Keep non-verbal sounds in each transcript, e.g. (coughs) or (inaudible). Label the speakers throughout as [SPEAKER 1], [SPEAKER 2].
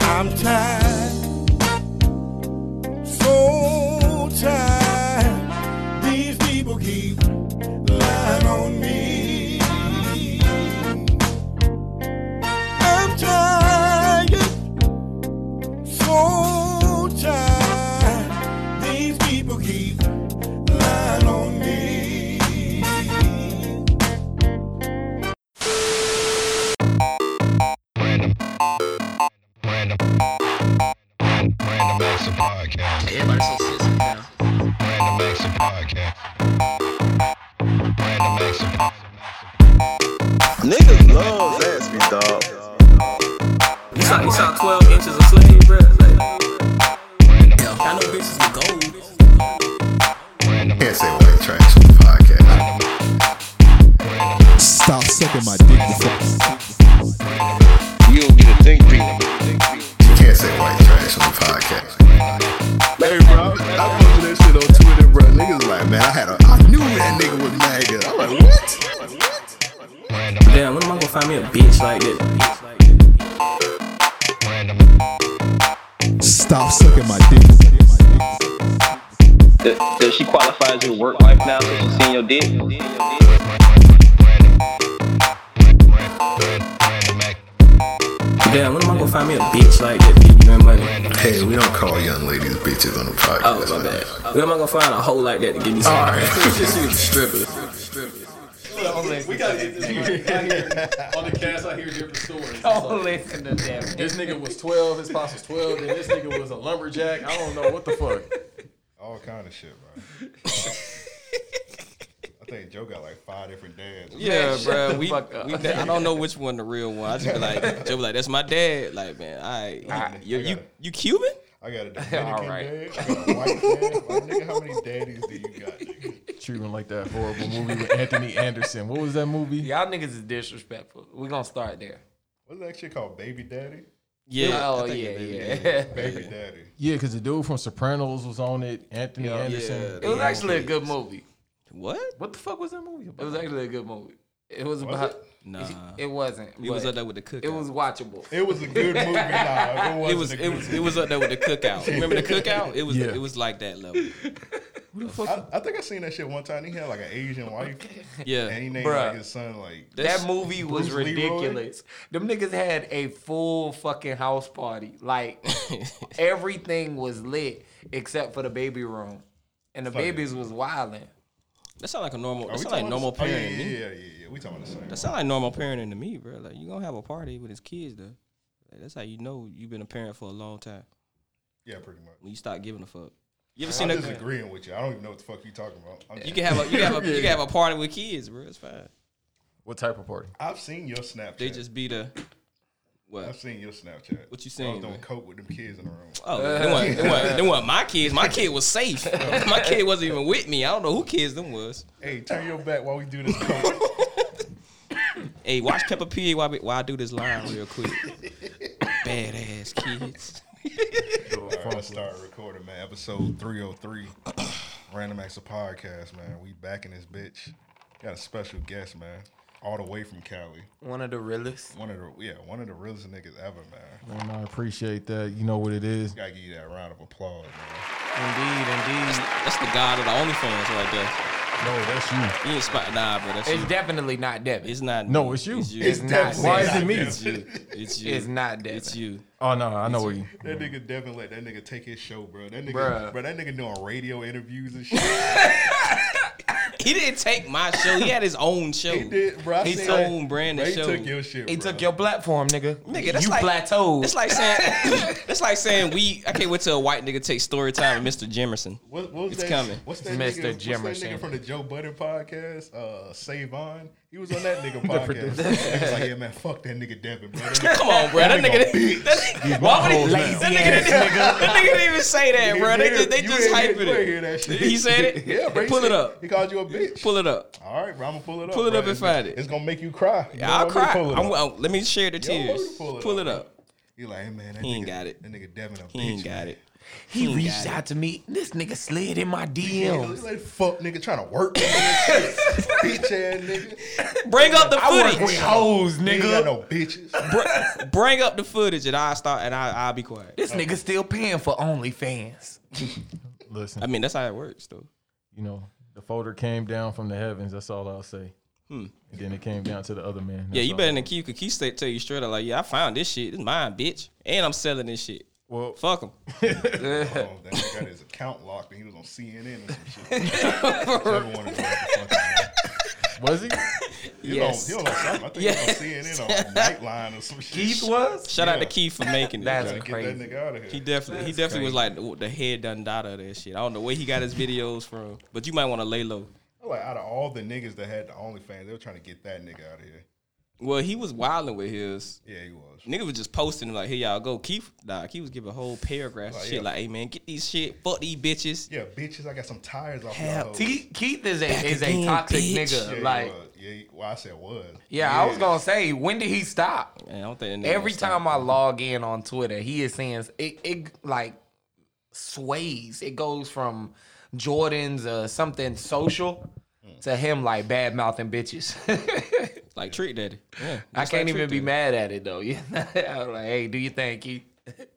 [SPEAKER 1] I'm tired, so tired. These people keep lying on me. I'm tired, so tired. These people keep lying on me.
[SPEAKER 2] Random. Random. Random. Random acts of podcast.
[SPEAKER 3] Everybody's so sensitive now.
[SPEAKER 2] Random acts of podcast. Random acts of
[SPEAKER 4] Niggas love ass me, dog.
[SPEAKER 5] You saw, you saw 12 inches of sleeve, bro. Like,
[SPEAKER 3] Yo, I know bitches with gold.
[SPEAKER 2] Random.
[SPEAKER 6] Can't say white trash on the podcast.
[SPEAKER 7] Stop sucking my dick.
[SPEAKER 2] You don't get a think piece.
[SPEAKER 6] You can't say white trash on the podcast. Hey, bro, I posted that shit on Twitter, bro. Niggas like, man, I had a, I knew that nigga was mad. good. I'm like, what?
[SPEAKER 2] Random.
[SPEAKER 5] damn, when am I gonna find me a bitch like that?
[SPEAKER 2] Random.
[SPEAKER 7] Stop sucking my dick.
[SPEAKER 8] Does, does she qualify as your work wife now since she's seen your dick?
[SPEAKER 5] Damn, when am I gonna find me a bitch like that? You know what I mean?
[SPEAKER 6] Hey, we don't call young ladies bitches on the podcast.
[SPEAKER 5] Oh, my bad. When am I gonna find a hoe like that to give me some?
[SPEAKER 6] All right.
[SPEAKER 9] We gotta get this nigga out here on the cast. I hear different stories.
[SPEAKER 10] Don't listen to them.
[SPEAKER 9] This nigga was 12, his pops was 12, and this nigga was a lumberjack. I don't know what the fuck.
[SPEAKER 11] All kind of shit, bro. I think Joe got like five different dads.
[SPEAKER 10] Yeah, bro. We,
[SPEAKER 9] fuck up.
[SPEAKER 10] we I don't know which one the real one. I just be like, Joe be like, that's my dad. Like, man, I
[SPEAKER 11] Alright,
[SPEAKER 10] you
[SPEAKER 11] I got
[SPEAKER 10] you,
[SPEAKER 11] it.
[SPEAKER 10] you Cuban?
[SPEAKER 11] I got a Dominican
[SPEAKER 10] right.
[SPEAKER 11] dad. I got a white dad. Like, nigga, how many daddies do you got? Nigga?
[SPEAKER 9] Treatment like that horrible movie with Anthony Anderson. What was that movie?
[SPEAKER 10] Y'all niggas is disrespectful. We gonna start there.
[SPEAKER 11] What's that shit called? Baby daddy.
[SPEAKER 10] Yeah.
[SPEAKER 9] Oh,
[SPEAKER 10] I think
[SPEAKER 8] (laughs)
[SPEAKER 9] yeah,
[SPEAKER 10] it is.
[SPEAKER 11] Baby daddy.
[SPEAKER 9] Yeah, because the dude from Sopranos was on it. Anthony Anderson.
[SPEAKER 10] yeah.
[SPEAKER 9] They
[SPEAKER 10] It
[SPEAKER 9] all
[SPEAKER 10] was
[SPEAKER 9] kids.
[SPEAKER 10] good
[SPEAKER 8] movie.
[SPEAKER 10] What?
[SPEAKER 9] What the fuck was that movie about?
[SPEAKER 8] It was actually a good movie. It was,
[SPEAKER 11] Was
[SPEAKER 8] about.
[SPEAKER 11] it?
[SPEAKER 10] Nah.
[SPEAKER 8] It, wasn't.
[SPEAKER 10] It was
[SPEAKER 8] but
[SPEAKER 10] up there with the cookout.
[SPEAKER 8] It was watchable.
[SPEAKER 11] It was a good movie. Nah, it,
[SPEAKER 10] (laughs) It
[SPEAKER 11] wasn't
[SPEAKER 10] was
[SPEAKER 11] a
[SPEAKER 10] it
[SPEAKER 11] good
[SPEAKER 10] was
[SPEAKER 11] movie.
[SPEAKER 10] it was up there with the cookout. Remember the cookout? It was
[SPEAKER 9] Yeah.
[SPEAKER 10] it was like that level.
[SPEAKER 11] I, I think I seen that shit one time. He had like an Asian wife, and
[SPEAKER 10] Yeah.
[SPEAKER 11] he named
[SPEAKER 8] Bruh.
[SPEAKER 11] like, his son like.
[SPEAKER 10] That's-
[SPEAKER 8] that movie was
[SPEAKER 11] Bruce Leroy?
[SPEAKER 8] ridiculous. Them niggas had a full fucking house party.
[SPEAKER 10] (laughs)
[SPEAKER 8] Like everything was lit except for the baby room, and the
[SPEAKER 11] Fuck it.
[SPEAKER 8] babies was wilding.
[SPEAKER 10] That sound like a normal.
[SPEAKER 11] Are
[SPEAKER 10] That
[SPEAKER 11] we
[SPEAKER 10] sound like
[SPEAKER 11] talking
[SPEAKER 10] normal
[SPEAKER 11] about the-
[SPEAKER 10] parenting.
[SPEAKER 11] Oh, yeah,
[SPEAKER 10] to me.
[SPEAKER 11] yeah, yeah, yeah, yeah. We talking about the same.
[SPEAKER 10] That sound like normal parenting to me, bro. Like you gonna have a party with his kids though. Like, that's how you know you've been a parent for a long time.
[SPEAKER 11] yeah, pretty much.
[SPEAKER 10] When you stop giving a fuck. You ever
[SPEAKER 11] I'm
[SPEAKER 10] seen
[SPEAKER 11] just
[SPEAKER 10] a?
[SPEAKER 11] agreeing with you. I don't even know what the fuck you talking about. I'm
[SPEAKER 10] You
[SPEAKER 11] just-
[SPEAKER 10] can have a you can have a you can have a party with kids, bro. It's fine.
[SPEAKER 9] What type of party?
[SPEAKER 11] I've seen your Snapchat.
[SPEAKER 10] They just be the
[SPEAKER 11] I've
[SPEAKER 10] what?
[SPEAKER 11] seen your Snapchat.
[SPEAKER 10] What you
[SPEAKER 11] I
[SPEAKER 10] seen,
[SPEAKER 11] was doing
[SPEAKER 10] man?
[SPEAKER 11] coke with them kids in the room.
[SPEAKER 10] Oh, they weren't, they, weren't, they weren't my kids. My kid was safe. my kid wasn't even with me. I don't know who kids them was.
[SPEAKER 11] Hey, turn your back while we do this coke.
[SPEAKER 10] Hey, watch Peppa Pig while, we- while I do this line real quick. Badass kids.
[SPEAKER 11] All right, let's start recording, man. Episode 303, (clears throat) Random Acts of Podcast, man. We back in this bitch. Got a special guest, man. All the way from Cali.
[SPEAKER 8] One of the realest.
[SPEAKER 11] One of the yeah, one of the realest niggas ever, man.
[SPEAKER 9] And I appreciate that. You know what it is.
[SPEAKER 11] Gotta give you that round of applause, man.
[SPEAKER 8] Indeed, indeed.
[SPEAKER 10] That's the god of the OnlyFans right there.
[SPEAKER 9] No, that's you.
[SPEAKER 10] You ain't spot nah, bro. That's you.
[SPEAKER 8] It's definitely not Devin.
[SPEAKER 10] It's not.
[SPEAKER 9] No,
[SPEAKER 10] me.
[SPEAKER 9] it's you.
[SPEAKER 10] It's you.
[SPEAKER 8] It's not
[SPEAKER 9] Why
[SPEAKER 8] Devin.
[SPEAKER 9] is it me?
[SPEAKER 10] It's
[SPEAKER 9] (laughs)
[SPEAKER 11] (laughs)
[SPEAKER 10] you. It's you.
[SPEAKER 8] It's not Devin.
[SPEAKER 10] It's you.
[SPEAKER 9] Oh no, I know what you.
[SPEAKER 11] That nigga Devin let that nigga take his show, bro. That nigga,
[SPEAKER 8] Bruh.
[SPEAKER 11] bro, that nigga doing radio interviews and shit. (laughs)
[SPEAKER 10] He didn't take my show. He had his own show.
[SPEAKER 11] He did, bro. I
[SPEAKER 10] His
[SPEAKER 11] seen-
[SPEAKER 10] own brand
[SPEAKER 11] Bro,
[SPEAKER 10] of
[SPEAKER 11] he
[SPEAKER 10] show.
[SPEAKER 11] took your shit.
[SPEAKER 8] He
[SPEAKER 11] bro.
[SPEAKER 8] took your platform, nigga.
[SPEAKER 10] Nigga, that's
[SPEAKER 8] you
[SPEAKER 10] like-
[SPEAKER 8] plateaued.
[SPEAKER 10] It's like saying. (coughs) it's like saying we. I can't wait till a white nigga takes story time with Mr. Jemerson.
[SPEAKER 11] What, what was
[SPEAKER 10] It's
[SPEAKER 11] that?
[SPEAKER 10] coming.
[SPEAKER 11] What's that
[SPEAKER 8] Mr.
[SPEAKER 11] Nigga, What's that
[SPEAKER 8] Jemerson.
[SPEAKER 11] nigga from the Joe Budden podcast? Uh, Savon. He was on that nigga podcast. he was like, yeah, man, fuck that nigga Devin,
[SPEAKER 10] (laughs)
[SPEAKER 11] bro. That nigga-
[SPEAKER 10] Come on, bro. That
[SPEAKER 11] nigga
[SPEAKER 10] nigga. (laughs)
[SPEAKER 11] (laughs)
[SPEAKER 10] That, why would he?
[SPEAKER 9] my hoes
[SPEAKER 10] That nigga, didn't, that nigga didn't even say that, bro. They just they
[SPEAKER 11] You
[SPEAKER 10] just
[SPEAKER 11] ain't hear-
[SPEAKER 10] hyping
[SPEAKER 11] you ain't
[SPEAKER 10] it.
[SPEAKER 11] hear that shit.
[SPEAKER 10] He said (laughs) it?
[SPEAKER 11] yeah, bro. he
[SPEAKER 10] Pull it
[SPEAKER 11] said-
[SPEAKER 10] up.
[SPEAKER 11] He called you a bitch.
[SPEAKER 10] Pull it up.
[SPEAKER 11] All right, bro. I'm gonna pull it up.
[SPEAKER 10] Pull it
[SPEAKER 11] bro.
[SPEAKER 10] up and
[SPEAKER 11] It's-
[SPEAKER 10] find it.
[SPEAKER 11] It's gonna make you cry. You
[SPEAKER 10] I'll
[SPEAKER 11] don't want me to
[SPEAKER 10] cry.
[SPEAKER 11] pull it
[SPEAKER 10] I'm,
[SPEAKER 11] up.
[SPEAKER 10] I'm- let me share the
[SPEAKER 11] don't want me
[SPEAKER 10] tears.
[SPEAKER 11] to pull it up.
[SPEAKER 10] Pull it up.
[SPEAKER 11] He like, hey man, that
[SPEAKER 10] He
[SPEAKER 11] nigga,
[SPEAKER 10] ain't got it.
[SPEAKER 11] That nigga Devin a bitch.
[SPEAKER 10] He ain't got
[SPEAKER 11] man.
[SPEAKER 10] it.
[SPEAKER 8] He,
[SPEAKER 10] ain't
[SPEAKER 8] reached
[SPEAKER 10] got
[SPEAKER 8] out to me. This nigga slid in my
[SPEAKER 11] Yeah, he
[SPEAKER 8] DMs.
[SPEAKER 11] like fuck nigga trying to work.
[SPEAKER 10] (laughs)
[SPEAKER 11] bitch ass nigga.
[SPEAKER 10] it. Bring up the
[SPEAKER 8] I work
[SPEAKER 10] footage.
[SPEAKER 8] with hoes,
[SPEAKER 11] He ain't got
[SPEAKER 8] nigga.
[SPEAKER 11] no bitches.
[SPEAKER 10] (laughs) Br- Bring up the footage, and I will start, and I I'll be quiet.
[SPEAKER 8] This nigga still paying for (laughs) OnlyFans.
[SPEAKER 12] Listen,
[SPEAKER 10] I mean, that's how it works, though.
[SPEAKER 12] you know, the folder came down from the heavens. That's all I'll say. And then it came down to the other man.
[SPEAKER 10] Hmm. Yeah,
[SPEAKER 12] that's
[SPEAKER 10] you
[SPEAKER 12] all.
[SPEAKER 10] better than Q, cause Q stay, tell you straight up, like, yeah, I found this shit. It's mine, bitch, and I'm selling this shit.
[SPEAKER 12] Well,
[SPEAKER 10] Fuck him.
[SPEAKER 11] Oh,
[SPEAKER 8] (laughs)
[SPEAKER 11] that nigga got his account locked and he was on CNN and some shit.
[SPEAKER 8] (laughs)
[SPEAKER 11] Whichever one it was, the fucking-
[SPEAKER 10] (laughs)
[SPEAKER 12] was he?
[SPEAKER 11] he
[SPEAKER 10] Yes.
[SPEAKER 11] was on, he was on something. I think he was on CNN on Nightline or some shit.
[SPEAKER 8] Keith was?
[SPEAKER 10] Shout out to
[SPEAKER 11] Yeah.
[SPEAKER 10] Keith for making it.
[SPEAKER 8] That's
[SPEAKER 10] bro.
[SPEAKER 11] Get that nigga out of here.
[SPEAKER 10] He definitely, he definitely was like the- the head done data of that shit. I don't know where he got his videos from, but you might want to lay low.
[SPEAKER 11] Like out of all the niggas that had the OnlyFans, they were trying to get that nigga out of here.
[SPEAKER 10] Well, he was wilding with his.
[SPEAKER 11] Yeah, he was.
[SPEAKER 10] Nigga was just posting like, "Here y'all go." Keith, nah, Keith was giving whole paragraphs of
[SPEAKER 11] Oh,
[SPEAKER 10] shit
[SPEAKER 11] yeah.
[SPEAKER 10] like, "Hey man, get these shit, fuck these bitches."
[SPEAKER 11] Yeah, bitches, I got some tires off
[SPEAKER 10] Hell,
[SPEAKER 11] y'all. hoes.
[SPEAKER 8] Keith, Keith is a
[SPEAKER 10] Back
[SPEAKER 8] is
[SPEAKER 10] again,
[SPEAKER 8] a toxic
[SPEAKER 10] bitch.
[SPEAKER 11] Yeah,
[SPEAKER 8] nigga.
[SPEAKER 11] he
[SPEAKER 8] like,
[SPEAKER 11] was. yeah, he- well, I said was.
[SPEAKER 8] yeah, I was gonna say, when did he stop?
[SPEAKER 10] Man, I don't think that nigga
[SPEAKER 8] Every
[SPEAKER 10] gonna
[SPEAKER 8] time
[SPEAKER 10] stop.
[SPEAKER 8] I log in on Twitter, he is saying it, it like sways. It goes from Jordan's uh, something social to him like bad mouthing bitches. (laughs)
[SPEAKER 10] like treat daddy, yeah,
[SPEAKER 8] I
[SPEAKER 10] just
[SPEAKER 8] can't
[SPEAKER 10] like
[SPEAKER 8] even
[SPEAKER 10] Trick
[SPEAKER 8] be
[SPEAKER 10] Daddy.
[SPEAKER 8] mad at it though. (laughs) Yeah, I was like, hey, do you think Keith?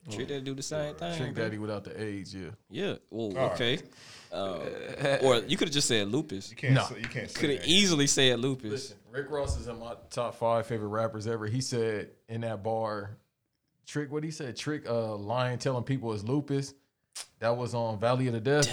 [SPEAKER 10] Treat daddy do the same thing.
[SPEAKER 12] Trick
[SPEAKER 10] bro.
[SPEAKER 12] Daddy without the age, yeah.
[SPEAKER 10] Yeah. Well,
[SPEAKER 11] All
[SPEAKER 10] okay. Uh, or you could have just said lupus.
[SPEAKER 11] You can't.
[SPEAKER 12] No.
[SPEAKER 11] Say, you can't.
[SPEAKER 10] Could
[SPEAKER 11] Say
[SPEAKER 10] have
[SPEAKER 11] that.
[SPEAKER 10] easily said lupus.
[SPEAKER 12] Listen, Rick Ross is in my top five favorite rappers ever. He said in that bar, Trick, what he said, Trick uh lying, telling people it's lupus. That was on Valley of the Death.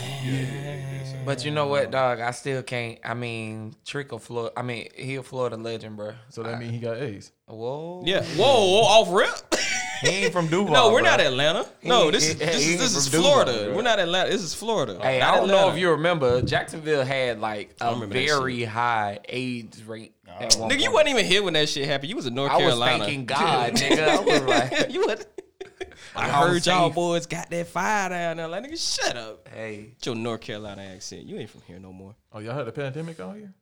[SPEAKER 8] But you know what, dog? I still can't. I mean, Trick of Florida. I mean, he a Florida legend, bro.
[SPEAKER 12] So that means he got AIDS.
[SPEAKER 8] Whoa.
[SPEAKER 10] Yeah. Whoa, whoa, off rip. (laughs)
[SPEAKER 8] He ain't from Duval.
[SPEAKER 10] no, we're
[SPEAKER 8] bro.
[SPEAKER 10] not Atlanta. No, this is
[SPEAKER 8] he-
[SPEAKER 10] this
[SPEAKER 8] he
[SPEAKER 10] is
[SPEAKER 8] ain't
[SPEAKER 10] this is
[SPEAKER 8] from Duval,
[SPEAKER 10] Florida.
[SPEAKER 8] bro.
[SPEAKER 10] We're not Atlanta. This is Florida.
[SPEAKER 8] Hey,
[SPEAKER 10] Not
[SPEAKER 8] I don't know
[SPEAKER 10] Atlanta.
[SPEAKER 8] if you remember, Jacksonville had like
[SPEAKER 10] I
[SPEAKER 8] a
[SPEAKER 10] remember that
[SPEAKER 8] very high AIDS rate. at one
[SPEAKER 10] Nigga, you
[SPEAKER 8] point.
[SPEAKER 10] wasn't even here when that shit happened. You was in North
[SPEAKER 8] I was
[SPEAKER 10] Carolina.
[SPEAKER 8] thanking God, nigga. I
[SPEAKER 10] (laughs)
[SPEAKER 8] was like,
[SPEAKER 10] you was. I
[SPEAKER 8] I'm
[SPEAKER 10] heard y'all
[SPEAKER 8] safe.
[SPEAKER 10] boys got that fire down there. Like, nigga, shut up.
[SPEAKER 8] hey,
[SPEAKER 10] It's your North Carolina accent. You ain't from here no more.
[SPEAKER 12] Oh, y'all had a pandemic out here?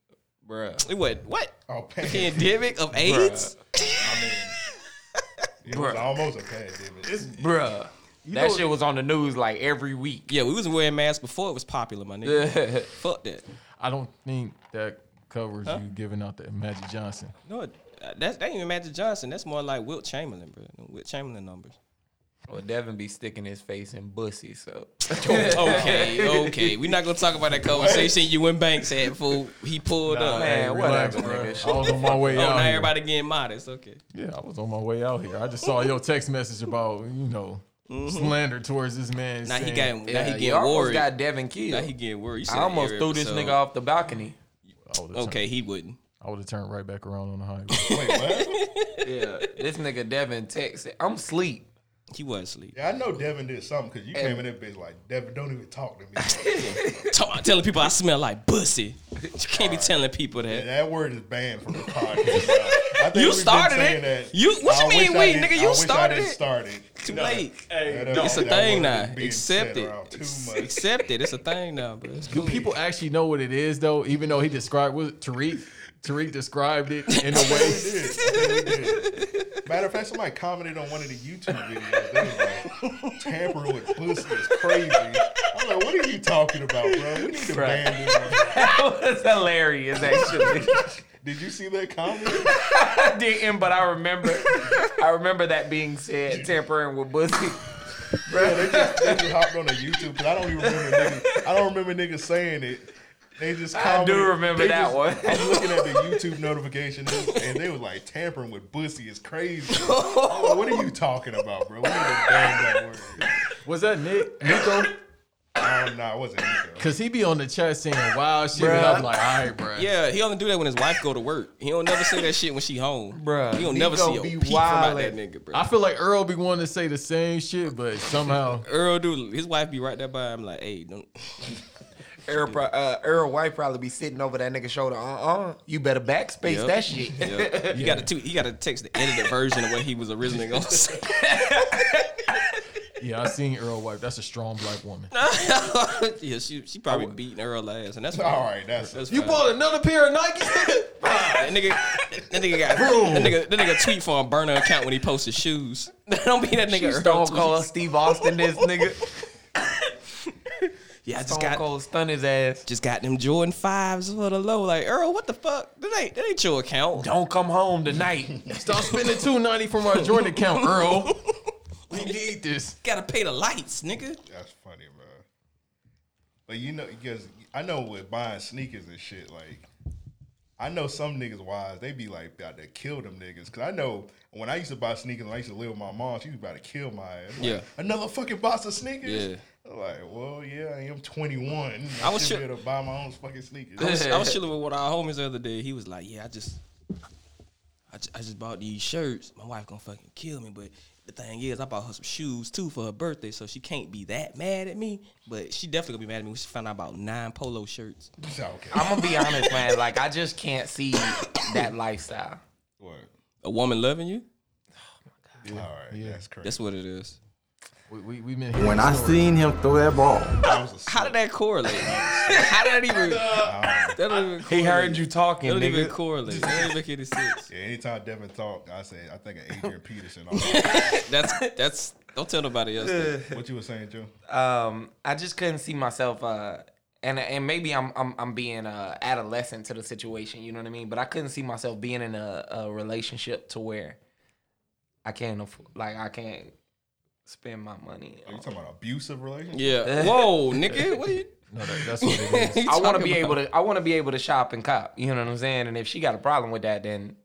[SPEAKER 8] bruh.
[SPEAKER 10] It what?
[SPEAKER 8] (laughs)
[SPEAKER 10] What?
[SPEAKER 11] Oh, pandemic.
[SPEAKER 10] Pandemic of AIDS?
[SPEAKER 11] It was almost a pandemic.
[SPEAKER 8] Bruh. that shit was on the news like every week.
[SPEAKER 10] (laughs) Yeah, we was wearing masks before it was popular, my nigga. Fuck that.
[SPEAKER 12] I don't think that covers you giving out the Magic Johnson.
[SPEAKER 10] No, it- uh, that's, that ain't even Magic Johnson. That's more like Wilt Chamberlain, bro. Them Wilt Chamberlain numbers.
[SPEAKER 8] Well, Devin be sticking his face in bussy,
[SPEAKER 10] (laughs)
[SPEAKER 8] so
[SPEAKER 10] Oh, okay, okay. We're not gonna talk about that conversation you and Banks had, fool. He pulled up.
[SPEAKER 8] man,
[SPEAKER 12] relax,
[SPEAKER 8] whatever,
[SPEAKER 12] bro.
[SPEAKER 8] nigga.
[SPEAKER 12] I was on my way
[SPEAKER 10] Oh,
[SPEAKER 12] out
[SPEAKER 10] now
[SPEAKER 12] here.
[SPEAKER 10] everybody getting modest. Okay.
[SPEAKER 12] Yeah, I was on my way out here. I just saw your text message about, you know, slander towards this man.
[SPEAKER 10] Now he
[SPEAKER 12] saying-
[SPEAKER 10] got now
[SPEAKER 8] yeah,
[SPEAKER 10] he
[SPEAKER 8] you
[SPEAKER 10] getting
[SPEAKER 8] almost
[SPEAKER 10] worried.
[SPEAKER 8] got Devin killed.
[SPEAKER 10] now he getting worried. You said
[SPEAKER 8] I almost
[SPEAKER 10] every
[SPEAKER 8] threw this
[SPEAKER 10] episode.
[SPEAKER 8] nigga off the balcony.
[SPEAKER 12] I would've turned-
[SPEAKER 10] Okay, he wouldn't.
[SPEAKER 12] I would have turned right back around on the
[SPEAKER 11] Wait,
[SPEAKER 12] highway.
[SPEAKER 11] what?
[SPEAKER 8] (laughs) Yeah, this nigga Devin texted, "I'm asleep."
[SPEAKER 10] He wasn't asleep. (laughs)
[SPEAKER 11] Yeah, I know Devin did something because you came in that bitch like Devin. Don't even talk to me.
[SPEAKER 8] (laughs)
[SPEAKER 10] Talk about telling people I smell like pussy. (laughs) You can't be telling people that.
[SPEAKER 11] Yeah, that word is banned from the podcast. now.
[SPEAKER 10] (laughs)
[SPEAKER 11] I think
[SPEAKER 10] You
[SPEAKER 11] we've been
[SPEAKER 10] started
[SPEAKER 11] saying
[SPEAKER 10] it.
[SPEAKER 11] that.
[SPEAKER 10] You- what you
[SPEAKER 11] I wish
[SPEAKER 10] mean
[SPEAKER 11] I
[SPEAKER 10] we,
[SPEAKER 11] didn't-
[SPEAKER 10] nigga? You
[SPEAKER 11] I wish I
[SPEAKER 10] started
[SPEAKER 11] didn't
[SPEAKER 10] it.
[SPEAKER 11] start it.
[SPEAKER 10] Too late.
[SPEAKER 11] Hey, that-
[SPEAKER 10] It's a
[SPEAKER 11] that
[SPEAKER 10] thing
[SPEAKER 11] word is
[SPEAKER 10] now.
[SPEAKER 11] being
[SPEAKER 10] Accept
[SPEAKER 11] said
[SPEAKER 10] it.
[SPEAKER 11] around Too
[SPEAKER 10] Ex-
[SPEAKER 11] much. (laughs)
[SPEAKER 10] Accept it. It's a thing now, bro. It's
[SPEAKER 12] Do
[SPEAKER 10] cool.
[SPEAKER 12] people actually know what it is though? Even though he described what Tariq Tariq described it in a
[SPEAKER 10] (laughs)
[SPEAKER 12] way.
[SPEAKER 11] did. I think we did. Matter of fact, somebody commented on one of the YouTube videos. They was like, tampering with pussy is crazy. I'm like, what are you talking about, bro? We need to
[SPEAKER 8] Right.
[SPEAKER 11] ban this.
[SPEAKER 8] That was hilarious, actually.
[SPEAKER 11] Did you see that comment?
[SPEAKER 8] I didn't, but I remember, I remember that being said, tampering with pussy.
[SPEAKER 11] Bro, they just, they just hopped on the YouTube because I don't even remember niggas. I don't remember niggas saying it. They just
[SPEAKER 8] I do
[SPEAKER 11] commented-
[SPEAKER 8] remember
[SPEAKER 11] they
[SPEAKER 8] that
[SPEAKER 11] just-
[SPEAKER 8] one.
[SPEAKER 11] I'm looking at the YouTube notification and they was like tampering with pussy is crazy. I'm like, what are you talking about, bro? We need to ban that word.
[SPEAKER 12] Was that Nick Nico?
[SPEAKER 11] Oh, nah, it wasn't Nico.
[SPEAKER 12] Cause he be on the chat saying wild shit, and I'm like, all right, bro.
[SPEAKER 10] Yeah, he only do that when his wife go to work. He don't never say that shit when she home,
[SPEAKER 8] Bruh,
[SPEAKER 10] He don't
[SPEAKER 8] he
[SPEAKER 10] never see
[SPEAKER 8] gonna
[SPEAKER 10] a
[SPEAKER 8] be
[SPEAKER 10] peep from out that
[SPEAKER 8] wildin'.
[SPEAKER 10] nigga, bro.
[SPEAKER 12] I feel like Earl be wanting to say the same shit, but somehow
[SPEAKER 10] Earl, dude, his wife be right there by him, like, hey, don't.
[SPEAKER 8] Earl, pro- uh, Earl White probably be sitting over that nigga's shoulder. Uh uh You better backspace
[SPEAKER 10] Yep.
[SPEAKER 8] that shit. (laughs)
[SPEAKER 10] Yeah. You got to tweet. You got to text the edited version of what he was originally going to say. (laughs)
[SPEAKER 12] yeah, I seen Earl wife. That's a strong black woman.
[SPEAKER 10] yeah, she she probably beating Earl ass, and that's
[SPEAKER 11] Oh, All right, that's
[SPEAKER 10] That's
[SPEAKER 12] You
[SPEAKER 10] fine.
[SPEAKER 12] bought another pair of Nikes?
[SPEAKER 10] That nigga, that nigga got that nigga, that nigga tweet for a burner account when he posts his shoes. (laughs) Don't be that nigga.
[SPEAKER 8] She
[SPEAKER 10] Earl
[SPEAKER 8] Stone
[SPEAKER 10] tweets.
[SPEAKER 8] Cold Steve Austin,
[SPEAKER 10] (laughs)
[SPEAKER 8] this nigga.
[SPEAKER 10] Yeah, I just
[SPEAKER 8] Stone
[SPEAKER 10] got
[SPEAKER 8] Cold stun his ass.
[SPEAKER 10] Just got them Jordan fives for the low. Like Earl, what the fuck? That ain't that ain't your account.
[SPEAKER 8] Don't come home tonight.
[SPEAKER 12] Stop spending two ninety from our Jordan account, Earl.
[SPEAKER 10] (laughs)
[SPEAKER 12] We need this.
[SPEAKER 10] Gotta pay the lights, nigga.
[SPEAKER 11] That's funny, bro. But you know, because I know with buying sneakers and shit, like I know some niggas wise, they be like about to kill them niggas. Cause I know when I used to buy sneakers, when I used to live with my mom, she was about to kill my ass. Like,
[SPEAKER 10] Yeah.
[SPEAKER 11] another fucking box of sneakers.
[SPEAKER 10] Yeah.
[SPEAKER 11] I'm like, well, yeah, I am 21. I,
[SPEAKER 10] I was
[SPEAKER 11] was should
[SPEAKER 10] chill-
[SPEAKER 11] be able to buy my own fucking sneakers. (laughs)
[SPEAKER 10] I was, (laughs) I was chilling with one of our homies the other day. He was like, "Yeah, I just, I just, I just bought these shirts. My wife gonna fucking kill me, but the thing is, I bought her some shoes too for her birthday, so she can't be that mad at me. But she definitely gonna be mad at me when she found out about nine polo shirts.
[SPEAKER 11] okay.
[SPEAKER 8] I'm gonna be honest, man. Like I just can't see that lifestyle.
[SPEAKER 11] What?
[SPEAKER 10] A woman loving you?
[SPEAKER 11] All right, that's crazy.
[SPEAKER 10] That's what it is.
[SPEAKER 12] We, we, we been
[SPEAKER 13] When I seen him throw that ball,
[SPEAKER 10] How did that (laughs) correlate? How did that
[SPEAKER 8] (laughs)
[SPEAKER 10] even? that don't even
[SPEAKER 8] He heard you talking,
[SPEAKER 10] that don't even
[SPEAKER 8] nigga.
[SPEAKER 10] correlate. That don't even make any sense.
[SPEAKER 11] Yeah, anytime Devin talk, I say I think of Adrian Peterson. (laughs) all
[SPEAKER 10] That's that's. Don't tell nobody else. that.
[SPEAKER 11] what you were saying, Joe?
[SPEAKER 8] Um, I just couldn't see myself. Uh, and and maybe I'm I'm I'm being uh adolescent to the situation. You know what I mean? But I couldn't see myself being in a, a relationship to where I can't afford, like I can't spend my money.
[SPEAKER 11] Are you talking about abusive relationship?
[SPEAKER 10] Yeah. Whoa, nigga. What are you?
[SPEAKER 12] No, that, that's what it is.
[SPEAKER 10] you
[SPEAKER 8] I want to
[SPEAKER 10] talking
[SPEAKER 8] be
[SPEAKER 10] about?
[SPEAKER 8] able to. I want to be able to shop and cop. You know what I'm saying? And if she got a problem with that, then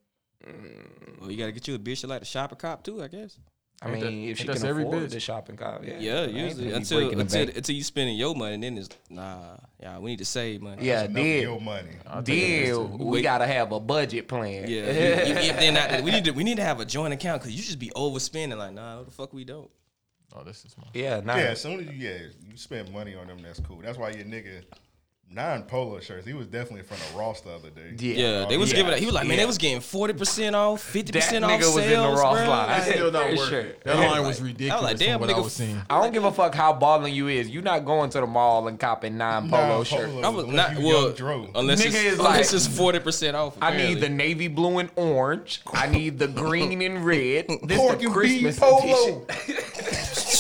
[SPEAKER 10] Well, you gotta get you a bitch that like to shop a cop too, I guess.
[SPEAKER 8] I
[SPEAKER 12] Ain't
[SPEAKER 8] mean,
[SPEAKER 12] that-
[SPEAKER 8] if
[SPEAKER 12] ain't
[SPEAKER 8] she
[SPEAKER 12] that's
[SPEAKER 8] can
[SPEAKER 12] every
[SPEAKER 8] afford
[SPEAKER 12] bitch?
[SPEAKER 8] to shop and cop, yeah,
[SPEAKER 10] Yeah,
[SPEAKER 8] I ain't
[SPEAKER 10] usually
[SPEAKER 8] finna be
[SPEAKER 10] until
[SPEAKER 8] breaking the
[SPEAKER 10] until
[SPEAKER 8] bank.
[SPEAKER 10] until you spending your money, and then it's nah. Yeah, we need to save money.
[SPEAKER 8] yeah,
[SPEAKER 11] Enough of
[SPEAKER 8] deal,
[SPEAKER 11] your money.
[SPEAKER 8] deal. We
[SPEAKER 10] Wait.
[SPEAKER 8] gotta have a budget plan.
[SPEAKER 10] Yeah, you- you- if they're not- we need to we need to have a joint account because you just be overspending. Like, nah, what the fuck we don't.
[SPEAKER 12] Oh, this is my.
[SPEAKER 8] (laughs) yeah, nah.
[SPEAKER 11] Yeah, as soon as you yeah, you spend money on them, that's cool. That's why your nigga nine polo shirts. He was definitely in front of Ross the other day.
[SPEAKER 8] Yeah.
[SPEAKER 10] Yeah, they was
[SPEAKER 11] yeah.
[SPEAKER 10] giving. He was like, man,
[SPEAKER 8] Yeah.
[SPEAKER 10] they was getting forty percent off, fifty
[SPEAKER 8] That
[SPEAKER 10] percent off
[SPEAKER 8] nigga
[SPEAKER 10] sales.
[SPEAKER 8] was in the Ross
[SPEAKER 10] bruh.
[SPEAKER 8] line.
[SPEAKER 10] Like,
[SPEAKER 12] Still not
[SPEAKER 8] Hey,
[SPEAKER 12] worth
[SPEAKER 8] sure.
[SPEAKER 12] it. That line was
[SPEAKER 10] I
[SPEAKER 12] ridiculous.
[SPEAKER 10] was like,
[SPEAKER 12] from
[SPEAKER 10] damn,
[SPEAKER 12] what I was
[SPEAKER 10] nigga.
[SPEAKER 12] seeing.
[SPEAKER 10] f-
[SPEAKER 8] I don't give a fuck how balling you is. You're not going to the mall and copping nine
[SPEAKER 11] Nine
[SPEAKER 8] polo shirts.
[SPEAKER 10] I was
[SPEAKER 11] unless
[SPEAKER 10] not
[SPEAKER 11] you
[SPEAKER 10] well,
[SPEAKER 11] young Dro.
[SPEAKER 10] unless
[SPEAKER 8] Nigga
[SPEAKER 10] it's,
[SPEAKER 8] is
[SPEAKER 10] unless
[SPEAKER 8] like-
[SPEAKER 10] it's forty percent off.
[SPEAKER 8] I need the
[SPEAKER 10] apparently.
[SPEAKER 8] navy blue and orange. I need the green
[SPEAKER 12] (laughs)
[SPEAKER 8] and red. This
[SPEAKER 11] Pork
[SPEAKER 8] the
[SPEAKER 11] and
[SPEAKER 8] Christmas
[SPEAKER 11] bean polo.
[SPEAKER 8] edition.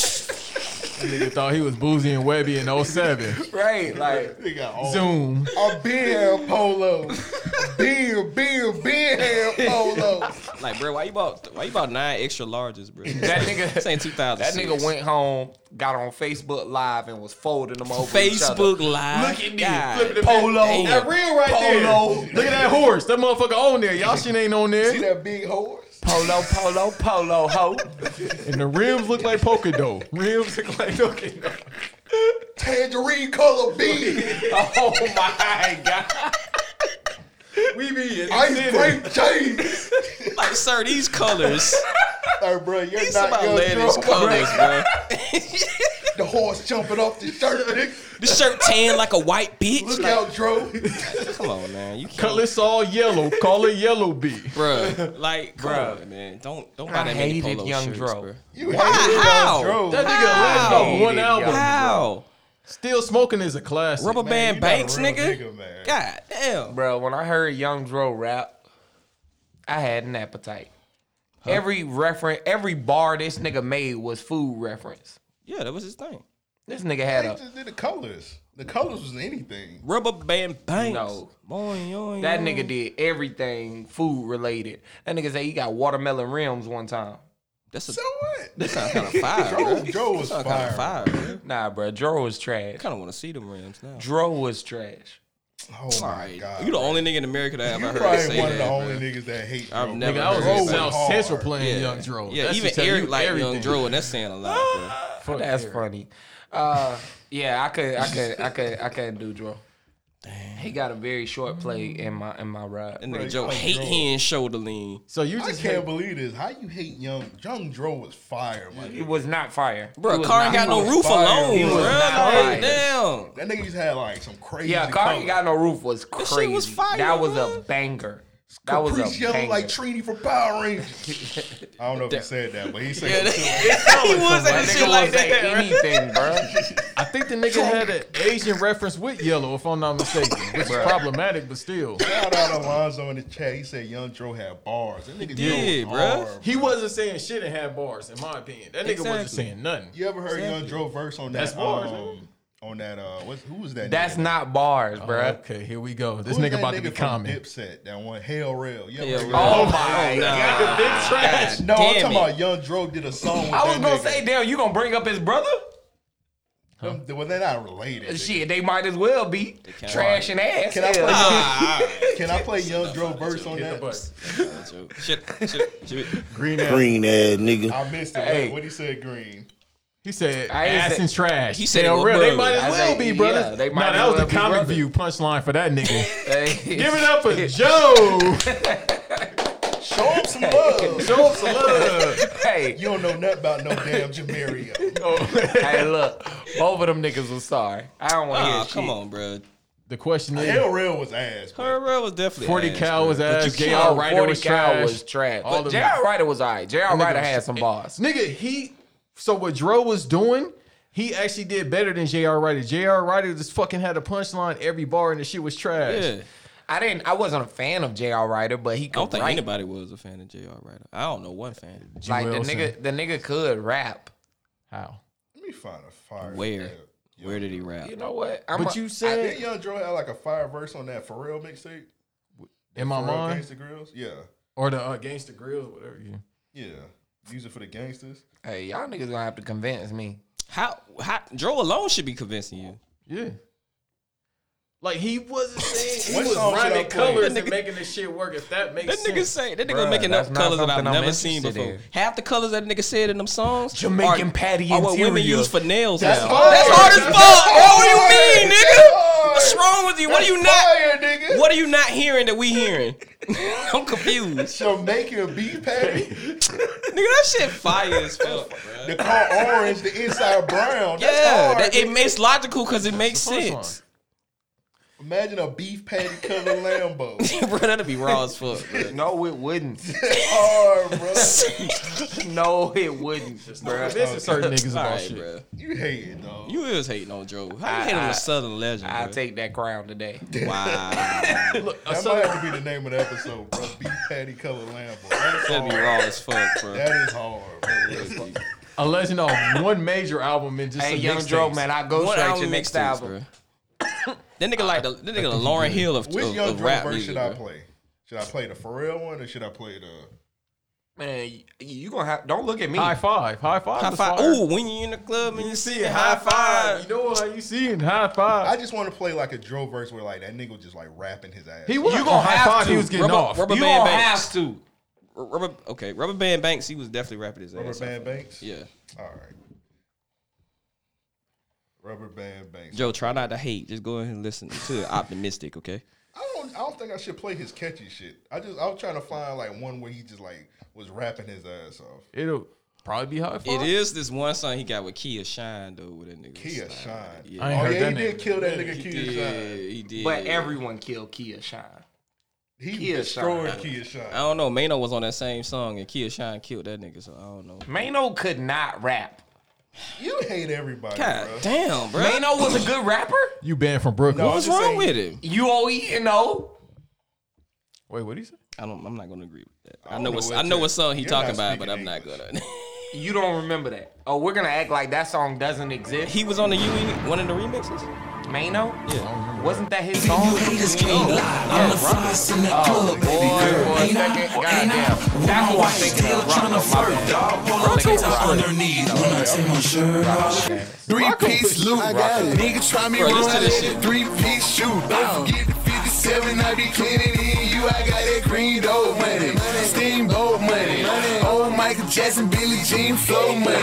[SPEAKER 12] Nigga thought he was boozy and webby in 07.
[SPEAKER 8] Right,
[SPEAKER 12] (laughs)
[SPEAKER 8] like
[SPEAKER 11] They got all
[SPEAKER 12] Zoom.
[SPEAKER 11] a beer polo. Beer, beer, beer polo.
[SPEAKER 10] like, bro, why you bought why you bought nine extra larges, bro?
[SPEAKER 8] that nigga.
[SPEAKER 10] Saying two thousand.
[SPEAKER 8] That nigga went home, got on Facebook Live, and was folding them over. each other.
[SPEAKER 10] Facebook Live.
[SPEAKER 8] Look at me,
[SPEAKER 10] God
[SPEAKER 8] flipping it
[SPEAKER 10] damn.
[SPEAKER 8] polo.
[SPEAKER 12] That real right
[SPEAKER 8] Polo.
[SPEAKER 12] there. Look at that horse. That motherfucker on there. Y'all shit ain't on
[SPEAKER 11] See
[SPEAKER 12] there.
[SPEAKER 11] that big horse?
[SPEAKER 8] Polo, polo, polo, ho.
[SPEAKER 12] And the rims look like polka dough. Rims look like polka dough.
[SPEAKER 11] Tangerine color
[SPEAKER 12] (laughs)
[SPEAKER 11] bean.
[SPEAKER 8] Oh my god.
[SPEAKER 12] We be in
[SPEAKER 11] Ice cream cheese.
[SPEAKER 10] Like, sir, these colors.
[SPEAKER 11] Hey, bro, you're
[SPEAKER 10] These
[SPEAKER 11] not
[SPEAKER 10] somebody
[SPEAKER 11] young
[SPEAKER 10] laying
[SPEAKER 11] Dro.
[SPEAKER 10] these colors, bro.
[SPEAKER 11] The horse jumping off the shirt. nigga.
[SPEAKER 10] This shirt tan like a white bitch.
[SPEAKER 11] Look
[SPEAKER 10] Like,
[SPEAKER 11] out, Dro.
[SPEAKER 10] come on, man. You can't,
[SPEAKER 12] Cutlass all yellow. Call it yellow B.
[SPEAKER 10] bro. Like, come
[SPEAKER 8] Bruh.
[SPEAKER 10] on, man. Don't don't
[SPEAKER 8] I
[SPEAKER 10] buy that many
[SPEAKER 8] hated
[SPEAKER 10] polo
[SPEAKER 8] Young
[SPEAKER 10] shirts,
[SPEAKER 8] Dro.
[SPEAKER 10] bro.
[SPEAKER 11] You
[SPEAKER 10] How?
[SPEAKER 11] hate Dro.
[SPEAKER 12] That nigga last off one
[SPEAKER 8] Hated
[SPEAKER 12] album.
[SPEAKER 8] Young-
[SPEAKER 10] How?
[SPEAKER 12] Still smoking is a classic.
[SPEAKER 10] Rubber
[SPEAKER 11] Man,
[SPEAKER 10] band
[SPEAKER 11] you not a
[SPEAKER 10] banks,
[SPEAKER 11] real
[SPEAKER 10] nigga.
[SPEAKER 11] man.
[SPEAKER 10] God damn.
[SPEAKER 8] Bro, when I heard Young Dro rap, I had an appetite. Every reference, every bar this nigga made was food reference.
[SPEAKER 10] Yeah, that was his thing.
[SPEAKER 8] This nigga had
[SPEAKER 11] They
[SPEAKER 8] a
[SPEAKER 11] just did the colors. The colors was anything.
[SPEAKER 10] Rubber band banks.
[SPEAKER 8] No.
[SPEAKER 10] Boy, yo, yo.
[SPEAKER 8] that nigga did everything food related. That nigga say he got watermelon rims one time.
[SPEAKER 10] That's a
[SPEAKER 11] So what?
[SPEAKER 10] that sound kind of fire.
[SPEAKER 11] Dro,
[SPEAKER 10] bro.
[SPEAKER 11] Dro was
[SPEAKER 10] Sound kind
[SPEAKER 11] fire.
[SPEAKER 10] of fire. bro.
[SPEAKER 8] Nah, bro, Dro was
[SPEAKER 10] I
[SPEAKER 8] trash.
[SPEAKER 10] kind of want to see them rims now.
[SPEAKER 8] Dro was trash.
[SPEAKER 11] Oh
[SPEAKER 10] All
[SPEAKER 11] my
[SPEAKER 10] right,
[SPEAKER 11] god.
[SPEAKER 10] you the only nigga in America that I've
[SPEAKER 11] You
[SPEAKER 10] ever heard
[SPEAKER 11] probably
[SPEAKER 10] say
[SPEAKER 11] one of the
[SPEAKER 10] that.
[SPEAKER 11] only
[SPEAKER 10] bro.
[SPEAKER 11] niggas that hate.
[SPEAKER 10] I've
[SPEAKER 11] Dro.
[SPEAKER 10] never
[SPEAKER 12] Nigga, I was
[SPEAKER 10] Bro,
[SPEAKER 12] in
[SPEAKER 10] it
[SPEAKER 12] South
[SPEAKER 11] hard.
[SPEAKER 12] Central playing Young Dro.
[SPEAKER 10] Yeah,
[SPEAKER 12] That's
[SPEAKER 10] even
[SPEAKER 12] just telling
[SPEAKER 10] Eric
[SPEAKER 12] you
[SPEAKER 10] like Young
[SPEAKER 12] everything.
[SPEAKER 10] Dro, and that's saying a lot, bro.
[SPEAKER 12] Fuck
[SPEAKER 8] That's
[SPEAKER 12] Eric.
[SPEAKER 8] funny. Uh, yeah, I could, I could, I could, I couldn't do Dro. He got a very short play in my in my ride.
[SPEAKER 10] That nigga
[SPEAKER 11] Bro,
[SPEAKER 10] Joe
[SPEAKER 11] Young
[SPEAKER 10] hate
[SPEAKER 11] Dro.
[SPEAKER 10] hand shoulder lean.
[SPEAKER 12] So you
[SPEAKER 11] I
[SPEAKER 12] just
[SPEAKER 11] can't
[SPEAKER 12] can't.
[SPEAKER 11] believe this. How you hate young young Dro was fire, my nigga.
[SPEAKER 8] It was not fire, He
[SPEAKER 10] Bro,
[SPEAKER 8] was
[SPEAKER 10] car ain't
[SPEAKER 8] not
[SPEAKER 10] got no
[SPEAKER 8] fire.
[SPEAKER 10] roof
[SPEAKER 11] fire.
[SPEAKER 10] alone,
[SPEAKER 11] He
[SPEAKER 10] bro.
[SPEAKER 8] was not
[SPEAKER 10] Like,
[SPEAKER 8] fire.
[SPEAKER 10] damn.
[SPEAKER 11] That nigga just had like some crazy.
[SPEAKER 8] Yeah, car
[SPEAKER 11] colors.
[SPEAKER 8] ain't got no roof was
[SPEAKER 10] shit
[SPEAKER 8] crazy.
[SPEAKER 10] was fire,
[SPEAKER 8] that was
[SPEAKER 10] bro.
[SPEAKER 8] a banger. That was
[SPEAKER 11] Caprice
[SPEAKER 8] a
[SPEAKER 11] Yellow
[SPEAKER 8] banger.
[SPEAKER 11] like Trini from Power Rangers.
[SPEAKER 12] (laughs)
[SPEAKER 11] I don't know if he said that, but he said
[SPEAKER 8] Yeah,
[SPEAKER 11] it
[SPEAKER 8] that-
[SPEAKER 11] too.
[SPEAKER 8] he was saying shit like that, bro.
[SPEAKER 12] I think the nigga had (laughs) an Asian reference with yellow, if I'm not mistaken, which is
[SPEAKER 11] Bruh.
[SPEAKER 12] problematic, but still.
[SPEAKER 11] (laughs) Shout out Alonzo in the chat. He said Young Dro had bars. That nigga
[SPEAKER 12] Yeah,
[SPEAKER 11] Dro
[SPEAKER 12] bro.
[SPEAKER 11] hard.
[SPEAKER 12] He wasn't saying shit and had bars, in my opinion. That nigga wasn't
[SPEAKER 11] Exactly.
[SPEAKER 12] saying nothing.
[SPEAKER 11] You ever heard Young Dro verse on that?
[SPEAKER 12] That's bars,
[SPEAKER 11] um, on that, uh, what's, who was that?
[SPEAKER 12] That's
[SPEAKER 11] nigga?
[SPEAKER 8] not bars,
[SPEAKER 12] bro.
[SPEAKER 10] Uh-huh.
[SPEAKER 12] okay, here we go. This
[SPEAKER 11] Who's
[SPEAKER 12] nigga
[SPEAKER 11] that
[SPEAKER 12] about to be
[SPEAKER 11] from
[SPEAKER 12] common.
[SPEAKER 11] Dipset, that one Hell Rail. You ever
[SPEAKER 12] Hell
[SPEAKER 11] heard
[SPEAKER 12] Rail.
[SPEAKER 11] that?
[SPEAKER 12] Oh my God.
[SPEAKER 11] Big trash.
[SPEAKER 12] God
[SPEAKER 11] No, I'm
[SPEAKER 12] damn
[SPEAKER 11] talking about Young Dro did a song. With
[SPEAKER 8] I was
[SPEAKER 11] that
[SPEAKER 8] gonna
[SPEAKER 11] nigga.
[SPEAKER 8] say, damn, you gonna bring up his brother?
[SPEAKER 11] Them- well, they're not related.
[SPEAKER 8] Shit, they might as well be trash and ass.
[SPEAKER 11] Can I play?
[SPEAKER 8] Hell.
[SPEAKER 12] Ah.
[SPEAKER 11] can I play Young Dro verse on that?
[SPEAKER 10] Shit, shit, (laughs) shit.
[SPEAKER 11] Green
[SPEAKER 14] Green ass nigga.
[SPEAKER 11] I missed it.
[SPEAKER 12] Hey.
[SPEAKER 11] What he said, Green.
[SPEAKER 12] He said
[SPEAKER 11] I ain't
[SPEAKER 12] ass
[SPEAKER 11] say-
[SPEAKER 12] and trash.
[SPEAKER 11] he said it
[SPEAKER 12] Hell
[SPEAKER 11] was
[SPEAKER 12] real. They
[SPEAKER 11] brothers.
[SPEAKER 12] might as
[SPEAKER 11] I
[SPEAKER 12] well
[SPEAKER 11] say,
[SPEAKER 12] be
[SPEAKER 11] yeah,
[SPEAKER 12] brothers.
[SPEAKER 11] they might
[SPEAKER 12] no,
[SPEAKER 11] as
[SPEAKER 12] that was
[SPEAKER 11] well
[SPEAKER 12] the
[SPEAKER 11] be
[SPEAKER 12] comic
[SPEAKER 11] brothers.
[SPEAKER 12] view punchline for that
[SPEAKER 11] (laughs)
[SPEAKER 12] nigga. (laughs)
[SPEAKER 8] Give
[SPEAKER 12] it up for Joe.
[SPEAKER 11] Show him some love.
[SPEAKER 12] Show him some love.
[SPEAKER 8] (laughs) Hey,
[SPEAKER 11] you don't know nothing about no damn Jamario.
[SPEAKER 8] hey, look, both of them niggas was sorry. I don't want to hear
[SPEAKER 10] Nah,
[SPEAKER 8] shit.
[SPEAKER 10] Ah, come on, bro.
[SPEAKER 12] The question is,
[SPEAKER 11] Hell Rail was ass.
[SPEAKER 10] Her real was definitely
[SPEAKER 12] 40
[SPEAKER 10] ass,
[SPEAKER 12] cal
[SPEAKER 10] bro.
[SPEAKER 12] was
[SPEAKER 10] But you
[SPEAKER 12] ass,
[SPEAKER 10] can't-
[SPEAKER 12] JR Ryder
[SPEAKER 8] 40
[SPEAKER 12] was
[SPEAKER 8] Cal
[SPEAKER 12] trash.
[SPEAKER 8] was trash.
[SPEAKER 12] All
[SPEAKER 8] But
[SPEAKER 12] them-
[SPEAKER 8] J.R. Ryder was all right. J.R.
[SPEAKER 12] That nigga
[SPEAKER 8] Ryder
[SPEAKER 12] was-
[SPEAKER 8] had some bars.
[SPEAKER 12] Nigga, he so what Dro was doing, he actually did better than J.R. Ryder. J.R. Ryder just fucking had a punchline every bar and the shit was trash.
[SPEAKER 8] I didn't. I wasn't a fan of J.R. Ryder, but he
[SPEAKER 10] I
[SPEAKER 8] could
[SPEAKER 10] don't think
[SPEAKER 8] write.
[SPEAKER 10] anybody was a fan of J.R. Ryder. I don't know one fan.
[SPEAKER 8] Like the nigga, the nigga could rap.
[SPEAKER 12] How?
[SPEAKER 11] Let me find a fire.
[SPEAKER 10] Where? Where did he rap?
[SPEAKER 8] You know what?
[SPEAKER 12] But you said-
[SPEAKER 11] did Young Dro had like a fire verse on that Pharrell mixtape?
[SPEAKER 12] In my
[SPEAKER 11] Pharrell
[SPEAKER 12] mind,
[SPEAKER 11] Gangsta Grills? Yeah.
[SPEAKER 12] or the uh, Gangsta Grills, whatever. You.
[SPEAKER 11] Yeah. Use it for the gangsters.
[SPEAKER 8] Hey, y'all niggas gonna have to convince me.
[SPEAKER 10] How? How? Dro alone should be convincing you.
[SPEAKER 12] Yeah. Like he
[SPEAKER 8] (laughs)
[SPEAKER 12] wasn't saying
[SPEAKER 10] What
[SPEAKER 12] he was
[SPEAKER 10] song should I
[SPEAKER 12] rhyming
[SPEAKER 10] play?
[SPEAKER 12] colors
[SPEAKER 10] That
[SPEAKER 12] and making this shit work. If that makes
[SPEAKER 10] That
[SPEAKER 12] sense.
[SPEAKER 10] nigga say that nigga
[SPEAKER 12] Bruh,
[SPEAKER 10] making
[SPEAKER 12] that's
[SPEAKER 10] up
[SPEAKER 12] not
[SPEAKER 10] colors that I've
[SPEAKER 12] something I'm
[SPEAKER 10] never seen
[SPEAKER 12] interested
[SPEAKER 10] before.
[SPEAKER 12] in.
[SPEAKER 10] Half the colors that nigga said in them songs
[SPEAKER 8] Jamaican
[SPEAKER 10] are,
[SPEAKER 8] patty
[SPEAKER 10] are what women
[SPEAKER 8] interior.
[SPEAKER 10] use for nails
[SPEAKER 8] That's
[SPEAKER 10] now.
[SPEAKER 8] hard.
[SPEAKER 10] That's hard as
[SPEAKER 8] That's
[SPEAKER 10] fuck.
[SPEAKER 8] hard.
[SPEAKER 10] Bro, what do you mean, nigga? What's wrong with you? What are
[SPEAKER 11] That's
[SPEAKER 10] you not?
[SPEAKER 11] fire, nigga.
[SPEAKER 10] What are you not hearing that we hearing? I'm confused.
[SPEAKER 11] Jamaican beef patty.
[SPEAKER 10] nigga, that shit fire as fuck, bro.
[SPEAKER 11] The car orange, the inside brown. That's
[SPEAKER 10] yeah,
[SPEAKER 11] hard,
[SPEAKER 10] that, it
[SPEAKER 11] nigga.
[SPEAKER 10] makes logical because it makes sense.
[SPEAKER 11] Imagine a beef patty colored Lambo.
[SPEAKER 10] (laughs) bro, that'd be raw as fuck. Bro.
[SPEAKER 8] No, it (laughs) wouldn't.
[SPEAKER 11] hard, bro.
[SPEAKER 8] no, it wouldn't, bro.
[SPEAKER 12] This is certain niggas about shit.
[SPEAKER 10] Bro.
[SPEAKER 11] You hate it, dog.
[SPEAKER 10] You is hating on Joe. How
[SPEAKER 8] I-
[SPEAKER 10] you hate on
[SPEAKER 8] I-
[SPEAKER 10] a Southern legend?
[SPEAKER 8] I
[SPEAKER 10] bro?
[SPEAKER 8] take that crown today.
[SPEAKER 10] Wow.
[SPEAKER 11] That might have to be the name of the episode, bro. Beef patty colored Lambo. That's
[SPEAKER 10] That'd be
[SPEAKER 11] hard.
[SPEAKER 10] raw as fuck, bro.
[SPEAKER 11] That is hard, bro. That's hard.
[SPEAKER 12] A legend of one major album and just
[SPEAKER 8] Hey,
[SPEAKER 12] some
[SPEAKER 8] Young
[SPEAKER 12] mixtapes.
[SPEAKER 8] Dro, man, I go
[SPEAKER 10] One
[SPEAKER 8] straight to
[SPEAKER 10] album
[SPEAKER 8] next
[SPEAKER 10] mixtapes,
[SPEAKER 8] album.
[SPEAKER 10] That nigga like the that nigga the Lauren Hill of,
[SPEAKER 11] Which
[SPEAKER 10] of,
[SPEAKER 11] Young
[SPEAKER 10] of
[SPEAKER 11] Dro
[SPEAKER 10] rap
[SPEAKER 11] verse
[SPEAKER 10] music.
[SPEAKER 11] should I
[SPEAKER 10] bro.
[SPEAKER 11] play? Should I play the Pharrell one or should I play the?
[SPEAKER 8] Man, you, you gonna have? Don't look at me.
[SPEAKER 12] High five, high five,
[SPEAKER 10] High
[SPEAKER 12] was
[SPEAKER 10] five.
[SPEAKER 12] fire.
[SPEAKER 10] Ooh, when you in the club and you see it, high
[SPEAKER 12] high
[SPEAKER 10] five.
[SPEAKER 12] You know how you see it, high five.
[SPEAKER 11] I just want to play like a Dro verse where like that nigga was just like rapping his ass.
[SPEAKER 12] He was
[SPEAKER 8] You gonna
[SPEAKER 12] on high
[SPEAKER 8] have
[SPEAKER 12] five.
[SPEAKER 8] to.
[SPEAKER 12] He was getting
[SPEAKER 10] Rubber-
[SPEAKER 12] off.
[SPEAKER 10] rubber
[SPEAKER 8] you
[SPEAKER 10] band
[SPEAKER 8] gonna
[SPEAKER 10] banks.
[SPEAKER 8] have to.
[SPEAKER 10] R- Rubber, okay, Rubber Band Banks. He was definitely rapping his
[SPEAKER 11] Rubber
[SPEAKER 10] ass.
[SPEAKER 11] Band
[SPEAKER 10] off.
[SPEAKER 11] Banks.
[SPEAKER 10] Yeah.
[SPEAKER 11] All right. Rubber Band Banks.
[SPEAKER 10] Joe, try not to hate. Just go ahead and listen to it. Optimistic, okay?
[SPEAKER 11] I don't. I don't think I should play his catchy shit. I just. I was trying to find like one where he just like was rapping his ass off.
[SPEAKER 12] It'll probably be high five.
[SPEAKER 10] (laughs) It is this one song he got with Kia Shine though. With that nigga.
[SPEAKER 11] Kia
[SPEAKER 10] Shine.
[SPEAKER 11] Shine.
[SPEAKER 10] Yeah.
[SPEAKER 12] I ain't
[SPEAKER 11] oh
[SPEAKER 12] heard
[SPEAKER 11] yeah,
[SPEAKER 12] that
[SPEAKER 11] he did
[SPEAKER 12] nigga.
[SPEAKER 11] kill that nigga
[SPEAKER 10] He
[SPEAKER 11] Kia
[SPEAKER 10] did.
[SPEAKER 11] Shine.
[SPEAKER 10] He did.
[SPEAKER 8] But everyone killed Kia Shine.
[SPEAKER 11] He
[SPEAKER 8] Kia
[SPEAKER 11] destroyed
[SPEAKER 8] Shine.
[SPEAKER 11] Kia Shine.
[SPEAKER 10] I don't know. Mano was on that same song, and Kia Shine killed that nigga. So I don't know.
[SPEAKER 8] Mano could not rap.
[SPEAKER 11] You hate everybody,
[SPEAKER 10] God
[SPEAKER 11] bro.
[SPEAKER 10] damn, bro.
[SPEAKER 8] Mano was a good rapper.
[SPEAKER 12] You banned from Brooklyn.
[SPEAKER 11] No,
[SPEAKER 10] What's
[SPEAKER 11] I'm just
[SPEAKER 10] wrong
[SPEAKER 11] saying-
[SPEAKER 10] with him?
[SPEAKER 8] You all eating though.
[SPEAKER 12] Wait, what did he say?
[SPEAKER 10] I don't. I'm not gonna agree with that.
[SPEAKER 11] I
[SPEAKER 10] I, know
[SPEAKER 11] don't
[SPEAKER 10] what
[SPEAKER 11] know
[SPEAKER 10] I
[SPEAKER 11] what
[SPEAKER 10] know
[SPEAKER 11] you-
[SPEAKER 10] what song he
[SPEAKER 11] you're
[SPEAKER 10] talking
[SPEAKER 11] not
[SPEAKER 10] about, but I'm
[SPEAKER 11] speaking
[SPEAKER 10] not gonna. (laughs)
[SPEAKER 8] You don't remember that. Oh, we're gonna act like that song doesn't exist.
[SPEAKER 10] he was on the UE one of the remixes.
[SPEAKER 8] Mano,
[SPEAKER 10] Yeah.
[SPEAKER 8] wasn't that his song?
[SPEAKER 1] Oh, boy, boy, second, goddamn. That's what I'm thinking of.
[SPEAKER 13] Broncos are underneath when I take my shirt off. Three piece loot, I got it. Nigga try me
[SPEAKER 10] Bro, listen to
[SPEAKER 13] wrong.
[SPEAKER 10] this shit.
[SPEAKER 13] Three piece shoot. Don't forget the 57, I be cleaning in you. I got that green dough money, steamboat money, old Michael Jackson, Billy Jean flow money,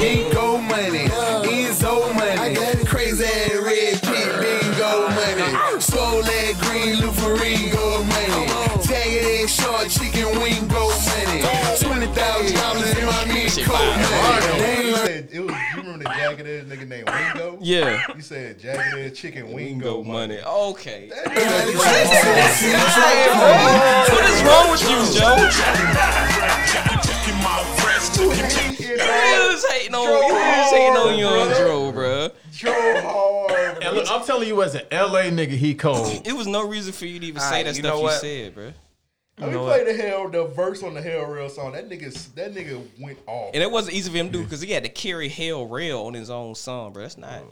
[SPEAKER 13] ain't go money, Enzo money. I got crazy ass red pit bingo money, swole ass green Lufaringo money, jagged ass short chicken wing go money, twenty thousand dollars in my meat coat money. They
[SPEAKER 11] He
[SPEAKER 13] ain't
[SPEAKER 11] said, it was, you remember the jagged edge nigga named Wingo?
[SPEAKER 10] Yeah.
[SPEAKER 11] You said jagged edge chicken Wingo money.
[SPEAKER 10] Okay.
[SPEAKER 11] That
[SPEAKER 10] What is wrong with you, Joe? You is hating on you is hating on young Dro, bro.
[SPEAKER 12] And look, I'm telling you, as an LA nigga, he cold.
[SPEAKER 10] It was no reason for you to even
[SPEAKER 12] All
[SPEAKER 10] say
[SPEAKER 12] right,
[SPEAKER 10] that
[SPEAKER 12] you
[SPEAKER 10] stuff
[SPEAKER 12] know
[SPEAKER 10] you
[SPEAKER 12] what?
[SPEAKER 10] said, bro.
[SPEAKER 11] Let me play the hell the verse on the Hell Rail song. That nigga that nigga went off.
[SPEAKER 10] And it wasn't easy for him to do because he had to carry Hell Rail on his own song, bro. That's not.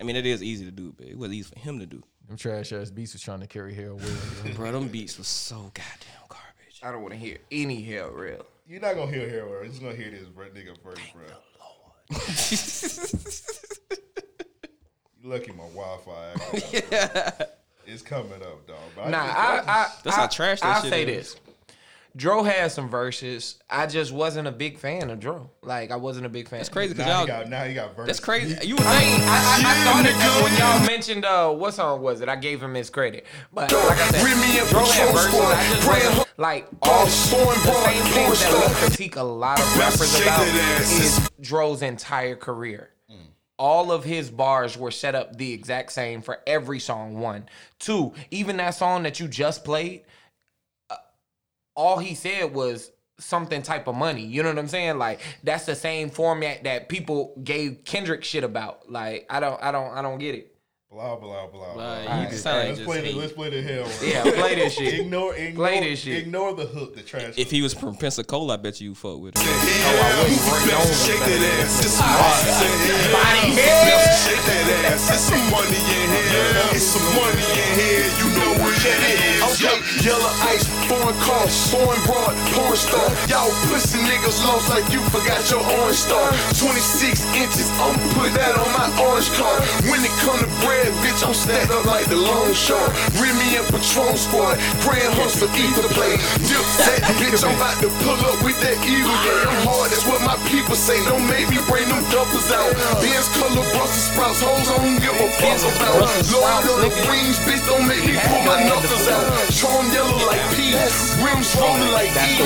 [SPEAKER 10] I mean, it is easy to do, but it wasn't easy for him to do.
[SPEAKER 12] (laughs) Them trash ass beats was trying to carry hell with.
[SPEAKER 10] bro, them beats was so goddamn garbage.
[SPEAKER 8] I don't want to hear any hell real.
[SPEAKER 11] You're not gonna hear Hell Rail. You're just gonna hear this bro, nigga first, bro. you lucky my Wi
[SPEAKER 10] (laughs)
[SPEAKER 11] Fi. It's coming up, dog. But
[SPEAKER 8] Nah,
[SPEAKER 11] just-
[SPEAKER 8] I, I,
[SPEAKER 11] just-
[SPEAKER 8] I, I'll say this. Dro had some verses. I just wasn't a big fan of Dro. Like I wasn't a big fan. That's
[SPEAKER 10] crazy 'cause
[SPEAKER 11] Now he got, now he got verse.
[SPEAKER 10] That's crazy. You
[SPEAKER 8] I, mean, I, I, I thought it was when y'all mentioned uh, what song was it? I gave him his credit, but like I said, Dro had verses. I just wasn't, like all the same things that we critique a lot of rappers about is Dro's entire career. All of his bars were set up the exact same for every song. One, two, even that song that you just played, uh, all he said was something type of money. You know what I'm saying? Like that's the same format that people gave Kendrick shit about. Like I don't, I don't, I don't get it.
[SPEAKER 11] Blah blah blah.
[SPEAKER 10] Like,
[SPEAKER 11] blah.
[SPEAKER 10] you
[SPEAKER 11] Alright,
[SPEAKER 10] just sound like
[SPEAKER 11] let's
[SPEAKER 10] just
[SPEAKER 11] play the
[SPEAKER 10] hate.
[SPEAKER 11] let's play the hell. Rail.
[SPEAKER 8] Yeah, play this shit.
[SPEAKER 11] Ignore, ignore
[SPEAKER 8] Play this shit.
[SPEAKER 11] Ignore the hook. The trash.
[SPEAKER 10] If he was from Pensacola, I bet you fuck with him.
[SPEAKER 13] Yellow ice, foreign car, foreign broad, porn star. Y'all pussy niggas lost like you forgot your orange star. 26 inches, I'm put that on my orange card. When it come to bread, bitch, I'm stacked up like the long shore. Remy and Patron squad, grand hunts for either play. Dip that bitch, I'm about to pull up with that eagle. Yeah, I'm hard, that's what my people say. Don't make me bring them duffers out. Benz color Brussels sprouts, hoes I don't give a fuck about. Lord on the rings, bitch, don't make me pull my knuckles out. Charm yellow like peas, rims rolling like E.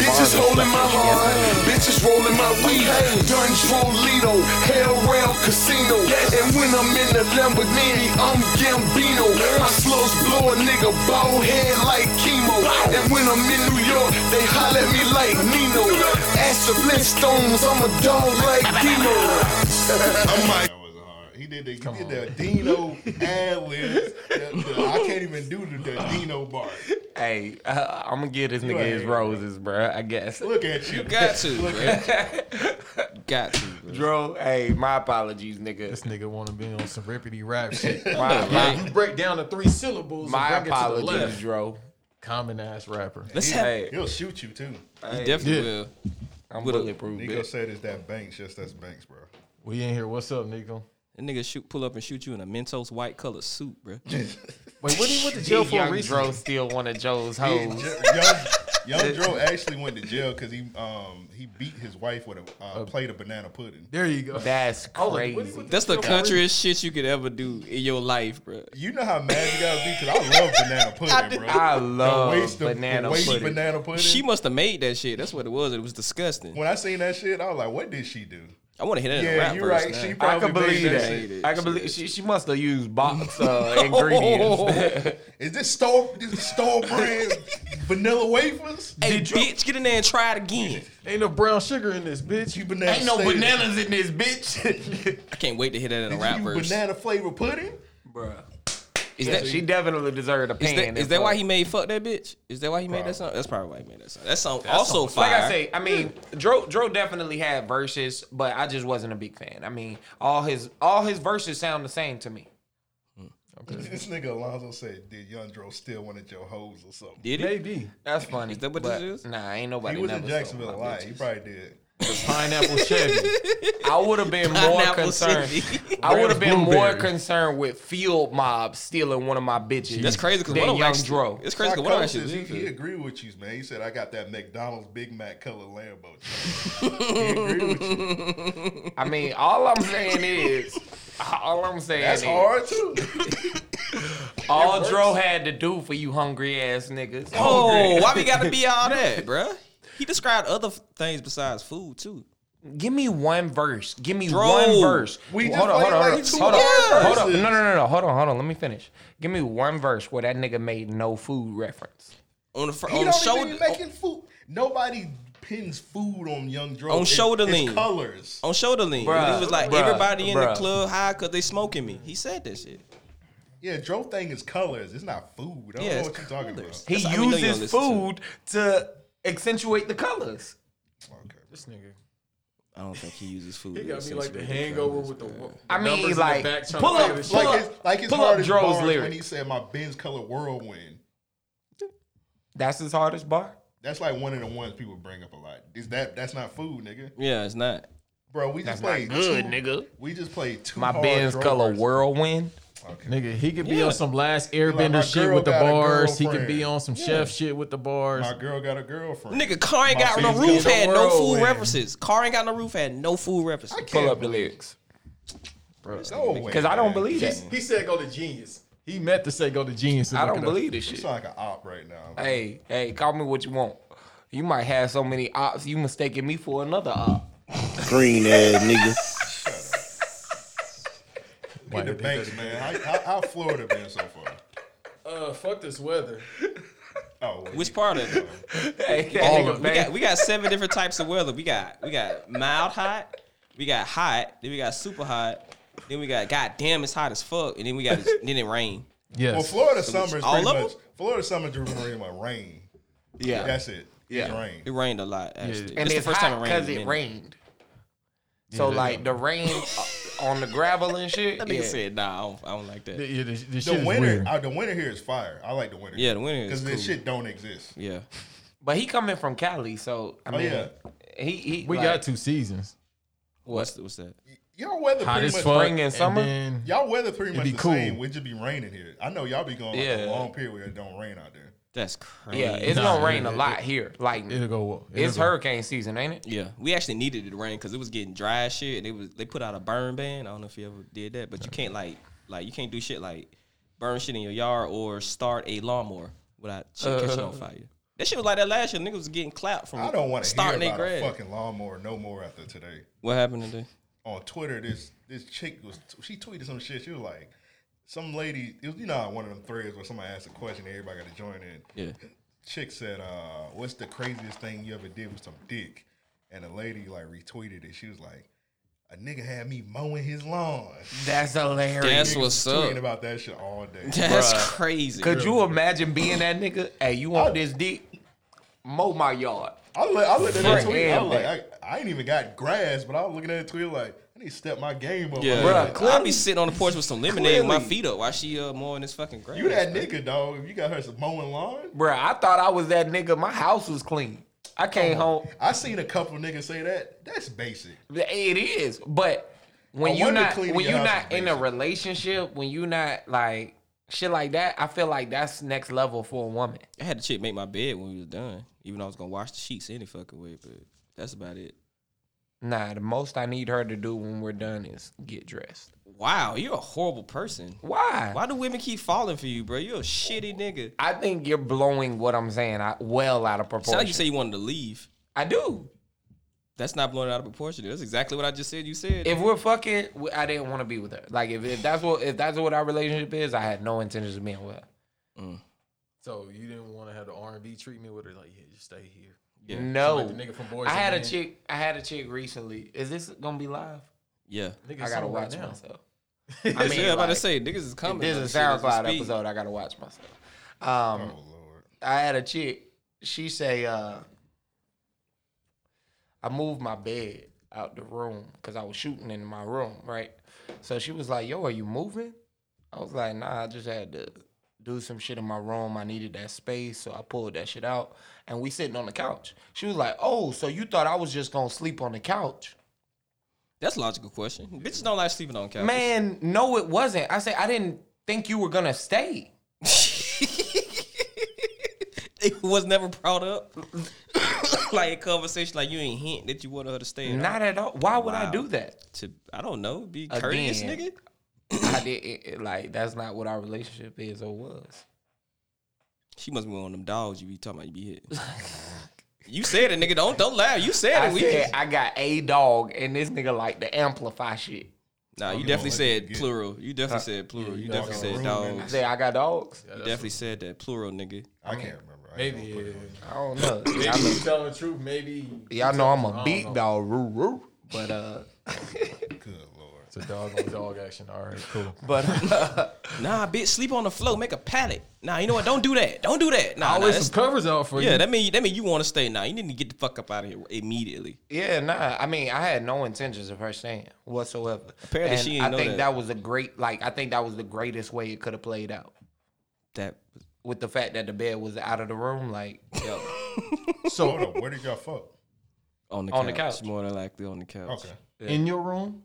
[SPEAKER 13] Bitches holding my heart, bitches rolling my weed. Dundrol Lido, Hell Rail Casino. And when I'm in the Lamborghini, I'm Gambino. My slows blow a nigga bald head like chemo. And when I'm in New York, they holler at me like Nino. Ask the Flintstones, I'm a dog like Dino. I'm like,
[SPEAKER 11] He did the, he did the Dino ad libs. I can't even do the, the Dino bar.
[SPEAKER 8] (laughs) Hey, uh, I'm gonna give this
[SPEAKER 11] You
[SPEAKER 8] nigga
[SPEAKER 11] ain't
[SPEAKER 8] his
[SPEAKER 11] right.
[SPEAKER 8] roses, bruh. I guess.
[SPEAKER 11] Look at you.
[SPEAKER 10] Got to,
[SPEAKER 11] Look
[SPEAKER 10] bro.
[SPEAKER 11] at you.
[SPEAKER 10] Got to, bro.
[SPEAKER 8] Dro, hey, my apologies, nigga. (laughs)
[SPEAKER 12] This nigga wanna be on some rippity rap shit.
[SPEAKER 8] My- my-
[SPEAKER 12] you break down the three syllables.
[SPEAKER 8] My
[SPEAKER 12] and bring it to the
[SPEAKER 8] apologies,
[SPEAKER 12] left.
[SPEAKER 8] Dro.
[SPEAKER 12] Common ass rapper.
[SPEAKER 10] Let's
[SPEAKER 11] He-
[SPEAKER 10] have.
[SPEAKER 11] He'll shoot you too.
[SPEAKER 10] He definitely
[SPEAKER 12] Yeah.
[SPEAKER 10] will.
[SPEAKER 8] I'm
[SPEAKER 10] With a-
[SPEAKER 8] bulletproof,
[SPEAKER 11] Nico
[SPEAKER 8] bitch.
[SPEAKER 11] said it's that Banks. Yes, that's Banks, bro.
[SPEAKER 12] We in here. What's up, Nico?
[SPEAKER 10] That nigga shoot, pull up and shoot you in a Mentos white color suit,
[SPEAKER 11] (laughs)
[SPEAKER 10] bro.
[SPEAKER 12] Wait, what he went to jail for
[SPEAKER 8] Young
[SPEAKER 12] recently?
[SPEAKER 8] Dro still one of Joe's
[SPEAKER 11] He-
[SPEAKER 8] hoes.
[SPEAKER 11] Young, young Dro actually went to jail because he um he beat his wife with a uh, plate of banana pudding.
[SPEAKER 12] There you go.
[SPEAKER 8] That's crazy.
[SPEAKER 10] That's the countryest shit you could ever do in your life, bro.
[SPEAKER 11] You know how mad you gotta be because I love banana pudding, bro.
[SPEAKER 8] (laughs) I love
[SPEAKER 11] the waste of,
[SPEAKER 8] banana
[SPEAKER 11] the waste
[SPEAKER 8] pudding.
[SPEAKER 11] banana pudding.
[SPEAKER 10] She must have made that shit. That's what it was. It was disgusting.
[SPEAKER 11] when I seen that shit, I was like, "What did she do?"
[SPEAKER 10] I want to hear that in a
[SPEAKER 11] Yeah,
[SPEAKER 10] rap
[SPEAKER 11] you
[SPEAKER 10] verse
[SPEAKER 11] right.
[SPEAKER 10] now.
[SPEAKER 11] She
[SPEAKER 8] I can
[SPEAKER 11] probably
[SPEAKER 8] believe
[SPEAKER 11] made
[SPEAKER 8] that.
[SPEAKER 10] shit.
[SPEAKER 8] I can believe she, she must have used box (laughs) uh, ingredients. (laughs)
[SPEAKER 11] Is this store? Is this store brand vanilla wafers?
[SPEAKER 10] Hey, bitch, get in there and try it again.
[SPEAKER 12] Ain't no brown sugar in this, bitch.
[SPEAKER 11] You banana.
[SPEAKER 8] Ain't no
[SPEAKER 11] stated-
[SPEAKER 8] bananas in this bitch.
[SPEAKER 10] I can't wait to hear that in a
[SPEAKER 11] Did
[SPEAKER 10] rap
[SPEAKER 11] you
[SPEAKER 10] verse.
[SPEAKER 11] banana flavored pudding?
[SPEAKER 8] Bruh.
[SPEAKER 10] Is
[SPEAKER 8] Yeah,
[SPEAKER 10] that
[SPEAKER 8] she definitely deserved a
[SPEAKER 10] is
[SPEAKER 8] pan.
[SPEAKER 10] that, is
[SPEAKER 8] if,
[SPEAKER 10] that
[SPEAKER 8] uh,
[SPEAKER 10] why he made fuck that bitch? Is that why he made that song? That's probably why he made that song. That song also fire.
[SPEAKER 8] Like I say, I mean, Dro Dro definitely had verses, but I just wasn't a big fan. I mean, all his all his verses sound the same to me.
[SPEAKER 11] This nigga Alonzo said, "Did Young Dro still wanted your hoes or something?"
[SPEAKER 10] did he?
[SPEAKER 12] Maybe.
[SPEAKER 8] That's funny.
[SPEAKER 10] Is that what
[SPEAKER 8] but
[SPEAKER 10] this is?
[SPEAKER 8] Nah, ain't nobody.
[SPEAKER 11] He was
[SPEAKER 8] never
[SPEAKER 11] in
[SPEAKER 8] stole
[SPEAKER 11] Jacksonville a
[SPEAKER 8] my
[SPEAKER 11] lot.
[SPEAKER 8] bitches.
[SPEAKER 11] He probably did.
[SPEAKER 12] Pineapple (laughs) Chevy.
[SPEAKER 8] I would have been
[SPEAKER 10] (laughs)
[SPEAKER 8] more
[SPEAKER 10] Pineapple
[SPEAKER 8] concerned.
[SPEAKER 10] City.
[SPEAKER 8] I would have been more
[SPEAKER 12] Blueberry.
[SPEAKER 8] concerned with Field Mob stealing one of my bitches.
[SPEAKER 10] That's crazy because
[SPEAKER 8] than
[SPEAKER 10] one of them
[SPEAKER 8] Young
[SPEAKER 10] actually-
[SPEAKER 8] Dro.
[SPEAKER 10] It's crazy
[SPEAKER 11] My
[SPEAKER 10] because one of them
[SPEAKER 11] coach
[SPEAKER 10] actually
[SPEAKER 11] says he,
[SPEAKER 10] lives
[SPEAKER 11] he
[SPEAKER 10] here.
[SPEAKER 11] agreed with you, man. He said, "I got that McDonald's Big Mac color
[SPEAKER 8] (laughs)
[SPEAKER 11] Lambo." he agreed with you.
[SPEAKER 8] I mean, all I'm saying is, (laughs) all I'm saying
[SPEAKER 11] That's
[SPEAKER 8] is,
[SPEAKER 11] hard too.
[SPEAKER 8] all Dro had to do for you hungry ass niggas.
[SPEAKER 10] (laughs) Oh, why we gotta be all that, bruh? He described other f- things besides food too.
[SPEAKER 8] Give me one verse. Give me
[SPEAKER 12] Dro,
[SPEAKER 8] one verse.
[SPEAKER 12] we
[SPEAKER 8] hold
[SPEAKER 12] just
[SPEAKER 8] on, hold on,
[SPEAKER 12] played
[SPEAKER 8] hold
[SPEAKER 12] like two
[SPEAKER 8] on, hold on, hold on.
[SPEAKER 12] verses.
[SPEAKER 8] No, no, no, no. Hold on, hold on. Let me finish. Give me one verse where that nigga made no food reference.
[SPEAKER 10] On the fr-
[SPEAKER 11] He don't even be making food. Nobody pins food on Young Dro.
[SPEAKER 10] on
[SPEAKER 11] It's-
[SPEAKER 10] shoulder
[SPEAKER 11] it's
[SPEAKER 10] lean.
[SPEAKER 11] colors.
[SPEAKER 10] On shoulder lean.
[SPEAKER 11] Bruh,
[SPEAKER 10] he was like,
[SPEAKER 11] bruh,
[SPEAKER 10] everybody in the
[SPEAKER 11] bruh.
[SPEAKER 10] club high because they smoking me. He said that shit.
[SPEAKER 11] Yeah, Dro thing is colors. It's not food. I don't
[SPEAKER 10] Yeah,
[SPEAKER 11] know
[SPEAKER 10] it's
[SPEAKER 11] what you're talking about.
[SPEAKER 8] He uses food to accentuate the colors.
[SPEAKER 12] This nigga.
[SPEAKER 10] I don't think he uses food.
[SPEAKER 12] He got me
[SPEAKER 10] to
[SPEAKER 12] like the
[SPEAKER 10] accentuate
[SPEAKER 12] hangover with the.
[SPEAKER 8] I mean,
[SPEAKER 12] numbers in the
[SPEAKER 8] like,
[SPEAKER 12] back trying to
[SPEAKER 8] pull up-
[SPEAKER 12] play this
[SPEAKER 8] pull
[SPEAKER 12] shit.
[SPEAKER 11] Like it's like his
[SPEAKER 8] Pull up
[SPEAKER 11] hardest
[SPEAKER 8] Dro's
[SPEAKER 11] bars when
[SPEAKER 8] lyrics.
[SPEAKER 11] he said my Ben's color whirlwind.
[SPEAKER 8] That's his hardest bar.
[SPEAKER 11] That's like one of the ones people bring up a lot. Is that that's not food, nigga?
[SPEAKER 10] Yeah, it's not.
[SPEAKER 11] Bro, we just
[SPEAKER 8] That's not
[SPEAKER 11] played
[SPEAKER 8] good,
[SPEAKER 11] two,
[SPEAKER 8] nigga.
[SPEAKER 11] We just played two.
[SPEAKER 8] My
[SPEAKER 11] hard
[SPEAKER 8] band's
[SPEAKER 11] Dro
[SPEAKER 8] color
[SPEAKER 11] verses.
[SPEAKER 8] whirlwind.
[SPEAKER 12] Nigga, he could be
[SPEAKER 11] Yeah.
[SPEAKER 12] on some last
[SPEAKER 11] He like,
[SPEAKER 12] airbender
[SPEAKER 11] my
[SPEAKER 12] shit
[SPEAKER 11] girl
[SPEAKER 12] with the
[SPEAKER 11] got a
[SPEAKER 12] bars. He could
[SPEAKER 11] girlfriend.
[SPEAKER 12] be on some
[SPEAKER 11] Yeah.
[SPEAKER 12] chef shit with the bars.
[SPEAKER 11] My girl got a girlfriend.
[SPEAKER 10] Nigga, car ain't
[SPEAKER 12] My
[SPEAKER 10] got no
[SPEAKER 12] Ben's
[SPEAKER 10] roof.
[SPEAKER 12] got a
[SPEAKER 10] Had no food
[SPEAKER 12] whirlwind.
[SPEAKER 10] references. Car ain't got no roof. Had no food references.
[SPEAKER 8] Pull up the lyrics.
[SPEAKER 12] Bro,
[SPEAKER 11] No way.
[SPEAKER 8] Because I don't believe
[SPEAKER 12] he,
[SPEAKER 8] that.
[SPEAKER 12] he said go to genius. He meant to say go to genius. and
[SPEAKER 8] I
[SPEAKER 12] look
[SPEAKER 8] don't
[SPEAKER 12] it up.
[SPEAKER 8] believe this shit.
[SPEAKER 11] It's like an op right now. bro.
[SPEAKER 8] Hey, hey, call me what you want. You might have so many ops, you mistaking me for another
[SPEAKER 12] (laughs)
[SPEAKER 8] op.
[SPEAKER 14] Green ass nigga.
[SPEAKER 11] Get the banks, man. How, how, how Florida been so far?
[SPEAKER 12] Uh, fuck this weather.
[SPEAKER 11] Oh, wait.
[SPEAKER 10] Which part of it?
[SPEAKER 8] Hey, that
[SPEAKER 10] All
[SPEAKER 8] nigga
[SPEAKER 10] of it. We got
[SPEAKER 8] bang.
[SPEAKER 10] we got seven different types of weather. We got we got mild hot, we got hot, then we got super hot, then we got goddamn it's hot as fuck, and then we got then it rain.
[SPEAKER 12] Yes.
[SPEAKER 11] Well, Florida
[SPEAKER 10] So
[SPEAKER 11] summer is
[SPEAKER 10] it's all
[SPEAKER 11] pretty
[SPEAKER 10] of
[SPEAKER 11] much Florida summer is pretty much rain.
[SPEAKER 10] Yeah.
[SPEAKER 11] that's it. It's
[SPEAKER 10] Yeah.
[SPEAKER 11] rain.
[SPEAKER 10] It rained a lot actually.
[SPEAKER 8] And
[SPEAKER 10] This
[SPEAKER 8] it's
[SPEAKER 10] the first time
[SPEAKER 8] hot
[SPEAKER 10] it rained. in
[SPEAKER 8] because
[SPEAKER 10] a
[SPEAKER 8] it
[SPEAKER 10] minute.
[SPEAKER 8] rained. So
[SPEAKER 12] Yeah,
[SPEAKER 8] like the rain
[SPEAKER 12] (laughs)
[SPEAKER 8] on the gravel and shit.
[SPEAKER 10] That nigga
[SPEAKER 8] yeah.
[SPEAKER 10] said, "Nah, I don't, I don't like that."
[SPEAKER 12] Yeah, this, this
[SPEAKER 11] The
[SPEAKER 12] shit is
[SPEAKER 11] winter,
[SPEAKER 12] weird.
[SPEAKER 11] uh, the winter here is fire. I like the winter.
[SPEAKER 10] Yeah, the winter here is
[SPEAKER 11] this
[SPEAKER 10] cool.
[SPEAKER 11] shit don't exist.
[SPEAKER 10] Yeah,
[SPEAKER 8] But he coming from Cali, so I
[SPEAKER 11] Oh,
[SPEAKER 8] mean,
[SPEAKER 11] yeah.
[SPEAKER 8] he, he
[SPEAKER 12] We
[SPEAKER 8] like,
[SPEAKER 12] got two seasons.
[SPEAKER 10] what's the, what's that?
[SPEAKER 11] Y'all weather
[SPEAKER 12] Hot
[SPEAKER 11] pretty
[SPEAKER 12] as
[SPEAKER 11] much
[SPEAKER 12] fuck.
[SPEAKER 8] spring and summer?
[SPEAKER 12] then-
[SPEAKER 11] Y'all weather pretty
[SPEAKER 12] It'd
[SPEAKER 11] much
[SPEAKER 12] be
[SPEAKER 11] the
[SPEAKER 12] cool.
[SPEAKER 11] same. It just be raining here. I know y'all be going like a
[SPEAKER 8] Yeah.
[SPEAKER 11] long period where it don't rain out there.
[SPEAKER 10] That's crazy.
[SPEAKER 8] yeah, it's
[SPEAKER 12] Nah,
[SPEAKER 8] gonna rain
[SPEAKER 12] it-
[SPEAKER 8] a lot here. Like
[SPEAKER 12] it'll go. It'll
[SPEAKER 8] it's
[SPEAKER 12] go.
[SPEAKER 8] hurricane season, ain't it?
[SPEAKER 10] Yeah, we actually needed it to rain because it was getting dry as shit. And it was they put out a burn ban. I don't know if you ever did that, but you can't like like you can't do shit like burn shit in your yard or start a lawnmower without shit
[SPEAKER 8] Uh,
[SPEAKER 10] catching on fire. That shit was like that last year. Niggas was getting clapped from
[SPEAKER 11] I don't want to hear
[SPEAKER 10] starting their
[SPEAKER 11] about a
[SPEAKER 10] grad.
[SPEAKER 11] fucking lawnmower no more after today.
[SPEAKER 10] What happened today?
[SPEAKER 11] On Twitter, this this chick was she tweeted some shit. She was like, some lady, it was, you know, how one of them threads where somebody asked a question, and everybody got to join in.
[SPEAKER 10] Yeah.
[SPEAKER 11] chick said, uh, "What's the craziest thing you ever did with some dick?" And a lady like retweeted it. She was like, "A nigga had me mowing his lawn."
[SPEAKER 8] That's hilarious.
[SPEAKER 10] That's
[SPEAKER 11] Niggas
[SPEAKER 10] what's
[SPEAKER 11] tweeting
[SPEAKER 10] up.
[SPEAKER 11] about that shit all day.
[SPEAKER 10] (laughs) That's
[SPEAKER 8] Bruh.
[SPEAKER 10] crazy.
[SPEAKER 8] Could you imagine being that nigga? Hey, you
[SPEAKER 11] Oh.
[SPEAKER 8] want this dick? Mow my yard.
[SPEAKER 11] I look, I looked at that
[SPEAKER 8] Right.
[SPEAKER 11] tweet. I was like,
[SPEAKER 8] Yeah.
[SPEAKER 11] I, I ain't even got grass, but I was looking at the tweet like, I need to step my game up.
[SPEAKER 10] Yeah,
[SPEAKER 11] Like,
[SPEAKER 8] Bruh,
[SPEAKER 10] I'll
[SPEAKER 8] clearly-
[SPEAKER 10] be sitting on the porch with some lemonade with my
[SPEAKER 8] clearly-
[SPEAKER 10] feet up while she uh mowing this fucking grass.
[SPEAKER 11] You that
[SPEAKER 10] bro.
[SPEAKER 11] nigga, dog. If you got her some mowing lawn.
[SPEAKER 8] Bruh, I thought I was that nigga. My house was clean. I came home.
[SPEAKER 11] I seen a couple niggas say that. That's basic.
[SPEAKER 8] It is, but
[SPEAKER 11] I
[SPEAKER 8] when you
[SPEAKER 11] wonder
[SPEAKER 8] not
[SPEAKER 11] cleaning
[SPEAKER 8] when
[SPEAKER 11] your
[SPEAKER 8] you
[SPEAKER 11] house
[SPEAKER 8] not
[SPEAKER 11] is
[SPEAKER 8] in a relationship, when you not like shit like that, I feel like that's next level for a woman.
[SPEAKER 10] I had the chick make my bed when we was done, even though I was gonna wash the sheets any fucking way. But that's about it.
[SPEAKER 8] Nah, the most I need her to do when we're done is get dressed.
[SPEAKER 10] Wow, you're a horrible person.
[SPEAKER 8] Why?
[SPEAKER 10] Why do women keep falling for you, bro? You're a shitty nigga.
[SPEAKER 8] I think you're blowing what I'm saying I, well out of
[SPEAKER 10] It's not
[SPEAKER 8] proportion.
[SPEAKER 10] like you say you wanted to leave.
[SPEAKER 8] I do.
[SPEAKER 10] That's not blowing it out of proportion. That's exactly what I just said. You said.
[SPEAKER 8] If we're fucking, we- I didn't want to be with her. Like if, if that's what if that's what our relationship is, I had no intentions of being with her.
[SPEAKER 12] So you didn't want to have the R and B treatment with her, like yeah, just stay here.
[SPEAKER 10] Yeah.
[SPEAKER 8] No,
[SPEAKER 12] Like the nigga from Boys
[SPEAKER 8] I
[SPEAKER 12] and
[SPEAKER 8] had a
[SPEAKER 12] Men.
[SPEAKER 8] chick. I had a chick recently. Is this gonna be live?
[SPEAKER 10] yeah.
[SPEAKER 12] Nigga,
[SPEAKER 8] I
[SPEAKER 12] it's
[SPEAKER 8] gotta
[SPEAKER 12] on
[SPEAKER 8] watch
[SPEAKER 12] right now. (laughs)
[SPEAKER 8] myself.
[SPEAKER 10] I
[SPEAKER 8] I
[SPEAKER 10] yeah, I'm about to
[SPEAKER 8] like,
[SPEAKER 10] say niggas is coming.
[SPEAKER 8] This
[SPEAKER 10] on
[SPEAKER 8] is a
[SPEAKER 10] shit as we
[SPEAKER 8] SoundCloud
[SPEAKER 10] speak.
[SPEAKER 8] episode. I gotta watch myself. Um,
[SPEAKER 11] Oh lord.
[SPEAKER 8] I had a chick. She say, uh, I moved my bed out the room because I was shooting in my room, right? So she was like, "Yo, are you moving?" I was like, "Nah, I just had to do some shit in my room. I needed that space, so I pulled that shit out." And we sitting on the couch. She was like, "Oh, so you thought I was just gonna sleep on the couch?"
[SPEAKER 10] That's a logical question. Bitches don't like sleeping on couches.
[SPEAKER 8] Man, no, it wasn't. I said I didn't think you were gonna stay.
[SPEAKER 10] (laughs) it was never brought up. (coughs) like a conversation, like you ain't hint that you wanted her to stay. at all.
[SPEAKER 8] Not at all. Why would I
[SPEAKER 10] Wow.
[SPEAKER 8] do that?
[SPEAKER 10] To I don't know. Be courteous,
[SPEAKER 8] Again.
[SPEAKER 10] nigga.
[SPEAKER 8] I did it, it- like that's not what our relationship is or was.
[SPEAKER 10] She must be one of them dogs you be talking about. You be hitting. You said it, nigga. Don't don't laugh. You said
[SPEAKER 8] I
[SPEAKER 10] it. We
[SPEAKER 8] said I got a dog, and this nigga like to amplify shit.
[SPEAKER 10] Nah, you definitely said plural. You definitely said plural. you definitely said dogs.
[SPEAKER 8] I said I got dogs.
[SPEAKER 10] you definitely said that plural, nigga. I can't remember.
[SPEAKER 12] Maybe yeah.
[SPEAKER 8] I
[SPEAKER 10] (laughs)
[SPEAKER 8] don't know.
[SPEAKER 12] Maybe
[SPEAKER 8] Y'all know-
[SPEAKER 12] he's telling the truth. Maybe
[SPEAKER 8] Y'all know I'm a
[SPEAKER 12] beat
[SPEAKER 8] big dog, roo roo. But uh,
[SPEAKER 12] It's a dog on dog action. All right, cool.
[SPEAKER 8] But (laughs)
[SPEAKER 10] nah, bitch, sleep on the floor, make a pallet. Nah, you know what? Don't do that. Don't do that. Nah,
[SPEAKER 12] I'll
[SPEAKER 10] nah,
[SPEAKER 12] lay
[SPEAKER 10] that's-
[SPEAKER 12] some covers out for
[SPEAKER 10] Yeah,
[SPEAKER 12] you.
[SPEAKER 10] that mean that mean you want to stay. Nah, you need to get the fuck up out of here immediately.
[SPEAKER 8] yeah, nah. I mean, I had no intentions of her staying whatsoever.
[SPEAKER 10] Apparently
[SPEAKER 8] And
[SPEAKER 10] she ain't
[SPEAKER 8] I
[SPEAKER 10] know
[SPEAKER 8] think
[SPEAKER 10] that.
[SPEAKER 8] that. was a great, like, I think that was the greatest way it could have played out.
[SPEAKER 10] That
[SPEAKER 8] with the fact that the bed was out of the room, like, yo. so
[SPEAKER 11] Hold up, where did y'all fuck?
[SPEAKER 10] On the
[SPEAKER 8] On the
[SPEAKER 10] couch,
[SPEAKER 8] couch.
[SPEAKER 10] more than likely on the couch.
[SPEAKER 11] Okay.
[SPEAKER 12] In your room?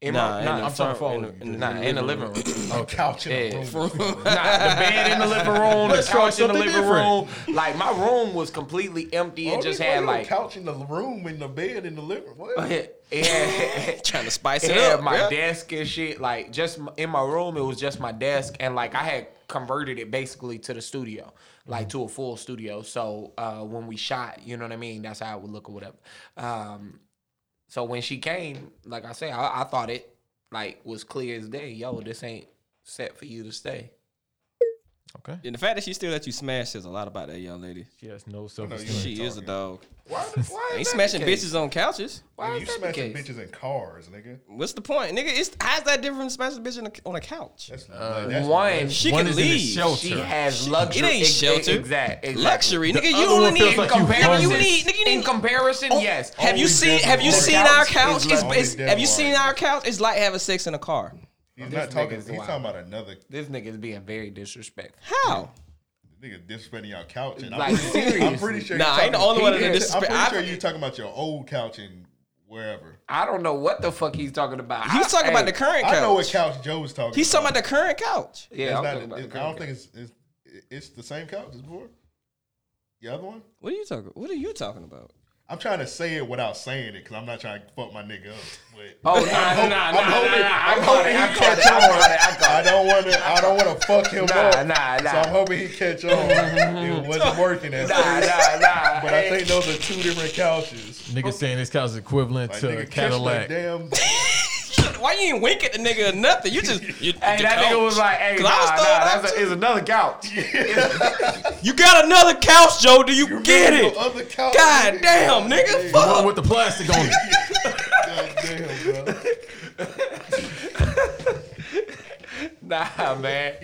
[SPEAKER 8] In
[SPEAKER 10] Nah,
[SPEAKER 8] my,
[SPEAKER 10] in
[SPEAKER 8] nah,
[SPEAKER 10] the
[SPEAKER 8] I'm
[SPEAKER 10] front-
[SPEAKER 8] trying to follow
[SPEAKER 10] in
[SPEAKER 8] you.
[SPEAKER 10] the- in the
[SPEAKER 8] nah, in the
[SPEAKER 10] living
[SPEAKER 8] living
[SPEAKER 10] room.
[SPEAKER 8] room.
[SPEAKER 11] A couch in the
[SPEAKER 8] Yeah.
[SPEAKER 11] room.
[SPEAKER 8] nah, the bed in the living room,
[SPEAKER 11] (laughs)
[SPEAKER 8] the
[SPEAKER 11] Let's try
[SPEAKER 8] couch in the
[SPEAKER 11] something
[SPEAKER 8] living
[SPEAKER 11] different.
[SPEAKER 8] room. Like my room was completely empty. It
[SPEAKER 11] Oh,
[SPEAKER 8] just
[SPEAKER 11] nigga,
[SPEAKER 8] had
[SPEAKER 11] you
[SPEAKER 8] like (laughs)
[SPEAKER 11] couch in the room, in the bed, in the living. room. What? (laughs)
[SPEAKER 10] trying to spice it
[SPEAKER 8] had
[SPEAKER 10] up,
[SPEAKER 8] my
[SPEAKER 10] bruh.
[SPEAKER 8] desk and shit. Like just m- in my room, it was just my desk, and like I had converted it basically to the studio, like
[SPEAKER 11] Mm-hmm.
[SPEAKER 8] to a full studio. So uh, when we shot, you know what I mean. That's how it would look or whatever. Um, so when she came, like I say, I, I thought it like was clear as day. Yo, this ain't set for you to stay.
[SPEAKER 12] Okay.
[SPEAKER 10] And the fact that she still let you smash says a lot about that young lady.
[SPEAKER 12] She has no
[SPEAKER 10] self
[SPEAKER 12] self-esteem.
[SPEAKER 10] She is a dog. Why,
[SPEAKER 8] is
[SPEAKER 10] ain't
[SPEAKER 8] that
[SPEAKER 10] smashing
[SPEAKER 8] the case?
[SPEAKER 10] bitches on couches.
[SPEAKER 8] (laughs) Why
[SPEAKER 11] Nigga,
[SPEAKER 8] is
[SPEAKER 11] you
[SPEAKER 8] that the
[SPEAKER 11] smashing
[SPEAKER 8] case?
[SPEAKER 11] bitches in cars, nigga.
[SPEAKER 10] What's the point, nigga? It's how's that different from smashing a bitch on a, on a couch?
[SPEAKER 11] That's,
[SPEAKER 8] One,
[SPEAKER 10] She
[SPEAKER 8] one
[SPEAKER 10] can
[SPEAKER 8] is in a
[SPEAKER 10] leave.
[SPEAKER 8] shelter. She has
[SPEAKER 10] It
[SPEAKER 8] luxury.
[SPEAKER 10] ain't
[SPEAKER 8] ex-
[SPEAKER 10] shelter.
[SPEAKER 8] exact- exactly.
[SPEAKER 10] Luxury,
[SPEAKER 8] The
[SPEAKER 10] nigga.
[SPEAKER 8] other
[SPEAKER 10] You only
[SPEAKER 8] one feels
[SPEAKER 10] need,
[SPEAKER 8] like you
[SPEAKER 10] nigga, you
[SPEAKER 8] homeless.
[SPEAKER 10] need, nigga. You
[SPEAKER 8] In
[SPEAKER 10] need.
[SPEAKER 8] comparison, yes.
[SPEAKER 10] Have you
[SPEAKER 8] Only
[SPEAKER 10] seen?
[SPEAKER 8] Denmark.
[SPEAKER 10] Have you
[SPEAKER 8] The
[SPEAKER 10] seen our
[SPEAKER 8] couch
[SPEAKER 10] couch?
[SPEAKER 8] is
[SPEAKER 10] It's,
[SPEAKER 8] luxury.
[SPEAKER 10] it's, have you seen our couch? It's like having sex in a car.
[SPEAKER 11] He's
[SPEAKER 8] This
[SPEAKER 11] not talking.
[SPEAKER 8] nigga's
[SPEAKER 11] He's
[SPEAKER 8] wild.
[SPEAKER 11] talking about another
[SPEAKER 8] This nigga's being very disrespectful.
[SPEAKER 10] How?
[SPEAKER 11] nigga disrespecting your couch. And
[SPEAKER 8] Like,
[SPEAKER 11] I'm, pretty, I'm pretty
[SPEAKER 8] seriously.
[SPEAKER 11] sure.
[SPEAKER 10] Nah,
[SPEAKER 11] you're
[SPEAKER 10] I ain't the
[SPEAKER 11] talking-
[SPEAKER 10] only one that
[SPEAKER 11] I'm
[SPEAKER 10] disrespect-
[SPEAKER 11] pretty
[SPEAKER 10] I-
[SPEAKER 11] sure you're talking about your old couch and wherever.
[SPEAKER 8] I don't know what the fuck he's talking about.
[SPEAKER 10] He's
[SPEAKER 8] I-
[SPEAKER 10] talking about the current couch.
[SPEAKER 11] I know what couch Joe was talking.
[SPEAKER 10] He's
[SPEAKER 11] about.
[SPEAKER 10] talking about the current couch.
[SPEAKER 8] Yeah,
[SPEAKER 11] It's
[SPEAKER 8] I'm talking
[SPEAKER 11] not-
[SPEAKER 8] about the
[SPEAKER 11] it- I don't
[SPEAKER 8] current
[SPEAKER 11] think it's, it's it's the same couch as before. The other one.
[SPEAKER 10] What are you talking? What are you talking about?
[SPEAKER 11] I'm trying to say it without saying it because I'm not trying to fuck my nigga up. But
[SPEAKER 8] Oh,
[SPEAKER 11] I'm
[SPEAKER 8] nah,
[SPEAKER 11] hoping-
[SPEAKER 8] nah,
[SPEAKER 11] I'm
[SPEAKER 8] nah,
[SPEAKER 11] hoping-
[SPEAKER 8] nah, nah, I
[SPEAKER 11] I'm
[SPEAKER 8] caught
[SPEAKER 11] hoping
[SPEAKER 8] it,
[SPEAKER 11] he
[SPEAKER 8] I caught
[SPEAKER 11] catch
[SPEAKER 8] it, I
[SPEAKER 11] on.
[SPEAKER 8] caught it, I caught
[SPEAKER 11] I
[SPEAKER 8] it.
[SPEAKER 11] don't want to. I don't want to fuck him
[SPEAKER 8] Nah,
[SPEAKER 11] up.
[SPEAKER 8] nah,
[SPEAKER 11] So
[SPEAKER 8] nah.
[SPEAKER 11] I'm hoping he catch on.
[SPEAKER 12] (laughs)
[SPEAKER 11] It wasn't working at
[SPEAKER 8] Nah,
[SPEAKER 11] first.
[SPEAKER 8] nah, nah.
[SPEAKER 11] But I think those are two different couches.
[SPEAKER 12] Nigga saying this couch is equivalent
[SPEAKER 11] Like,
[SPEAKER 12] to
[SPEAKER 11] nigga,
[SPEAKER 12] a
[SPEAKER 11] catch
[SPEAKER 12] Cadillac.
[SPEAKER 11] the
[SPEAKER 10] (laughs)
[SPEAKER 11] damn.
[SPEAKER 10] (laughs) Why you ain't wink at the nigga or nothing? You just you,
[SPEAKER 8] Hey,
[SPEAKER 10] the
[SPEAKER 8] that nigga
[SPEAKER 10] couch.
[SPEAKER 8] was like, "Hey,
[SPEAKER 10] 'Cause
[SPEAKER 8] nah,
[SPEAKER 10] I was throwing
[SPEAKER 8] nah,
[SPEAKER 10] up
[SPEAKER 8] that's a,
[SPEAKER 10] too.
[SPEAKER 8] it's another couch."
[SPEAKER 10] You got another couch, Joe. Do you, get
[SPEAKER 11] remember
[SPEAKER 10] it?
[SPEAKER 11] your other couch,
[SPEAKER 10] God
[SPEAKER 11] nigga?
[SPEAKER 10] damn, nigga.
[SPEAKER 12] The one
[SPEAKER 10] Fuck.
[SPEAKER 12] with the plastic on it.
[SPEAKER 11] God damn, bro.
[SPEAKER 8] nah, man.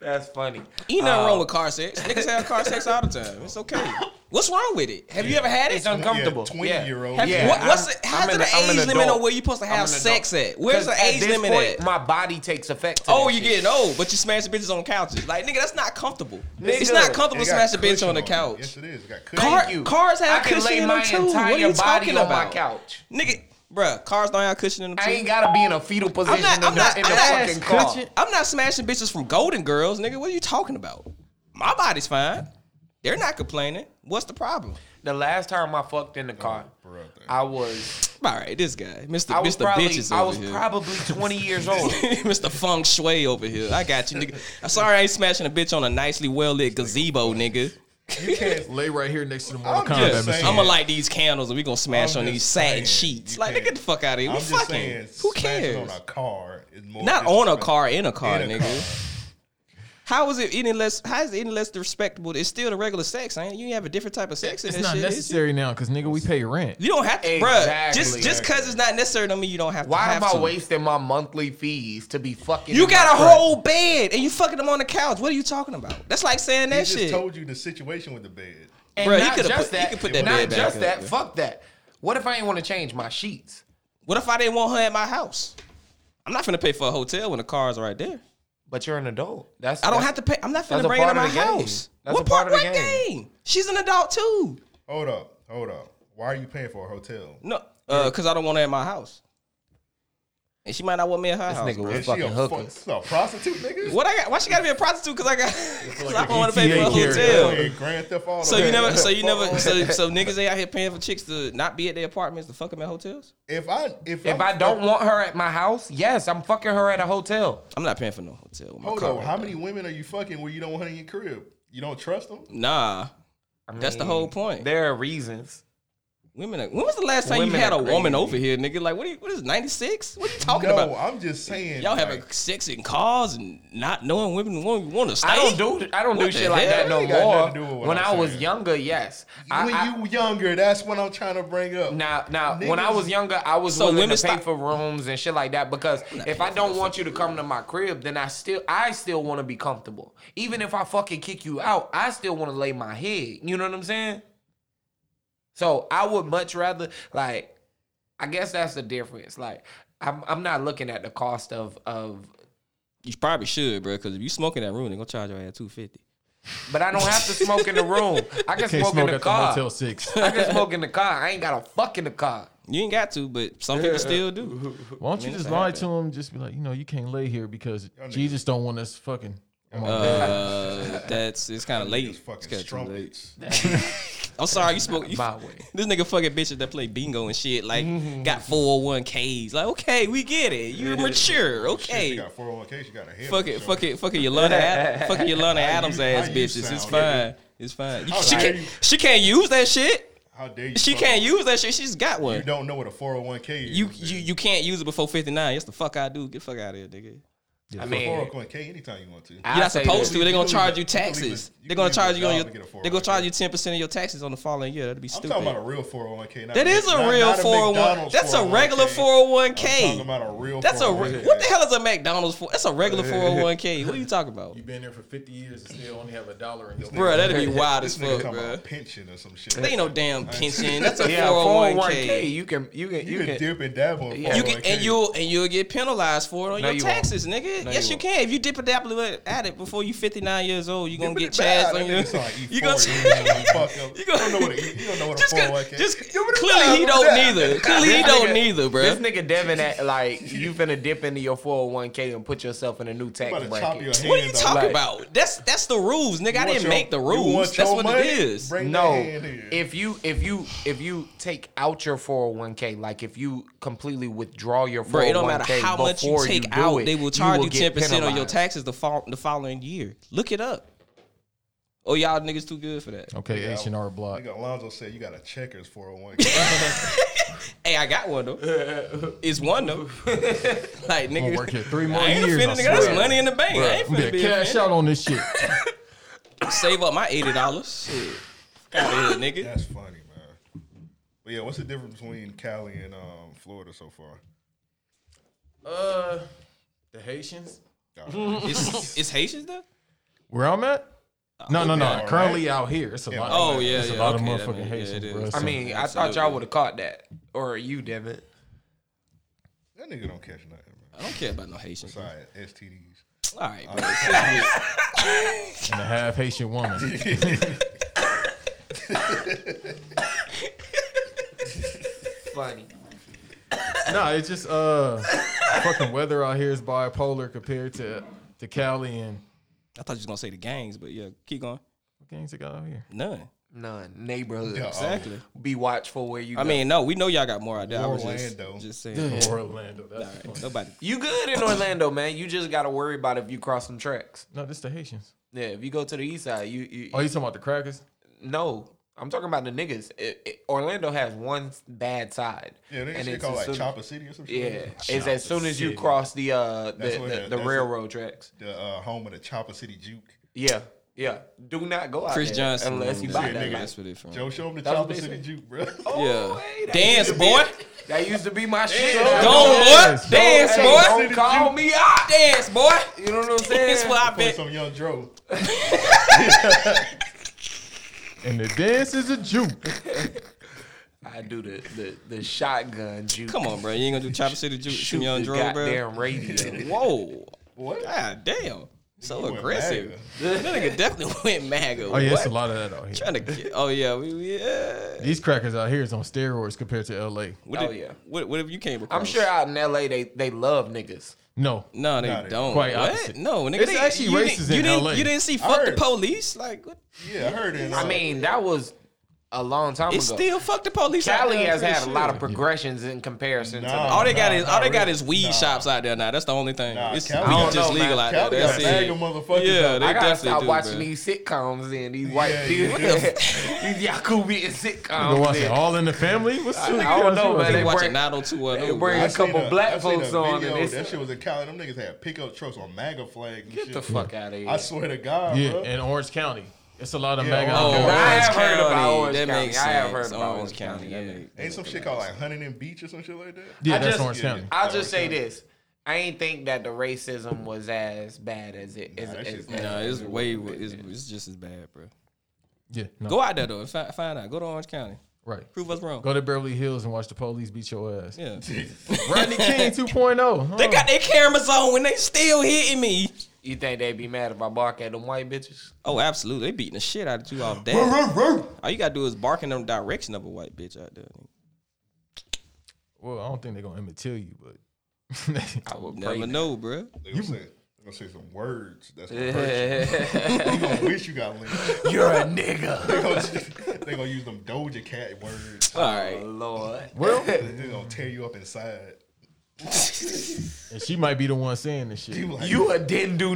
[SPEAKER 8] that's funny.
[SPEAKER 10] Ain't nothing
[SPEAKER 11] Uh,
[SPEAKER 10] wrong with car sex. Niggas have car sex all the time. It's okay. What's wrong with it? Have you ever had it?
[SPEAKER 8] It's uncomfortable.
[SPEAKER 11] Yeah, 20
[SPEAKER 8] yeah.
[SPEAKER 11] year old.
[SPEAKER 10] Have you-
[SPEAKER 8] Yeah,
[SPEAKER 10] what- what's
[SPEAKER 8] I'm-
[SPEAKER 10] the, how's
[SPEAKER 8] I'm
[SPEAKER 10] the
[SPEAKER 8] an- I'm an
[SPEAKER 10] age limit on
[SPEAKER 8] adult.
[SPEAKER 10] where you're supposed to
[SPEAKER 8] I'm
[SPEAKER 10] have
[SPEAKER 8] an adult.
[SPEAKER 10] sex at? Where's
[SPEAKER 8] 'Cause
[SPEAKER 10] the age
[SPEAKER 8] this
[SPEAKER 10] limit
[SPEAKER 8] point,
[SPEAKER 10] at?
[SPEAKER 8] My body takes effect. To
[SPEAKER 10] Oh,
[SPEAKER 8] that
[SPEAKER 10] you
[SPEAKER 8] shit.
[SPEAKER 10] getting old, but you smashing bitches on couches. Like, nigga, that's not comfortable.
[SPEAKER 8] Nigga,
[SPEAKER 10] it's not comfortable
[SPEAKER 11] It
[SPEAKER 10] to
[SPEAKER 11] got
[SPEAKER 10] smash a bitch
[SPEAKER 11] cushion
[SPEAKER 10] on the
[SPEAKER 11] it.
[SPEAKER 10] couch.
[SPEAKER 11] Yes, it is. It got cushion.
[SPEAKER 10] Car,
[SPEAKER 8] Thank you.
[SPEAKER 10] Cars
[SPEAKER 8] I
[SPEAKER 10] have
[SPEAKER 8] can
[SPEAKER 10] cushion
[SPEAKER 8] lay
[SPEAKER 10] in
[SPEAKER 8] my
[SPEAKER 10] them too. What are
[SPEAKER 8] entire
[SPEAKER 10] you
[SPEAKER 8] body
[SPEAKER 10] talking
[SPEAKER 8] on
[SPEAKER 10] about?
[SPEAKER 8] my couch.
[SPEAKER 10] Nigga, bruh, cars don't have cushion in them too.
[SPEAKER 8] I ain't gotta be in a fetal position
[SPEAKER 10] I'm not,
[SPEAKER 8] in
[SPEAKER 10] I'm
[SPEAKER 8] the,
[SPEAKER 10] not,
[SPEAKER 8] in
[SPEAKER 10] I'm
[SPEAKER 8] the
[SPEAKER 10] not,
[SPEAKER 8] fucking car.
[SPEAKER 10] I'm not smashing bitches from Golden Girls, nigga. What are you talking about? My body's fine. They're not complaining. What's the problem?
[SPEAKER 8] The last time I fucked in the car, I was
[SPEAKER 10] All right, this guy, Mr.
[SPEAKER 8] I was
[SPEAKER 10] Mr.
[SPEAKER 8] probably
[SPEAKER 10] Bitches over
[SPEAKER 8] I was
[SPEAKER 10] here. (laughs)
[SPEAKER 8] probably twenty years old.
[SPEAKER 10] Mr. Feng Shui over here. I got you, nigga. I'm sorry I ain't smashing a bitch on a nicely well lit gazebo, nigga.
[SPEAKER 11] You can't
[SPEAKER 12] Lay right here next to the Mortal
[SPEAKER 11] I'm
[SPEAKER 12] Kombat
[SPEAKER 11] just
[SPEAKER 12] machine.
[SPEAKER 10] I'm gonna light these candles and we gonna smash
[SPEAKER 11] I'm
[SPEAKER 10] on
[SPEAKER 11] just
[SPEAKER 10] these
[SPEAKER 11] saying,
[SPEAKER 10] satin sheets.
[SPEAKER 11] you
[SPEAKER 10] Like, nigga,
[SPEAKER 11] can't-
[SPEAKER 10] get the fuck out of here. We
[SPEAKER 11] I'm just
[SPEAKER 10] fucking.
[SPEAKER 11] saying,
[SPEAKER 10] Who
[SPEAKER 11] smashing
[SPEAKER 10] cares?
[SPEAKER 11] On a car is more
[SPEAKER 10] Not on a
[SPEAKER 11] disrespectful.
[SPEAKER 10] car, in a car,
[SPEAKER 11] In a
[SPEAKER 10] nigga.
[SPEAKER 11] car.
[SPEAKER 10] How is it any less? How is it any less respectable? It's still the regular sex, ain't it? You have a different type of sex in
[SPEAKER 12] It's
[SPEAKER 10] this
[SPEAKER 12] not
[SPEAKER 10] shit. is it?
[SPEAKER 12] necessary now because nigga, we pay rent.
[SPEAKER 10] You don't have to, bruh. Just
[SPEAKER 8] Exactly.
[SPEAKER 10] just because it's not necessary, don't mean you don't have to.
[SPEAKER 8] Why
[SPEAKER 10] have
[SPEAKER 8] am I
[SPEAKER 10] to.
[SPEAKER 8] wasting my monthly fees to be fucking?
[SPEAKER 10] You
[SPEAKER 8] in
[SPEAKER 10] got
[SPEAKER 8] my
[SPEAKER 10] a
[SPEAKER 8] car?
[SPEAKER 10] whole bed and you fucking them on the couch. What are you talking about? That's like saying
[SPEAKER 11] He
[SPEAKER 10] that
[SPEAKER 11] just
[SPEAKER 10] shit.
[SPEAKER 11] told you the situation with the bed.
[SPEAKER 8] And
[SPEAKER 10] Bruh, he
[SPEAKER 8] not
[SPEAKER 10] coulda
[SPEAKER 8] just
[SPEAKER 10] put- he
[SPEAKER 8] that.
[SPEAKER 10] could put that
[SPEAKER 8] not
[SPEAKER 10] bed back
[SPEAKER 8] just
[SPEAKER 10] up,
[SPEAKER 8] that.
[SPEAKER 10] yeah.
[SPEAKER 8] Fuck that. What if I ain't want to change my sheets?
[SPEAKER 10] What if I didn't want her at my house? I'm not finna pay for a hotel when the cars are right there.
[SPEAKER 8] But you're an adult. That's
[SPEAKER 10] I don't
[SPEAKER 8] that's-
[SPEAKER 10] have to pay. I'm not
[SPEAKER 8] that's
[SPEAKER 10] finna
[SPEAKER 8] a
[SPEAKER 10] bring her to
[SPEAKER 8] part of
[SPEAKER 10] my
[SPEAKER 8] the game.
[SPEAKER 10] house.
[SPEAKER 8] That's
[SPEAKER 10] what
[SPEAKER 8] a part
[SPEAKER 10] part?
[SPEAKER 8] of the
[SPEAKER 10] what
[SPEAKER 8] game.
[SPEAKER 10] game? She's an adult too.
[SPEAKER 11] Hold up, hold up. Why are you paying for a hotel?
[SPEAKER 10] No, because I don't want her at my house. And she might not want me at her house.
[SPEAKER 8] nigga was
[SPEAKER 11] Is she a,
[SPEAKER 8] fucking
[SPEAKER 11] fuck,
[SPEAKER 8] hookers.
[SPEAKER 11] is she a prostitute, nigga?
[SPEAKER 10] What I got? Why she gotta be a prostitute? Because I got. (laughs) Because I don't want
[SPEAKER 8] E
[SPEAKER 10] to pay for
[SPEAKER 12] GTA
[SPEAKER 10] a
[SPEAKER 12] character.
[SPEAKER 10] hotel.
[SPEAKER 11] Playing Grand Theft Auto.
[SPEAKER 10] So you never, so you never,
[SPEAKER 8] E
[SPEAKER 10] so, so niggas they out here paying for chicks to not be at their apartments to fuck them at hotels.
[SPEAKER 11] If I if,
[SPEAKER 8] If
[SPEAKER 11] I'm
[SPEAKER 8] I don't
[SPEAKER 11] fuck-
[SPEAKER 8] want her at my house, yes, I'm fucking her at a hotel.
[SPEAKER 10] I'm not paying for no hotel. with my
[SPEAKER 11] hold
[SPEAKER 10] car
[SPEAKER 11] on,
[SPEAKER 10] right
[SPEAKER 11] how
[SPEAKER 10] now.
[SPEAKER 11] many women are you fucking where you don't want her in your crib? You don't trust them?
[SPEAKER 10] Nah. That's the whole point.
[SPEAKER 8] There are reasons.
[SPEAKER 10] Women, are- when was the last time
[SPEAKER 8] Women
[SPEAKER 10] you had a
[SPEAKER 8] are
[SPEAKER 10] woman
[SPEAKER 8] crazy.
[SPEAKER 10] over here, nigga? Like, what? Are you, what is ninety six? What are you talking
[SPEAKER 11] no,
[SPEAKER 10] about?
[SPEAKER 11] I'm just saying.
[SPEAKER 10] Y'all
[SPEAKER 11] like,
[SPEAKER 10] having sex in cars and not knowing women want want to stay.
[SPEAKER 8] I don't do I don't do
[SPEAKER 10] What the
[SPEAKER 8] shit like that
[SPEAKER 10] hell?
[SPEAKER 8] no
[SPEAKER 11] Ain't got
[SPEAKER 8] more.
[SPEAKER 11] nothing to do with what
[SPEAKER 8] When
[SPEAKER 11] I'm
[SPEAKER 8] I was
[SPEAKER 11] saying.
[SPEAKER 8] younger, yes.
[SPEAKER 11] when you younger, that's what I'm trying to bring up.
[SPEAKER 8] Now, now, when I
[SPEAKER 11] Niggas-
[SPEAKER 8] was younger, I was
[SPEAKER 10] So
[SPEAKER 8] willing
[SPEAKER 10] women
[SPEAKER 8] to pay
[SPEAKER 10] stop-
[SPEAKER 8] for rooms and shit like that because if I don't want you to come to my crib, then I still, I still want to be comfortable. Even if I fucking kick you out, I still want to lay my head. You know what I'm saying? So I would much rather, like, I guess that's the difference. Like, I'm, I'm not looking at the cost of, of,
[SPEAKER 10] You probably should, bro, because if you smoke in that room, they gonna charge your ass two fifty.
[SPEAKER 8] but I don't have to
[SPEAKER 10] (laughs)
[SPEAKER 8] smoke in the room. I can
[SPEAKER 10] You can't
[SPEAKER 8] smoke, in
[SPEAKER 10] smoke
[SPEAKER 8] the
[SPEAKER 10] at the
[SPEAKER 8] car.
[SPEAKER 10] Motel Six.
[SPEAKER 8] (laughs) I can smoke in the car. I ain't got to fuck in the car.
[SPEAKER 10] You ain't got to, but some people still
[SPEAKER 8] (laughs)
[SPEAKER 10] do.
[SPEAKER 12] Why don't
[SPEAKER 10] I
[SPEAKER 12] you
[SPEAKER 10] mean,
[SPEAKER 12] just
[SPEAKER 10] it's
[SPEAKER 12] lie
[SPEAKER 10] happened.
[SPEAKER 12] to him? Just be like, you know, you can't lay here because Jesus don't want us fucking.
[SPEAKER 10] Uh, that's it's kind of late. It's kinda too late. I'm sorry, you spoke. You, (laughs) This nigga fucking bitches that play bingo and shit like
[SPEAKER 8] Mm-hmm.
[SPEAKER 10] got 401ks. Like, okay, we get it. You're mature.
[SPEAKER 11] Shit, she
[SPEAKER 10] Okay.
[SPEAKER 11] got 401k. She got a head.
[SPEAKER 10] Fuck it, fuck it, fuck it, Yolanda, Ad- fuck it, Yolanda Adams ass bitches. It's fine, it's fine.
[SPEAKER 11] How
[SPEAKER 10] she
[SPEAKER 11] dare
[SPEAKER 10] can't,
[SPEAKER 11] you.
[SPEAKER 10] she can't use that shit.
[SPEAKER 11] How dare you?
[SPEAKER 10] She
[SPEAKER 11] fuck
[SPEAKER 10] can't
[SPEAKER 11] it.
[SPEAKER 10] use that shit. She's got one.
[SPEAKER 11] You don't know what a 401k is.
[SPEAKER 10] You you you can't use it before fifty nine. Yes, the fuck I do. Get the fuck out of here, nigga.
[SPEAKER 11] I
[SPEAKER 10] I
[SPEAKER 11] mean,
[SPEAKER 10] mean-
[SPEAKER 11] 401k anytime you want to.
[SPEAKER 10] You're not supposed to. They're gonna
[SPEAKER 11] can
[SPEAKER 10] charge
[SPEAKER 11] leave
[SPEAKER 10] you
[SPEAKER 11] it- can leave it-
[SPEAKER 10] taxes.
[SPEAKER 11] you
[SPEAKER 10] They're
[SPEAKER 11] can
[SPEAKER 10] gonna
[SPEAKER 11] leave
[SPEAKER 10] charge
[SPEAKER 11] a
[SPEAKER 10] you on
[SPEAKER 11] job
[SPEAKER 10] your.
[SPEAKER 11] and get a
[SPEAKER 10] They're gonna charge you ten percent of your taxes on the following year. That'd be
[SPEAKER 11] I'm
[SPEAKER 10] stupid.
[SPEAKER 11] talking about a real 401k. Not
[SPEAKER 10] That is a
[SPEAKER 11] not-
[SPEAKER 10] real
[SPEAKER 11] not
[SPEAKER 10] 401.
[SPEAKER 11] McDonald's oh
[SPEAKER 10] That's a regular 401k.
[SPEAKER 11] I'm talking about a real
[SPEAKER 10] That's a re-
[SPEAKER 11] 401k.
[SPEAKER 10] what the hell is a McDonald's for? That's
[SPEAKER 11] (laughs)
[SPEAKER 10] a regular 401k. What are you talking about?
[SPEAKER 12] You've been there for 50 years and still only have a dollar in your
[SPEAKER 10] Bruh, that'd be wild
[SPEAKER 11] This
[SPEAKER 10] as
[SPEAKER 11] nigga
[SPEAKER 10] fuck,
[SPEAKER 11] talking
[SPEAKER 10] bruh.
[SPEAKER 11] about pension or some shit.
[SPEAKER 10] They ain't no damn pension.
[SPEAKER 11] (laughs)
[SPEAKER 10] That's a
[SPEAKER 8] Yeah,
[SPEAKER 10] 401k.
[SPEAKER 8] You can, you can,
[SPEAKER 11] You can dip and dab on
[SPEAKER 10] You can, and
[SPEAKER 11] 401k.
[SPEAKER 10] you'll and you'll get penalized for it on
[SPEAKER 8] No,
[SPEAKER 10] your
[SPEAKER 8] you
[SPEAKER 10] taxes, nigga.
[SPEAKER 8] No,
[SPEAKER 10] yes, you,
[SPEAKER 8] you won't.
[SPEAKER 10] can. If you dip a dab at it before you 59 years old, you're gonna
[SPEAKER 11] Dip
[SPEAKER 10] get
[SPEAKER 11] it down.
[SPEAKER 10] charged on
[SPEAKER 11] That
[SPEAKER 10] your.
[SPEAKER 11] nigga sound
[SPEAKER 10] (laughs)
[SPEAKER 11] like
[SPEAKER 10] You gonna
[SPEAKER 11] E40. That nigga
[SPEAKER 10] (laughs)
[SPEAKER 11] fuck up. You don't know what a- you don't know what a
[SPEAKER 10] Just 'cause-
[SPEAKER 11] 401k.
[SPEAKER 10] just-
[SPEAKER 11] Dip it down,
[SPEAKER 10] clearly he
[SPEAKER 11] dip it
[SPEAKER 10] don't
[SPEAKER 11] down.
[SPEAKER 10] neither. Clearly he
[SPEAKER 8] This
[SPEAKER 10] don't
[SPEAKER 8] nigga-
[SPEAKER 10] neither, bro.
[SPEAKER 8] This nigga Devin act like you finna dip into your 401k and put yourself in a new tax
[SPEAKER 11] about to chop your
[SPEAKER 8] bracket.
[SPEAKER 11] hand
[SPEAKER 10] What are you talking
[SPEAKER 8] Like,
[SPEAKER 10] about? That's that's the rules, nigga. I
[SPEAKER 11] want
[SPEAKER 10] didn't
[SPEAKER 11] your-
[SPEAKER 10] make the
[SPEAKER 11] you want
[SPEAKER 10] rules. That's
[SPEAKER 11] your
[SPEAKER 10] what
[SPEAKER 11] money?
[SPEAKER 10] it is.
[SPEAKER 11] Bring that
[SPEAKER 8] No,
[SPEAKER 11] hand here.
[SPEAKER 8] if you if you if you take out your 401k, like if you completely withdraw your 401k,
[SPEAKER 10] Bro, it don't matter how much you
[SPEAKER 8] before
[SPEAKER 10] take
[SPEAKER 8] do
[SPEAKER 10] out,
[SPEAKER 8] it,
[SPEAKER 10] they will charge you ten
[SPEAKER 8] get
[SPEAKER 10] percent on your
[SPEAKER 8] penalized.
[SPEAKER 10] taxes the fall, the following year. Look it up. Oh, y'all niggas too good for that.
[SPEAKER 12] Okay, H and R Block.
[SPEAKER 11] Nigga Alonzo said you got a checkers
[SPEAKER 10] (laughs)
[SPEAKER 11] 401k.
[SPEAKER 10] Hey, I got one (laughs) though. It's one (laughs) though. like
[SPEAKER 12] I'm
[SPEAKER 10] nigga,
[SPEAKER 12] gonna work here three more
[SPEAKER 10] (laughs) I ain't
[SPEAKER 12] years.
[SPEAKER 10] offended, nigga. That's money in the bank. I ain't
[SPEAKER 12] I'm
[SPEAKER 10] finna
[SPEAKER 12] gonna
[SPEAKER 10] be
[SPEAKER 12] cash
[SPEAKER 10] offended.
[SPEAKER 12] out on this shit.
[SPEAKER 10] Save up my eighty dollars. Out of here, nigga.
[SPEAKER 11] That's funny, man. But yeah, what's the difference between Cali and um, Florida so far?
[SPEAKER 12] Uh, the Haitians.
[SPEAKER 10] It's, it's Haitians though.
[SPEAKER 12] Where I'm at? No, no, no.
[SPEAKER 10] okay.
[SPEAKER 12] Currently out here, it's a lot.
[SPEAKER 10] Oh, yeah,
[SPEAKER 12] it's a
[SPEAKER 10] yeah,
[SPEAKER 12] lot
[SPEAKER 10] okay,
[SPEAKER 12] of
[SPEAKER 10] that
[SPEAKER 12] motherfucking
[SPEAKER 10] mean- yeah,
[SPEAKER 12] Haitians.
[SPEAKER 10] it
[SPEAKER 12] bro,
[SPEAKER 10] is.
[SPEAKER 8] I
[SPEAKER 12] so-
[SPEAKER 8] mean, I thought
[SPEAKER 10] Absolutely.
[SPEAKER 8] y'all would have caught that, or you, Devin.
[SPEAKER 11] That nigga don't catch nothing, man.
[SPEAKER 10] I don't care about no Haitians. bro.
[SPEAKER 11] Besides STDs.
[SPEAKER 10] All right, bro. Shit.
[SPEAKER 12] and a half Haitian
[SPEAKER 10] (laughs)
[SPEAKER 12] woman.
[SPEAKER 8] Funny.
[SPEAKER 12] nah, it's just uh, fucking weather out here is bipolar compared to to Cali and
[SPEAKER 10] I thought you was gonna say the gangs, but yeah, keep going.
[SPEAKER 12] what gangs they got out here.
[SPEAKER 10] None.
[SPEAKER 8] None neighborhoods.
[SPEAKER 11] Yeah,
[SPEAKER 10] Exactly.
[SPEAKER 8] Be watchful where you.
[SPEAKER 10] I
[SPEAKER 8] go.
[SPEAKER 10] mean, no, we know y'all got more out there. I was just,
[SPEAKER 11] Orlando.
[SPEAKER 10] just saying.
[SPEAKER 12] Orlando. That's
[SPEAKER 10] All
[SPEAKER 12] funny.
[SPEAKER 10] right, nobody.
[SPEAKER 8] you good in Orlando, man. You just gotta worry about if you cross some tracks.
[SPEAKER 12] No, this the Haitians.
[SPEAKER 8] Yeah, if you go to the east side, you you,
[SPEAKER 12] Oh, you talking about the crackers?
[SPEAKER 8] no. I'm talking about the niggas. It- it- Orlando has one bad side.
[SPEAKER 11] Yeah, they
[SPEAKER 8] And
[SPEAKER 11] shit
[SPEAKER 8] it's
[SPEAKER 11] called
[SPEAKER 8] as
[SPEAKER 11] like
[SPEAKER 8] soon-
[SPEAKER 11] Chopper City or some shit.
[SPEAKER 8] Yeah, it's as soon as you cross the uh the,
[SPEAKER 11] Mm, That's what
[SPEAKER 8] the,
[SPEAKER 11] it-
[SPEAKER 8] the
[SPEAKER 11] that's
[SPEAKER 8] railroad tracks.
[SPEAKER 11] The uh, home of the Chopper City Juke.
[SPEAKER 8] Yeah, yeah. Do not go out
[SPEAKER 10] Chris
[SPEAKER 8] there
[SPEAKER 10] Johnson.
[SPEAKER 8] unless you
[SPEAKER 10] Yeah,
[SPEAKER 8] buy
[SPEAKER 10] nigga,
[SPEAKER 8] that.
[SPEAKER 10] That's
[SPEAKER 8] life.
[SPEAKER 10] what it from.
[SPEAKER 11] Joe, show him the
[SPEAKER 8] That's what
[SPEAKER 11] Chopper
[SPEAKER 8] they
[SPEAKER 11] City
[SPEAKER 8] say.
[SPEAKER 11] Juke, bro. (laughs)
[SPEAKER 10] Yeah.
[SPEAKER 8] hey, that
[SPEAKER 10] Dance,
[SPEAKER 8] used to be-
[SPEAKER 10] boy.
[SPEAKER 8] That used to be my shit.
[SPEAKER 10] Go,
[SPEAKER 12] Dance,
[SPEAKER 10] boy. Dance,
[SPEAKER 8] Hey,
[SPEAKER 10] boy.
[SPEAKER 8] Don't call me out.
[SPEAKER 10] Dance, boy.
[SPEAKER 8] You know what I'm saying?
[SPEAKER 10] That's what I
[SPEAKER 11] Play
[SPEAKER 10] bet.
[SPEAKER 11] some young Dro.
[SPEAKER 12] And the dance is
[SPEAKER 10] (laughs)
[SPEAKER 12] a juke.
[SPEAKER 8] I do the the, the shotgun juke.
[SPEAKER 10] Come on, bro. You ain't gonna do Chopper City Juke,
[SPEAKER 8] shoot
[SPEAKER 10] some young
[SPEAKER 8] the
[SPEAKER 10] drone, bro.
[SPEAKER 8] goddamn radio.
[SPEAKER 11] (laughs)
[SPEAKER 10] Whoa.
[SPEAKER 11] What?
[SPEAKER 10] God damn. So
[SPEAKER 11] went
[SPEAKER 10] aggressive. That nigga definitely (laughs) went MAGA.
[SPEAKER 12] Oh yeah, it's a
[SPEAKER 10] What?
[SPEAKER 12] lot of that out here.
[SPEAKER 10] Trying to get, oh yeah, we, we yeah.
[SPEAKER 12] These crackers out here is on steroids compared to L.A.
[SPEAKER 10] What
[SPEAKER 8] Oh,
[SPEAKER 10] did-
[SPEAKER 8] yeah.
[SPEAKER 10] What, what if you came across?
[SPEAKER 8] I'm sure out in L.A. they they love niggas.
[SPEAKER 12] No,
[SPEAKER 10] No, they
[SPEAKER 11] Nah, they-
[SPEAKER 10] don't.
[SPEAKER 12] Quite
[SPEAKER 10] what?
[SPEAKER 12] opposite.
[SPEAKER 10] No, nigga,
[SPEAKER 12] It's
[SPEAKER 10] they,
[SPEAKER 12] actually
[SPEAKER 10] you
[SPEAKER 12] racist
[SPEAKER 10] didn't,
[SPEAKER 12] in
[SPEAKER 10] you didn't,
[SPEAKER 12] LA.
[SPEAKER 10] You didn't see
[SPEAKER 11] I
[SPEAKER 10] fuck the
[SPEAKER 11] heard. uh,
[SPEAKER 10] police, like what?
[SPEAKER 11] Yeah, I heard it.
[SPEAKER 8] I mean, that was a long time
[SPEAKER 10] It's
[SPEAKER 8] ago.
[SPEAKER 10] still fuck the police out
[SPEAKER 8] Cali
[SPEAKER 10] there, I'm
[SPEAKER 8] has
[SPEAKER 10] pretty
[SPEAKER 8] had a lot
[SPEAKER 10] sure.
[SPEAKER 8] of progressions in comparison. to
[SPEAKER 10] all they got is all they got is weed shops out there now. That's the only thing. it's
[SPEAKER 8] Cali- I
[SPEAKER 10] weed
[SPEAKER 8] don't
[SPEAKER 10] just
[SPEAKER 8] know,
[SPEAKER 10] legal
[SPEAKER 8] man.
[SPEAKER 10] out
[SPEAKER 8] Cali
[SPEAKER 10] there. That's
[SPEAKER 8] got a bag
[SPEAKER 10] it.
[SPEAKER 8] of motherfuckers
[SPEAKER 10] Yeah,
[SPEAKER 8] out
[SPEAKER 10] they
[SPEAKER 8] there. I gotta
[SPEAKER 10] definitely
[SPEAKER 8] stop
[SPEAKER 10] do,
[SPEAKER 8] watching
[SPEAKER 10] bruh.
[SPEAKER 8] these sitcoms and these white
[SPEAKER 10] Yeah,
[SPEAKER 8] people,
[SPEAKER 10] yeah.
[SPEAKER 8] (laughs) these Yakubi and sitcoms.
[SPEAKER 12] You gonna watch
[SPEAKER 8] and-
[SPEAKER 12] it all in the family? What's
[SPEAKER 8] I,
[SPEAKER 12] the-
[SPEAKER 8] I don't know, man. They
[SPEAKER 10] watching oh
[SPEAKER 8] bring,
[SPEAKER 10] Nado to
[SPEAKER 8] they bring a couple black folks on, and
[SPEAKER 11] Video, that
[SPEAKER 8] it's
[SPEAKER 11] shit was in Cali. Them niggas had pickup trucks on MAGA flags. And Get shit.
[SPEAKER 8] the fuck outta here.
[SPEAKER 11] I swear to God,
[SPEAKER 12] yeah,
[SPEAKER 10] Uh-huh.
[SPEAKER 11] bro.
[SPEAKER 12] in Orange County, it's a lot of
[SPEAKER 11] Yeah,
[SPEAKER 12] mega.
[SPEAKER 10] oh.
[SPEAKER 11] Orange
[SPEAKER 12] out there.
[SPEAKER 11] County. I
[SPEAKER 8] have heard about Orange
[SPEAKER 10] That
[SPEAKER 8] County.
[SPEAKER 10] makes
[SPEAKER 8] I have heard
[SPEAKER 10] sense.
[SPEAKER 8] about
[SPEAKER 10] Orange
[SPEAKER 8] Orange
[SPEAKER 10] County. that make-
[SPEAKER 11] Ain't some shit called like Huntington Beach or some shit like that?
[SPEAKER 12] Yeah,
[SPEAKER 8] I
[SPEAKER 12] that's
[SPEAKER 8] just-
[SPEAKER 12] Orange County.
[SPEAKER 8] I'll just say this. I ain't think that the racism was as bad as it is.
[SPEAKER 10] that
[SPEAKER 8] as,
[SPEAKER 10] shit's bad. Nah, it's way it's, it's just as bad, bro.
[SPEAKER 12] Yeah, no.
[SPEAKER 10] Go out there though. and fi- Find out. Go to Orange County.
[SPEAKER 12] Right.
[SPEAKER 10] Prove us wrong.
[SPEAKER 12] Go to Beverly Hills and watch the police beat your ass.
[SPEAKER 10] Yeah.
[SPEAKER 11] (laughs)
[SPEAKER 10] (laughs)
[SPEAKER 12] Rodney King 2.0. huh?
[SPEAKER 10] They got their cameras on when they still hitting me.
[SPEAKER 8] You think they be mad if I bark at them white bitches?
[SPEAKER 10] Oh, absolutely. They beating the shit out of you off that. All you gotta do is bark in the direction of a white bitch out there.
[SPEAKER 12] Well, I don't think they're gonna Emmett Till you, but
[SPEAKER 8] I would
[SPEAKER 10] Never know, bro.
[SPEAKER 11] They gonna, say, they gonna say some words
[SPEAKER 8] (laughs)
[SPEAKER 11] that's gonna hurt you. you gonna wish you got linked.
[SPEAKER 8] You're a
[SPEAKER 11] (laughs)
[SPEAKER 8] nigga.
[SPEAKER 11] they, gonna, they gonna use them Doja Cat words.
[SPEAKER 10] All right.
[SPEAKER 8] Lord.
[SPEAKER 12] Well-
[SPEAKER 11] they gonna tear you up inside.
[SPEAKER 12] (laughs) and she might be the one saying this
[SPEAKER 10] (laughs)
[SPEAKER 12] shit.
[SPEAKER 11] You like-
[SPEAKER 8] You a didn't do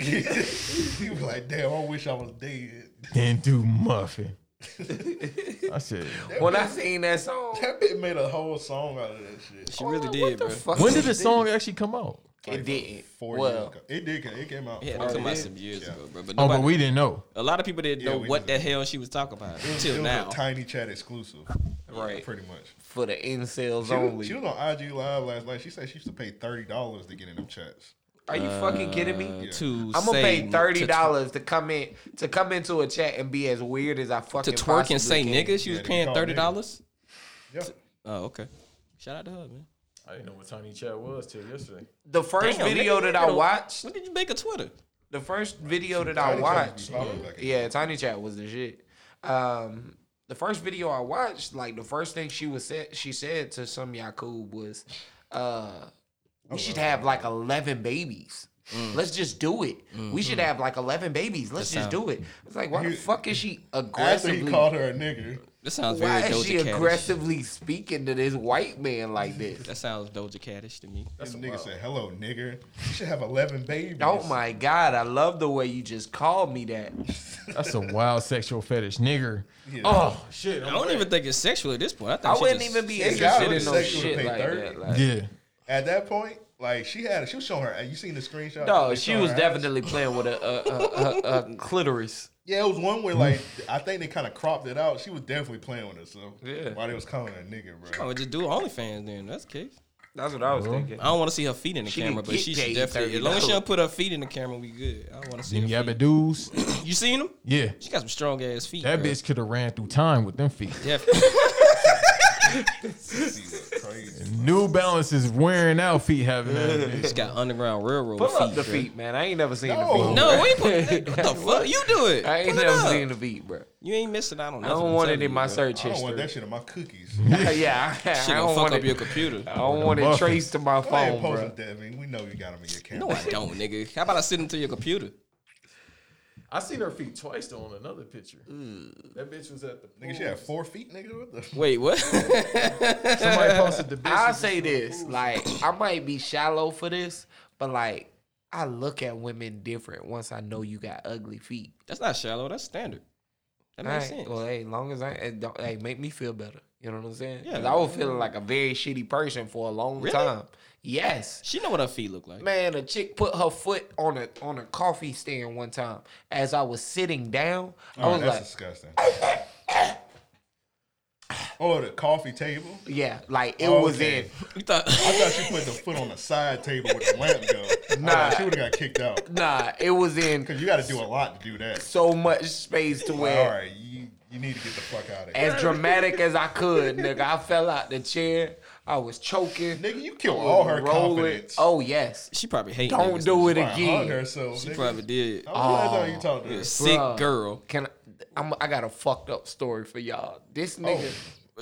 [SPEAKER 11] (laughs) you be like, damn, I wish I was dead.
[SPEAKER 12] Then do
[SPEAKER 10] (laughs)
[SPEAKER 12] muffin. I said,
[SPEAKER 8] When I seen that song,
[SPEAKER 11] that bitch made a whole song out of that shit.
[SPEAKER 10] She really did, bro.
[SPEAKER 12] when did the song actually come out? Oh,
[SPEAKER 8] It didn't.
[SPEAKER 11] Four
[SPEAKER 8] Well-
[SPEAKER 11] years ago. It did. It came out.
[SPEAKER 10] Yeah, I'm
[SPEAKER 11] four
[SPEAKER 10] talking about
[SPEAKER 11] years-
[SPEAKER 10] some years ago, bro. But
[SPEAKER 12] Oh, but
[SPEAKER 10] nobody-
[SPEAKER 12] we didn't know.
[SPEAKER 10] A lot of people didn't
[SPEAKER 11] Yeah,
[SPEAKER 10] know
[SPEAKER 11] we
[SPEAKER 10] what the hell she was talking about
[SPEAKER 11] It was, it
[SPEAKER 10] until
[SPEAKER 11] was
[SPEAKER 10] now.
[SPEAKER 11] a tiny chat exclusive.
[SPEAKER 8] Right.
[SPEAKER 11] Pretty much.
[SPEAKER 8] for the incels
[SPEAKER 11] She was,
[SPEAKER 8] only.
[SPEAKER 11] she was on IG Live last night. She said she used to pay thirty dollars to get in them chats.
[SPEAKER 8] Are you fucking kidding me?
[SPEAKER 11] Yeah.
[SPEAKER 10] to
[SPEAKER 8] I'm gonna
[SPEAKER 10] Uh, say
[SPEAKER 8] pay thirty dollars to come in to come into a chat and be as weird as I
[SPEAKER 10] to
[SPEAKER 8] fucking
[SPEAKER 10] twerk and say
[SPEAKER 8] possibly can.
[SPEAKER 10] nigga. She
[SPEAKER 11] Yeah,
[SPEAKER 10] was
[SPEAKER 11] they
[SPEAKER 10] paying
[SPEAKER 11] call
[SPEAKER 10] thirty dollars.
[SPEAKER 11] Yeah.
[SPEAKER 10] Oh, okay. Shout out to her, man.
[SPEAKER 12] I didn't know what Tiny Chat was till yesterday.
[SPEAKER 8] The first
[SPEAKER 10] Damn,
[SPEAKER 8] video
[SPEAKER 10] nigga,
[SPEAKER 8] that
[SPEAKER 10] you
[SPEAKER 8] I
[SPEAKER 10] know-
[SPEAKER 8] watched,
[SPEAKER 10] When did you make a Twitter?
[SPEAKER 8] the first video that I
[SPEAKER 11] Tiny Chat
[SPEAKER 8] watched,
[SPEAKER 11] was popping back in the
[SPEAKER 8] yeah, Tiny Chat was the shit. Um, the first video I watched, like the first thing she was said, she said to some Yakub was, uh, "We should have like eleven babies."
[SPEAKER 11] Mm.
[SPEAKER 8] Let's just do it. We should
[SPEAKER 11] Mm-hmm.
[SPEAKER 8] have like eleven babies. Let's just do it. It's like, why the fuck is she
[SPEAKER 11] (laughs) After he
[SPEAKER 8] aggressively?
[SPEAKER 11] called her a nigga,
[SPEAKER 10] That sounds
[SPEAKER 8] Why
[SPEAKER 10] very
[SPEAKER 8] is she
[SPEAKER 10] Doja Cat.
[SPEAKER 8] aggressively speaking to this white
[SPEAKER 11] (laughs)
[SPEAKER 8] man like this?
[SPEAKER 10] That sounds Doja Catish to me.
[SPEAKER 11] this nigga said, "Hello, nigga. You should have eleven babies."
[SPEAKER 8] Oh my god, I love the way you just called me that.
[SPEAKER 12] That's a wild sexual fetish, nigger.
[SPEAKER 11] Yeah.
[SPEAKER 12] Oh shit!
[SPEAKER 10] I
[SPEAKER 12] I'm
[SPEAKER 10] don't even think it's sexual at this point. I, think
[SPEAKER 8] I
[SPEAKER 10] she
[SPEAKER 8] wouldn't
[SPEAKER 10] just-
[SPEAKER 8] even be
[SPEAKER 11] It's
[SPEAKER 8] interested
[SPEAKER 11] gotta
[SPEAKER 8] in
[SPEAKER 11] be
[SPEAKER 8] no
[SPEAKER 11] sexual to
[SPEAKER 8] shit
[SPEAKER 11] pay
[SPEAKER 8] like
[SPEAKER 11] 30.
[SPEAKER 8] that. Like,
[SPEAKER 12] yeah.
[SPEAKER 11] At that point, like she had, she was showing her. You seen the screenshot?
[SPEAKER 8] No,
[SPEAKER 11] They
[SPEAKER 8] she
[SPEAKER 11] showing
[SPEAKER 8] was
[SPEAKER 11] her ass?
[SPEAKER 8] definitely playing with a a, a, a, a clitoris.
[SPEAKER 11] Yeah, it was one where like I think they kind of cropped it out. She was definitely playing with herself.
[SPEAKER 8] Yeah.
[SPEAKER 11] while they was calling her a nigga,
[SPEAKER 10] I
[SPEAKER 11] bro.
[SPEAKER 10] would just do OnlyFans then. That's the case.
[SPEAKER 8] That's what I was thinking.
[SPEAKER 10] I don't want to see her feet in the
[SPEAKER 8] She
[SPEAKER 10] camera,
[SPEAKER 8] can
[SPEAKER 10] but
[SPEAKER 8] get
[SPEAKER 10] she should
[SPEAKER 8] paid
[SPEAKER 10] definitely. As long as she
[SPEAKER 8] $30.
[SPEAKER 10] don't put her feet in the camera, we good. I don't want to see.
[SPEAKER 12] Them
[SPEAKER 10] Her
[SPEAKER 12] yabba
[SPEAKER 10] feet.
[SPEAKER 12] dudes.
[SPEAKER 10] You seen them?
[SPEAKER 12] Yeah.
[SPEAKER 10] She got some strong ass feet.
[SPEAKER 12] That
[SPEAKER 10] bro.
[SPEAKER 12] bitch could have ran through time with them feet. (laughs)
[SPEAKER 10] Definitely.
[SPEAKER 8] (laughs)
[SPEAKER 11] Crazy.
[SPEAKER 12] New Balance is wearing out feet having that. bitch.
[SPEAKER 10] She's got Underground Railroad
[SPEAKER 8] Pull
[SPEAKER 10] feet.
[SPEAKER 8] up the
[SPEAKER 10] bro.
[SPEAKER 8] feet, man. I ain't never seen
[SPEAKER 11] No.
[SPEAKER 8] the feet.
[SPEAKER 10] No, we ain't
[SPEAKER 8] (laughs)
[SPEAKER 10] putting that. What the fuck? You do it.
[SPEAKER 8] I ain't
[SPEAKER 10] Pull it
[SPEAKER 8] never
[SPEAKER 10] up.
[SPEAKER 8] seen the feet, bro.
[SPEAKER 10] You ain't missing out on
[SPEAKER 8] I
[SPEAKER 10] nothing.
[SPEAKER 8] don't
[SPEAKER 10] I'm
[SPEAKER 8] want it
[SPEAKER 10] telling
[SPEAKER 8] in
[SPEAKER 10] you,
[SPEAKER 8] my
[SPEAKER 10] bro.
[SPEAKER 8] search
[SPEAKER 11] I don't want that
[SPEAKER 8] history.
[SPEAKER 11] shit in my cookies.
[SPEAKER 8] yeah, I,
[SPEAKER 10] Shit
[SPEAKER 8] I
[SPEAKER 10] gonna
[SPEAKER 8] don't
[SPEAKER 10] fuck
[SPEAKER 8] want
[SPEAKER 10] up your
[SPEAKER 8] it. I
[SPEAKER 10] computer.
[SPEAKER 8] don't want it
[SPEAKER 12] Muffin.
[SPEAKER 8] traced to my
[SPEAKER 11] I ain't
[SPEAKER 8] phone, bro.
[SPEAKER 11] posting that. I mean, we know you got them in your camera. (laughs)
[SPEAKER 10] No, I don't, nigga. How about I send them to your computer?
[SPEAKER 12] I seen her feet twice though on another picture. That bitch was at the
[SPEAKER 11] Nigga, she had four feet, nigga. What the?
[SPEAKER 10] (laughs)
[SPEAKER 11] f-
[SPEAKER 10] Wait, what? (laughs)
[SPEAKER 12] Somebody posted the bitch.
[SPEAKER 8] I'll
[SPEAKER 12] was-
[SPEAKER 8] say this, like I might be shallow for this, but like I look at women different once I know you got ugly feet.
[SPEAKER 10] That's not shallow. That's standard. That makes
[SPEAKER 8] Alright,
[SPEAKER 10] sense.
[SPEAKER 8] Well, hey, long as I it don't, hey, make me feel better. You know what I'm saying?
[SPEAKER 10] Yeah.
[SPEAKER 8] Yeah. I was feeling like a very shitty person for a long
[SPEAKER 10] Really?
[SPEAKER 8] time. Yes.
[SPEAKER 10] she know what her feet look like.
[SPEAKER 8] Man, a chick put her foot on a on a coffee stand one time. As I was sitting down, I
[SPEAKER 11] Oh,
[SPEAKER 8] was
[SPEAKER 11] that's
[SPEAKER 8] like,
[SPEAKER 11] disgusting. Oh, the coffee table.
[SPEAKER 8] yeah, like it was
[SPEAKER 11] Okay.
[SPEAKER 8] in.
[SPEAKER 10] You thought
[SPEAKER 11] I thought she put the foot on the side table with the lamp go.
[SPEAKER 8] Nah.
[SPEAKER 11] Nah, she would have got kicked out.
[SPEAKER 8] Nah, it was in
[SPEAKER 11] Cause you got to do a lot to do that.
[SPEAKER 8] so much space to
[SPEAKER 11] Like,
[SPEAKER 8] where
[SPEAKER 11] all right, you you need to get the fuck out of here.
[SPEAKER 8] as dramatic as I could, nigga. I fell out the chair. I was choking.
[SPEAKER 11] Nigga, you killed all her
[SPEAKER 8] Rolling.
[SPEAKER 11] confidence.
[SPEAKER 8] Oh yes.
[SPEAKER 10] (laughs) she probably hate.
[SPEAKER 8] Don't
[SPEAKER 10] niggas.
[SPEAKER 8] do it
[SPEAKER 11] Trying to hug
[SPEAKER 8] again.
[SPEAKER 11] herself.
[SPEAKER 10] She
[SPEAKER 11] nigga.
[SPEAKER 10] probably did. Oh,
[SPEAKER 11] I don't realize how you talking to her.
[SPEAKER 10] Sick
[SPEAKER 8] Bruh.
[SPEAKER 10] girl.
[SPEAKER 8] Can I, I'm, I got a fucked up story for y'all.
[SPEAKER 11] Oh.
[SPEAKER 8] This nigga.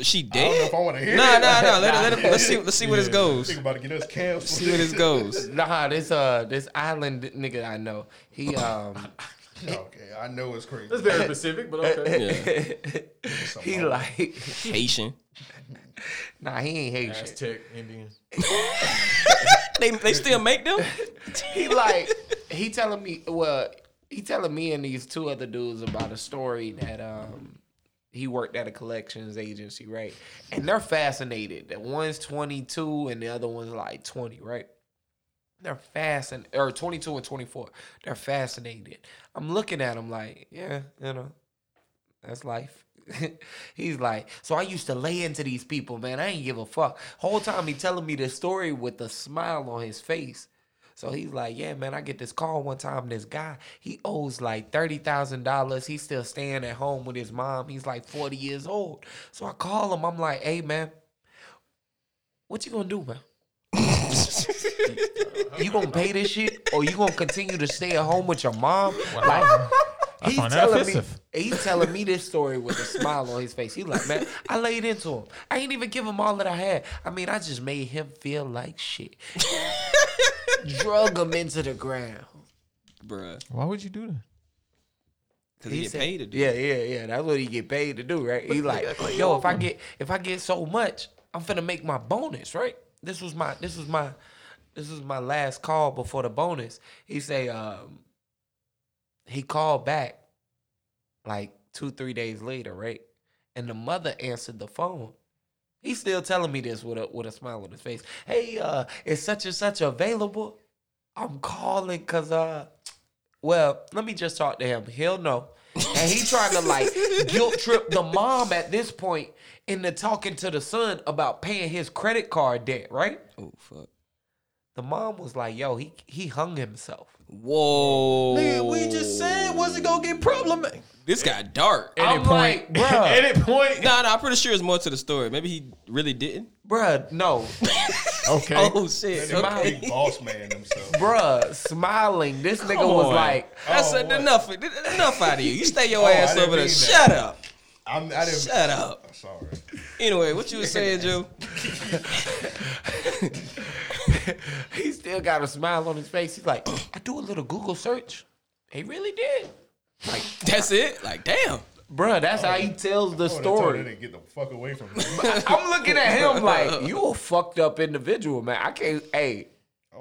[SPEAKER 10] She
[SPEAKER 11] I don't know
[SPEAKER 10] dead.
[SPEAKER 11] if I want to hear
[SPEAKER 10] Nah,
[SPEAKER 11] it.
[SPEAKER 10] nah, nah. Let, it- let, it- let's see. Let's see
[SPEAKER 8] (laughs)
[SPEAKER 10] where this
[SPEAKER 11] (laughs)
[SPEAKER 10] goes.
[SPEAKER 11] Think about to get us canceled.
[SPEAKER 10] See where this goes.
[SPEAKER 8] Nah, this uh this island nigga I know. He um
[SPEAKER 11] (laughs) okay, I know it's crazy.
[SPEAKER 12] That's very specific, but (laughs)
[SPEAKER 8] (laughs)
[SPEAKER 12] okay. Yeah.
[SPEAKER 8] he like
[SPEAKER 10] Haitian.
[SPEAKER 8] Nah, he ain't Haitian.
[SPEAKER 12] Aztec Indian.
[SPEAKER 10] they they still make
[SPEAKER 8] (laughs)
[SPEAKER 10] them.
[SPEAKER 8] he like he telling me well he telling me and these two other dudes about a story that um he worked at a collections agency right and they're fascinated that one's 22 and the other one's like 20 right they're fascinated or 22 and 24 they're fascinated i'm looking at him like yeah you know that's life (laughs) He's like, so I used to lay into these people, man. I ain't give a fuck. Whole time he telling me this story with a smile on his face. So he's like, yeah, man. I get this call one time. This guy, he owes like thirty thousand dollars. He's still staying at home with his mom. He's like forty years old. So I call him. I'm like, hey, man, what you gonna do, man? (laughs) you gonna pay this shit, or you gonna continue to stay at home with your mom? Like,
[SPEAKER 1] I
[SPEAKER 8] he
[SPEAKER 1] find that
[SPEAKER 8] telling me,
[SPEAKER 1] offensive.
[SPEAKER 8] he telling me this story with a smile on his face. He like, man, I laid into him. I ain't even give him all that I had. I mean, I just made him feel like (laughs) shit. Drug him into the ground.
[SPEAKER 10] Bruh.
[SPEAKER 1] Why would you do that?
[SPEAKER 10] Cause he, get
[SPEAKER 8] said-
[SPEAKER 10] paid to do
[SPEAKER 8] Yeah, yeah, yeah. That's what he get paid to do, right? He like, yo, if I get if I get so much, I'm finna make my bonus, right? This was my this was my this was my last call before the bonus. He say, um, he called back like two, three days later, right? And the mother answered the phone. He's still telling me this with a with a smile on his face. Hey, uh, is such and such available? I'm calling cause uh well, let me just talk to him. He'll know. And he trying to like guilt trip the mom at this point into talking to the son about paying his credit card debt, right?
[SPEAKER 10] Oh fuck.
[SPEAKER 8] The mom was like, yo, he he hung himself.
[SPEAKER 10] Whoa.
[SPEAKER 8] Nigga, we just said wasn't gonna get problematic.
[SPEAKER 10] This got dark.
[SPEAKER 8] I'm
[SPEAKER 10] (laughs)
[SPEAKER 8] like, bruh.
[SPEAKER 12] Edit point.
[SPEAKER 10] Nah, nah, I'm pretty sure it's more to the story. Maybe he really didn't.
[SPEAKER 8] Bruh, no.
[SPEAKER 11] Okay.
[SPEAKER 10] Oh shit.
[SPEAKER 11] Let him
[SPEAKER 10] Okay.
[SPEAKER 11] be boss man himself.
[SPEAKER 8] Bruh, smiling. This nigga
[SPEAKER 10] Come
[SPEAKER 8] was
[SPEAKER 10] on.
[SPEAKER 8] like,
[SPEAKER 10] That's
[SPEAKER 11] Oh, what?
[SPEAKER 10] enough. Enough out of you. You stay your
[SPEAKER 11] Oh, I
[SPEAKER 10] ass
[SPEAKER 11] didn't
[SPEAKER 10] over there.
[SPEAKER 11] mean that.
[SPEAKER 10] Shut up.
[SPEAKER 11] I'm, I didn't,
[SPEAKER 10] Shut up.
[SPEAKER 11] I'm sorry.
[SPEAKER 10] Anyway, what you was saying, Joe?
[SPEAKER 8] he still got a smile on his face. He's like, I do a little Google search. He really did. Like,
[SPEAKER 10] That's it. Like, damn.
[SPEAKER 8] bruh, that's how he tells the
[SPEAKER 11] I would've told
[SPEAKER 8] story.
[SPEAKER 11] her to get the fuck away from me. (laughs)
[SPEAKER 8] I'm looking at
[SPEAKER 10] (laughs)
[SPEAKER 8] him like, you a fucked up individual, man. I can't, hey,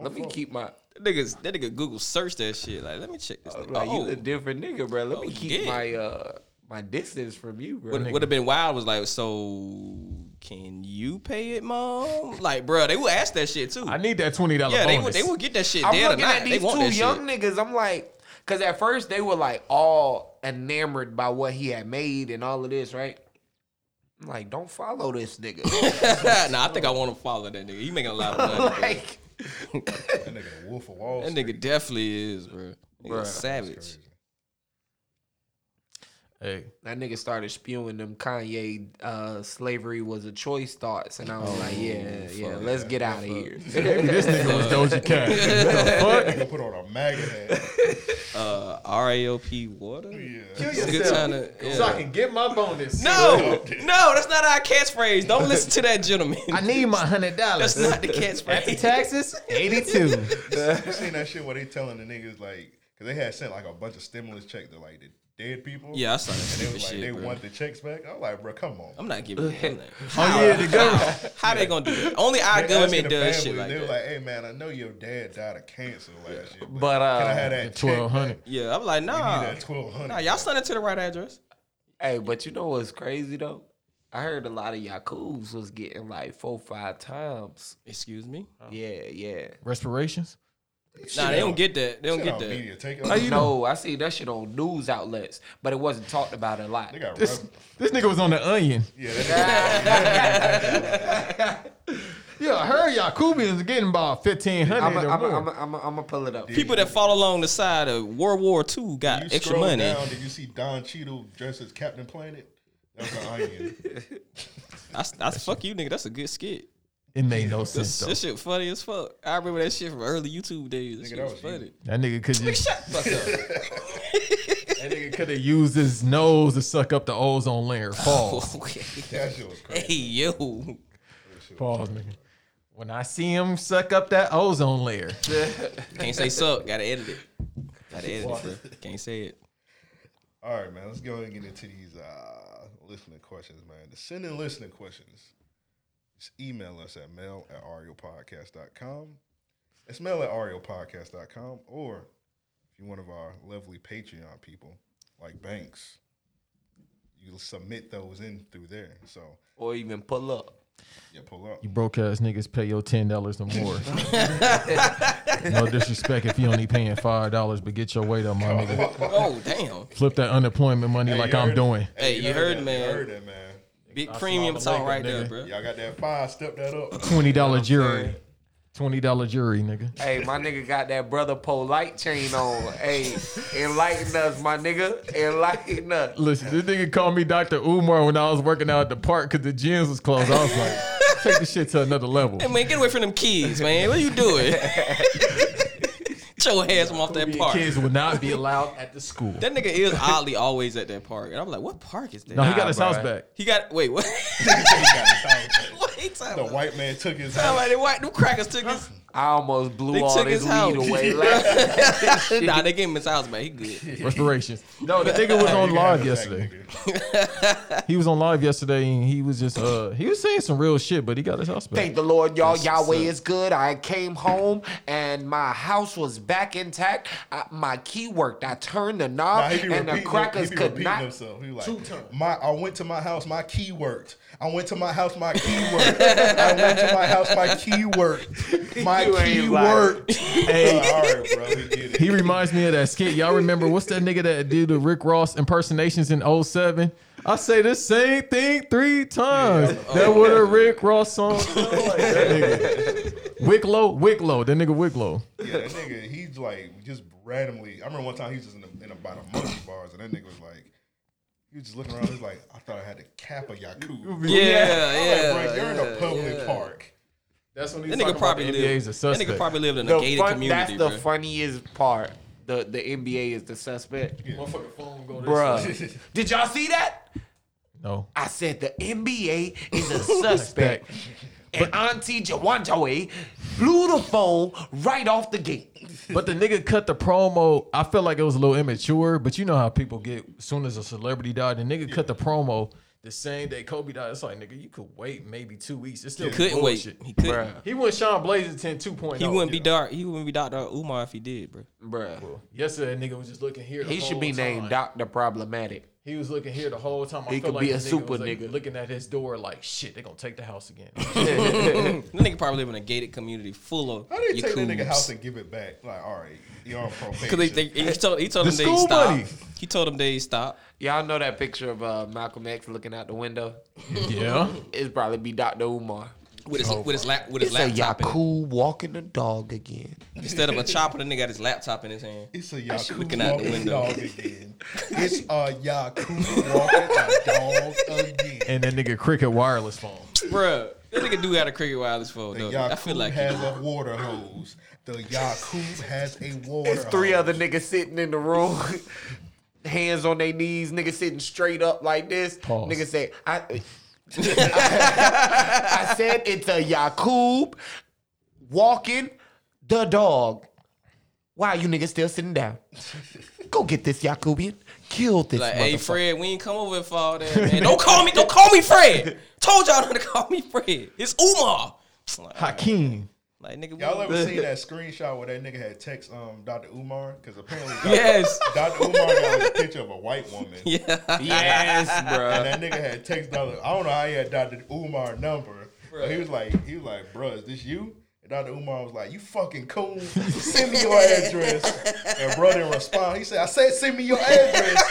[SPEAKER 8] let me keep my,
[SPEAKER 10] That nigga, that nigga Google search that shit. Like, let me check this.
[SPEAKER 8] like,
[SPEAKER 10] Nigga.
[SPEAKER 8] you a
[SPEAKER 10] Oh,
[SPEAKER 8] different nigga, bruh. Let me
[SPEAKER 10] you
[SPEAKER 8] keep
[SPEAKER 10] did.
[SPEAKER 8] my, uh, my distance from you, bro.
[SPEAKER 10] would have been wild. Was like, so can you pay it, mom? Like, bro, they would ask that shit too.
[SPEAKER 12] I need that twenty dollar
[SPEAKER 10] yeah, they
[SPEAKER 12] bonus.
[SPEAKER 10] would. They would get that shit
[SPEAKER 8] I'm
[SPEAKER 10] dead or
[SPEAKER 8] looking
[SPEAKER 10] not.
[SPEAKER 8] at
[SPEAKER 10] They
[SPEAKER 8] these
[SPEAKER 10] want
[SPEAKER 8] two
[SPEAKER 10] that shit. (laughs)
[SPEAKER 8] young niggas. I'm like, because at first they were like all enamored by what he had made and all of this, right? I'm like, don't follow this
[SPEAKER 10] (laughs)
[SPEAKER 8] nigga.
[SPEAKER 10] nah, I think I want to follow that nigga. He making a lot of money. bro.
[SPEAKER 8] like,
[SPEAKER 11] That nigga the Wolf of Wall
[SPEAKER 10] That
[SPEAKER 11] Street.
[SPEAKER 10] nigga definitely is, bro. Nigga
[SPEAKER 8] Bruh.
[SPEAKER 10] savage.
[SPEAKER 12] Hey,
[SPEAKER 8] that nigga started spewing them Kanye uh, slavery was a choice thoughts, and I was like,
[SPEAKER 10] Oh,
[SPEAKER 8] yeah, yeah, let's get out of here.
[SPEAKER 10] (laughs)
[SPEAKER 12] maybe this nigga was Doja Cat.
[SPEAKER 11] That nigga put on a MAGA
[SPEAKER 10] (laughs)
[SPEAKER 11] hat.
[SPEAKER 10] Uh, R.A.O.P. Water.
[SPEAKER 11] Yeah.
[SPEAKER 12] Kill
[SPEAKER 10] It's a good
[SPEAKER 12] yourself
[SPEAKER 10] time to- yeah.
[SPEAKER 12] so I can get my bonus.
[SPEAKER 10] No, no, that's not our catchphrase. Don't listen to that gentleman.
[SPEAKER 12] I need my hundred
[SPEAKER 10] That's
[SPEAKER 12] dollars.
[SPEAKER 10] not the catchphrase. (laughs)
[SPEAKER 12] Taxes eighty two.
[SPEAKER 11] You seen that shit where they telling the niggas like, cause they had sent like a bunch of stimulus check to like the dead people.
[SPEAKER 10] Yeah, I saw that
[SPEAKER 11] And they
[SPEAKER 10] stupid
[SPEAKER 11] was like,
[SPEAKER 10] shit,
[SPEAKER 11] they
[SPEAKER 10] bro.
[SPEAKER 11] want the checks back. I'm like, bro, come on.
[SPEAKER 10] I'm not giving. it.
[SPEAKER 12] Oh yeah, the government.
[SPEAKER 11] (laughs)
[SPEAKER 10] How they gonna do it? Only our
[SPEAKER 11] They
[SPEAKER 10] government
[SPEAKER 11] asking the family,
[SPEAKER 10] does shit like
[SPEAKER 11] they
[SPEAKER 10] that.
[SPEAKER 11] were like, hey man, I know your dad died of cancer last year,
[SPEAKER 8] But, uh,
[SPEAKER 11] can I have that
[SPEAKER 12] Twelve hundred.
[SPEAKER 10] yeah, I'm like, nah,
[SPEAKER 11] That twelve hundred.
[SPEAKER 10] nah, y'all send it to the right address.
[SPEAKER 8] Hey, but you know what's crazy though? I heard a lot of Yakubs was getting like four, five times.
[SPEAKER 10] Excuse me.
[SPEAKER 8] Yeah, yeah.
[SPEAKER 12] Respirations.
[SPEAKER 10] Nah, they don't get that. They don't
[SPEAKER 11] Shit
[SPEAKER 10] get
[SPEAKER 11] on
[SPEAKER 10] that.
[SPEAKER 11] Media. Take it
[SPEAKER 8] no, I see that shit on news outlets, but it wasn't talked about a lot.
[SPEAKER 11] They got
[SPEAKER 12] This
[SPEAKER 11] rubber.
[SPEAKER 12] this nigga was on the Onion.
[SPEAKER 11] Yeah, that
[SPEAKER 12] Yeah, I heard Yakubians getting about fifteen
[SPEAKER 8] I'm
[SPEAKER 12] hundred or more.
[SPEAKER 8] gonna pull it up.
[SPEAKER 10] People that fall along the side of World War II got
[SPEAKER 11] you
[SPEAKER 10] extra
[SPEAKER 11] scroll
[SPEAKER 10] money.
[SPEAKER 11] Down, did you see Don Cheadle dressed as Captain Planet? That was an
[SPEAKER 10] (laughs)
[SPEAKER 11] onion.
[SPEAKER 10] That's, that's fuck you, nigga. That's a good skit.
[SPEAKER 12] it made no
[SPEAKER 10] This,
[SPEAKER 12] sense though.
[SPEAKER 10] this shit funny as fuck. I remember that shit from early YouTube days. This
[SPEAKER 11] Nigga,
[SPEAKER 10] shit
[SPEAKER 11] that
[SPEAKER 10] was,
[SPEAKER 11] was you.
[SPEAKER 10] funny.
[SPEAKER 12] That nigga could just
[SPEAKER 10] Shut the fuck up.
[SPEAKER 12] that nigga could have used his nose to suck up the ozone layer.
[SPEAKER 11] (laughs)
[SPEAKER 12] Pause.
[SPEAKER 10] Okay.
[SPEAKER 11] that shit was crazy.
[SPEAKER 10] (laughs) Hey yo.
[SPEAKER 12] Pause, nigga. When I see him suck up that ozone layer,
[SPEAKER 10] Can't say suck. Gotta edit it. Gotta edit it, bro. Can't say it.
[SPEAKER 11] All right, man. Let's go ahead and get into these uh, listening questions, man. To send in listening questions, just email us at mail at ariopodcast.com. It's mail at ariopodcast.com. Or if you're one of our lovely Patreon people, like Banks, you'll submit those in through there. So
[SPEAKER 8] Or even pull up.
[SPEAKER 11] Yeah, pull up.
[SPEAKER 12] You broke ass niggas pay your ten dollars or more. no disrespect if you only paying five dollars, but get your weight up, my nigga.
[SPEAKER 10] Oh, damn.
[SPEAKER 12] Flip that unemployment money
[SPEAKER 11] Hey,
[SPEAKER 12] like
[SPEAKER 11] you
[SPEAKER 12] I'm
[SPEAKER 11] heard-
[SPEAKER 12] doing.
[SPEAKER 10] Hey, you heard, it, man.
[SPEAKER 11] You heard that, man.
[SPEAKER 10] Big premium talk right there, bro.
[SPEAKER 11] Y'all got that five, step that up.
[SPEAKER 12] Twenty dollar jury. Twenty dollar jury, nigga.
[SPEAKER 8] Hey, my nigga got that brother polite chain on. Hey, enlighten us, my nigga. Enlighten us.
[SPEAKER 12] Listen, this nigga called me Dr. Umar when I was working out at the park because the gyms was closed. I was like, take this shit to another level.
[SPEAKER 10] Hey, man, get away from them kids, man. What are
[SPEAKER 11] (laughs)
[SPEAKER 10] you doing? Get your hands from off that park.
[SPEAKER 12] Kids would not be (laughs) allowed at the school.
[SPEAKER 10] That nigga is oddly always at that park. And I'm like, what park is that?
[SPEAKER 12] No, he got his house (laughs) back.
[SPEAKER 10] He got, wait, what? (laughs)
[SPEAKER 11] The white man took his house.
[SPEAKER 10] Somebody, white, them
[SPEAKER 11] (laughs)
[SPEAKER 10] crackers took his, (laughs)
[SPEAKER 8] I almost blew
[SPEAKER 10] they
[SPEAKER 8] all
[SPEAKER 10] took
[SPEAKER 8] this
[SPEAKER 10] his
[SPEAKER 8] weed
[SPEAKER 10] house.
[SPEAKER 8] away. Like,
[SPEAKER 10] nah, they gave him his house back. He good.
[SPEAKER 12] Reparations. No, the nigga was (laughs) on live yesterday. He was on live yesterday and he was just uh he was saying some real shit, but he got his house back.
[SPEAKER 8] Thank the Lord, y'all. Yahweh is good. I came home and my house was back intact. I, my key worked. I turned the
[SPEAKER 11] Nah,
[SPEAKER 8] knob
[SPEAKER 11] he be
[SPEAKER 8] and the
[SPEAKER 11] repeating-
[SPEAKER 8] crackers
[SPEAKER 11] he be
[SPEAKER 8] could
[SPEAKER 11] repeating
[SPEAKER 8] not.
[SPEAKER 11] Himself. He like,
[SPEAKER 8] Two times.
[SPEAKER 11] My, I went to my house. My key worked. I went to my house. My
[SPEAKER 8] (laughs)
[SPEAKER 11] key worked. I went to my house. My key
[SPEAKER 8] (laughs)
[SPEAKER 11] worked. My
[SPEAKER 8] You ain't
[SPEAKER 11] key
[SPEAKER 8] lying.
[SPEAKER 11] worked.
[SPEAKER 8] (laughs)
[SPEAKER 12] Hey.
[SPEAKER 11] All right, bro. We get it.
[SPEAKER 12] He reminds me of that skit. Y'all remember what's that nigga that did the Rick Ross impersonations in 07? I say the same thing three times. that was a (laughs) Rick Ross song. Wicklow, Wicklow, that nigga Wicklow.
[SPEAKER 11] Yeah, that nigga, he's like just randomly. I remember one time he was just in, a, in about a monkey bars, and that nigga was like, he was just looking around. He was like, I thought I had the cap of Yaku.
[SPEAKER 10] Yeah,
[SPEAKER 11] I'm like,
[SPEAKER 10] yeah.
[SPEAKER 11] bro, you're in a public park.
[SPEAKER 12] That's when
[SPEAKER 10] That nigga probably lived. That nigga probably lived in a
[SPEAKER 8] The
[SPEAKER 10] gated
[SPEAKER 8] fun-
[SPEAKER 10] community,
[SPEAKER 8] that's
[SPEAKER 10] bro.
[SPEAKER 8] the funniest part. The the NBA is the suspect.
[SPEAKER 9] Motherfucker phone go this way.
[SPEAKER 11] (laughs)
[SPEAKER 8] Bruh. Did y'all see that?
[SPEAKER 12] No.
[SPEAKER 8] I said the NBA
[SPEAKER 11] (laughs)
[SPEAKER 8] is a suspect. and Auntie Jawantoe blew the phone right off the gate.
[SPEAKER 12] But the nigga cut the promo. I felt like it was a little immature, but you know how people get as soon as a celebrity died, the nigga cut the promo the same day Kobe died. It's like nigga, you could wait maybe two weeks. It's still
[SPEAKER 10] Couldn't
[SPEAKER 12] bullshit.
[SPEAKER 10] wait. He couldn't.
[SPEAKER 12] He went Sean Blazerton 2.0.
[SPEAKER 10] He wouldn't be dark. He wouldn't be Dr. Umar if he did, bro.
[SPEAKER 8] Bruh.
[SPEAKER 12] Yesterday, that nigga was just looking here. the
[SPEAKER 8] He should
[SPEAKER 12] whole
[SPEAKER 8] be named
[SPEAKER 12] time.
[SPEAKER 8] Dr. Problematic.
[SPEAKER 12] He was looking here the whole time. I
[SPEAKER 8] He
[SPEAKER 12] felt
[SPEAKER 8] could
[SPEAKER 12] like
[SPEAKER 8] be a
[SPEAKER 12] the nigga
[SPEAKER 8] super
[SPEAKER 12] was, like,
[SPEAKER 8] nigga.
[SPEAKER 12] Looking at his door like, shit, they gonna take the house
[SPEAKER 8] (laughs)
[SPEAKER 12] again.
[SPEAKER 10] That nigga probably live in a gated community full of
[SPEAKER 11] How they take that nigga
[SPEAKER 10] Yakuts.
[SPEAKER 11] house and give it back? Like, all right, you're
[SPEAKER 10] (laughs)
[SPEAKER 11] on probation.
[SPEAKER 10] Cause they, they, he told he told
[SPEAKER 12] The
[SPEAKER 10] them they
[SPEAKER 12] school
[SPEAKER 10] stop.
[SPEAKER 12] money.
[SPEAKER 10] He told them they stop.
[SPEAKER 8] Y'all know that picture of uh, Malcolm X looking out the window?
[SPEAKER 12] yeah.
[SPEAKER 8] It's probably be Dr. Umar.
[SPEAKER 10] with his with his lap with his
[SPEAKER 8] It's a
[SPEAKER 10] laptop in it.
[SPEAKER 8] Yaku walking the dog again.
[SPEAKER 10] instead of a chopper. The nigga got his laptop in his hand.
[SPEAKER 11] It's a
[SPEAKER 10] That shit
[SPEAKER 11] Yaku
[SPEAKER 10] looking out the
[SPEAKER 11] walking
[SPEAKER 10] window.
[SPEAKER 11] dog again. It's uh, a
[SPEAKER 10] (laughs)
[SPEAKER 11] Yaku walking a dog again.
[SPEAKER 12] And that nigga cricket wireless phone.
[SPEAKER 10] Bruh, that nigga do got a cricket wireless phone
[SPEAKER 11] The
[SPEAKER 10] though.
[SPEAKER 11] Yaku
[SPEAKER 10] uh, I feel like
[SPEAKER 11] has a water hose. The Yaku has a water
[SPEAKER 8] It's three
[SPEAKER 11] hose.
[SPEAKER 8] other niggas sitting in the room, (laughs) hands on their knees, niggas sitting straight up like this.
[SPEAKER 12] Pause.
[SPEAKER 8] Nigga say, I, (laughs) I said it's a Yakub walking the dog. Why you niggas still sitting (laughs) down? Go get this Yakubian. Kill this
[SPEAKER 10] like, hey
[SPEAKER 8] motherfucker.
[SPEAKER 10] Fred, we ain't come over here for all that. Man. Don't call me, don't call me
[SPEAKER 12] (laughs)
[SPEAKER 10] Fred. Told y'all not to call me Fred. It's Umar. I'm Like,
[SPEAKER 12] Hakeem.
[SPEAKER 10] like nigga,
[SPEAKER 11] Y'all
[SPEAKER 10] we-
[SPEAKER 11] ever
[SPEAKER 10] (laughs)
[SPEAKER 11] seen that screenshot where that nigga had text um Dr. Umar? Because
[SPEAKER 10] (laughs)
[SPEAKER 11] apparently Dr.
[SPEAKER 10] Yes.
[SPEAKER 11] Dr. Umar got a picture of a white woman.
[SPEAKER 10] (laughs) Yeah.
[SPEAKER 8] Yes,
[SPEAKER 11] And
[SPEAKER 8] bro.
[SPEAKER 11] that nigga had text Dr. I don't know how he had Dr. Umar number. But he was like, he was like, bruh, is this you? And Dr. Umar was like, you fucking coon. Send me your address. And bro didn't respond. He said, I said send me your address.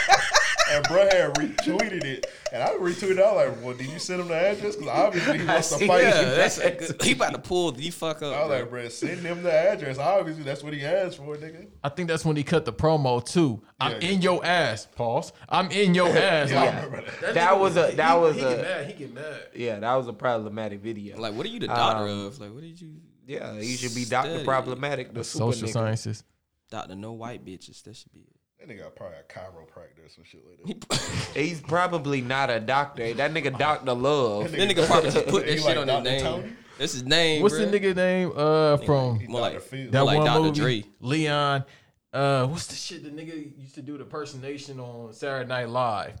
[SPEAKER 11] And bro had retweeted it. And I retweeted it. I was like, well, did you send him the address? Because obviously he wants to
[SPEAKER 8] see
[SPEAKER 11] fight
[SPEAKER 10] Yeah,
[SPEAKER 11] you.
[SPEAKER 10] that's a good, he about to pull the fuck
[SPEAKER 11] I was
[SPEAKER 10] up. bro.
[SPEAKER 11] like, bruh, send him the address. Obviously, that's what he asked for, nigga.
[SPEAKER 12] I think that's when he cut the promo too. I'm
[SPEAKER 11] Yeah.
[SPEAKER 12] in your ass. Pause. I'm in your ass.
[SPEAKER 11] Yeah,
[SPEAKER 12] Like,
[SPEAKER 11] I remember that.
[SPEAKER 8] That was a that was a
[SPEAKER 12] He get mad.
[SPEAKER 8] yeah that was a problematic video.
[SPEAKER 10] Like, what are you the daughter
[SPEAKER 12] Um,
[SPEAKER 10] of? Like, what did you?
[SPEAKER 8] yeah, he should be Doctor
[SPEAKER 10] Study.
[SPEAKER 8] Problematic, the super
[SPEAKER 12] Social
[SPEAKER 8] nigga.
[SPEAKER 12] sciences.
[SPEAKER 10] Doctor no white bitches. That should be it.
[SPEAKER 11] That nigga got probably a chiropractor or some shit like
[SPEAKER 8] He's probably not a doctor.
[SPEAKER 12] (laughs)
[SPEAKER 8] That nigga Doctor Love.
[SPEAKER 10] That nigga probably
[SPEAKER 11] (laughs)
[SPEAKER 10] just put
[SPEAKER 11] He
[SPEAKER 10] that
[SPEAKER 11] like
[SPEAKER 10] shit on
[SPEAKER 11] Dr.
[SPEAKER 10] his name.
[SPEAKER 11] Tony?
[SPEAKER 10] That's his name.
[SPEAKER 12] What's
[SPEAKER 10] bruh.
[SPEAKER 12] the nigga name? Uh, from
[SPEAKER 11] that.
[SPEAKER 10] More like
[SPEAKER 11] Dr. Phil.
[SPEAKER 12] that
[SPEAKER 10] like
[SPEAKER 12] one
[SPEAKER 10] Dr.
[SPEAKER 12] movie.
[SPEAKER 10] Dre.
[SPEAKER 12] Leon. Uh, what's the shit the nigga used to do the personation on Saturday Night Live?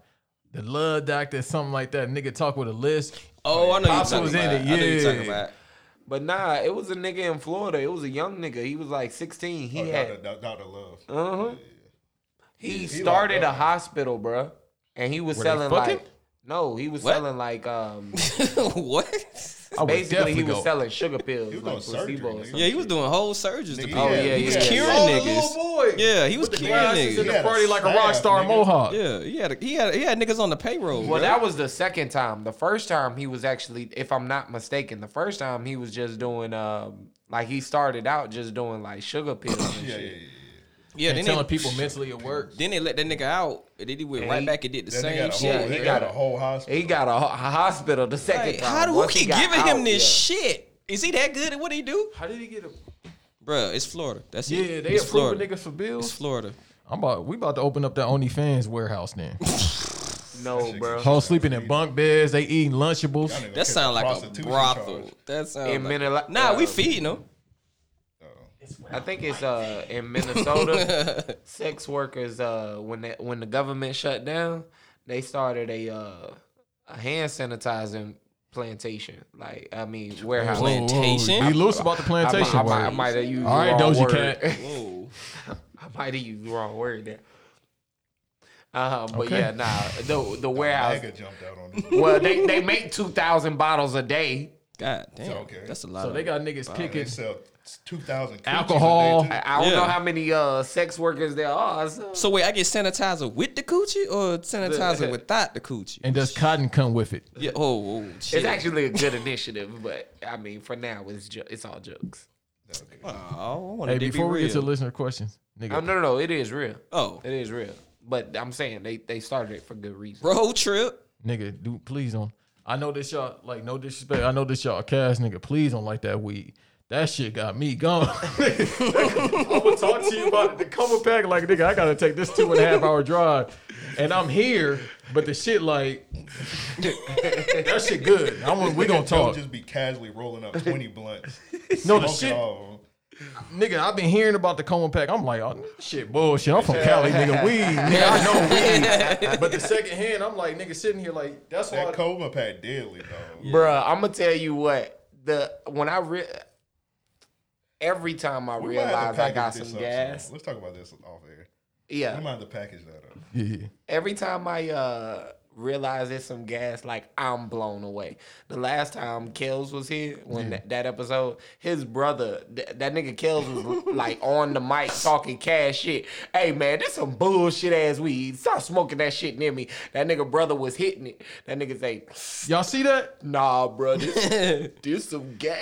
[SPEAKER 12] The love doctor, something like that. Nigga talk with a list.
[SPEAKER 8] Oh, I know you're
[SPEAKER 12] Pops
[SPEAKER 8] talking
[SPEAKER 12] was
[SPEAKER 8] about.
[SPEAKER 12] in it.
[SPEAKER 8] I know you're
[SPEAKER 12] yeah.
[SPEAKER 8] talking about. But nah, it was a nigga in Florida. It was a young nigga. He was like 16. He
[SPEAKER 11] Oh,
[SPEAKER 8] had
[SPEAKER 11] Dr. Dr. Dr. Love.
[SPEAKER 8] Uh huh. He,
[SPEAKER 11] He- he
[SPEAKER 8] started
[SPEAKER 11] locked
[SPEAKER 8] a
[SPEAKER 11] up.
[SPEAKER 8] hospital, bruh, and he was
[SPEAKER 11] Were they
[SPEAKER 8] selling
[SPEAKER 11] fucking?
[SPEAKER 8] like no, he was
[SPEAKER 11] What?
[SPEAKER 8] selling like um
[SPEAKER 10] (laughs) what?
[SPEAKER 12] I would
[SPEAKER 8] Basically, he
[SPEAKER 12] definitely
[SPEAKER 8] was
[SPEAKER 12] go.
[SPEAKER 8] selling sugar pills,
[SPEAKER 10] He was
[SPEAKER 8] like
[SPEAKER 10] doing surgery,
[SPEAKER 8] placebo. or
[SPEAKER 10] nigga.
[SPEAKER 8] something.
[SPEAKER 10] Yeah, he was doing whole surgeries to people.
[SPEAKER 8] Oh, yeah,
[SPEAKER 10] he was
[SPEAKER 8] yeah.
[SPEAKER 10] curing
[SPEAKER 8] Oh, the
[SPEAKER 10] niggas.
[SPEAKER 8] little boy.
[SPEAKER 10] Yeah, he was
[SPEAKER 8] With the
[SPEAKER 10] curing
[SPEAKER 8] glasses
[SPEAKER 10] niggas.
[SPEAKER 8] and the He had a party like a rock staff, star nigga. mohawk.
[SPEAKER 10] Yeah, he had a, he had he had niggas on the payroll.
[SPEAKER 8] Well,
[SPEAKER 10] bruh.
[SPEAKER 8] that was the second time. The first time he was actually, if I'm not mistaken, the first time he was just doing, um, like he started out just doing like sugar pills and shit.
[SPEAKER 10] yeah.
[SPEAKER 8] And
[SPEAKER 10] then
[SPEAKER 8] telling
[SPEAKER 10] they,
[SPEAKER 8] people mentally it works.
[SPEAKER 10] Then they let that nigga out, and then he went
[SPEAKER 8] And
[SPEAKER 10] right
[SPEAKER 8] he-
[SPEAKER 10] back and did the
[SPEAKER 8] then they
[SPEAKER 10] same
[SPEAKER 8] got a
[SPEAKER 10] shit.
[SPEAKER 8] whole- they got a
[SPEAKER 11] whole hospital.
[SPEAKER 8] He got a, ho- a hospital the second
[SPEAKER 10] Like,
[SPEAKER 8] time.
[SPEAKER 10] how do who
[SPEAKER 8] Once he
[SPEAKER 10] keep
[SPEAKER 8] got
[SPEAKER 10] giving him
[SPEAKER 8] out,
[SPEAKER 10] this
[SPEAKER 8] yeah.
[SPEAKER 10] shit? Is he that good at what he do?
[SPEAKER 12] How did he get a?
[SPEAKER 10] Bruh, it's Florida. That's it.
[SPEAKER 12] Yeah, they
[SPEAKER 10] it's
[SPEAKER 12] approving
[SPEAKER 10] Florida.
[SPEAKER 12] niggas for bills.
[SPEAKER 10] It's Florida.
[SPEAKER 12] I'm about we about to open up the OnlyFans warehouse then.
[SPEAKER 8] No, bro.
[SPEAKER 12] Whole sleeping in bunk beds. They eating lunchables.
[SPEAKER 10] That sound like a brothel. That sounds
[SPEAKER 8] In
[SPEAKER 10] like,
[SPEAKER 8] Minnesota-
[SPEAKER 10] Nah, we
[SPEAKER 8] uh,
[SPEAKER 10] feeding them.
[SPEAKER 8] I think it's uh (laughs) in Minnesota, (laughs) sex workers uh when they, when the government shut down, they started a uh a hand sanitizing plantation. Like I mean warehouse
[SPEAKER 12] Plantation? Whoa, you loose about the plantation
[SPEAKER 8] I, I, might- I
[SPEAKER 12] word.
[SPEAKER 8] might have used
[SPEAKER 12] All right,
[SPEAKER 8] the wrong
[SPEAKER 12] Doja
[SPEAKER 8] word.
[SPEAKER 12] Cat.
[SPEAKER 10] Whoa.
[SPEAKER 8] I might have used the wrong word there. Uh, but
[SPEAKER 12] Okay.
[SPEAKER 8] yeah, nah, the the warehouse.
[SPEAKER 11] Mega jumped out on this.
[SPEAKER 8] (laughs) Well, they, they make two thousand bottles a day.
[SPEAKER 10] God damn,
[SPEAKER 11] okay. that's
[SPEAKER 10] a lot.
[SPEAKER 12] So they got niggas
[SPEAKER 11] They
[SPEAKER 12] picking
[SPEAKER 11] sell two thousand
[SPEAKER 12] alcohol.
[SPEAKER 8] I, I don't
[SPEAKER 10] Yeah.
[SPEAKER 8] know how many uh, sex workers there are. So,
[SPEAKER 10] So wait, I get sanitizer with the coochie or
[SPEAKER 8] (laughs)
[SPEAKER 10] sanitizer without the coochie?
[SPEAKER 12] And does cotton come with it?
[SPEAKER 10] Yeah. Oh, oh shit.
[SPEAKER 8] It's actually a good initiative, but I mean, for now, it's ju- it's all jokes.
[SPEAKER 10] Oh, I want
[SPEAKER 12] Hey,
[SPEAKER 10] to
[SPEAKER 12] before we
[SPEAKER 10] real.
[SPEAKER 12] get to listener questions, nigga.
[SPEAKER 8] Oh, no, no, no, it is real.
[SPEAKER 10] Oh,
[SPEAKER 8] it is real. But I'm saying they they started it for good reason.
[SPEAKER 10] road trip.
[SPEAKER 12] Nigga, dude, please don't. I know this y'all like no disrespect. I know this y'all cast, nigga. Please don't like that weed. That shit got me gone. (laughs) I'm gonna talk to you about it. The cover pack, like nigga, I gotta take this two and a half hour drive, and I'm here, but the shit like that shit good. I'm gonna, we gonna
[SPEAKER 11] Don't
[SPEAKER 12] talk,
[SPEAKER 11] Just be casually rolling up twenty
[SPEAKER 8] (laughs)
[SPEAKER 11] blunts.
[SPEAKER 12] No, the
[SPEAKER 11] Smoking
[SPEAKER 12] shit-
[SPEAKER 11] all.
[SPEAKER 12] nigga. I've been hearing about the coma pack. I'm like, oh this shit, bullshit.
[SPEAKER 11] (laughs)
[SPEAKER 12] I'm from Cali, nigga. Weed, nigga. I know weed. But the second hand, I'm like, nigga, sitting here like that's why.
[SPEAKER 11] That coma pack deadly, dog.
[SPEAKER 8] Bruh, I'm gonna tell you what the when I re- every time I
[SPEAKER 11] We might have
[SPEAKER 8] realize
[SPEAKER 11] to
[SPEAKER 8] I
[SPEAKER 11] package
[SPEAKER 8] got
[SPEAKER 11] this
[SPEAKER 8] some
[SPEAKER 11] up
[SPEAKER 8] gas,
[SPEAKER 11] somehow. Let's talk about this off air.
[SPEAKER 8] Yeah.
[SPEAKER 11] we might have to package that up.
[SPEAKER 12] Yeah.
[SPEAKER 8] every time I uh realize there's some gas, like I'm blown away. The last time Kells was here, when
[SPEAKER 12] Yeah.
[SPEAKER 8] that, that episode, his brother, th- that nigga Kells was (laughs) like on the mic talking cash shit. Hey man, this some bullshit ass weed. Stop smoking that shit near me. That nigga brother was hitting it. That nigga say,
[SPEAKER 12] Y'all see that?
[SPEAKER 8] Nah, bro, (laughs) this, this some gas.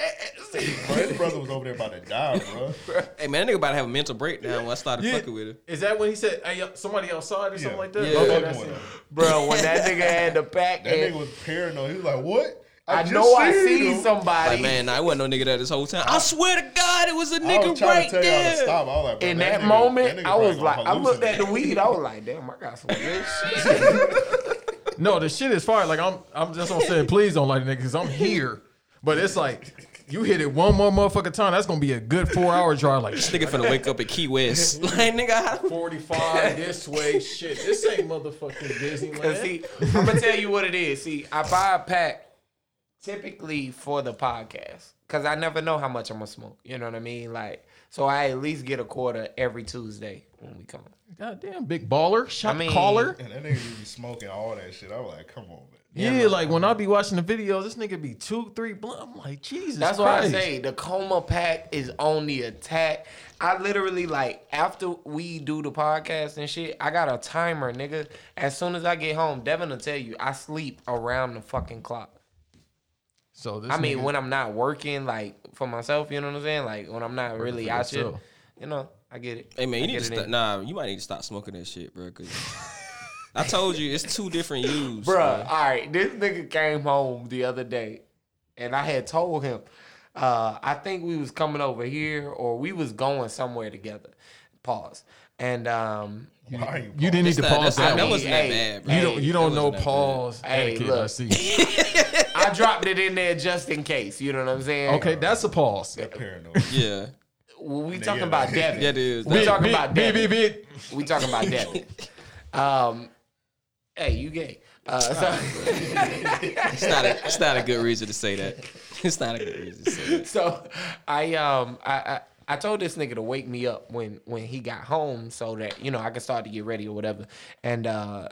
[SPEAKER 11] Bro, his brother was over there about to die,
[SPEAKER 8] (laughs)
[SPEAKER 11] bro.
[SPEAKER 10] Hey man, that nigga about to have a mental breakdown when I started fucking with him.
[SPEAKER 12] Is that when he said, "Hey, y'all- somebody outside" or something like that?
[SPEAKER 10] Yeah.
[SPEAKER 12] Okay,
[SPEAKER 10] Fucking
[SPEAKER 12] that's
[SPEAKER 10] with
[SPEAKER 12] it.
[SPEAKER 8] Bro, when that nigga had the (laughs) pack,
[SPEAKER 11] That
[SPEAKER 8] and
[SPEAKER 11] nigga was paranoid. He was like, "What?
[SPEAKER 8] I
[SPEAKER 11] just
[SPEAKER 8] know I seen
[SPEAKER 11] him."
[SPEAKER 8] somebody.
[SPEAKER 10] Like man, I wasn't no nigga that this whole time. I swear to God, it was a
[SPEAKER 11] I
[SPEAKER 10] nigga
[SPEAKER 11] was trying
[SPEAKER 10] right
[SPEAKER 11] to tell y'all
[SPEAKER 10] there.
[SPEAKER 11] to stop. I was like, bro,
[SPEAKER 8] in
[SPEAKER 11] that
[SPEAKER 8] that,
[SPEAKER 11] nigga-
[SPEAKER 8] moment,
[SPEAKER 11] that nigga
[SPEAKER 8] I was
[SPEAKER 11] probably
[SPEAKER 8] like,
[SPEAKER 11] gonna
[SPEAKER 8] I looked at the
[SPEAKER 11] hallucinate.
[SPEAKER 8] weed. I was like, damn, I got some (laughs) good shit.
[SPEAKER 12] No, the shit is fire. Like I'm, I'm just on saying, please don't like the nigga because I'm here. But it's like you hit it one more motherfucking time, that's gonna be a good four hour drive. Like
[SPEAKER 10] Nigga finna wake up
[SPEAKER 11] (laughs)
[SPEAKER 10] at Key West. (laughs) like nigga, how-
[SPEAKER 12] forty
[SPEAKER 8] (laughs)
[SPEAKER 12] five this way, shit. This ain't motherfucking
[SPEAKER 8] Cause
[SPEAKER 12] Disneyland.
[SPEAKER 8] (laughs) see, I'm gonna tell you what it is. See, I buy a pack typically for the podcast because I never know how much I'm gonna smoke. You know what I mean? Like, so I at least get a quarter every Tuesday when we come.
[SPEAKER 12] Goddamn big baller, shot
[SPEAKER 8] I mean-
[SPEAKER 12] caller.
[SPEAKER 11] And that nigga be smoking all that shit. I was like, come on, man.
[SPEAKER 12] Yeah, like when I be watching the videos, this nigga be two, three blunt. I'm like, Jesus.
[SPEAKER 8] That's
[SPEAKER 12] Christ.
[SPEAKER 8] why I say the coma pack is on the attack. I literally like after we do the podcast and shit, I got a timer, nigga. As soon as I get home, Devin will tell you I sleep around the fucking clock.
[SPEAKER 12] So this
[SPEAKER 8] I mean,
[SPEAKER 12] nigga-
[SPEAKER 8] when I'm not working, like for myself, you know what I'm saying? Like when I'm not really
[SPEAKER 12] for
[SPEAKER 8] out here,
[SPEAKER 12] yourself.
[SPEAKER 8] you know, I get it.
[SPEAKER 10] Hey man,
[SPEAKER 8] I
[SPEAKER 10] you need
[SPEAKER 8] get
[SPEAKER 10] to
[SPEAKER 8] it
[SPEAKER 10] stop.
[SPEAKER 8] in.
[SPEAKER 10] Nah, you might need to stop smoking that shit, bro. Cause I told you it's
[SPEAKER 11] (laughs)
[SPEAKER 10] two different use,
[SPEAKER 8] Bruh, all right, this nigga came home the other day, and I had told him, uh, I think we was coming over here or we was going somewhere together. Pause. And um,
[SPEAKER 12] you didn't need
[SPEAKER 10] That's
[SPEAKER 12] to
[SPEAKER 10] not-
[SPEAKER 12] pause
[SPEAKER 10] that's
[SPEAKER 12] that.
[SPEAKER 10] not- that
[SPEAKER 12] one.
[SPEAKER 10] wasn't that bad, bro.
[SPEAKER 12] You don't, you don't
[SPEAKER 10] That
[SPEAKER 12] know
[SPEAKER 10] wasn't that
[SPEAKER 12] pause.
[SPEAKER 8] bad. Hey,
[SPEAKER 12] etiquette, I
[SPEAKER 8] look.
[SPEAKER 12] see.
[SPEAKER 8] I dropped it in there just in case. You know what I'm saying?
[SPEAKER 12] Okay, that's a pause.
[SPEAKER 10] (laughs)
[SPEAKER 11] That paranoid.
[SPEAKER 10] Yeah.
[SPEAKER 8] well, we talking about debit.
[SPEAKER 10] Yeah, it is.
[SPEAKER 8] We
[SPEAKER 10] Big,
[SPEAKER 8] talking
[SPEAKER 10] big,
[SPEAKER 8] about
[SPEAKER 10] big,
[SPEAKER 8] debit. We talking about debit. Um, hey, you gay? Uh, so,
[SPEAKER 10] It's not, a, it's not a good reason to
[SPEAKER 11] (laughs)
[SPEAKER 10] say that. It's not a good reason to say that.
[SPEAKER 8] (laughs) so I um I, I I told this nigga to wake me up when when he got home so that you know I could start to get ready or whatever. And uh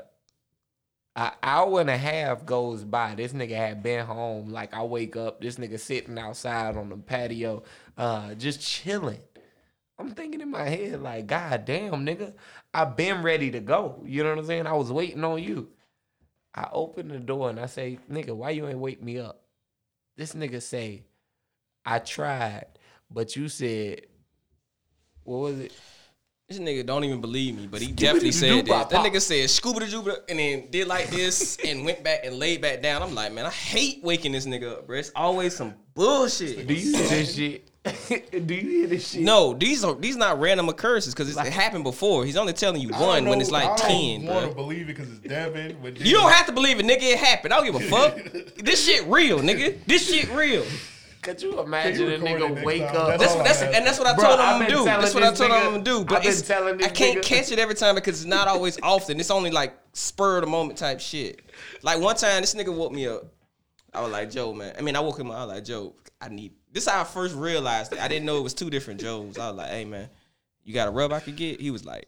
[SPEAKER 8] an hour and a half goes by. This nigga had been home. Like I wake up, this nigga sitting outside on the patio, uh, just chilling. I'm thinking in my head, like, God damn, nigga, I've been ready to go. You know what I'm saying? I was waiting on you. I open the door and I say, nigga, why you ain't wake me up? This nigga say, I tried, but you said, what was it?
[SPEAKER 10] This nigga don't even believe me, but he definitely said that. That nigga said scuba the Jupiter and then did like this (laughs) and went back and laid back down. I'm like, man, I hate waking this nigga up, bro. It's always some bullshit.
[SPEAKER 8] Do you hear this shit? (laughs) Do you hear this shit?
[SPEAKER 10] No, these are these not random occurrences because it happened before. He's only telling you one when it's like ten,
[SPEAKER 11] I want
[SPEAKER 10] bro.
[SPEAKER 11] to believe it because it's Devin. but
[SPEAKER 10] You don't have to believe it, nigga. It happened. I don't give a fuck. this shit real, nigga. This shit real.
[SPEAKER 8] Could you imagine a nigga wake up?
[SPEAKER 10] That's, that's, and that's what I
[SPEAKER 8] Bro,
[SPEAKER 10] told
[SPEAKER 8] I've
[SPEAKER 10] him
[SPEAKER 8] been
[SPEAKER 10] to do.
[SPEAKER 8] telling
[SPEAKER 10] That's what I
[SPEAKER 8] this
[SPEAKER 10] told
[SPEAKER 8] nigga-
[SPEAKER 10] him to do.
[SPEAKER 8] I've
[SPEAKER 10] But
[SPEAKER 8] been
[SPEAKER 10] it's,
[SPEAKER 8] telling this
[SPEAKER 10] I can't
[SPEAKER 8] nigga-
[SPEAKER 10] catch it every time because it's not always often. It's only like spur of the moment type shit. Like one time, this nigga woke me up. I was like, Joe, man. I mean, I woke him up. I was like, Joe, I need. This how I first realized it. I didn't know it was two different Joes. I was like, hey, man, you got a rub I could get? He was
[SPEAKER 8] (laughs)
[SPEAKER 10] like,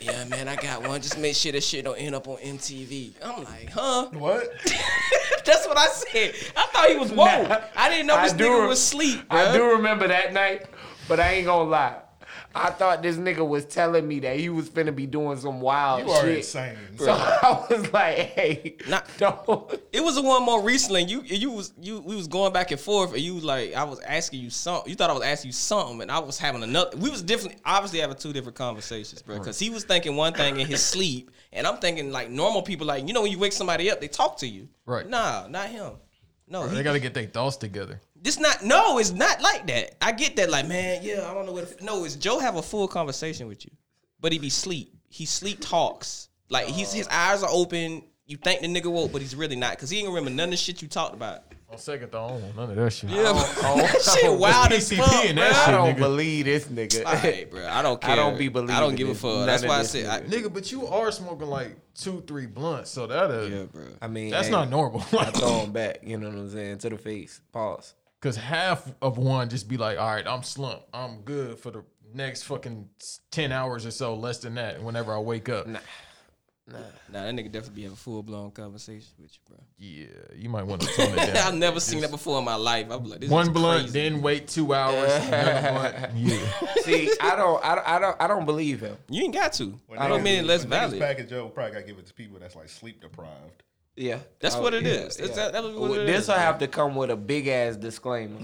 [SPEAKER 10] yeah, man, I got one. Just make sure that shit don't end up on MTV. I'm like, huh?
[SPEAKER 11] What?
[SPEAKER 10] (laughs) That's what I said. I thought he was woke. I didn't know
[SPEAKER 8] I
[SPEAKER 10] this
[SPEAKER 8] do
[SPEAKER 10] nigga
[SPEAKER 8] rem-
[SPEAKER 10] was asleep.
[SPEAKER 8] (laughs) I
[SPEAKER 10] bruh.
[SPEAKER 8] do remember that night, but I ain't gonna lie. I thought this nigga was telling me that he was finna be doing some wild
[SPEAKER 11] You are
[SPEAKER 8] shit.
[SPEAKER 11] insane.
[SPEAKER 8] (laughs) So I was like, hey, (laughs)
[SPEAKER 10] It was the one more recently. And you you was you we was going back and forth, and you was like I was asking you something. You thought I was asking you something, and I was having another. We was different, obviously having two different conversations, bro. Because he was thinking one thing in his sleep, and I'm thinking like normal people, like you know when you wake somebody up, they talk to you.
[SPEAKER 12] Right.
[SPEAKER 10] Nah, not him. No,
[SPEAKER 12] Bro,
[SPEAKER 10] he-
[SPEAKER 12] they gotta get their thoughts together.
[SPEAKER 10] This not no, it's not like that. I get that, like man, yeah, I don't know what. If, no, it's Joe have a full conversation with you, but he be sleep. He sleep talks. Like he's his eyes are open. You think the nigga woke, but he's really not, cause he ain't remember none of the shit you talked about.
[SPEAKER 12] On second thought, I don't want none of that shit.
[SPEAKER 10] Yeah, but- that shit wild as fuck,
[SPEAKER 12] PCP and that
[SPEAKER 10] bruh.
[SPEAKER 12] shit,
[SPEAKER 10] I don't
[SPEAKER 12] nigga.
[SPEAKER 8] believe this nigga.
[SPEAKER 10] Alright, bruh, I don't
[SPEAKER 8] I don't
[SPEAKER 10] care.
[SPEAKER 8] be believing.
[SPEAKER 10] I don't give a
[SPEAKER 8] this-
[SPEAKER 10] fuck.
[SPEAKER 8] none
[SPEAKER 10] That's
[SPEAKER 8] of
[SPEAKER 10] why I
[SPEAKER 8] this
[SPEAKER 10] said I-
[SPEAKER 8] nigga.
[SPEAKER 12] nigga, but you are smoking like two, three blunts, so that uh, yeah,
[SPEAKER 10] bro.
[SPEAKER 8] (laughs) I mean,
[SPEAKER 12] that's
[SPEAKER 8] hey,
[SPEAKER 12] not normal.
[SPEAKER 8] I throw him back. You know what I'm saying? To the face. Pause.
[SPEAKER 12] (laughs) Cause half of one just be like, all right, I'm slumped, I'm good for the next fucking ten hours or so, less than that. Whenever I wake up, nah,
[SPEAKER 8] nah,
[SPEAKER 10] nah, that nigga definitely be having full blown conversation with you, bro.
[SPEAKER 12] Yeah, you might want to tone (laughs) it down.
[SPEAKER 10] I've never seen that before in my life. I'm like, this
[SPEAKER 12] one
[SPEAKER 10] is
[SPEAKER 12] blunt,
[SPEAKER 10] crazy.
[SPEAKER 12] then wait two hours. another blunt. (laughs) Yeah.
[SPEAKER 8] See, I don't, I don't, I don't, I don't believe him.
[SPEAKER 10] You ain't got to.
[SPEAKER 11] When
[SPEAKER 10] I don't
[SPEAKER 11] niggas-
[SPEAKER 10] mean it less
[SPEAKER 11] when niggas
[SPEAKER 10] valid.
[SPEAKER 11] Package Joe probably got to give it to people that's like sleep deprived.
[SPEAKER 8] Yeah,
[SPEAKER 10] That's what it is. It's- that- that was what it
[SPEAKER 8] this
[SPEAKER 10] is,
[SPEAKER 8] will
[SPEAKER 10] bro.
[SPEAKER 8] have to come with a big
[SPEAKER 10] (laughs)
[SPEAKER 8] ass disclaimer.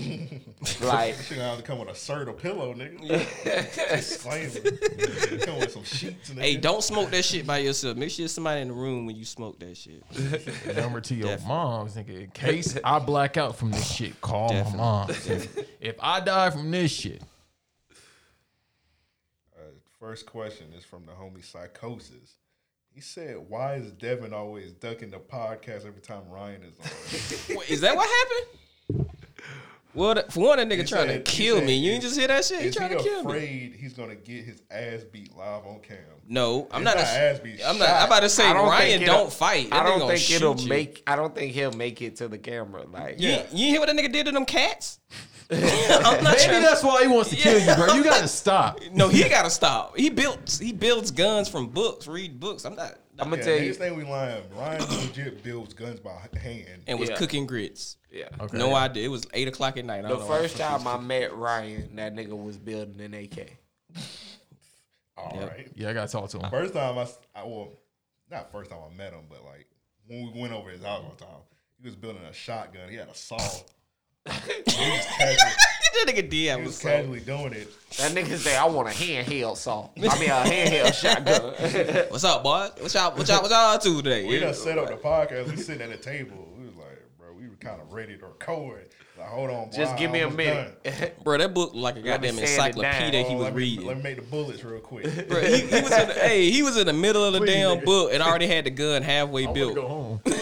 [SPEAKER 8] like,
[SPEAKER 11] Shit gonna have to come with a Serta pillow,
[SPEAKER 10] (laughs)
[SPEAKER 11] nigga. Disclaimer. Yeah, come with some sheets. Nigga.
[SPEAKER 10] Hey, don't smoke that shit by yourself. Make sure there's somebody in the room when you smoke that
[SPEAKER 8] (laughs)
[SPEAKER 10] shit.
[SPEAKER 12] Number to your mom's nigga. In (laughs) case I black out from this shit, call
[SPEAKER 10] Definitely.
[SPEAKER 12] my mom. if I die from this shit,
[SPEAKER 11] Uh, first question is from the homie Psychosis. He said, "Why is Devin always ducking the podcast every time Ryan is on?"
[SPEAKER 10] Wait, is that what happened? Well, the- for one, that nigga
[SPEAKER 11] He
[SPEAKER 10] trying
[SPEAKER 11] said-
[SPEAKER 10] to
[SPEAKER 11] he
[SPEAKER 10] kill
[SPEAKER 11] said,
[SPEAKER 10] me. You ain't
[SPEAKER 11] is-
[SPEAKER 10] just hear that shit. (laughs) He
[SPEAKER 11] is
[SPEAKER 10] trying to kill me.
[SPEAKER 11] afraid he's gonna get his ass beat live on cam.
[SPEAKER 10] No, I'm
[SPEAKER 11] It's
[SPEAKER 10] not.
[SPEAKER 11] ass
[SPEAKER 10] i
[SPEAKER 11] beat.
[SPEAKER 10] I'm
[SPEAKER 11] shot.
[SPEAKER 10] not. I'm about to say
[SPEAKER 8] I don't
[SPEAKER 10] Ryan
[SPEAKER 8] think it'll-
[SPEAKER 10] don't fight. That
[SPEAKER 8] I
[SPEAKER 10] nigga
[SPEAKER 8] don't
[SPEAKER 10] gonna
[SPEAKER 8] think it'll
[SPEAKER 10] shoot you.
[SPEAKER 8] make. I don't think he'll make it to the camera. Like,
[SPEAKER 10] You, ain't- you ain't hear what that nigga did to them
[SPEAKER 8] (laughs)
[SPEAKER 10] cats? I'm not
[SPEAKER 12] maybe
[SPEAKER 10] trying.
[SPEAKER 12] that's why he wants to kill you, bro. You gotta (laughs) stop.
[SPEAKER 10] no, he gotta stop. He built. He builds guns from books. Read books. I'm not.
[SPEAKER 8] I'm gonna
[SPEAKER 11] Yeah,
[SPEAKER 8] tell
[SPEAKER 11] niggas
[SPEAKER 8] you.
[SPEAKER 11] think we lying. Ryan legit builds guns by hand
[SPEAKER 10] And was
[SPEAKER 8] Yeah.
[SPEAKER 10] cooking grits.
[SPEAKER 8] Yeah.
[SPEAKER 12] Okay.
[SPEAKER 10] No idea. It was eight o'clock at night. I
[SPEAKER 8] The
[SPEAKER 10] don't know why
[SPEAKER 8] first
[SPEAKER 10] fuck he was
[SPEAKER 8] time I met Ryan, that nigga was building an AK.
[SPEAKER 11] All
[SPEAKER 10] Yep.
[SPEAKER 11] right.
[SPEAKER 12] Yeah, I gotta talk to him.
[SPEAKER 11] First time I, s- I- well, not first time I met him, but like when we went over his house one time, he was building a shotgun. He had a saw. he was casually,
[SPEAKER 10] that nigga did. have
[SPEAKER 11] he
[SPEAKER 10] a
[SPEAKER 11] was
[SPEAKER 10] soul.
[SPEAKER 11] casually doing it.
[SPEAKER 8] That nigga say, I want a handheld saw.
[SPEAKER 10] (laughs)
[SPEAKER 8] I mean, a handheld shotgun.
[SPEAKER 10] What's up, boy? What y'all? What y'all? What y'all up to today?
[SPEAKER 11] We
[SPEAKER 10] Yeah.
[SPEAKER 11] done set up the podcast. We sitting at
[SPEAKER 10] (laughs)
[SPEAKER 11] a table. We was like, bro, we were kind of ready to record. Like, hold on, boy,
[SPEAKER 8] Just
[SPEAKER 11] I
[SPEAKER 8] give me a
[SPEAKER 11] almost
[SPEAKER 8] minute.
[SPEAKER 11] done.
[SPEAKER 10] Bro, that book like a
[SPEAKER 8] Let me
[SPEAKER 10] goddamn
[SPEAKER 8] sand it down.
[SPEAKER 10] encyclopedia
[SPEAKER 11] Oh,
[SPEAKER 10] he was
[SPEAKER 11] let me-
[SPEAKER 10] reading.
[SPEAKER 11] Let me make the bullets real
[SPEAKER 10] (laughs)
[SPEAKER 11] quick.
[SPEAKER 10] Bro, he, he was in the, hey, he was in the middle of the
[SPEAKER 11] Please,
[SPEAKER 10] damn
[SPEAKER 11] nigga.
[SPEAKER 12] (laughs)
[SPEAKER 10] book and already had the gun halfway
[SPEAKER 12] I wanna
[SPEAKER 10] built.
[SPEAKER 12] go home.
[SPEAKER 10] (laughs)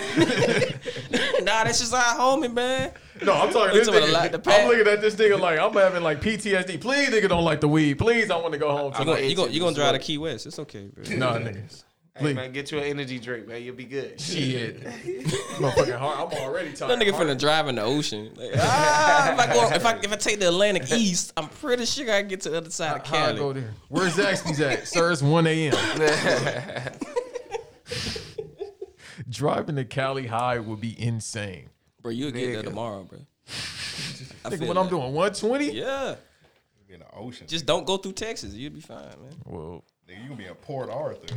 [SPEAKER 10] nah, that's just our homie, man.
[SPEAKER 12] No, I'm talking
[SPEAKER 10] We
[SPEAKER 12] this
[SPEAKER 10] talking
[SPEAKER 12] nigga.
[SPEAKER 10] about the pack.
[SPEAKER 12] I'm looking at this nigga like I'm having like PTSD. Please, nigga, don't like the weed. Please, I want to go home.
[SPEAKER 10] You gonna, you gonna, you gonna drive to Key West? It's okay, bro.
[SPEAKER 12] (laughs) Nah, niggas.
[SPEAKER 8] Hey, man, get you an energy drink, man. You'll be good.
[SPEAKER 12] (laughs) Shit. Motherfucking hard. I'm already
[SPEAKER 10] That
[SPEAKER 12] tired.
[SPEAKER 10] nigga finna drive in the ocean. Like, ah, if, I go, if I if I take the Atlantic East, I'm pretty sure I get to the other side of
[SPEAKER 12] How I
[SPEAKER 10] Cali.
[SPEAKER 12] go there? Where's Zaxby's at? Sir, it's 1 a.m. Driving to Cali High would be insane.
[SPEAKER 10] Bro, you'll get there tomorrow, bro. I
[SPEAKER 12] Nigga,
[SPEAKER 10] feel
[SPEAKER 12] what I'm
[SPEAKER 10] that.
[SPEAKER 12] doing, 120?
[SPEAKER 10] Yeah.
[SPEAKER 11] In the ocean.
[SPEAKER 10] Just don't go through Texas. You'll be fine, man.
[SPEAKER 12] Well,
[SPEAKER 11] Nigga, you gonna be in Port Arthur.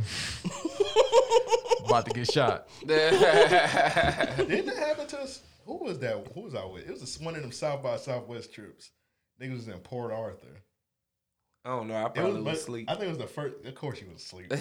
[SPEAKER 12] about to get shot.
[SPEAKER 8] (laughs)
[SPEAKER 11] Didn't that happen to us? Who was that? Who was I with? It was just one of them South by Southwest trips. Niggas was in Port Arthur.
[SPEAKER 8] I don't know. I
[SPEAKER 11] It
[SPEAKER 8] probably was
[SPEAKER 11] but
[SPEAKER 8] asleep.
[SPEAKER 11] I think it was the first. Of course, you was
[SPEAKER 10] (laughs)
[SPEAKER 11] asleep.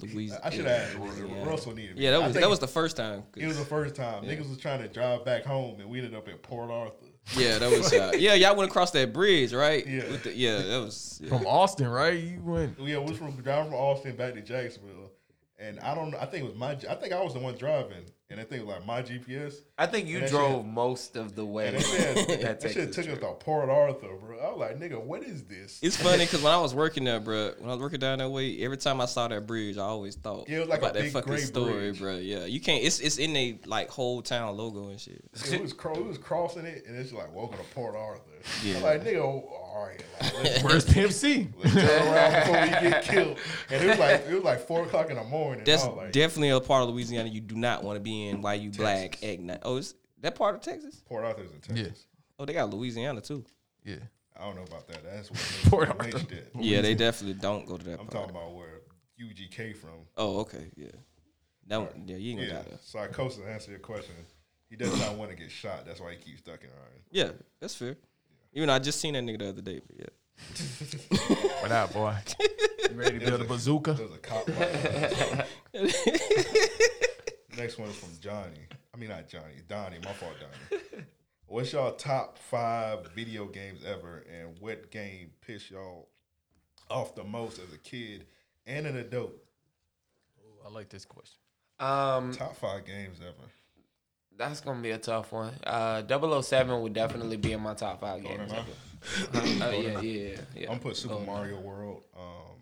[SPEAKER 10] Louisiana.
[SPEAKER 11] I should have asked. Russell needed. me.
[SPEAKER 10] Yeah, that
[SPEAKER 11] I
[SPEAKER 10] was
[SPEAKER 11] think
[SPEAKER 10] that was the first time.
[SPEAKER 11] It was the first time niggas was trying to drive back home, and we ended up at Port Arthur.
[SPEAKER 10] Yeah, that was. Uh, yeah, y'all went across that bridge, right? Yeah, With the, yeah, that was. yeah.
[SPEAKER 12] From Austin, right? You went.
[SPEAKER 11] Yeah, we was from driving from Austin back to Jacksonville, and I don't. know. I think it was my. I think I was the one driving, and I think it was like my GPS.
[SPEAKER 8] I think you
[SPEAKER 11] And that
[SPEAKER 8] drove
[SPEAKER 11] shit-
[SPEAKER 8] most of the way.
[SPEAKER 11] And they said
[SPEAKER 8] (laughs) that
[SPEAKER 11] that,
[SPEAKER 8] Texas
[SPEAKER 11] shit took us to Port Arthur, bro. I was like, nigga, what is this?
[SPEAKER 10] It's funny because when I was working there, bro, when I was working down that way, every time I saw that bridge, I always thought
[SPEAKER 11] Yeah, it was like a
[SPEAKER 10] about that
[SPEAKER 11] big
[SPEAKER 10] fucking
[SPEAKER 11] gray
[SPEAKER 10] story,
[SPEAKER 11] bridge.
[SPEAKER 10] bro. Yeah, you can't. It's it's in a like whole town logo and shit.
[SPEAKER 11] Yeah, we was cro- we was crossing it, and it's like welcome to Port Arthur.
[SPEAKER 10] Yeah.
[SPEAKER 11] I'm like nigga, oh, all right. Like, let's-
[SPEAKER 12] Where's Pimp C?
[SPEAKER 11] Let's turn around before we get killed. And it was like it was like four o'clock in the morning.
[SPEAKER 10] That's
[SPEAKER 11] I was like
[SPEAKER 10] definitely a part of Louisiana you do not want to be in. While you black, egg night. Oh, it's that part of Texas.
[SPEAKER 11] Port Arthur's in Texas.
[SPEAKER 10] Oh, they got Louisiana too.
[SPEAKER 12] Yeah.
[SPEAKER 11] I don't know about that. That's what
[SPEAKER 12] Port
[SPEAKER 11] they
[SPEAKER 12] Arthur.
[SPEAKER 11] did.
[SPEAKER 10] Yeah, they definitely don't go to that.
[SPEAKER 11] I'm
[SPEAKER 10] part.
[SPEAKER 11] talking about where UGK from.
[SPEAKER 10] Oh, okay, yeah. That one, yeah, you ain't gonna
[SPEAKER 11] Yeah.
[SPEAKER 10] die there.
[SPEAKER 11] Psychosis answer your question. He does not want to get shot. That's why he keeps ducking iron.
[SPEAKER 10] Yeah, that's fair. Even though I just seen that nigga the other day, but yeah.
[SPEAKER 12] What up, boy? You ready to build a
[SPEAKER 11] (laughs)
[SPEAKER 12] bazooka?
[SPEAKER 11] There's a cop. behind us. Next one is from Johnny. I mean, not Johnny. Donnie. My fault, Donnie. What's y'all top five video games ever, and what game pissed y'all off the most as a kid and an adult?
[SPEAKER 12] I like this question.
[SPEAKER 8] Um,
[SPEAKER 11] top five games ever.
[SPEAKER 8] That's gonna be a tough one. Uh, 007 would definitely be in my top five
[SPEAKER 11] Golden
[SPEAKER 8] games.
[SPEAKER 11] Eye.
[SPEAKER 8] ever. Uh, yeah, yeah, yeah.
[SPEAKER 11] I'm putting Super
[SPEAKER 8] Golden Eye.
[SPEAKER 11] Mario World. Um,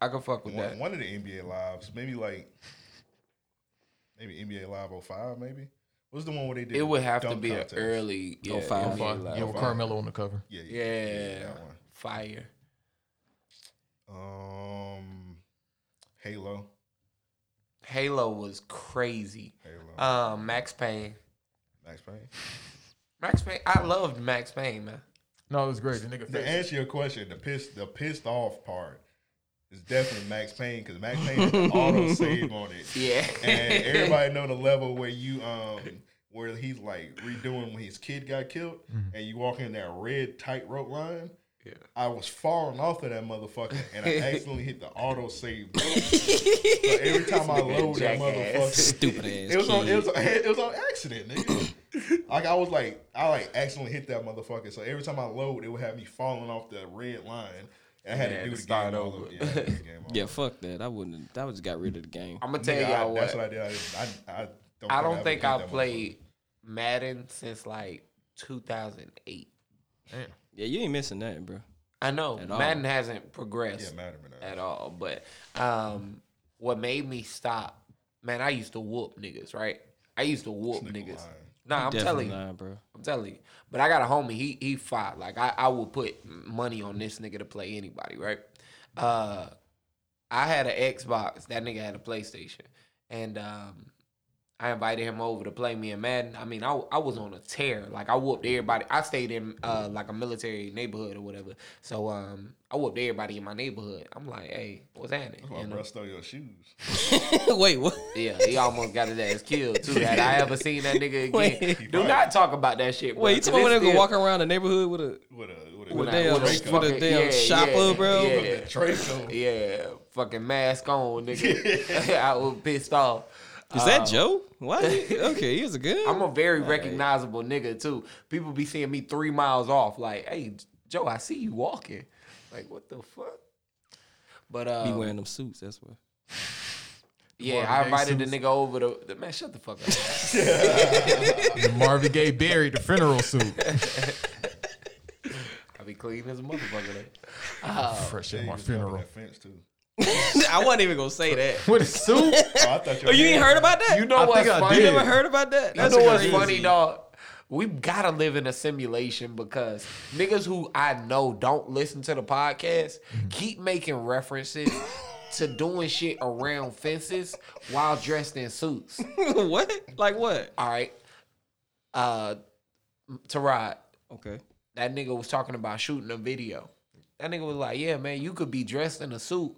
[SPEAKER 8] I can fuck with
[SPEAKER 11] one,
[SPEAKER 8] that.
[SPEAKER 11] One of the NBA lives, maybe like maybe NBA Live 05, maybe. What's the one where they did?
[SPEAKER 8] It would have to
[SPEAKER 11] dunk
[SPEAKER 8] be an
[SPEAKER 11] contest?
[SPEAKER 8] early yeah,
[SPEAKER 12] Oh, five.
[SPEAKER 8] NBA
[SPEAKER 12] Yeah,
[SPEAKER 8] Live.
[SPEAKER 12] with Carmelo on the cover.
[SPEAKER 11] Yeah, yeah,
[SPEAKER 8] Yeah,
[SPEAKER 11] that one.
[SPEAKER 8] fire.
[SPEAKER 11] Um, Halo.
[SPEAKER 8] Halo was crazy.
[SPEAKER 11] Halo.
[SPEAKER 8] Um, Max Payne.
[SPEAKER 11] Max Payne.
[SPEAKER 8] Max Payne. I loved Max Payne, man.
[SPEAKER 12] No, it was great. The nigga
[SPEAKER 11] To
[SPEAKER 12] fixed
[SPEAKER 11] answer your question, the pissed the pissed off part is definitely Max Payne because Max Payne had an auto save on it.
[SPEAKER 8] Yeah.
[SPEAKER 11] and everybody know the level where you um where he's like redoing when his kid got killed, and you walk in that red tightrope line.
[SPEAKER 8] Yeah.
[SPEAKER 11] I was falling off of that motherfucker, and I accidentally hit the auto save. button. so every time I load that
[SPEAKER 10] Jackass.
[SPEAKER 11] motherfucker,
[SPEAKER 10] (laughs) Stupid ass
[SPEAKER 11] It was on. (laughs) It was,
[SPEAKER 10] kid.
[SPEAKER 11] it was on accident, nigga. Like I was like, I like accidentally hit that motherfucker. So every time I load, it would have me falling off the red line. And I had
[SPEAKER 8] Yeah,
[SPEAKER 11] to do
[SPEAKER 8] to
[SPEAKER 11] the
[SPEAKER 8] start
[SPEAKER 11] game all
[SPEAKER 8] over.
[SPEAKER 11] over. Yeah, I had to do the game all
[SPEAKER 10] Yeah, fuck that. I wouldn't. That was got rid of the game.
[SPEAKER 8] I'm gonna tell
[SPEAKER 11] Nigga,
[SPEAKER 8] y'all
[SPEAKER 11] I-
[SPEAKER 8] what.
[SPEAKER 11] That's what I did. I, just- I, I don't.
[SPEAKER 8] I don't think
[SPEAKER 11] ever
[SPEAKER 8] I
[SPEAKER 11] did that
[SPEAKER 8] played Madden since like 2008.
[SPEAKER 10] Yeah, you ain't missing nothing, bro.
[SPEAKER 8] I know
[SPEAKER 10] At all.
[SPEAKER 8] Madden hasn't progressed
[SPEAKER 11] Yeah, Madden been
[SPEAKER 8] at all, but um, what made me stop, man, I used to whoop niggas, right? I used to whoop niggas. Nah, I'm
[SPEAKER 10] Definitely
[SPEAKER 8] telling you,
[SPEAKER 10] lying, bro. (coughs)
[SPEAKER 8] I'm telling you. But I got a homie. He he fought. Like I I would put money on this nigga to play anybody. Right. Uh, I had an Xbox. That nigga had a PlayStation, and um, I invited him over to play me in Madden. I mean, I I was on a tear. Like I whooped everybody. I stayed in uh like a military neighborhood or whatever. So um, I whooped everybody in my neighborhood. I'm like, hey, what's happening?
[SPEAKER 11] before. That's
[SPEAKER 8] (laughs) You
[SPEAKER 11] why
[SPEAKER 8] know?
[SPEAKER 11] bro stole your shoes.
[SPEAKER 10] Wait, what?
[SPEAKER 8] Yeah, he almost got his ass killed too. Had I ever seen
[SPEAKER 10] (laughs)
[SPEAKER 8] that nigga again?
[SPEAKER 10] Wait.
[SPEAKER 8] Do not talk about that shit. Bro.
[SPEAKER 10] Wait, you talking about
[SPEAKER 8] This
[SPEAKER 10] nigga
[SPEAKER 8] is-
[SPEAKER 10] walking around the neighborhood with a
[SPEAKER 11] With a with a,
[SPEAKER 10] with a
[SPEAKER 8] Nah,
[SPEAKER 10] damn
[SPEAKER 12] um,
[SPEAKER 8] with a
[SPEAKER 10] with a,
[SPEAKER 8] fucking-
[SPEAKER 10] damn
[SPEAKER 8] yeah,
[SPEAKER 10] shopper,
[SPEAKER 8] yeah,
[SPEAKER 10] bro?
[SPEAKER 8] Yeah,
[SPEAKER 11] (laughs)
[SPEAKER 8] (laughs)
[SPEAKER 11] Draco.
[SPEAKER 8] yeah, fucking mask on, nigga. (laughs) I was pissed off.
[SPEAKER 10] Is that
[SPEAKER 8] Uh,
[SPEAKER 10] Joe? (laughs) Why? he- okay, he was a good.
[SPEAKER 8] I'm a very recognizable nigga too. People be seeing me three miles off, like, "Hey, Joe, I see you walking." Like, what the fuck? But uh,
[SPEAKER 10] Um, Be wearing them suits. That's why.
[SPEAKER 8] Yeah,
[SPEAKER 12] Marvin
[SPEAKER 8] I
[SPEAKER 12] Gaye
[SPEAKER 8] invited the
[SPEAKER 12] suits.
[SPEAKER 8] nigga over to the man. Shut the fuck
[SPEAKER 12] (laughs)
[SPEAKER 8] up.
[SPEAKER 12] the Marvin Gaye buried the funeral suit.
[SPEAKER 8] I be clean as a motherfucker. then.
[SPEAKER 12] Oh.
[SPEAKER 8] Uh,
[SPEAKER 12] Fresh at
[SPEAKER 11] Yeah,
[SPEAKER 12] my
[SPEAKER 11] you was covering
[SPEAKER 12] funeral.
[SPEAKER 11] that fence too.
[SPEAKER 10] (laughs) I wasn't even gonna say that.
[SPEAKER 12] With a suit? Oh,
[SPEAKER 11] I thought your
[SPEAKER 10] you ain't
[SPEAKER 11] head-
[SPEAKER 10] heard about that?
[SPEAKER 8] You know
[SPEAKER 12] I
[SPEAKER 8] what's
[SPEAKER 12] think I
[SPEAKER 8] funny?
[SPEAKER 12] did.
[SPEAKER 10] You never heard about that?
[SPEAKER 8] You
[SPEAKER 10] That's
[SPEAKER 8] know what's
[SPEAKER 10] crazy.
[SPEAKER 8] funny, dog? We gotta live in a simulation because niggas who I know don't listen to the podcast
[SPEAKER 10] Mm-hmm.
[SPEAKER 8] keep making references to doing shit around fences while dressed in suits.
[SPEAKER 10] (laughs) what? Like what?
[SPEAKER 8] All right. Uh Tarod.
[SPEAKER 10] Okay.
[SPEAKER 8] That nigga was talking about shooting a video. That nigga was like, Yeah, man, you could be dressed in a suit,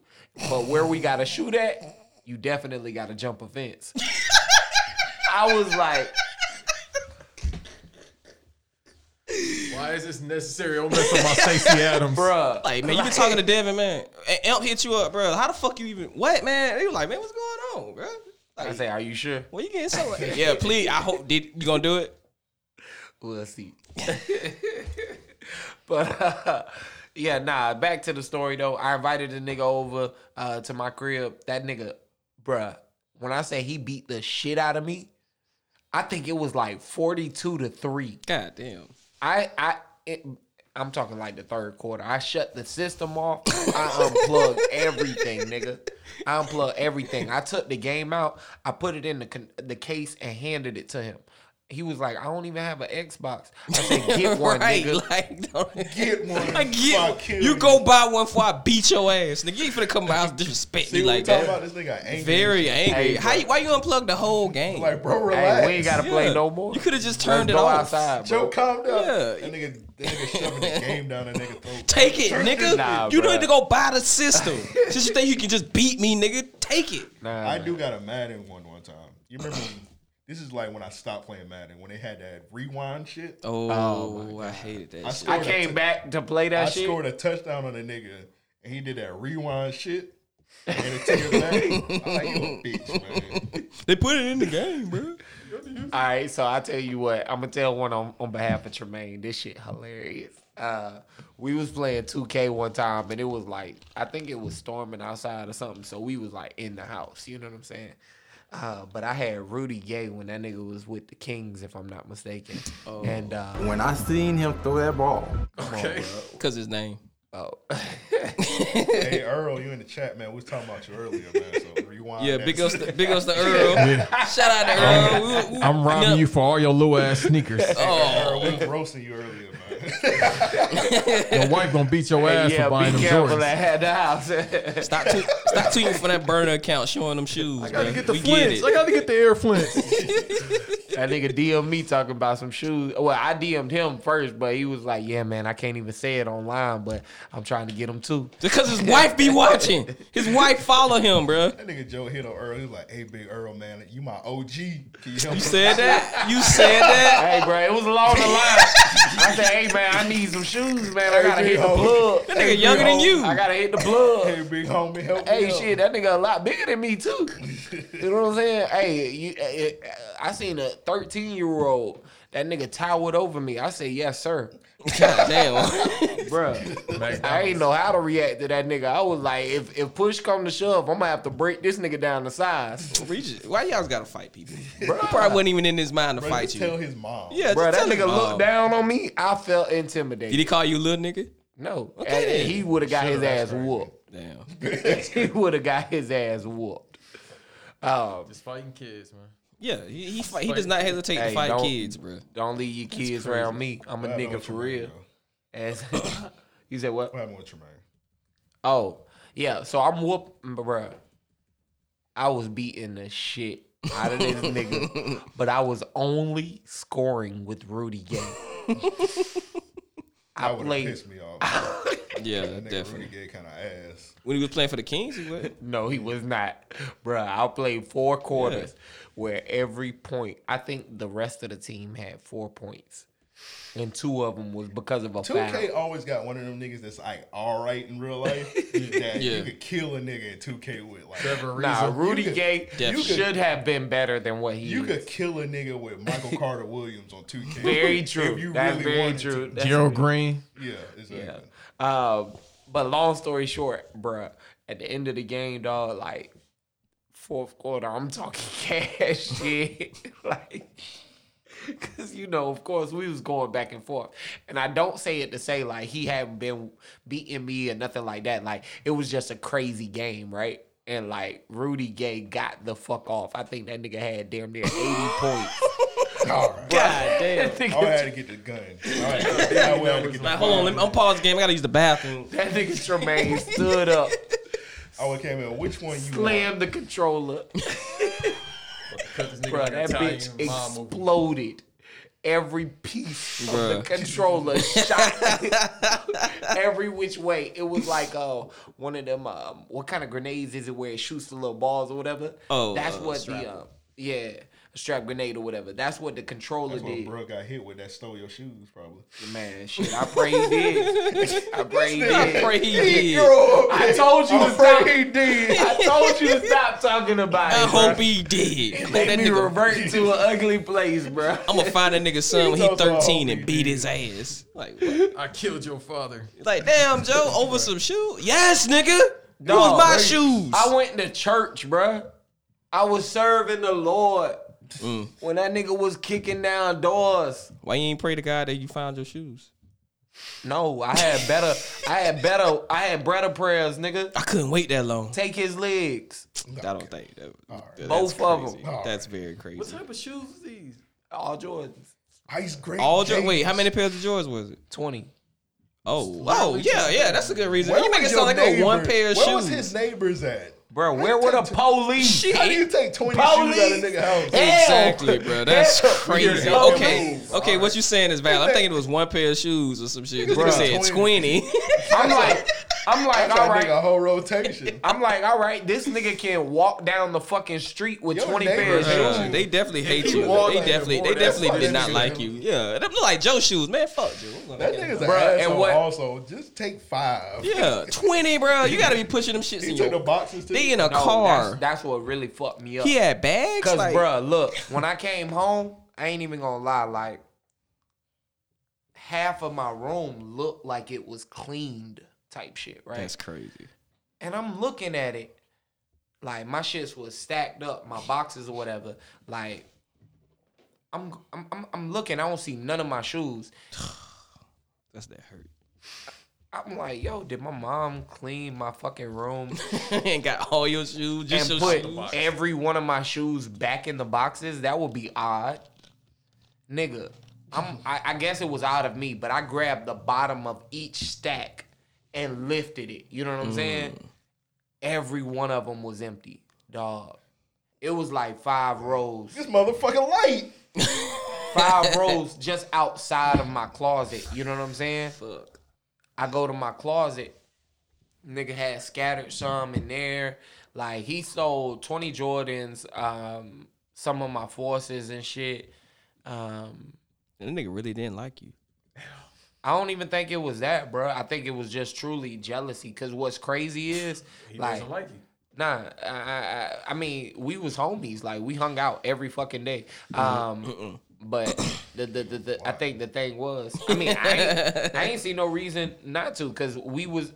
[SPEAKER 8] but where we gotta shoot at, you definitely gotta jump a
[SPEAKER 10] (laughs)
[SPEAKER 8] fence. I was like,
[SPEAKER 12] Why is this necessary? I'm messing my Stacey Adams.
[SPEAKER 8] Bruh.
[SPEAKER 10] Like man, you (laughs) been talking to Devin, man. And Elp hit you up, bro. How the fuck you even? What, man? They was like, man, what's going on, bro?
[SPEAKER 8] I say, Are you sure?
[SPEAKER 10] Well, you getting so (laughs) yeah. Please, I hope did you gonna do it?
[SPEAKER 8] We'll see. (laughs) but uh, yeah, nah. Back to the story though. I invited the nigga over uh, to my crib. That nigga, bruh. When I say he beat the shit out of me, I think it was like forty-two to three.
[SPEAKER 10] God damn.
[SPEAKER 8] I I. It, I'm talking like the third quarter. I shut the system off.
[SPEAKER 10] (laughs)
[SPEAKER 8] I unplugged everything, nigga. I unplugged everything. I took the game out. I put it in the con- the case and handed it to him. He was like, "I don't even have an Xbox." I
[SPEAKER 10] (laughs)
[SPEAKER 8] said, "Get one,
[SPEAKER 10] right,
[SPEAKER 8] nigga."
[SPEAKER 10] like (laughs) don't,
[SPEAKER 11] (laughs) Get one.
[SPEAKER 10] I
[SPEAKER 11] Fuck
[SPEAKER 10] get
[SPEAKER 11] you.
[SPEAKER 10] you (laughs) go buy one before I beat your ass, nigga. You ain't finna come to my house disrespect
[SPEAKER 11] See
[SPEAKER 10] me
[SPEAKER 11] what we
[SPEAKER 10] like
[SPEAKER 11] talking
[SPEAKER 10] that.
[SPEAKER 11] about? This nigga angry.
[SPEAKER 10] Very angry.
[SPEAKER 8] Hey,
[SPEAKER 10] How you, why you unplug the whole game?
[SPEAKER 11] Like, bro, relax.
[SPEAKER 8] Hey, we ain't gotta play
[SPEAKER 10] Yeah.
[SPEAKER 8] no more.
[SPEAKER 10] you could have just turned
[SPEAKER 8] Let's
[SPEAKER 10] it
[SPEAKER 8] go
[SPEAKER 10] off.
[SPEAKER 8] outside, bro.
[SPEAKER 11] Joe, calm down.
[SPEAKER 10] Yeah.
[SPEAKER 11] That nigga, that nigga shoving the game down that nigga throat.
[SPEAKER 10] Take it,
[SPEAKER 11] Turn
[SPEAKER 10] nigga.
[SPEAKER 8] Nah,
[SPEAKER 10] you don't
[SPEAKER 8] bruh.
[SPEAKER 10] need to go buy the system. Since you think you can just beat me, nigga, take it.
[SPEAKER 8] Nah,
[SPEAKER 11] I
[SPEAKER 8] man.
[SPEAKER 11] do got a Madden one one time. You remember? when- this is like when I stopped playing Madden when they had that rewind shit.
[SPEAKER 10] Oh,
[SPEAKER 8] Oh,
[SPEAKER 10] I hated that.
[SPEAKER 11] I
[SPEAKER 10] shit.
[SPEAKER 11] scored
[SPEAKER 8] I
[SPEAKER 11] a
[SPEAKER 8] came
[SPEAKER 11] tou-
[SPEAKER 8] back to play
[SPEAKER 11] I
[SPEAKER 8] that shit.
[SPEAKER 11] scored a touchdown on a nigga, and he did that rewind shit. And it took it
[SPEAKER 8] (laughs)
[SPEAKER 11] back. I'm like, you a bitch, man.
[SPEAKER 10] They put it in the game, bro.
[SPEAKER 8] All right, so I tell you what, I'm gonna tell one on, on behalf of Tremaine. This shit hilarious. Uh, we was playing 2K one time, and it was like I think it was storming outside or something. So we was like in the house, you know what I'm saying? Uh, but I had Rudy Gay when that nigga was with the Kings, if I'm not mistaken. And uh,
[SPEAKER 15] When I seen him throw that ball,
[SPEAKER 8] come on,
[SPEAKER 10] Cause his name.
[SPEAKER 8] (laughs) bro.
[SPEAKER 11] Hey Earl, you in the chat, man. We was talking about you earlier, man. So rewind.
[SPEAKER 10] Yeah,
[SPEAKER 11] that
[SPEAKER 10] big (laughs) ups, to,
[SPEAKER 11] shit.
[SPEAKER 10] big ups to Earl. Shout out to Earl. We- we-
[SPEAKER 12] I'm robbing you for all your little ass
[SPEAKER 8] (laughs)
[SPEAKER 12] sneakers.
[SPEAKER 10] Oh,
[SPEAKER 11] Earl, we was roasting you earlier, man. (laughs)
[SPEAKER 12] Your wife gonna beat your ass
[SPEAKER 8] yeah,
[SPEAKER 12] for buying
[SPEAKER 8] be
[SPEAKER 12] them
[SPEAKER 8] careful
[SPEAKER 12] Jordans.
[SPEAKER 8] at the house. (laughs)
[SPEAKER 10] stop, tweet, stop tweeting from that burner account showing them shoes.
[SPEAKER 12] I gotta
[SPEAKER 10] bruh.
[SPEAKER 12] get the
[SPEAKER 10] we
[SPEAKER 12] flints.
[SPEAKER 10] get
[SPEAKER 12] I
[SPEAKER 10] it.
[SPEAKER 12] gotta get the air flints. (laughs)
[SPEAKER 8] That nigga DM me talking about some shoes. Well, I DM'd him first, but he was like, "Yeah, man, I can't even say it online, but I'm trying to get them too."
[SPEAKER 10] Because his wife be watching. His wife follow him, bro.
[SPEAKER 11] That nigga Joe hit on Earl. He was like, "Hey, big Earl, man, you my OG. Can you help
[SPEAKER 10] You
[SPEAKER 11] me?"
[SPEAKER 10] said that. You said that.
[SPEAKER 8] Hey, bro, it was along the line. I said, "Hey, man, I need some shoes, man. I gotta hit the plug.
[SPEAKER 10] That nigga younger than you.
[SPEAKER 8] I gotta hit the plug."
[SPEAKER 11] Hey, big homie, help me.
[SPEAKER 8] Hey,
[SPEAKER 11] out."
[SPEAKER 8] shit, that nigga a lot bigger than
[SPEAKER 10] (laughs)
[SPEAKER 8] me too. You know what I'm saying? Hey, you, eh, eh, I seen a 13 year old. That nigga towered over me. I said, "Yes, sir."
[SPEAKER 10] (laughs) God damn.
[SPEAKER 8] Bruh, I ain't know how to react to that nigga. I was like, if if push come to shove, I'm gonna have to break this nigga down to size.
[SPEAKER 10] (laughs) We just- Why y'all gotta fight people? Bro, probably wasn't even in his mind to
[SPEAKER 11] Bro,
[SPEAKER 10] fight
[SPEAKER 11] just
[SPEAKER 10] you.
[SPEAKER 11] Tell his mom.
[SPEAKER 10] yeah, just
[SPEAKER 8] Bruh, that
[SPEAKER 10] tell
[SPEAKER 8] nigga
[SPEAKER 10] him.
[SPEAKER 8] looked down on me. I felt intimidated.
[SPEAKER 10] Did he call Oh. you little nigga?
[SPEAKER 8] no,
[SPEAKER 10] Okay,
[SPEAKER 8] And-
[SPEAKER 10] then.
[SPEAKER 8] and he would have got his ass whooped.
[SPEAKER 10] Damn.
[SPEAKER 8] (laughs) he would have got his ass whooped. Um,
[SPEAKER 12] Just fighting kids, man.
[SPEAKER 10] Yeah, he he, fight, he does not hesitate to
[SPEAKER 8] Hey,
[SPEAKER 10] fight
[SPEAKER 8] don't-
[SPEAKER 10] kids, bro.
[SPEAKER 8] don't leave your kids around me. I'm a
[SPEAKER 11] I know
[SPEAKER 8] nigga
[SPEAKER 11] what
[SPEAKER 8] for
[SPEAKER 11] you mean,
[SPEAKER 8] real.
[SPEAKER 11] though. (coughs)
[SPEAKER 8] As (coughs) you said, what?
[SPEAKER 11] What happened with Tremaine?
[SPEAKER 8] Oh, yeah. So I'm whoop, bruh. I was beating the shit out of this nigga,
[SPEAKER 11] (laughs)
[SPEAKER 8] but I was only scoring with Rudy Gay. I
[SPEAKER 11] That would have
[SPEAKER 8] played.
[SPEAKER 11] pissed me
[SPEAKER 8] (laughs)
[SPEAKER 11] off. That
[SPEAKER 10] Yeah,
[SPEAKER 11] nigga really
[SPEAKER 10] definitely.
[SPEAKER 11] gay kind of ass.
[SPEAKER 10] When he was playing for the Kings, he was.
[SPEAKER 8] No, he was not, bruh. I played four quarters where every point. I think the rest of the team had four points, and two of them was because of a
[SPEAKER 11] Two
[SPEAKER 8] foul.
[SPEAKER 11] K always got one of them niggas that's like all right in real
[SPEAKER 8] (laughs)
[SPEAKER 11] life. that
[SPEAKER 10] Yeah.
[SPEAKER 11] you could kill a nigga in two K with like.
[SPEAKER 12] Trevor
[SPEAKER 8] Nah,
[SPEAKER 12] Ariza.
[SPEAKER 8] Rudy
[SPEAKER 11] You could-
[SPEAKER 8] Gay
[SPEAKER 10] you could-
[SPEAKER 8] should have been better than what he.
[SPEAKER 11] You
[SPEAKER 8] is.
[SPEAKER 11] could kill a nigga with
[SPEAKER 8] (laughs)
[SPEAKER 11] Michael Carter Williams on 2K.
[SPEAKER 8] Very
[SPEAKER 11] (laughs) If
[SPEAKER 8] true.
[SPEAKER 11] you
[SPEAKER 8] That's
[SPEAKER 11] really
[SPEAKER 8] very
[SPEAKER 11] wanted to.
[SPEAKER 8] true. That's
[SPEAKER 12] Gerald Green.
[SPEAKER 11] Yeah, exactly.
[SPEAKER 8] Yeah. Uh, Um, but long story short, bruh, at the end of the game, dog, like fourth quarter, I'm talking (laughs) cash shit. (laughs) like, cause you know, of course, we was going back and forth, and I don't say it to say like he hadn't been beating me or nothing like that. Like it was just a crazy game, right? And like Rudy Gay got the fuck off. I think that nigga had damn near 80 points. Oh,
[SPEAKER 11] God I
[SPEAKER 10] damn.
[SPEAKER 8] (laughs)
[SPEAKER 11] had to get the gun. I had to- I had to get the
[SPEAKER 10] Like, hold on, let me, I'm pause the game. I gotta use the (laughs) bathroom.
[SPEAKER 8] That nigga Tremaine stood up,
[SPEAKER 11] I would came in. Which one you
[SPEAKER 8] slammed the controller. Bruh, that bitch exploded. Every piece of the
[SPEAKER 10] Bruh. (laughs)
[SPEAKER 8] controller shot every which way. It was like uh, one of them. Um, what kind of grenades is it where it shoots the little balls or whatever?
[SPEAKER 10] Oh,
[SPEAKER 8] that's
[SPEAKER 10] uh,
[SPEAKER 8] what
[SPEAKER 10] strap.
[SPEAKER 8] the um, yeah, a strap grenade or whatever. That's what the controller
[SPEAKER 11] That's
[SPEAKER 8] did.
[SPEAKER 11] what bro got hit with that stole your shoes, probably.
[SPEAKER 8] Man, shit, I pray he did. I pray he did.
[SPEAKER 11] I pray he did.
[SPEAKER 8] I told you
[SPEAKER 11] I
[SPEAKER 8] to stop. He did. I told you to stop talking about it.
[SPEAKER 10] I hope
[SPEAKER 8] bruh.
[SPEAKER 10] he did.
[SPEAKER 8] Let
[SPEAKER 10] That
[SPEAKER 8] me
[SPEAKER 10] nigga-
[SPEAKER 8] revert to an ugly place, bro.
[SPEAKER 10] I'm gonna find that nigga's son when
[SPEAKER 12] He
[SPEAKER 10] he
[SPEAKER 12] talking about
[SPEAKER 10] 13 and beat his ass. Like,
[SPEAKER 12] I killed your father.
[SPEAKER 10] (laughs) like damn, Joe, over some shoes? Yes, nigga. That
[SPEAKER 8] Dog,
[SPEAKER 10] was my
[SPEAKER 8] wait.
[SPEAKER 10] shoes.
[SPEAKER 8] I went to church, bruh. I was serving the Lord
[SPEAKER 10] Mm.
[SPEAKER 8] when that nigga was kicking down doors.
[SPEAKER 10] Why you ain't pray to God that you found your shoes?
[SPEAKER 8] No, I had better. I had better. I had better prayers, nigga.
[SPEAKER 10] I couldn't wait that long.
[SPEAKER 8] Take his legs,
[SPEAKER 10] I don't think that, that-
[SPEAKER 8] both
[SPEAKER 10] that's
[SPEAKER 8] of
[SPEAKER 10] crazy. Oh.
[SPEAKER 8] them.
[SPEAKER 10] That's very crazy.
[SPEAKER 12] What type of shoes is these?
[SPEAKER 8] All Jordans,
[SPEAKER 11] Ice great.
[SPEAKER 10] All jo- wait, how many pairs of Jordans was it?
[SPEAKER 8] twenty.
[SPEAKER 10] Oh, oh, yeah, yeah, that's a good reason.
[SPEAKER 11] Where
[SPEAKER 10] you make it
[SPEAKER 11] was
[SPEAKER 10] sound
[SPEAKER 11] your
[SPEAKER 10] like a one
[SPEAKER 11] neighbor-
[SPEAKER 10] pair of
[SPEAKER 11] Where was
[SPEAKER 10] shoes.
[SPEAKER 11] his neighbors at?
[SPEAKER 8] bro. Where were the police?
[SPEAKER 11] How do you take 20 shoes out of a nigga
[SPEAKER 10] (laughs)
[SPEAKER 11] house?
[SPEAKER 8] Hell.
[SPEAKER 11] (laughs)
[SPEAKER 10] Exactly, bro. That's
[SPEAKER 8] Hell.
[SPEAKER 10] crazy.
[SPEAKER 8] Yeah, okay.
[SPEAKER 10] Okay, okay, what you saying is valid. I'm thinking it was one pair of shoes or some shit. This
[SPEAKER 8] Bruh.
[SPEAKER 10] nigga said twenty.
[SPEAKER 11] (laughs)
[SPEAKER 8] I'm like, I'm like,
[SPEAKER 11] That's
[SPEAKER 8] all
[SPEAKER 11] right.
[SPEAKER 8] right.
[SPEAKER 11] a whole rotation.
[SPEAKER 8] I'm like, all right. This nigga can walk down the fucking street with
[SPEAKER 11] Your
[SPEAKER 8] twenty pairs of
[SPEAKER 11] neighbor-
[SPEAKER 8] shoes.
[SPEAKER 10] Bruh, they definitely hate
[SPEAKER 11] he
[SPEAKER 10] you.
[SPEAKER 11] wore
[SPEAKER 10] They
[SPEAKER 11] that
[SPEAKER 10] definitely,
[SPEAKER 11] and
[SPEAKER 10] they
[SPEAKER 11] wore that
[SPEAKER 10] definitely did
[SPEAKER 11] fucking
[SPEAKER 10] not
[SPEAKER 11] shoe.
[SPEAKER 10] like you. Yeah, them look like Joe shoes, man. Fuck Joe. I'm gonna
[SPEAKER 11] That
[SPEAKER 10] get
[SPEAKER 11] nigga's
[SPEAKER 10] them.
[SPEAKER 11] an
[SPEAKER 8] Bruh, and
[SPEAKER 11] asshole
[SPEAKER 8] what-
[SPEAKER 11] also. Just take five.
[SPEAKER 10] Yeah, twenty, bro. You gotta be pushing them
[SPEAKER 11] (laughs)
[SPEAKER 10] shits
[SPEAKER 11] He
[SPEAKER 10] in
[SPEAKER 11] took the
[SPEAKER 10] your.
[SPEAKER 11] boxes too.
[SPEAKER 10] They in a
[SPEAKER 8] No,
[SPEAKER 10] car.
[SPEAKER 8] That's, that's what really fucked me up.
[SPEAKER 10] He had bags.
[SPEAKER 8] Cause
[SPEAKER 10] like,
[SPEAKER 8] bruh, look, when I came home, I ain't even gonna lie, like half of my room looked like it was cleaned type shit, right?
[SPEAKER 10] That's crazy.
[SPEAKER 8] and I'm looking at it, like my shits was stacked up, my boxes or whatever. Like I'm I'm I'm, I'm looking, I don't see none of my shoes.
[SPEAKER 10] That's that (laughs) hurt.
[SPEAKER 8] I'm like, yo, did my mom clean my fucking room
[SPEAKER 10] and got all your shoes, just
[SPEAKER 8] and
[SPEAKER 10] your
[SPEAKER 8] put
[SPEAKER 10] shoes.
[SPEAKER 8] every one of my shoes back in the boxes, that would be odd. Nigga, I'm I, I guess it was odd of me, but I grabbed the bottom of each stack and lifted it. You know what I'm saying? Every one of them was empty, dog. It was like five rows,
[SPEAKER 11] This motherfucking light.
[SPEAKER 8] five rows just outside of my closet. You know what I'm saying?
[SPEAKER 10] Fuck.
[SPEAKER 8] I go to my closet. Nigga had scattered some in there. Like he sold 20 Jordans, um, some of my forces and shit. Um,
[SPEAKER 10] And that nigga really didn't like you.
[SPEAKER 8] I don't even think it was that, bro. I think it was just truly jealousy. Cause what's crazy is
[SPEAKER 12] (laughs) He
[SPEAKER 8] like
[SPEAKER 12] doesn't like you.
[SPEAKER 8] Nah, I, I, I- I mean, we was homies. Like we hung out every fucking day. Um, but the the, the, the I think the thing was, I mean, I ain't, I ain't see no reason not to, cause we was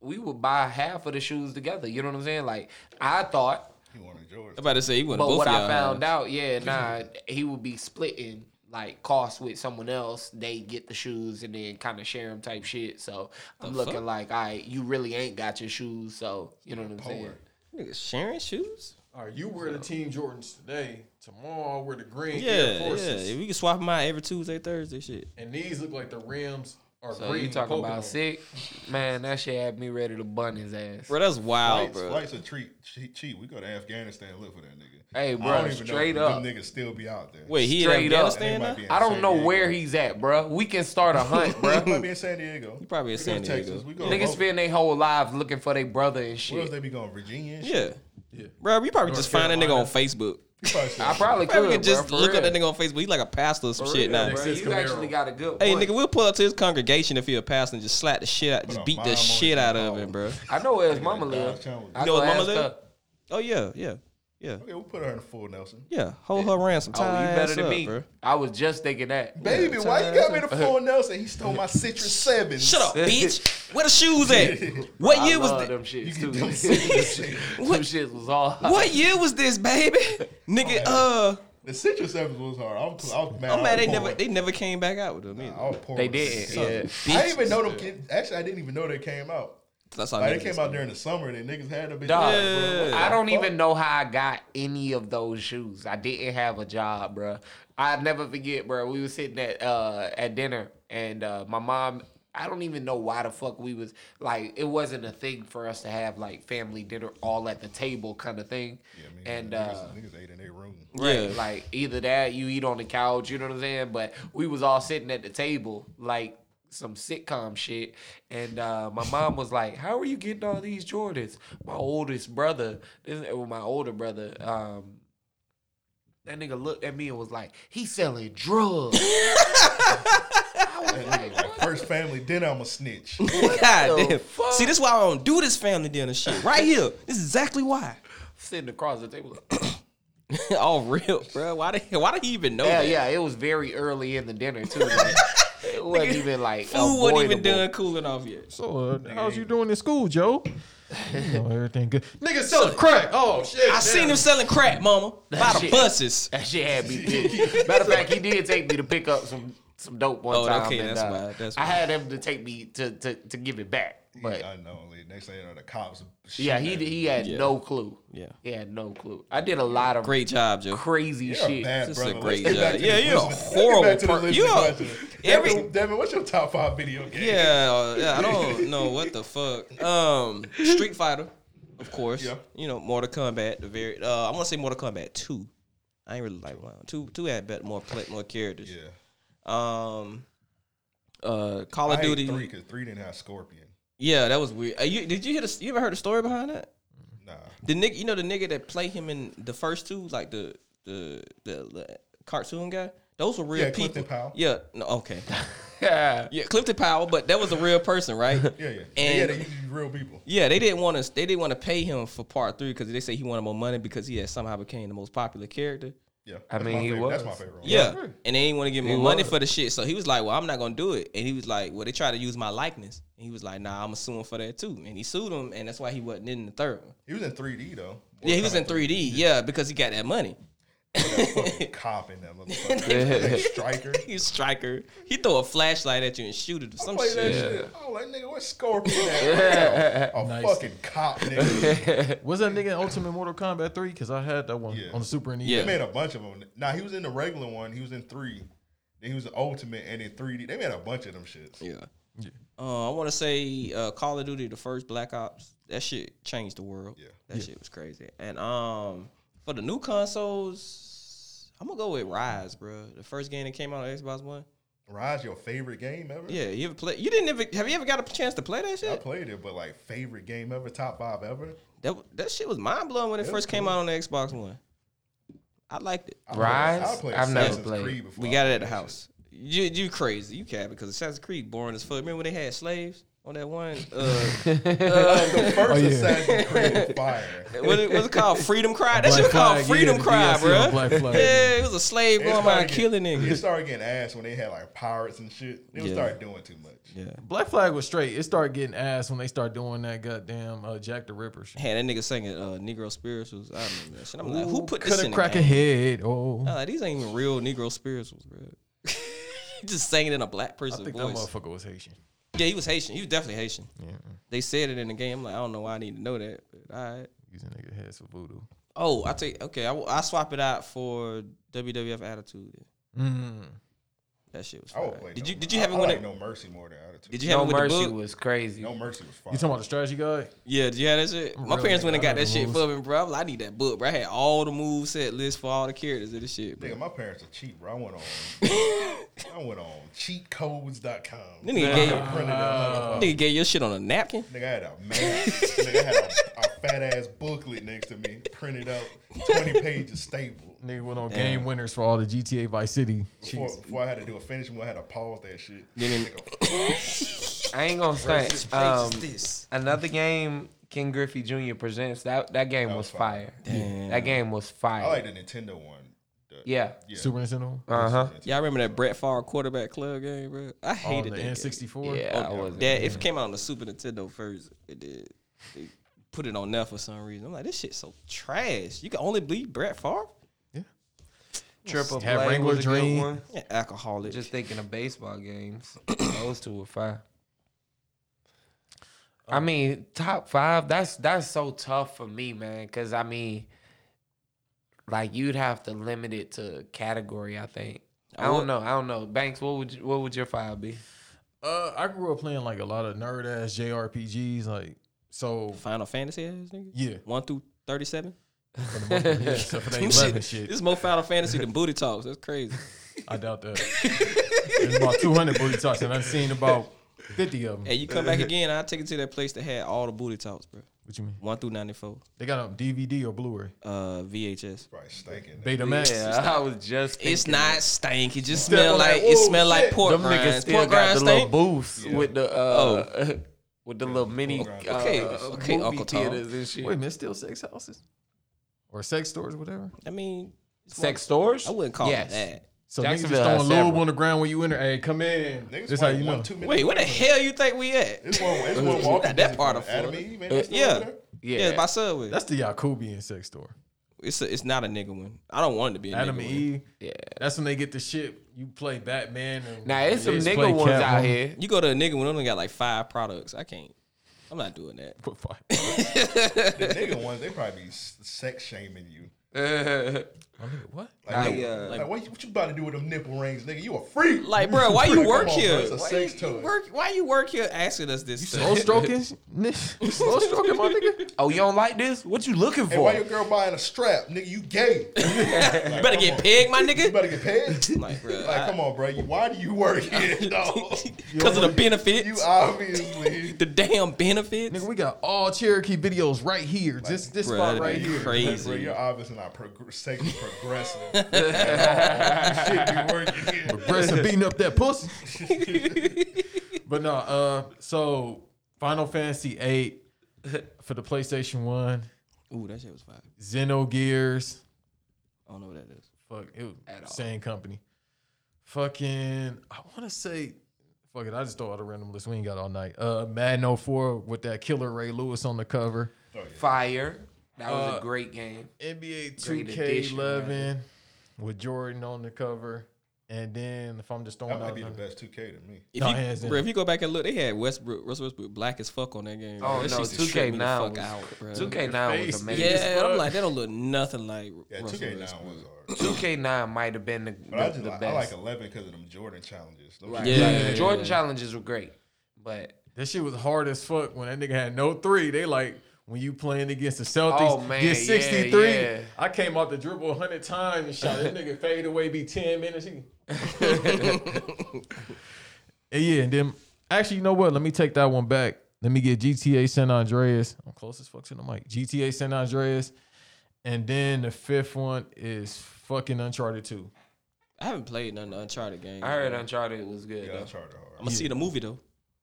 [SPEAKER 8] we would buy half of the shoes together. You know what I'm saying? Like I thought,
[SPEAKER 11] He wanted
[SPEAKER 10] I'm
[SPEAKER 11] Jordan.
[SPEAKER 10] about to say you went to
[SPEAKER 8] but
[SPEAKER 10] both
[SPEAKER 8] what
[SPEAKER 10] of
[SPEAKER 8] I
[SPEAKER 10] y'all.
[SPEAKER 8] found out, yeah, nah, he would be splitting like costs with someone else. They get the shoes and then kind of share them type shit. So I'm
[SPEAKER 10] The fuck?
[SPEAKER 8] looking like, all right, you really ain't got your shoes. So you know what I'm saying?
[SPEAKER 10] Nigga sharing shoes?
[SPEAKER 12] All right, you wear the Team Jordans today. Tomorrow, I wear the green Air
[SPEAKER 10] Yeah, yeah.
[SPEAKER 12] Forces.
[SPEAKER 10] If we can swap them out every Tuesday, Thursday, shit.
[SPEAKER 12] And these look like the rims are
[SPEAKER 8] So
[SPEAKER 12] green.
[SPEAKER 8] you talking
[SPEAKER 12] Pokemon.
[SPEAKER 8] about sick? Man, that shit had me ready to bun his ass.
[SPEAKER 10] Bro, that's wild,
[SPEAKER 11] Flights,
[SPEAKER 10] bro.
[SPEAKER 11] flights are treat cheap, cheap. We go to Afghanistan and look for that nigga.
[SPEAKER 8] Hey,
[SPEAKER 11] I
[SPEAKER 8] bro,
[SPEAKER 11] don't even
[SPEAKER 8] straight
[SPEAKER 11] know if
[SPEAKER 8] up.
[SPEAKER 11] Them niggas still be out there.
[SPEAKER 10] Wait, he in
[SPEAKER 8] Straight up.
[SPEAKER 10] Afghanistan
[SPEAKER 11] They might
[SPEAKER 10] now?
[SPEAKER 11] be in
[SPEAKER 8] I
[SPEAKER 11] San
[SPEAKER 8] don't know
[SPEAKER 11] Diego.
[SPEAKER 8] where he's at, bro. We can start a
[SPEAKER 10] (laughs)
[SPEAKER 8] hunt,
[SPEAKER 11] Bro,
[SPEAKER 8] bro.
[SPEAKER 11] he might be in San Diego.
[SPEAKER 10] He probably in
[SPEAKER 11] We go
[SPEAKER 10] San
[SPEAKER 11] to
[SPEAKER 10] Diego.
[SPEAKER 11] Texas. We go
[SPEAKER 8] Niggas
[SPEAKER 11] Niggas
[SPEAKER 8] spend their whole lives looking for their brother and
[SPEAKER 11] Where else
[SPEAKER 8] shit.
[SPEAKER 11] they be going? Virginia. And shit?
[SPEAKER 10] Yeah.
[SPEAKER 12] Yeah.
[SPEAKER 10] Bro, we probably
[SPEAKER 12] North
[SPEAKER 10] just find that nigga on
[SPEAKER 12] Carolina.
[SPEAKER 10] Facebook.
[SPEAKER 11] Probably should-
[SPEAKER 8] I probably could,
[SPEAKER 10] Probably could just
[SPEAKER 8] bro, for
[SPEAKER 10] look
[SPEAKER 8] real.
[SPEAKER 10] up that nigga on Facebook. He like a pastor or some
[SPEAKER 8] For
[SPEAKER 10] shit now.
[SPEAKER 8] real, bro.
[SPEAKER 12] Texas
[SPEAKER 8] You actually
[SPEAKER 12] Camaro.
[SPEAKER 8] got a good
[SPEAKER 10] Hey,
[SPEAKER 8] one.
[SPEAKER 10] nigga, we'll pull up to his congregation if he a pastor and just slap the shit out, just
[SPEAKER 11] a
[SPEAKER 10] beat
[SPEAKER 11] bomb
[SPEAKER 10] the
[SPEAKER 11] on
[SPEAKER 10] shit
[SPEAKER 11] his Oh.
[SPEAKER 10] out of
[SPEAKER 11] mouth.
[SPEAKER 10] him, bro.
[SPEAKER 8] I know where his
[SPEAKER 11] Nigga like
[SPEAKER 8] mama live.
[SPEAKER 11] Dodge Town.
[SPEAKER 8] I
[SPEAKER 10] know
[SPEAKER 8] go
[SPEAKER 10] his mama
[SPEAKER 8] ask
[SPEAKER 10] live?
[SPEAKER 8] her.
[SPEAKER 10] Oh yeah, yeah. Yeah.
[SPEAKER 11] Okay, we'll put her in a full Nelson.
[SPEAKER 10] Yeah, hold her ransom.
[SPEAKER 11] Oh, you
[SPEAKER 10] Tie her
[SPEAKER 11] better
[SPEAKER 10] ass
[SPEAKER 11] than
[SPEAKER 10] up,
[SPEAKER 11] me.
[SPEAKER 10] Bro.
[SPEAKER 8] I was just thinking that.
[SPEAKER 11] Baby, why you got me the full Nelson? He stole my Citrus Seven.
[SPEAKER 10] (laughs)
[SPEAKER 11] (laughs)
[SPEAKER 10] Shut up, bitch. Where the shoes at? What
[SPEAKER 8] I
[SPEAKER 10] year was
[SPEAKER 8] love
[SPEAKER 10] that?
[SPEAKER 8] Them shits too. (laughs) them shits was all. (laughs)
[SPEAKER 10] What year was
[SPEAKER 11] (laughs)
[SPEAKER 10] this, baby? Nigga, uh,
[SPEAKER 11] the Citrus Seven was hard. I was, I was mad.
[SPEAKER 10] I'm mad they
[SPEAKER 11] I was
[SPEAKER 10] never
[SPEAKER 11] pouring-
[SPEAKER 10] they never came back out with them. either.
[SPEAKER 11] I was pouring
[SPEAKER 8] They didn't,
[SPEAKER 11] some-
[SPEAKER 8] yeah.
[SPEAKER 11] I didn't even know them. Kids, actually, I didn't even know they came out.
[SPEAKER 10] That's how
[SPEAKER 11] like,
[SPEAKER 10] niggas
[SPEAKER 11] they came
[SPEAKER 10] do.
[SPEAKER 11] out during the summer. That niggas had them. bitches.
[SPEAKER 8] Dog,
[SPEAKER 11] Like, bro,
[SPEAKER 8] I don't even know how I got any of those shoes. I didn't have a job, bruh. I never forget, bruh. We were sitting at uh, at dinner, and uh, my mom. I don't even know why the fuck we was like. It wasn't a thing for us to have like family dinner all at the table kind of thing. and uh,
[SPEAKER 11] Niggas, niggas ate in their room.
[SPEAKER 8] Right.
[SPEAKER 10] Yeah.
[SPEAKER 8] Like either that, you eat on the couch, you know what I'm saying? But we was all sitting at the table, like some sitcom shit. And uh, my mom was like, How are you getting all these Jordans? My oldest brother, this well, my older brother, um, that nigga looked at me and was like, He's selling (laughs) drugs.
[SPEAKER 11] That nigga, like, first family dinner, I'm a
[SPEAKER 10] (laughs)
[SPEAKER 11] snitch.
[SPEAKER 10] God
[SPEAKER 8] the
[SPEAKER 10] damn. See, this is why I don't do this family dinner shit right here. This is exactly why.
[SPEAKER 8] Sitting across the table.
[SPEAKER 10] (laughs) All real, bro. Why did Why did he even know?
[SPEAKER 8] yeah,
[SPEAKER 10] that?
[SPEAKER 8] yeah. It was very early in the dinner too. (laughs) like, it wasn't even like
[SPEAKER 10] Food wasn't even
[SPEAKER 8] avoidable.
[SPEAKER 10] done cooling off yet.
[SPEAKER 12] So, uh, how's you doing in school, Joe? You know, everything good. Nigga selling
[SPEAKER 10] So-
[SPEAKER 12] crack. Oh shit.
[SPEAKER 10] I seen him selling crack, (laughs) mama. By the
[SPEAKER 8] shit-
[SPEAKER 10] buses.
[SPEAKER 8] That shit
[SPEAKER 11] (laughs)
[SPEAKER 8] had me pissed. Matter of fact, he did take me to pick up some some dope one
[SPEAKER 10] Oh,
[SPEAKER 8] time.
[SPEAKER 10] okay,
[SPEAKER 8] and,
[SPEAKER 10] that's
[SPEAKER 8] uh,
[SPEAKER 10] why- that's
[SPEAKER 8] I
[SPEAKER 10] why.
[SPEAKER 8] had him to take me to to, to give it back. But
[SPEAKER 11] I know. like, Next thing you know, the cops.
[SPEAKER 8] yeah, he did- he had
[SPEAKER 10] Yeah.
[SPEAKER 8] no clue.
[SPEAKER 10] Yeah.
[SPEAKER 8] He had no clue. I did a lot of
[SPEAKER 10] Great job, Joe.
[SPEAKER 8] crazy
[SPEAKER 11] You're a
[SPEAKER 8] shit. (laughs)
[SPEAKER 11] bad
[SPEAKER 10] This is
[SPEAKER 11] brother.
[SPEAKER 10] a
[SPEAKER 11] Let's
[SPEAKER 10] great
[SPEAKER 11] get
[SPEAKER 10] job.
[SPEAKER 11] back to
[SPEAKER 10] Yeah,
[SPEAKER 11] this
[SPEAKER 10] you're a
[SPEAKER 11] listening-
[SPEAKER 10] horrible
[SPEAKER 11] Let's get back to
[SPEAKER 10] per-
[SPEAKER 11] this
[SPEAKER 10] you're
[SPEAKER 11] listening
[SPEAKER 10] a-
[SPEAKER 11] question.
[SPEAKER 10] every-
[SPEAKER 11] Devin, Devin, what's your top five video game?
[SPEAKER 10] Yeah, uh, yeah, I don't know what the fuck. Um, Street Fighter, of course.
[SPEAKER 11] Yeah.
[SPEAKER 10] You know, Mortal Kombat. The very. Uh, I want to say Mortal Kombat two. I ain't really like one. Two, two had better, more play, more characters.
[SPEAKER 11] Yeah.
[SPEAKER 10] Um, uh, Call
[SPEAKER 11] I
[SPEAKER 10] of
[SPEAKER 11] hate
[SPEAKER 10] Duty.
[SPEAKER 11] three because three didn't have Scorpion.
[SPEAKER 10] Yeah, that was weird. Uh, you, did you hear? The, you ever heard the story behind that?
[SPEAKER 11] Nah.
[SPEAKER 10] The nigga, you know, the nigga that played him in the first two, like the the the, the cartoon guy. Those were real
[SPEAKER 11] Yeah,
[SPEAKER 10] people.
[SPEAKER 11] Clifton Powell.
[SPEAKER 10] Yeah. No. Okay.
[SPEAKER 8] Yeah.
[SPEAKER 10] yeah, Clifton Powell, but that was a real person, right?
[SPEAKER 11] (laughs) Yeah, yeah.
[SPEAKER 10] And-
[SPEAKER 11] yeah, they used to be real people.
[SPEAKER 10] Yeah, they didn't want to. They didn't want to pay him for part three because they say he wanted more money because he had somehow became the most popular character.
[SPEAKER 11] Yeah.
[SPEAKER 8] I
[SPEAKER 11] that's
[SPEAKER 8] mean,
[SPEAKER 11] my
[SPEAKER 8] he
[SPEAKER 11] favorite. That's my
[SPEAKER 8] was.
[SPEAKER 11] favorite. one.
[SPEAKER 10] Yeah, and they didn't want to give him
[SPEAKER 8] He
[SPEAKER 10] more money
[SPEAKER 8] was.
[SPEAKER 10] for the shit. So he was like, "Well, I'm not gonna do it." And he was like, "Well, they tried to use my likeness." And he was like, "Nah, I'm gonna sue him for that too." And he sued him, and that's why he wasn't in the third one.
[SPEAKER 11] He was in 3D though.
[SPEAKER 10] yeah, he was in 3D. Yeah, because he got that money. (laughs)
[SPEAKER 11] That fucking cop in that motherfucker. Like,
[SPEAKER 10] (laughs)
[SPEAKER 11] Striker.
[SPEAKER 10] He's a striker. He throw a flashlight at you and shoot it or some
[SPEAKER 11] Play
[SPEAKER 10] shit.
[SPEAKER 11] that shit. I was like, nigga, what's Scorpion at?
[SPEAKER 8] (laughs)
[SPEAKER 11] A
[SPEAKER 12] Nice.
[SPEAKER 11] fucking cop, nigga.
[SPEAKER 12] Oh, Was that nigga in Ultimate Mortal Kombat 3? Because I had that one
[SPEAKER 11] Yeah.
[SPEAKER 12] on the Super E NES.
[SPEAKER 11] They
[SPEAKER 10] (laughs) Yeah.
[SPEAKER 11] made a bunch of them. Nah, he was in the regular one. He was in three. Then he was the ultimate, and in 3D. They made a bunch of them shits.
[SPEAKER 10] Yeah. Uh, I want to say uh, Call of Duty, the first Black Ops. That shit changed the world.
[SPEAKER 11] Yeah.
[SPEAKER 10] That shit was crazy. And um, for the new consoles, I'm gonna go with Rise, bro. The first game that came out on Xbox One.
[SPEAKER 11] Rise, your favorite game ever?
[SPEAKER 10] Yeah, you ever play? You didn't ever have you ever got a chance to play that
[SPEAKER 11] I
[SPEAKER 10] shit?
[SPEAKER 11] played it, but like favorite game ever, top five ever.
[SPEAKER 10] That that shit was mind blowing when it
[SPEAKER 11] It was
[SPEAKER 10] first came
[SPEAKER 11] cool.
[SPEAKER 10] out on the Xbox One. I liked it.
[SPEAKER 11] I played-
[SPEAKER 8] Rise?
[SPEAKER 11] I played
[SPEAKER 8] I've never
[SPEAKER 11] Assassin's
[SPEAKER 8] played.
[SPEAKER 11] Creed before
[SPEAKER 10] We
[SPEAKER 11] I
[SPEAKER 10] got it at
[SPEAKER 11] played
[SPEAKER 10] the
[SPEAKER 11] that
[SPEAKER 10] house. You you crazy? You cat because Assassin's Creed boring as fuck. Remember when they had slaves on that one? Uh,
[SPEAKER 11] shit. The first
[SPEAKER 12] Oh, yeah.
[SPEAKER 11] Assassin's
[SPEAKER 12] (laughs)
[SPEAKER 11] Creed was fire.
[SPEAKER 10] what it, what's it called? Freedom Cry. (laughs) That shit was
[SPEAKER 12] Black
[SPEAKER 10] called
[SPEAKER 12] Flag, yeah,
[SPEAKER 10] Freedom
[SPEAKER 12] the
[SPEAKER 10] Cry,
[SPEAKER 12] DLC
[SPEAKER 10] bro.
[SPEAKER 12] on Black
[SPEAKER 10] (laughs)
[SPEAKER 12] Flag.
[SPEAKER 10] Yeah, it was a slave
[SPEAKER 11] It
[SPEAKER 10] going
[SPEAKER 11] started
[SPEAKER 10] around killing
[SPEAKER 11] getting- It (laughs)
[SPEAKER 10] niggas.
[SPEAKER 11] started getting ass when they had like pirates and shit. They would
[SPEAKER 10] Yeah.
[SPEAKER 11] start doing too much.
[SPEAKER 10] Yeah,
[SPEAKER 12] Black Flag was straight. It started getting ass when they start doing that goddamn uh, Jack the Ripper shit.
[SPEAKER 10] had that nigga singing uh, Negro spirituals. I remember that shit. I'm like, who
[SPEAKER 12] Ooh,
[SPEAKER 10] put
[SPEAKER 12] cut
[SPEAKER 10] this
[SPEAKER 12] a
[SPEAKER 10] in? the
[SPEAKER 12] crack a
[SPEAKER 10] game?
[SPEAKER 12] head? Oh,
[SPEAKER 10] Nah, these ain't even real Negro spirituals, bro. (laughs) Just singing in a black
[SPEAKER 12] I
[SPEAKER 10] person's
[SPEAKER 12] think that
[SPEAKER 10] voice.
[SPEAKER 12] motherfucker was Haitian.
[SPEAKER 10] Yeah, he was Haitian. He was definitely Haitian. They said it in the game. I'm like, I don't know why I need to know that. But all right.
[SPEAKER 12] Using nigga heads for voodoo.
[SPEAKER 10] Oh, I take okay. I, will- I swap it out for WWF Attitude.
[SPEAKER 12] Mm.
[SPEAKER 10] That shit was.
[SPEAKER 11] I would
[SPEAKER 10] fire.
[SPEAKER 11] play.
[SPEAKER 10] Did
[SPEAKER 11] no,
[SPEAKER 10] you did you
[SPEAKER 11] I-
[SPEAKER 10] have it
[SPEAKER 11] I
[SPEAKER 10] when
[SPEAKER 11] like
[SPEAKER 10] it?
[SPEAKER 11] No Mercy more than Attitude?
[SPEAKER 10] Did you have
[SPEAKER 8] No
[SPEAKER 10] it with the
[SPEAKER 8] mercy
[SPEAKER 10] book?
[SPEAKER 8] was crazy.
[SPEAKER 11] No Mercy was fire.
[SPEAKER 12] You talking about the strategy guy?
[SPEAKER 10] Yeah, did you have that shit?
[SPEAKER 12] I'm
[SPEAKER 10] My
[SPEAKER 12] real
[SPEAKER 10] parents
[SPEAKER 12] nigga.
[SPEAKER 10] went and
[SPEAKER 12] I
[SPEAKER 10] got
[SPEAKER 12] know
[SPEAKER 10] that
[SPEAKER 12] the
[SPEAKER 10] shit
[SPEAKER 12] rules.
[SPEAKER 10] for me, bro. I'm like, I need that book, bro. I had all the move set list for all the characters of this shit, bro.
[SPEAKER 11] Nigga, my parents are cheap, bro. I
[SPEAKER 10] (laughs)
[SPEAKER 11] went on. I went on cheatcodes.com.
[SPEAKER 10] Then he
[SPEAKER 11] Nigga,
[SPEAKER 10] gave-
[SPEAKER 11] printed that motherfucker.
[SPEAKER 10] Nigga gave your shit on a napkin.
[SPEAKER 11] Nigga, I had a map. nigga, I had a, a fat ass booklet next to me, printed out,
[SPEAKER 10] (laughs)
[SPEAKER 11] twenty pages staple.
[SPEAKER 12] Nigga went on game winners for all the GTA Vice City.
[SPEAKER 11] Before, before I had to do a finish one, I had to pause that shit.
[SPEAKER 10] Then
[SPEAKER 11] Nigga,
[SPEAKER 8] I ain't gonna say. Um, another game King Griffey Jr. presents that that game was, fire. That game was fire.
[SPEAKER 11] I like the Nintendo one.
[SPEAKER 8] yeah.
[SPEAKER 12] Super Nintendo.
[SPEAKER 8] Uh huh.
[SPEAKER 10] Y'all remember that Brett Favre quarterback club game, bro? I hated
[SPEAKER 12] the
[SPEAKER 10] that. game.
[SPEAKER 12] N64?
[SPEAKER 10] Yeah,
[SPEAKER 12] Okay.
[SPEAKER 10] I was.
[SPEAKER 12] Yeah.
[SPEAKER 10] That if it came out on the Super Nintendo first, it did. They put it on there for some reason. I'm like, this shit's so trash. You can only beat Brett Favre.
[SPEAKER 8] Triple
[SPEAKER 10] Had
[SPEAKER 8] play
[SPEAKER 10] Wrangler
[SPEAKER 8] was a good
[SPEAKER 10] Dream.
[SPEAKER 8] one.
[SPEAKER 10] Yeah, alcoholic.
[SPEAKER 8] Just thinking of baseball games. Those two were fire. I mean, top five. That's that's so tough for me, man. Because I mean, like you'd have to limit it to category. I think. I
[SPEAKER 12] I would-
[SPEAKER 8] don't know. I don't know. Banks, what would you, what would your five be?
[SPEAKER 12] Uh, I grew up playing like a lot of nerd ass JRPGs, like so.
[SPEAKER 10] Final Fantasy ass nigga. (laughs)
[SPEAKER 12] Yeah,
[SPEAKER 10] one through thirty-seven.
[SPEAKER 8] (laughs)
[SPEAKER 12] yeah, except for that eleven shit.
[SPEAKER 10] This is more Final Fantasy than Booty Talks. That's crazy.
[SPEAKER 12] I doubt that. There's about 200 booty talks, and I've seen about 50 of them.
[SPEAKER 10] Hey, you come back again, I'll take you to that place that had all the Booty Talks, bro.
[SPEAKER 12] What you mean?
[SPEAKER 10] One through ninety-four.
[SPEAKER 12] They got a DVD or Blu-ray?
[SPEAKER 10] Uh, VHS.
[SPEAKER 11] Right, stinking.
[SPEAKER 12] Betamax.
[SPEAKER 8] Yeah, I was just.
[SPEAKER 10] It's
[SPEAKER 8] thinking
[SPEAKER 10] not
[SPEAKER 8] that.
[SPEAKER 10] stank. It just
[SPEAKER 8] Step
[SPEAKER 10] smell
[SPEAKER 8] on
[SPEAKER 10] like
[SPEAKER 8] that-
[SPEAKER 10] it
[SPEAKER 8] Ooh,
[SPEAKER 10] smell like
[SPEAKER 8] shit.
[SPEAKER 10] pork
[SPEAKER 8] Them
[SPEAKER 10] rinds.
[SPEAKER 8] niggas still
[SPEAKER 10] pork
[SPEAKER 8] got
[SPEAKER 10] rinds
[SPEAKER 8] the little
[SPEAKER 10] stink?
[SPEAKER 8] booths with the uh, with the little mini. Uh,
[SPEAKER 10] Okay, okay,
[SPEAKER 8] movie
[SPEAKER 10] Uncle Tom.
[SPEAKER 8] theaters and shit.
[SPEAKER 12] Wait a minute, it's still sex houses or sex stores, whatever.
[SPEAKER 10] I mean, it's
[SPEAKER 8] Sex
[SPEAKER 10] more-
[SPEAKER 8] stores?
[SPEAKER 10] I wouldn't call
[SPEAKER 8] Yes.
[SPEAKER 10] it that.
[SPEAKER 12] So niggas just
[SPEAKER 8] Jacksonville
[SPEAKER 12] throwing
[SPEAKER 8] has
[SPEAKER 12] lube
[SPEAKER 8] several.
[SPEAKER 12] on the ground when you enter. Hey, come in.
[SPEAKER 11] Niggas
[SPEAKER 12] This how
[SPEAKER 11] play
[SPEAKER 12] you
[SPEAKER 11] one,
[SPEAKER 12] know.
[SPEAKER 11] two
[SPEAKER 10] Wait, where the hell you think we at?
[SPEAKER 11] It's one- it's one walking
[SPEAKER 10] Not that
[SPEAKER 11] distance
[SPEAKER 10] part
[SPEAKER 11] from
[SPEAKER 10] of
[SPEAKER 11] the
[SPEAKER 10] Florida.
[SPEAKER 11] Academy, man, that's still over
[SPEAKER 10] yeah.
[SPEAKER 11] there.
[SPEAKER 10] (laughs) yeah,
[SPEAKER 12] Yeah.
[SPEAKER 10] It's by Subway.
[SPEAKER 12] That's the Yakubian sex store.
[SPEAKER 10] it's a, it's not a nigga one. I don't want it to be a
[SPEAKER 12] Adam
[SPEAKER 10] nigga
[SPEAKER 12] and
[SPEAKER 10] one.
[SPEAKER 12] Eve.
[SPEAKER 8] Yeah,
[SPEAKER 12] that's when they get the shit. You play Batman. And
[SPEAKER 8] Nah, it's some
[SPEAKER 12] Niggas
[SPEAKER 8] nigga
[SPEAKER 12] play
[SPEAKER 8] ones
[SPEAKER 12] Catwoman.
[SPEAKER 8] out here.
[SPEAKER 10] You go to a nigga one, only got like five products. I can't. I'm not doing that.
[SPEAKER 11] The nigga ones, they probably be s- sex shaming
[SPEAKER 10] (laughs)
[SPEAKER 11] you.
[SPEAKER 12] what?
[SPEAKER 11] Like,
[SPEAKER 10] Like,
[SPEAKER 11] yo,
[SPEAKER 10] uh,
[SPEAKER 11] like, what, you, what you about to do with them nipple rings, nigga? You a freak.
[SPEAKER 10] Like, bro, why
[SPEAKER 11] Freak.
[SPEAKER 10] you
[SPEAKER 11] Come
[SPEAKER 10] work
[SPEAKER 11] on, bro,
[SPEAKER 10] here?
[SPEAKER 11] It's a
[SPEAKER 10] Why
[SPEAKER 11] sex
[SPEAKER 10] you,
[SPEAKER 11] toy.
[SPEAKER 10] you work, why you work here asking us this? stuff?
[SPEAKER 12] (laughs) Slow stroking, slow stroking, my nigga.
[SPEAKER 8] Oh, you don't like this? What you looking
[SPEAKER 11] Hey,
[SPEAKER 8] for?
[SPEAKER 11] why your girl buying a strap, nigga? You gay.
[SPEAKER 10] (laughs) You better get pegged, my nigga.
[SPEAKER 11] You better get
[SPEAKER 10] (laughs)
[SPEAKER 11] pegged.
[SPEAKER 10] Like, bro,
[SPEAKER 11] Like, come on, bro. You, why do you work
[SPEAKER 10] (laughs)
[SPEAKER 11] here, dog?
[SPEAKER 10] because of the benefits,
[SPEAKER 11] You obviously.
[SPEAKER 10] the damn benefits.
[SPEAKER 12] Nigga, we got all Cherokee videos right here. Just this
[SPEAKER 10] Bruh,
[SPEAKER 12] spot
[SPEAKER 10] that'd
[SPEAKER 12] right
[SPEAKER 10] be
[SPEAKER 12] here.
[SPEAKER 10] Crazy.
[SPEAKER 11] Bro, you're obviously not prog- sexually
[SPEAKER 10] (laughs)
[SPEAKER 11] progressive. Shit, you working here.
[SPEAKER 12] Breast and beating up that pussy. but no, uh, so Final Fantasy VIII for the PlayStation One,
[SPEAKER 10] Ooh, that shit was fire.
[SPEAKER 12] Xeno Gears.
[SPEAKER 10] I don't know what that is.
[SPEAKER 12] Fuck, it was same company. Fucking, I want to say, fuck it. I just throw out a random list. We ain't got all night. Uh, Madden 04 with that killer Ray Lewis on the cover.
[SPEAKER 8] Fire. That was
[SPEAKER 12] Uh,
[SPEAKER 8] a great game.
[SPEAKER 12] NBA
[SPEAKER 8] Great addition, rather.
[SPEAKER 12] 2K11 with Jordan on the cover. And then if I'm just throwing
[SPEAKER 11] That might
[SPEAKER 12] out
[SPEAKER 11] be the
[SPEAKER 12] another-
[SPEAKER 11] best 2K to me.
[SPEAKER 10] If
[SPEAKER 12] No, hands
[SPEAKER 10] you,
[SPEAKER 12] down.
[SPEAKER 10] bro, if you go back and look, they had Westbrook, Russell Westbrook black as fuck on that game. bro.
[SPEAKER 8] Oh
[SPEAKER 10] That
[SPEAKER 8] no,
[SPEAKER 10] shit used to
[SPEAKER 8] two K
[SPEAKER 10] trip me the
[SPEAKER 8] nine
[SPEAKER 10] fuck out, bro.
[SPEAKER 8] was two K nine was
[SPEAKER 12] Face
[SPEAKER 8] amazing.
[SPEAKER 12] is-
[SPEAKER 10] Yeah, uh, I'm like, they don't look nothing like
[SPEAKER 11] Yeah,
[SPEAKER 10] Russell
[SPEAKER 11] 2K9 was
[SPEAKER 10] Westbrook.
[SPEAKER 11] hard.
[SPEAKER 8] Two K nine might have been the,
[SPEAKER 11] But I
[SPEAKER 8] the,
[SPEAKER 11] just
[SPEAKER 8] the
[SPEAKER 11] like,
[SPEAKER 8] best.
[SPEAKER 11] I like 11 because of them Jordan challenges. Those
[SPEAKER 8] Right,
[SPEAKER 11] shit-
[SPEAKER 10] Yeah,
[SPEAKER 8] right.
[SPEAKER 10] yeah,
[SPEAKER 8] The Jordan
[SPEAKER 10] yeah.
[SPEAKER 8] challenges were great, but
[SPEAKER 12] That shit was hard as fuck when that nigga had no three. They like when you playing against the Celtics,
[SPEAKER 8] Oh, man,
[SPEAKER 12] get
[SPEAKER 8] yeah,
[SPEAKER 12] 63.
[SPEAKER 8] yeah.
[SPEAKER 12] I came off the dribble 100 times and shot
[SPEAKER 8] (laughs)
[SPEAKER 12] that nigga fade away be 10 minutes. He- (laughs) And yeah, and then actually, you know what? Let me take that one back. Let me get GTA San Andreas. I'm close as fuck to the mic. GTA San Andreas. And then the fifth one is fucking Uncharted 2.
[SPEAKER 10] I haven't played none of the Uncharted games.
[SPEAKER 8] I heard Uncharted was good.
[SPEAKER 11] Yeah,
[SPEAKER 8] though.
[SPEAKER 11] Uncharted hard.
[SPEAKER 10] I'm gonna see the movie though.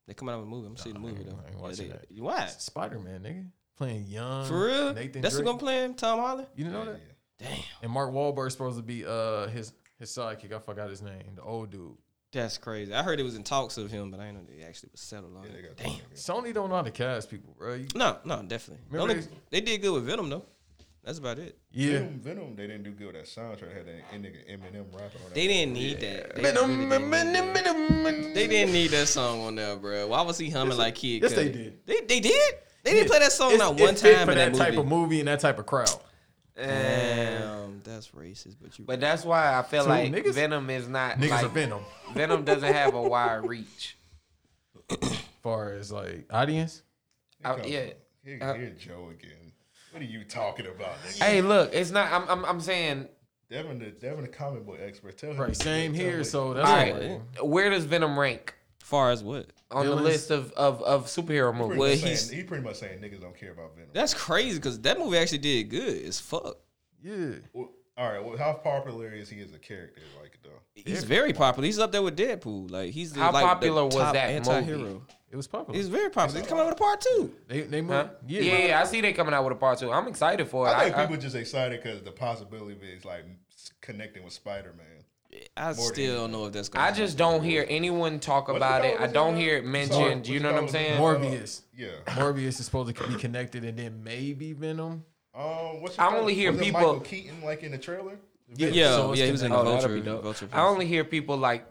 [SPEAKER 10] They come out with a movie. I'm gonna see the movie though.
[SPEAKER 12] I ain't
[SPEAKER 10] Yeah,
[SPEAKER 12] watching
[SPEAKER 10] they-
[SPEAKER 12] that.
[SPEAKER 10] you What?
[SPEAKER 12] Spider Man, nigga. Playing young.
[SPEAKER 10] For real?
[SPEAKER 12] Nathan
[SPEAKER 10] That's
[SPEAKER 12] Drake.
[SPEAKER 10] who I'm playing. Tom Holland.
[SPEAKER 12] You didn't know that?
[SPEAKER 10] Damn.
[SPEAKER 12] And Mark Wahlberg's supposed to be uh his his sidekick. I forgot his name. The old dude.
[SPEAKER 10] That's crazy. I heard it was in talks of him, but I didn't know they actually was settled on
[SPEAKER 11] They
[SPEAKER 10] it.
[SPEAKER 11] got
[SPEAKER 10] Damn.
[SPEAKER 12] Sony don't know how to cast people, bro. You-
[SPEAKER 10] No, no, definitely. The
[SPEAKER 12] Remember
[SPEAKER 10] only- they did good with Venom though. That's about it.
[SPEAKER 12] yeah.
[SPEAKER 11] Venom, Venom, they didn't do good with that soundtrack. Had that nigga Eminem rapping on that.
[SPEAKER 10] They didn't need that. They really didn't need that. They didn't need that song on there, bro. Why was he humming like Kid?
[SPEAKER 12] yes, they
[SPEAKER 10] Cudi?
[SPEAKER 12] did.
[SPEAKER 10] They, they did. They didn't play that song
[SPEAKER 12] It's-
[SPEAKER 10] not
[SPEAKER 12] it
[SPEAKER 10] one
[SPEAKER 12] fit
[SPEAKER 10] time
[SPEAKER 12] for
[SPEAKER 10] in
[SPEAKER 12] that
[SPEAKER 10] that,
[SPEAKER 12] type of
[SPEAKER 10] movie.
[SPEAKER 12] movie and that type of crowd.
[SPEAKER 10] Damn, (laughs) that's racist. But you.
[SPEAKER 8] But that's why I feel
[SPEAKER 12] So
[SPEAKER 8] like
[SPEAKER 12] niggas-
[SPEAKER 8] Venom is not
[SPEAKER 12] Niggas
[SPEAKER 8] like,
[SPEAKER 12] are Venom.
[SPEAKER 8] (laughs) Venom doesn't have a wide reach.
[SPEAKER 12] far as like audience.
[SPEAKER 8] I-
[SPEAKER 11] Come
[SPEAKER 8] yeah.
[SPEAKER 11] on. Here, here Joe again. What are you talking about? Nigga?
[SPEAKER 8] Hey, look, it's not. I'm. I'm, I'm saying.
[SPEAKER 11] Devin, the Devin, the comic book expert. Tell him.
[SPEAKER 12] Right. Same
[SPEAKER 11] tell
[SPEAKER 12] here.
[SPEAKER 11] him-
[SPEAKER 12] So
[SPEAKER 8] All
[SPEAKER 12] that's
[SPEAKER 8] right, where does Venom rank
[SPEAKER 10] far as what?
[SPEAKER 8] on the
[SPEAKER 12] Villains?
[SPEAKER 8] list of of, of superhero
[SPEAKER 11] Pretty
[SPEAKER 8] movies?
[SPEAKER 11] much
[SPEAKER 10] Well,
[SPEAKER 11] saying-
[SPEAKER 10] he's-
[SPEAKER 11] he pretty much saying niggas don't care about Venom.
[SPEAKER 10] That's crazy because that movie actually did good as fuck.
[SPEAKER 12] yeah.
[SPEAKER 11] Well, all right. Well, how popular is he as a character? Like though.
[SPEAKER 10] He's very popular. He's up there with Deadpool. Like he's the,
[SPEAKER 8] How
[SPEAKER 10] like, the
[SPEAKER 8] popular was
[SPEAKER 10] top
[SPEAKER 8] that
[SPEAKER 10] anti-hero.
[SPEAKER 8] movie?
[SPEAKER 12] It was popular.
[SPEAKER 10] It's very popular. It's coming out with a part two.
[SPEAKER 12] They they moved.
[SPEAKER 8] Huh? Yeah, yeah, I see they coming out with a part two. I'm excited for it.
[SPEAKER 11] I think people just excited because the possibility of it is like s- connecting with Spider Man.
[SPEAKER 10] I still don't know if that's going.
[SPEAKER 8] I just don't hear anyone talk about it. I don't hear it mentioned. you know what I'm saying?
[SPEAKER 12] Morbius.
[SPEAKER 11] Yeah.
[SPEAKER 12] Morbius is supposed to be connected, and then maybe Venom.
[SPEAKER 11] Um, what's
[SPEAKER 8] I only hear
[SPEAKER 11] was it
[SPEAKER 8] people-
[SPEAKER 11] Michael Keaton like in the trailer.
[SPEAKER 10] Yeah,
[SPEAKER 8] it's
[SPEAKER 10] yeah, he was in
[SPEAKER 8] connected.
[SPEAKER 10] the Vulture-
[SPEAKER 8] that'd be dope.
[SPEAKER 10] Vulture
[SPEAKER 8] I only hear people like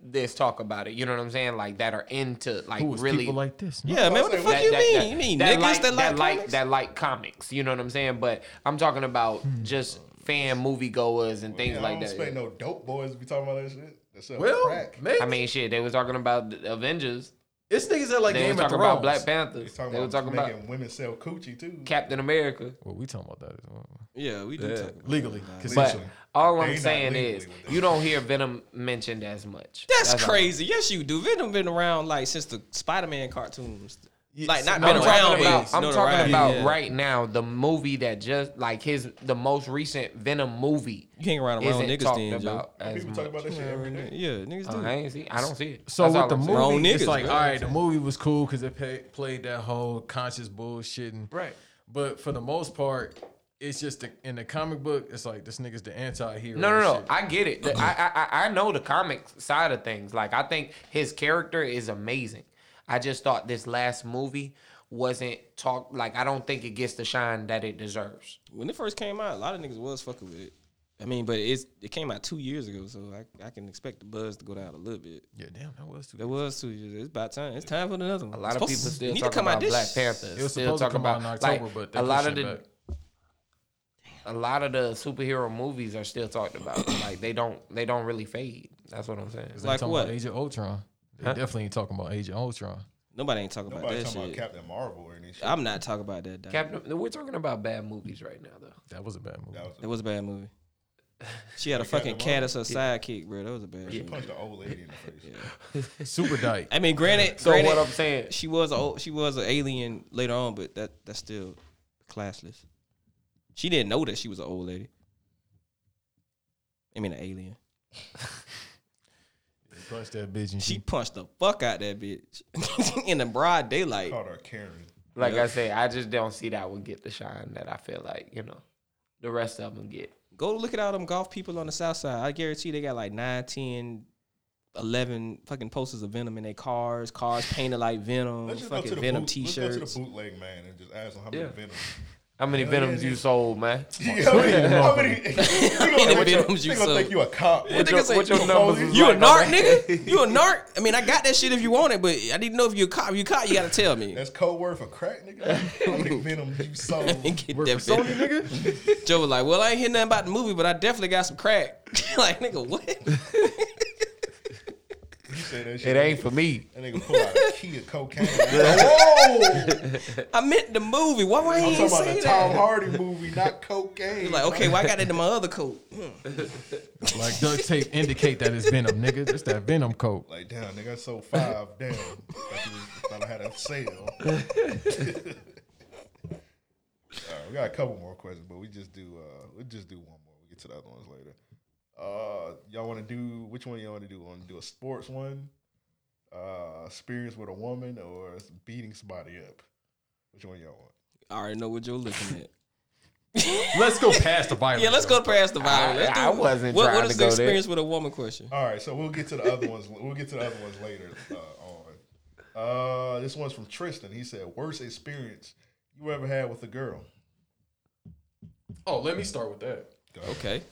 [SPEAKER 8] this talk about it. You know what I'm saying? Like that are into like
[SPEAKER 12] Who is
[SPEAKER 8] really
[SPEAKER 12] people like this?
[SPEAKER 10] Yeah, man, what the fuck you mean? You mean niggas
[SPEAKER 8] like,
[SPEAKER 10] that like
[SPEAKER 8] like
[SPEAKER 10] comics?
[SPEAKER 8] that like comics? You know what I'm saying? But I'm talking about
[SPEAKER 12] Hmm.
[SPEAKER 8] just fan movie goers and things
[SPEAKER 11] Yeah, I
[SPEAKER 8] like
[SPEAKER 11] don't
[SPEAKER 8] that.
[SPEAKER 11] expect no dope boys to be talking about that shit. That's a
[SPEAKER 12] Well,
[SPEAKER 11] crack.
[SPEAKER 12] maybe.
[SPEAKER 8] I mean, shit, they was talking about the Avengers.
[SPEAKER 12] It's niggas that like
[SPEAKER 8] they
[SPEAKER 12] Game
[SPEAKER 8] was
[SPEAKER 12] of
[SPEAKER 8] talking
[SPEAKER 12] Thrones.
[SPEAKER 8] about Black Panthers.
[SPEAKER 11] Talking
[SPEAKER 8] They were
[SPEAKER 11] about
[SPEAKER 8] talking about
[SPEAKER 11] making women sell coochie too.
[SPEAKER 8] Captain America.
[SPEAKER 12] Well, we talking about that as well.
[SPEAKER 10] Yeah, we do
[SPEAKER 12] Yeah,
[SPEAKER 10] talk about
[SPEAKER 12] legally.
[SPEAKER 10] that.
[SPEAKER 12] Cause
[SPEAKER 8] But
[SPEAKER 12] it's a-
[SPEAKER 8] all
[SPEAKER 12] They
[SPEAKER 8] I'm
[SPEAKER 12] not
[SPEAKER 8] saying
[SPEAKER 12] legally
[SPEAKER 8] is you don't hear Venom mentioned as much.
[SPEAKER 10] That's,
[SPEAKER 8] all.
[SPEAKER 10] crazy. Yes, you do. Venom been around like since the Spider Man cartoons.
[SPEAKER 12] Yeah,
[SPEAKER 10] Like not
[SPEAKER 8] I'm
[SPEAKER 10] been
[SPEAKER 8] talking
[SPEAKER 10] around,
[SPEAKER 8] about-
[SPEAKER 10] but
[SPEAKER 8] I'm
[SPEAKER 10] know the
[SPEAKER 8] talking
[SPEAKER 10] ride.
[SPEAKER 8] about
[SPEAKER 10] Yeah.
[SPEAKER 8] right now the movie that just like his the most recent Venom movie.
[SPEAKER 10] You hang around around
[SPEAKER 8] isn't
[SPEAKER 10] niggas
[SPEAKER 8] talked
[SPEAKER 10] then,
[SPEAKER 8] about
[SPEAKER 10] Joe.
[SPEAKER 8] as
[SPEAKER 10] People
[SPEAKER 8] much.
[SPEAKER 10] talk about that shit every day. Yeah, niggas do.
[SPEAKER 8] Uh, I ain't see. I don't see it.
[SPEAKER 12] So
[SPEAKER 8] That's all
[SPEAKER 12] with the
[SPEAKER 8] I'm
[SPEAKER 12] movie,
[SPEAKER 8] saying.
[SPEAKER 10] Wrong
[SPEAKER 12] it's
[SPEAKER 10] niggas,
[SPEAKER 12] like,
[SPEAKER 10] bro.
[SPEAKER 12] all right, the movie was cool because it pay, played that whole conscious bullshit. And,
[SPEAKER 8] Right.
[SPEAKER 12] But for the most part, it's just the, in the comic book, it's like this nigga's the anti-hero.
[SPEAKER 8] No, no,
[SPEAKER 12] and
[SPEAKER 8] no.
[SPEAKER 12] shit.
[SPEAKER 8] I get it. The- I, I, I- I know the comic side of things. Like, I think his character is amazing. I just thought this last movie wasn't talked. Like, I don't think it gets the shine that it deserves.
[SPEAKER 10] When it first came out, a lot of niggas was fucking with it. I mean, but it's it came out two years ago, so I, I can expect the buzz to go down a little bit.
[SPEAKER 12] Yeah, damn, that was too.
[SPEAKER 10] There was two years. It's about time. It's time for another one.
[SPEAKER 8] A lot of people still
[SPEAKER 10] need to
[SPEAKER 8] talking
[SPEAKER 10] come out
[SPEAKER 8] about
[SPEAKER 10] this-
[SPEAKER 8] Black Panther.
[SPEAKER 12] It was supposed
[SPEAKER 8] still
[SPEAKER 12] to
[SPEAKER 8] talking
[SPEAKER 12] come out
[SPEAKER 8] about
[SPEAKER 12] in
[SPEAKER 8] like,
[SPEAKER 12] October, but they
[SPEAKER 8] a lot
[SPEAKER 12] pushed
[SPEAKER 8] of the
[SPEAKER 12] it back.
[SPEAKER 8] a lot of the superhero movies are still talked (coughs) about. like they don't they don't really fade. That's what I'm saying.
[SPEAKER 12] They talking About Age of Ultron. They
[SPEAKER 8] Huh?
[SPEAKER 12] definitely ain't talking about Age of Ultron.
[SPEAKER 10] Nobody ain't talking
[SPEAKER 11] Nobody
[SPEAKER 10] about that
[SPEAKER 11] talking about
[SPEAKER 10] shit.
[SPEAKER 11] Captain Marvel or any shit.
[SPEAKER 10] I'm not talking about that. dog.
[SPEAKER 8] Captain, we're talking about bad movies right now, though.
[SPEAKER 12] That was a bad movie.
[SPEAKER 11] That was
[SPEAKER 10] That was a bad
[SPEAKER 8] (laughs)
[SPEAKER 10] movie. She had a
[SPEAKER 11] Like Captain
[SPEAKER 10] fucking cat
[SPEAKER 11] Marvel?
[SPEAKER 10] as her sidekick, bro. That was a bad.
[SPEAKER 11] She
[SPEAKER 10] movie.
[SPEAKER 11] punched an old lady in the face.
[SPEAKER 12] Super Dyke.
[SPEAKER 10] I mean, granted,
[SPEAKER 8] So
[SPEAKER 10] granted,
[SPEAKER 8] what I'm saying-
[SPEAKER 10] she was a old- she was an alien later on, but that that's still classless. She didn't know that she was an old lady. I mean, an alien.
[SPEAKER 12] They punched that bitch and
[SPEAKER 10] She
[SPEAKER 12] she.
[SPEAKER 10] punched the fuck out that bitch (laughs) in the broad daylight.
[SPEAKER 11] Called her Karen.
[SPEAKER 8] Like
[SPEAKER 10] Yeah.
[SPEAKER 8] I said, I just don't see that one get the shine that I feel like you know the rest of them get.
[SPEAKER 10] Go look at all them golf people on the south side. I guarantee they got like 9, 10, 11 fucking posters of Venom in their cars. Cars painted like Venom.
[SPEAKER 11] Let's just go to
[SPEAKER 10] Fucking
[SPEAKER 11] the
[SPEAKER 10] Venom
[SPEAKER 11] boot-
[SPEAKER 10] t
[SPEAKER 11] Let's
[SPEAKER 10] shirts.
[SPEAKER 11] go to the bootleg man and just ask him how many
[SPEAKER 8] Yeah.
[SPEAKER 11] Venoms. (laughs)
[SPEAKER 8] How many
[SPEAKER 11] Hell yeah,
[SPEAKER 8] Venoms
[SPEAKER 11] yeah.
[SPEAKER 8] you sold, man?
[SPEAKER 11] Yeah, how many? How (laughs) many? They
[SPEAKER 10] many
[SPEAKER 11] gonna, think you-
[SPEAKER 10] Venoms
[SPEAKER 11] they
[SPEAKER 10] you
[SPEAKER 11] gonna
[SPEAKER 10] sold?
[SPEAKER 11] think you a cop?
[SPEAKER 10] That nigga say,
[SPEAKER 8] what your
[SPEAKER 10] "You
[SPEAKER 8] numbers
[SPEAKER 10] a-
[SPEAKER 8] was
[SPEAKER 10] You
[SPEAKER 8] like,
[SPEAKER 10] a narc,
[SPEAKER 11] (laughs)
[SPEAKER 8] alright."
[SPEAKER 10] nigga? You a narc? I mean, I got that shit if you want it, but I didn't know if you a cop. If you a cop, you gotta tell me.
[SPEAKER 11] That's code word for crack, nigga. How many Venoms you
[SPEAKER 8] (laughs)
[SPEAKER 11] sold?
[SPEAKER 10] And get that Sony, nigga. (laughs) Joe was like, "Well, I ain't hear nothing about the movie, but I definitely got some crack." (laughs) like, nigga, what?
[SPEAKER 11] You say that shit.
[SPEAKER 8] It ain't for me.
[SPEAKER 11] That nigga pull out a key of
[SPEAKER 8] (laughs)
[SPEAKER 11] cocaine. Whoa!
[SPEAKER 10] I meant the movie. Why why
[SPEAKER 11] I'm
[SPEAKER 10] you
[SPEAKER 11] talking
[SPEAKER 10] ain't
[SPEAKER 11] about
[SPEAKER 10] say
[SPEAKER 11] the Tom
[SPEAKER 10] that?
[SPEAKER 11] Hardy movie, not cocaine.
[SPEAKER 10] He's like, okay, well, I got it in my other coat.
[SPEAKER 12] Like duct tape indicate that it's Venom, nigga. That's that Venom coat.
[SPEAKER 11] Like, damn, nigga, I sold five. Damn. Thought, you was- thought I had a sale. All right, we got a couple more questions, but we just do uh we'll just do one more. We'll get to the other ones later. Uh y'all wanna do which one y'all wanna do? Wanna do a sports one? Uh experience with a woman or s- beating somebody up? Which one y'all want?
[SPEAKER 10] I already know what you're looking at.
[SPEAKER 12] Let's go past the violence.
[SPEAKER 10] (laughs) Yeah, let's go past the violence. Let's do-
[SPEAKER 8] I wasn't
[SPEAKER 10] What,
[SPEAKER 8] trying
[SPEAKER 10] what is
[SPEAKER 8] to
[SPEAKER 10] the
[SPEAKER 8] go there.
[SPEAKER 10] experience with a woman question?
[SPEAKER 11] All right, so we'll get to the other ones. We'll get to the other ones later uh, on. Uh, this one's from Tristan. He said, "Worst experience you ever had with a girl."
[SPEAKER 12] Oh, let me start with that.
[SPEAKER 10] Okay,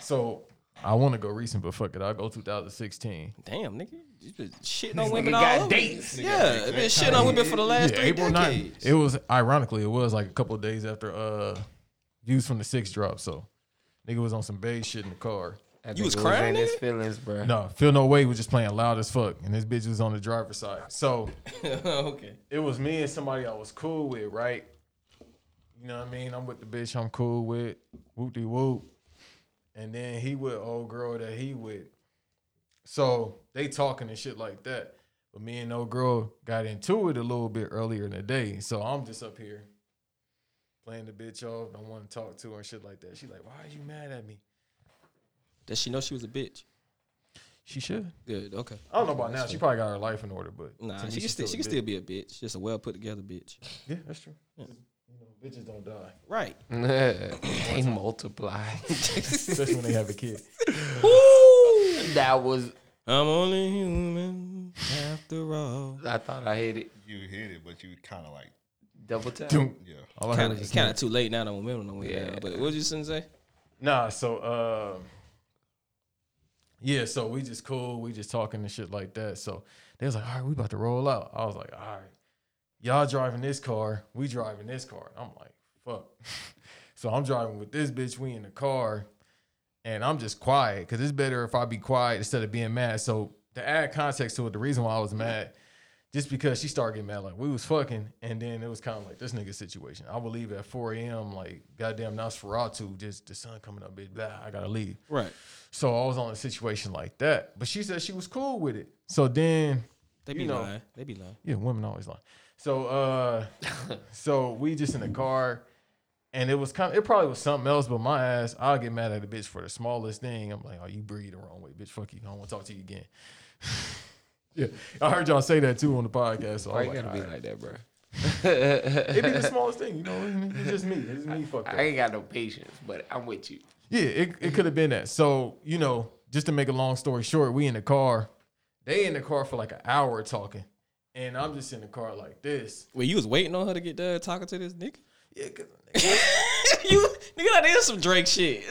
[SPEAKER 12] So I want to go recent, but fuck it, I'll go 2016.
[SPEAKER 10] damn, nigga, you been shitting
[SPEAKER 8] This
[SPEAKER 10] on women
[SPEAKER 8] nigga
[SPEAKER 10] all
[SPEAKER 8] got
[SPEAKER 10] over.
[SPEAKER 8] dates.
[SPEAKER 10] Yeah, been shitting on women for the last
[SPEAKER 12] Yeah,
[SPEAKER 10] three
[SPEAKER 12] April 9th.
[SPEAKER 10] decades.
[SPEAKER 12] It was ironically, it was like a couple of days after uh views from the six drop. So nigga was on some beige shit in the car.
[SPEAKER 8] I
[SPEAKER 10] You was
[SPEAKER 8] think it
[SPEAKER 10] crying,
[SPEAKER 8] in his
[SPEAKER 10] nigga?
[SPEAKER 8] feelings, bro. (laughs)
[SPEAKER 12] No, feel no way was just playing loud as fuck. And this bitch was on the driver's side. So
[SPEAKER 10] (laughs) okay.
[SPEAKER 12] it was me and somebody I was cool with, right? You know what I mean? I'm with the bitch I'm cool with. Whoop de whoop. And then he with old girl that he with. So they talking and shit like that. But me and old girl got into it a little bit earlier in the day. So I'm just up here playing the bitch off. Don't want to talk to her and shit like that. She like, why are you mad at me?
[SPEAKER 10] Does she know she was a bitch?
[SPEAKER 12] She should.
[SPEAKER 10] Good. Okay.
[SPEAKER 12] I don't know about now. She probably got her life in order, but
[SPEAKER 10] Nah,
[SPEAKER 12] to me,
[SPEAKER 10] she can
[SPEAKER 12] she's
[SPEAKER 10] still she
[SPEAKER 12] a
[SPEAKER 10] can
[SPEAKER 12] bitch.
[SPEAKER 10] still be a bitch. Just a well put together bitch.
[SPEAKER 12] Yeah, that's true. You know, bitches don't die.
[SPEAKER 10] (laughs) Right.
[SPEAKER 8] they multiply.
[SPEAKER 12] Especially when they have a (laughs) kid.
[SPEAKER 8] that was.
[SPEAKER 10] I'm only human after all.
[SPEAKER 8] I thought I hit it.
[SPEAKER 11] You hit it, but you kind of like
[SPEAKER 8] Double tap.
[SPEAKER 11] Yeah.
[SPEAKER 10] Kind of it's kind of too late now. I don't remember no way. Yeah. But what did you say?
[SPEAKER 12] Nah, so uh, yeah, so we just cool, we just talking and shit like that. So they was like, all right, we about to roll out. I was like, all right, y'all driving this car, we driving this car. I'm like, fuck. (laughs) so I'm driving with this bitch, we in the car, and I'm just quiet because it's better if I be quiet instead of being mad. So to add context to it, the reason why I was mad. Just because she started getting mad, like we was fucking, and then it was kind of like this nigga situation. I would leave at 4 a.m. like goddamn Nosferatu, just the sun coming up, bitch. Blah, I gotta leave.
[SPEAKER 10] Right.
[SPEAKER 12] So I was on a situation like that, but she said she was cool with it. So then
[SPEAKER 10] They
[SPEAKER 12] you
[SPEAKER 10] be
[SPEAKER 12] know,
[SPEAKER 10] lying. They be lying.
[SPEAKER 12] yeah, women always lie. So uh so we just in the car and it was kind of it probably was something else, but my ass, I'll get mad at a bitch for the smallest thing. I'm like, oh, you breathe the wrong way, bitch. Fuck you. I don't want to talk to you again. (laughs) yeah. I heard y'all say that too on the podcast. So
[SPEAKER 8] Why
[SPEAKER 12] I'm
[SPEAKER 8] you
[SPEAKER 12] like,
[SPEAKER 8] gotta be
[SPEAKER 12] "Alright."
[SPEAKER 8] like that, bro?
[SPEAKER 12] It'd be the smallest thing, you know. It's just me. It's me fucked up.
[SPEAKER 8] I ain't got no patience, but I'm with you.
[SPEAKER 12] (laughs) Yeah, it, it could have been that. So, you know, just to make a long story short, we in the car. They in the car for like an hour talking. And I'm just in the car like this.
[SPEAKER 10] Wait, you was waiting on her to get done talking to this nigga?
[SPEAKER 12] Yeah, cause
[SPEAKER 10] (laughs) you nigga that is some Drake shit.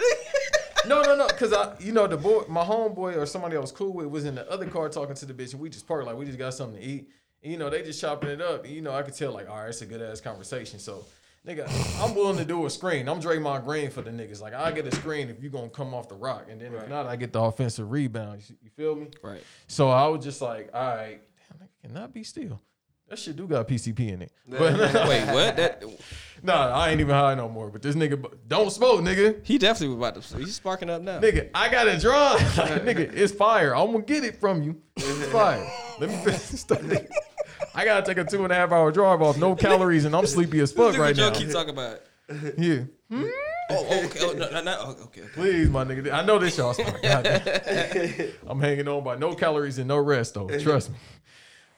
[SPEAKER 12] no, no, no, because I, you know, the boy, my homeboy or somebody I was cool with was in the other car talking to the bitch, and we just parked like we just got something to eat. And, you know, they just chopping it up. And, you know, I could tell like, all right, it's a good ass conversation. So, nigga, I'm willing to do a screen. I'm Draymond Green for the niggas. Like, I get a screen if you gonna come off the rock, and then if not, I get the offensive rebound. You, you feel me?
[SPEAKER 10] (laughs) Right.
[SPEAKER 12] So I was just like, all right, damn, nigga cannot be still. That shit do got PCP in it. (laughs) But-
[SPEAKER 10] Wait, what? That-
[SPEAKER 12] nah, I ain't even high no more. But this nigga, bu- don't smoke, nigga.
[SPEAKER 10] He definitely was about to. He's sparking up now.
[SPEAKER 12] Nigga, I got a drum.
[SPEAKER 10] (laughs)
[SPEAKER 12] Like, nigga, it's fire. I'm gonna get it from you. It's fire. Let me finish this stuff.
[SPEAKER 10] (laughs)
[SPEAKER 12] I gotta take a two and a half hour drive off, no calories, and I'm sleepy as fuck
[SPEAKER 10] This nigga
[SPEAKER 12] right
[SPEAKER 10] Joe
[SPEAKER 12] now.
[SPEAKER 10] Keep talking about. it.
[SPEAKER 12] Yeah.
[SPEAKER 10] Oh, oh, okay. Oh, no, no, no, okay, okay.
[SPEAKER 12] Please, my nigga. I know this y'all
[SPEAKER 10] (laughs)
[SPEAKER 12] smart. Goddamn. I'm hanging on by no calories and no rest though. Trust me.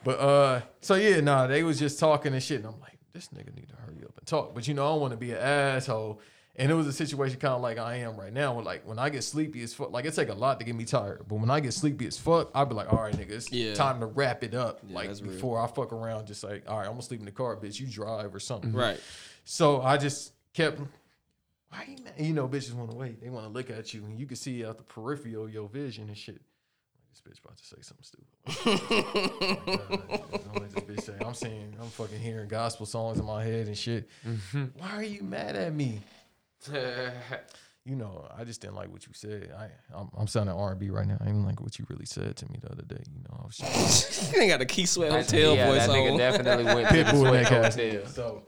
[SPEAKER 12] But uh, so yeah, nah, they was just talking and shit, and I'm like, this nigga need to hurry up and talk. But you know, I don't want to be an asshole. And it was a situation kind of like I am right now. Where like when I get sleepy as fuck, like it take a lot to get me tired. But when I get sleepy as fuck, I'd be like, all right, nigga, it's
[SPEAKER 10] Yeah.
[SPEAKER 12] time to wrap it up. like
[SPEAKER 10] that's real.
[SPEAKER 12] before I fuck around, just like, all right, I'm gonna sleep in the car, bitch. You drive or
[SPEAKER 10] (laughs)
[SPEAKER 12] something.
[SPEAKER 10] Right.
[SPEAKER 12] So I just kept why you mad? You know, bitches want to wait. They want to look at you, and you can see out the peripheral your vision and shit. Like, this bitch about to say something stupid. (laughs) Like, God, don't let this bitch say. I'm saying I'm fucking hearing gospel songs in my head and shit. Why are you mad at me? You know, I just didn't like what you said. I I'm, I'm sounding R&B right now. I didn't like what you really said to me the other day. You know, I was just
[SPEAKER 10] You ain't got the Key Sweat
[SPEAKER 12] That's-
[SPEAKER 10] Hotel
[SPEAKER 12] yeah,
[SPEAKER 10] voice
[SPEAKER 12] that nigga
[SPEAKER 10] on. (laughs)
[SPEAKER 12] definitely went to the Pitbull Sweat in that Hotel. castle. So,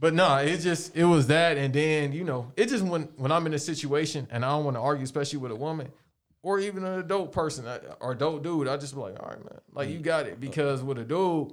[SPEAKER 12] But no, it just it was that, and then you know, it just when when I'm in a situation and I don't want to argue, especially with a woman or even an adult person I- or adult dude, I just be like, all right, man, like you got it. Because with a dude,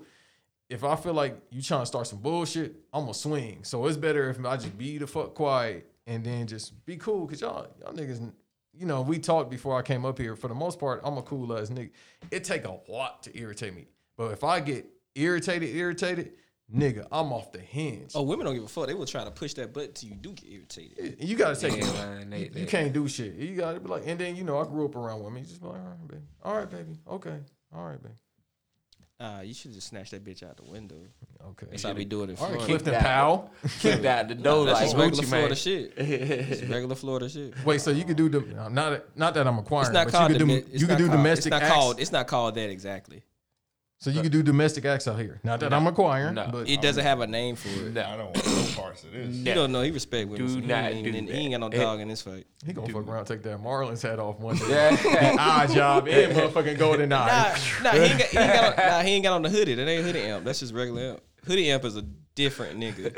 [SPEAKER 12] if I feel like you trying to start some bullshit, I'm gonna swing. So it's better if I just be the fuck quiet and then just be cool, cause y'all y'all niggas. You know, we talked before I came up here. For the most part, I'm a cool ass nigga. It take a lot to irritate me, but if I get irritated, irritated, nigga, I'm off the hinge.
[SPEAKER 10] Oh, women don't give a fuck. They will try to push that button till you do get irritated.
[SPEAKER 12] You gotta take
[SPEAKER 10] Yeah,
[SPEAKER 12] it.
[SPEAKER 10] man, they-
[SPEAKER 12] you,
[SPEAKER 10] they-
[SPEAKER 12] you can't do shit. You gotta be like, and then you know, I grew up around women. You just be like, all right, baby, all right, baby, okay, all right, baby.
[SPEAKER 10] Uh, you should just snatch that bitch out the window.
[SPEAKER 12] Okay.
[SPEAKER 10] That's how we do it in
[SPEAKER 12] All right,
[SPEAKER 10] Florida.
[SPEAKER 12] Clifton Powell.
[SPEAKER 10] Kick that
[SPEAKER 12] No, that's
[SPEAKER 10] That's
[SPEAKER 12] just
[SPEAKER 10] regular
[SPEAKER 12] Gucci
[SPEAKER 10] Florida
[SPEAKER 12] Mane.
[SPEAKER 10] shit.
[SPEAKER 12] (laughs)
[SPEAKER 10] It's regular Florida shit.
[SPEAKER 12] Wait, so you could do the no, not not that I'm acquiring,
[SPEAKER 10] It's not
[SPEAKER 12] but
[SPEAKER 10] called.
[SPEAKER 12] you could do
[SPEAKER 10] domi- it's
[SPEAKER 12] you could
[SPEAKER 10] not
[SPEAKER 12] do
[SPEAKER 10] called-
[SPEAKER 12] domestic
[SPEAKER 10] It's not
[SPEAKER 12] acts.
[SPEAKER 10] called. It's not called that exactly.
[SPEAKER 12] so you could do domestic acts out here. Not that I'm acquiring, but
[SPEAKER 10] it doesn't have a name for it.
[SPEAKER 8] No,
[SPEAKER 10] I
[SPEAKER 11] don't want no parts of this.
[SPEAKER 10] You don't know. He respect women.
[SPEAKER 12] Do
[SPEAKER 10] so he
[SPEAKER 12] not
[SPEAKER 10] ain't,
[SPEAKER 12] do
[SPEAKER 10] he ain't got no
[SPEAKER 12] that.
[SPEAKER 10] dog in this fight.
[SPEAKER 12] He gonna fuck around, take that Marlins hat off one day.
[SPEAKER 10] Yeah.
[SPEAKER 12] (laughs) the eye job and motherfucking golden
[SPEAKER 10] Nah,
[SPEAKER 12] eye.
[SPEAKER 10] Uh, nah, he ain't got, he ain't got on, nah, he ain't got on the hoodie. That ain't hoodie amp. That's just regular amp. Hoodie amp is a different nigga.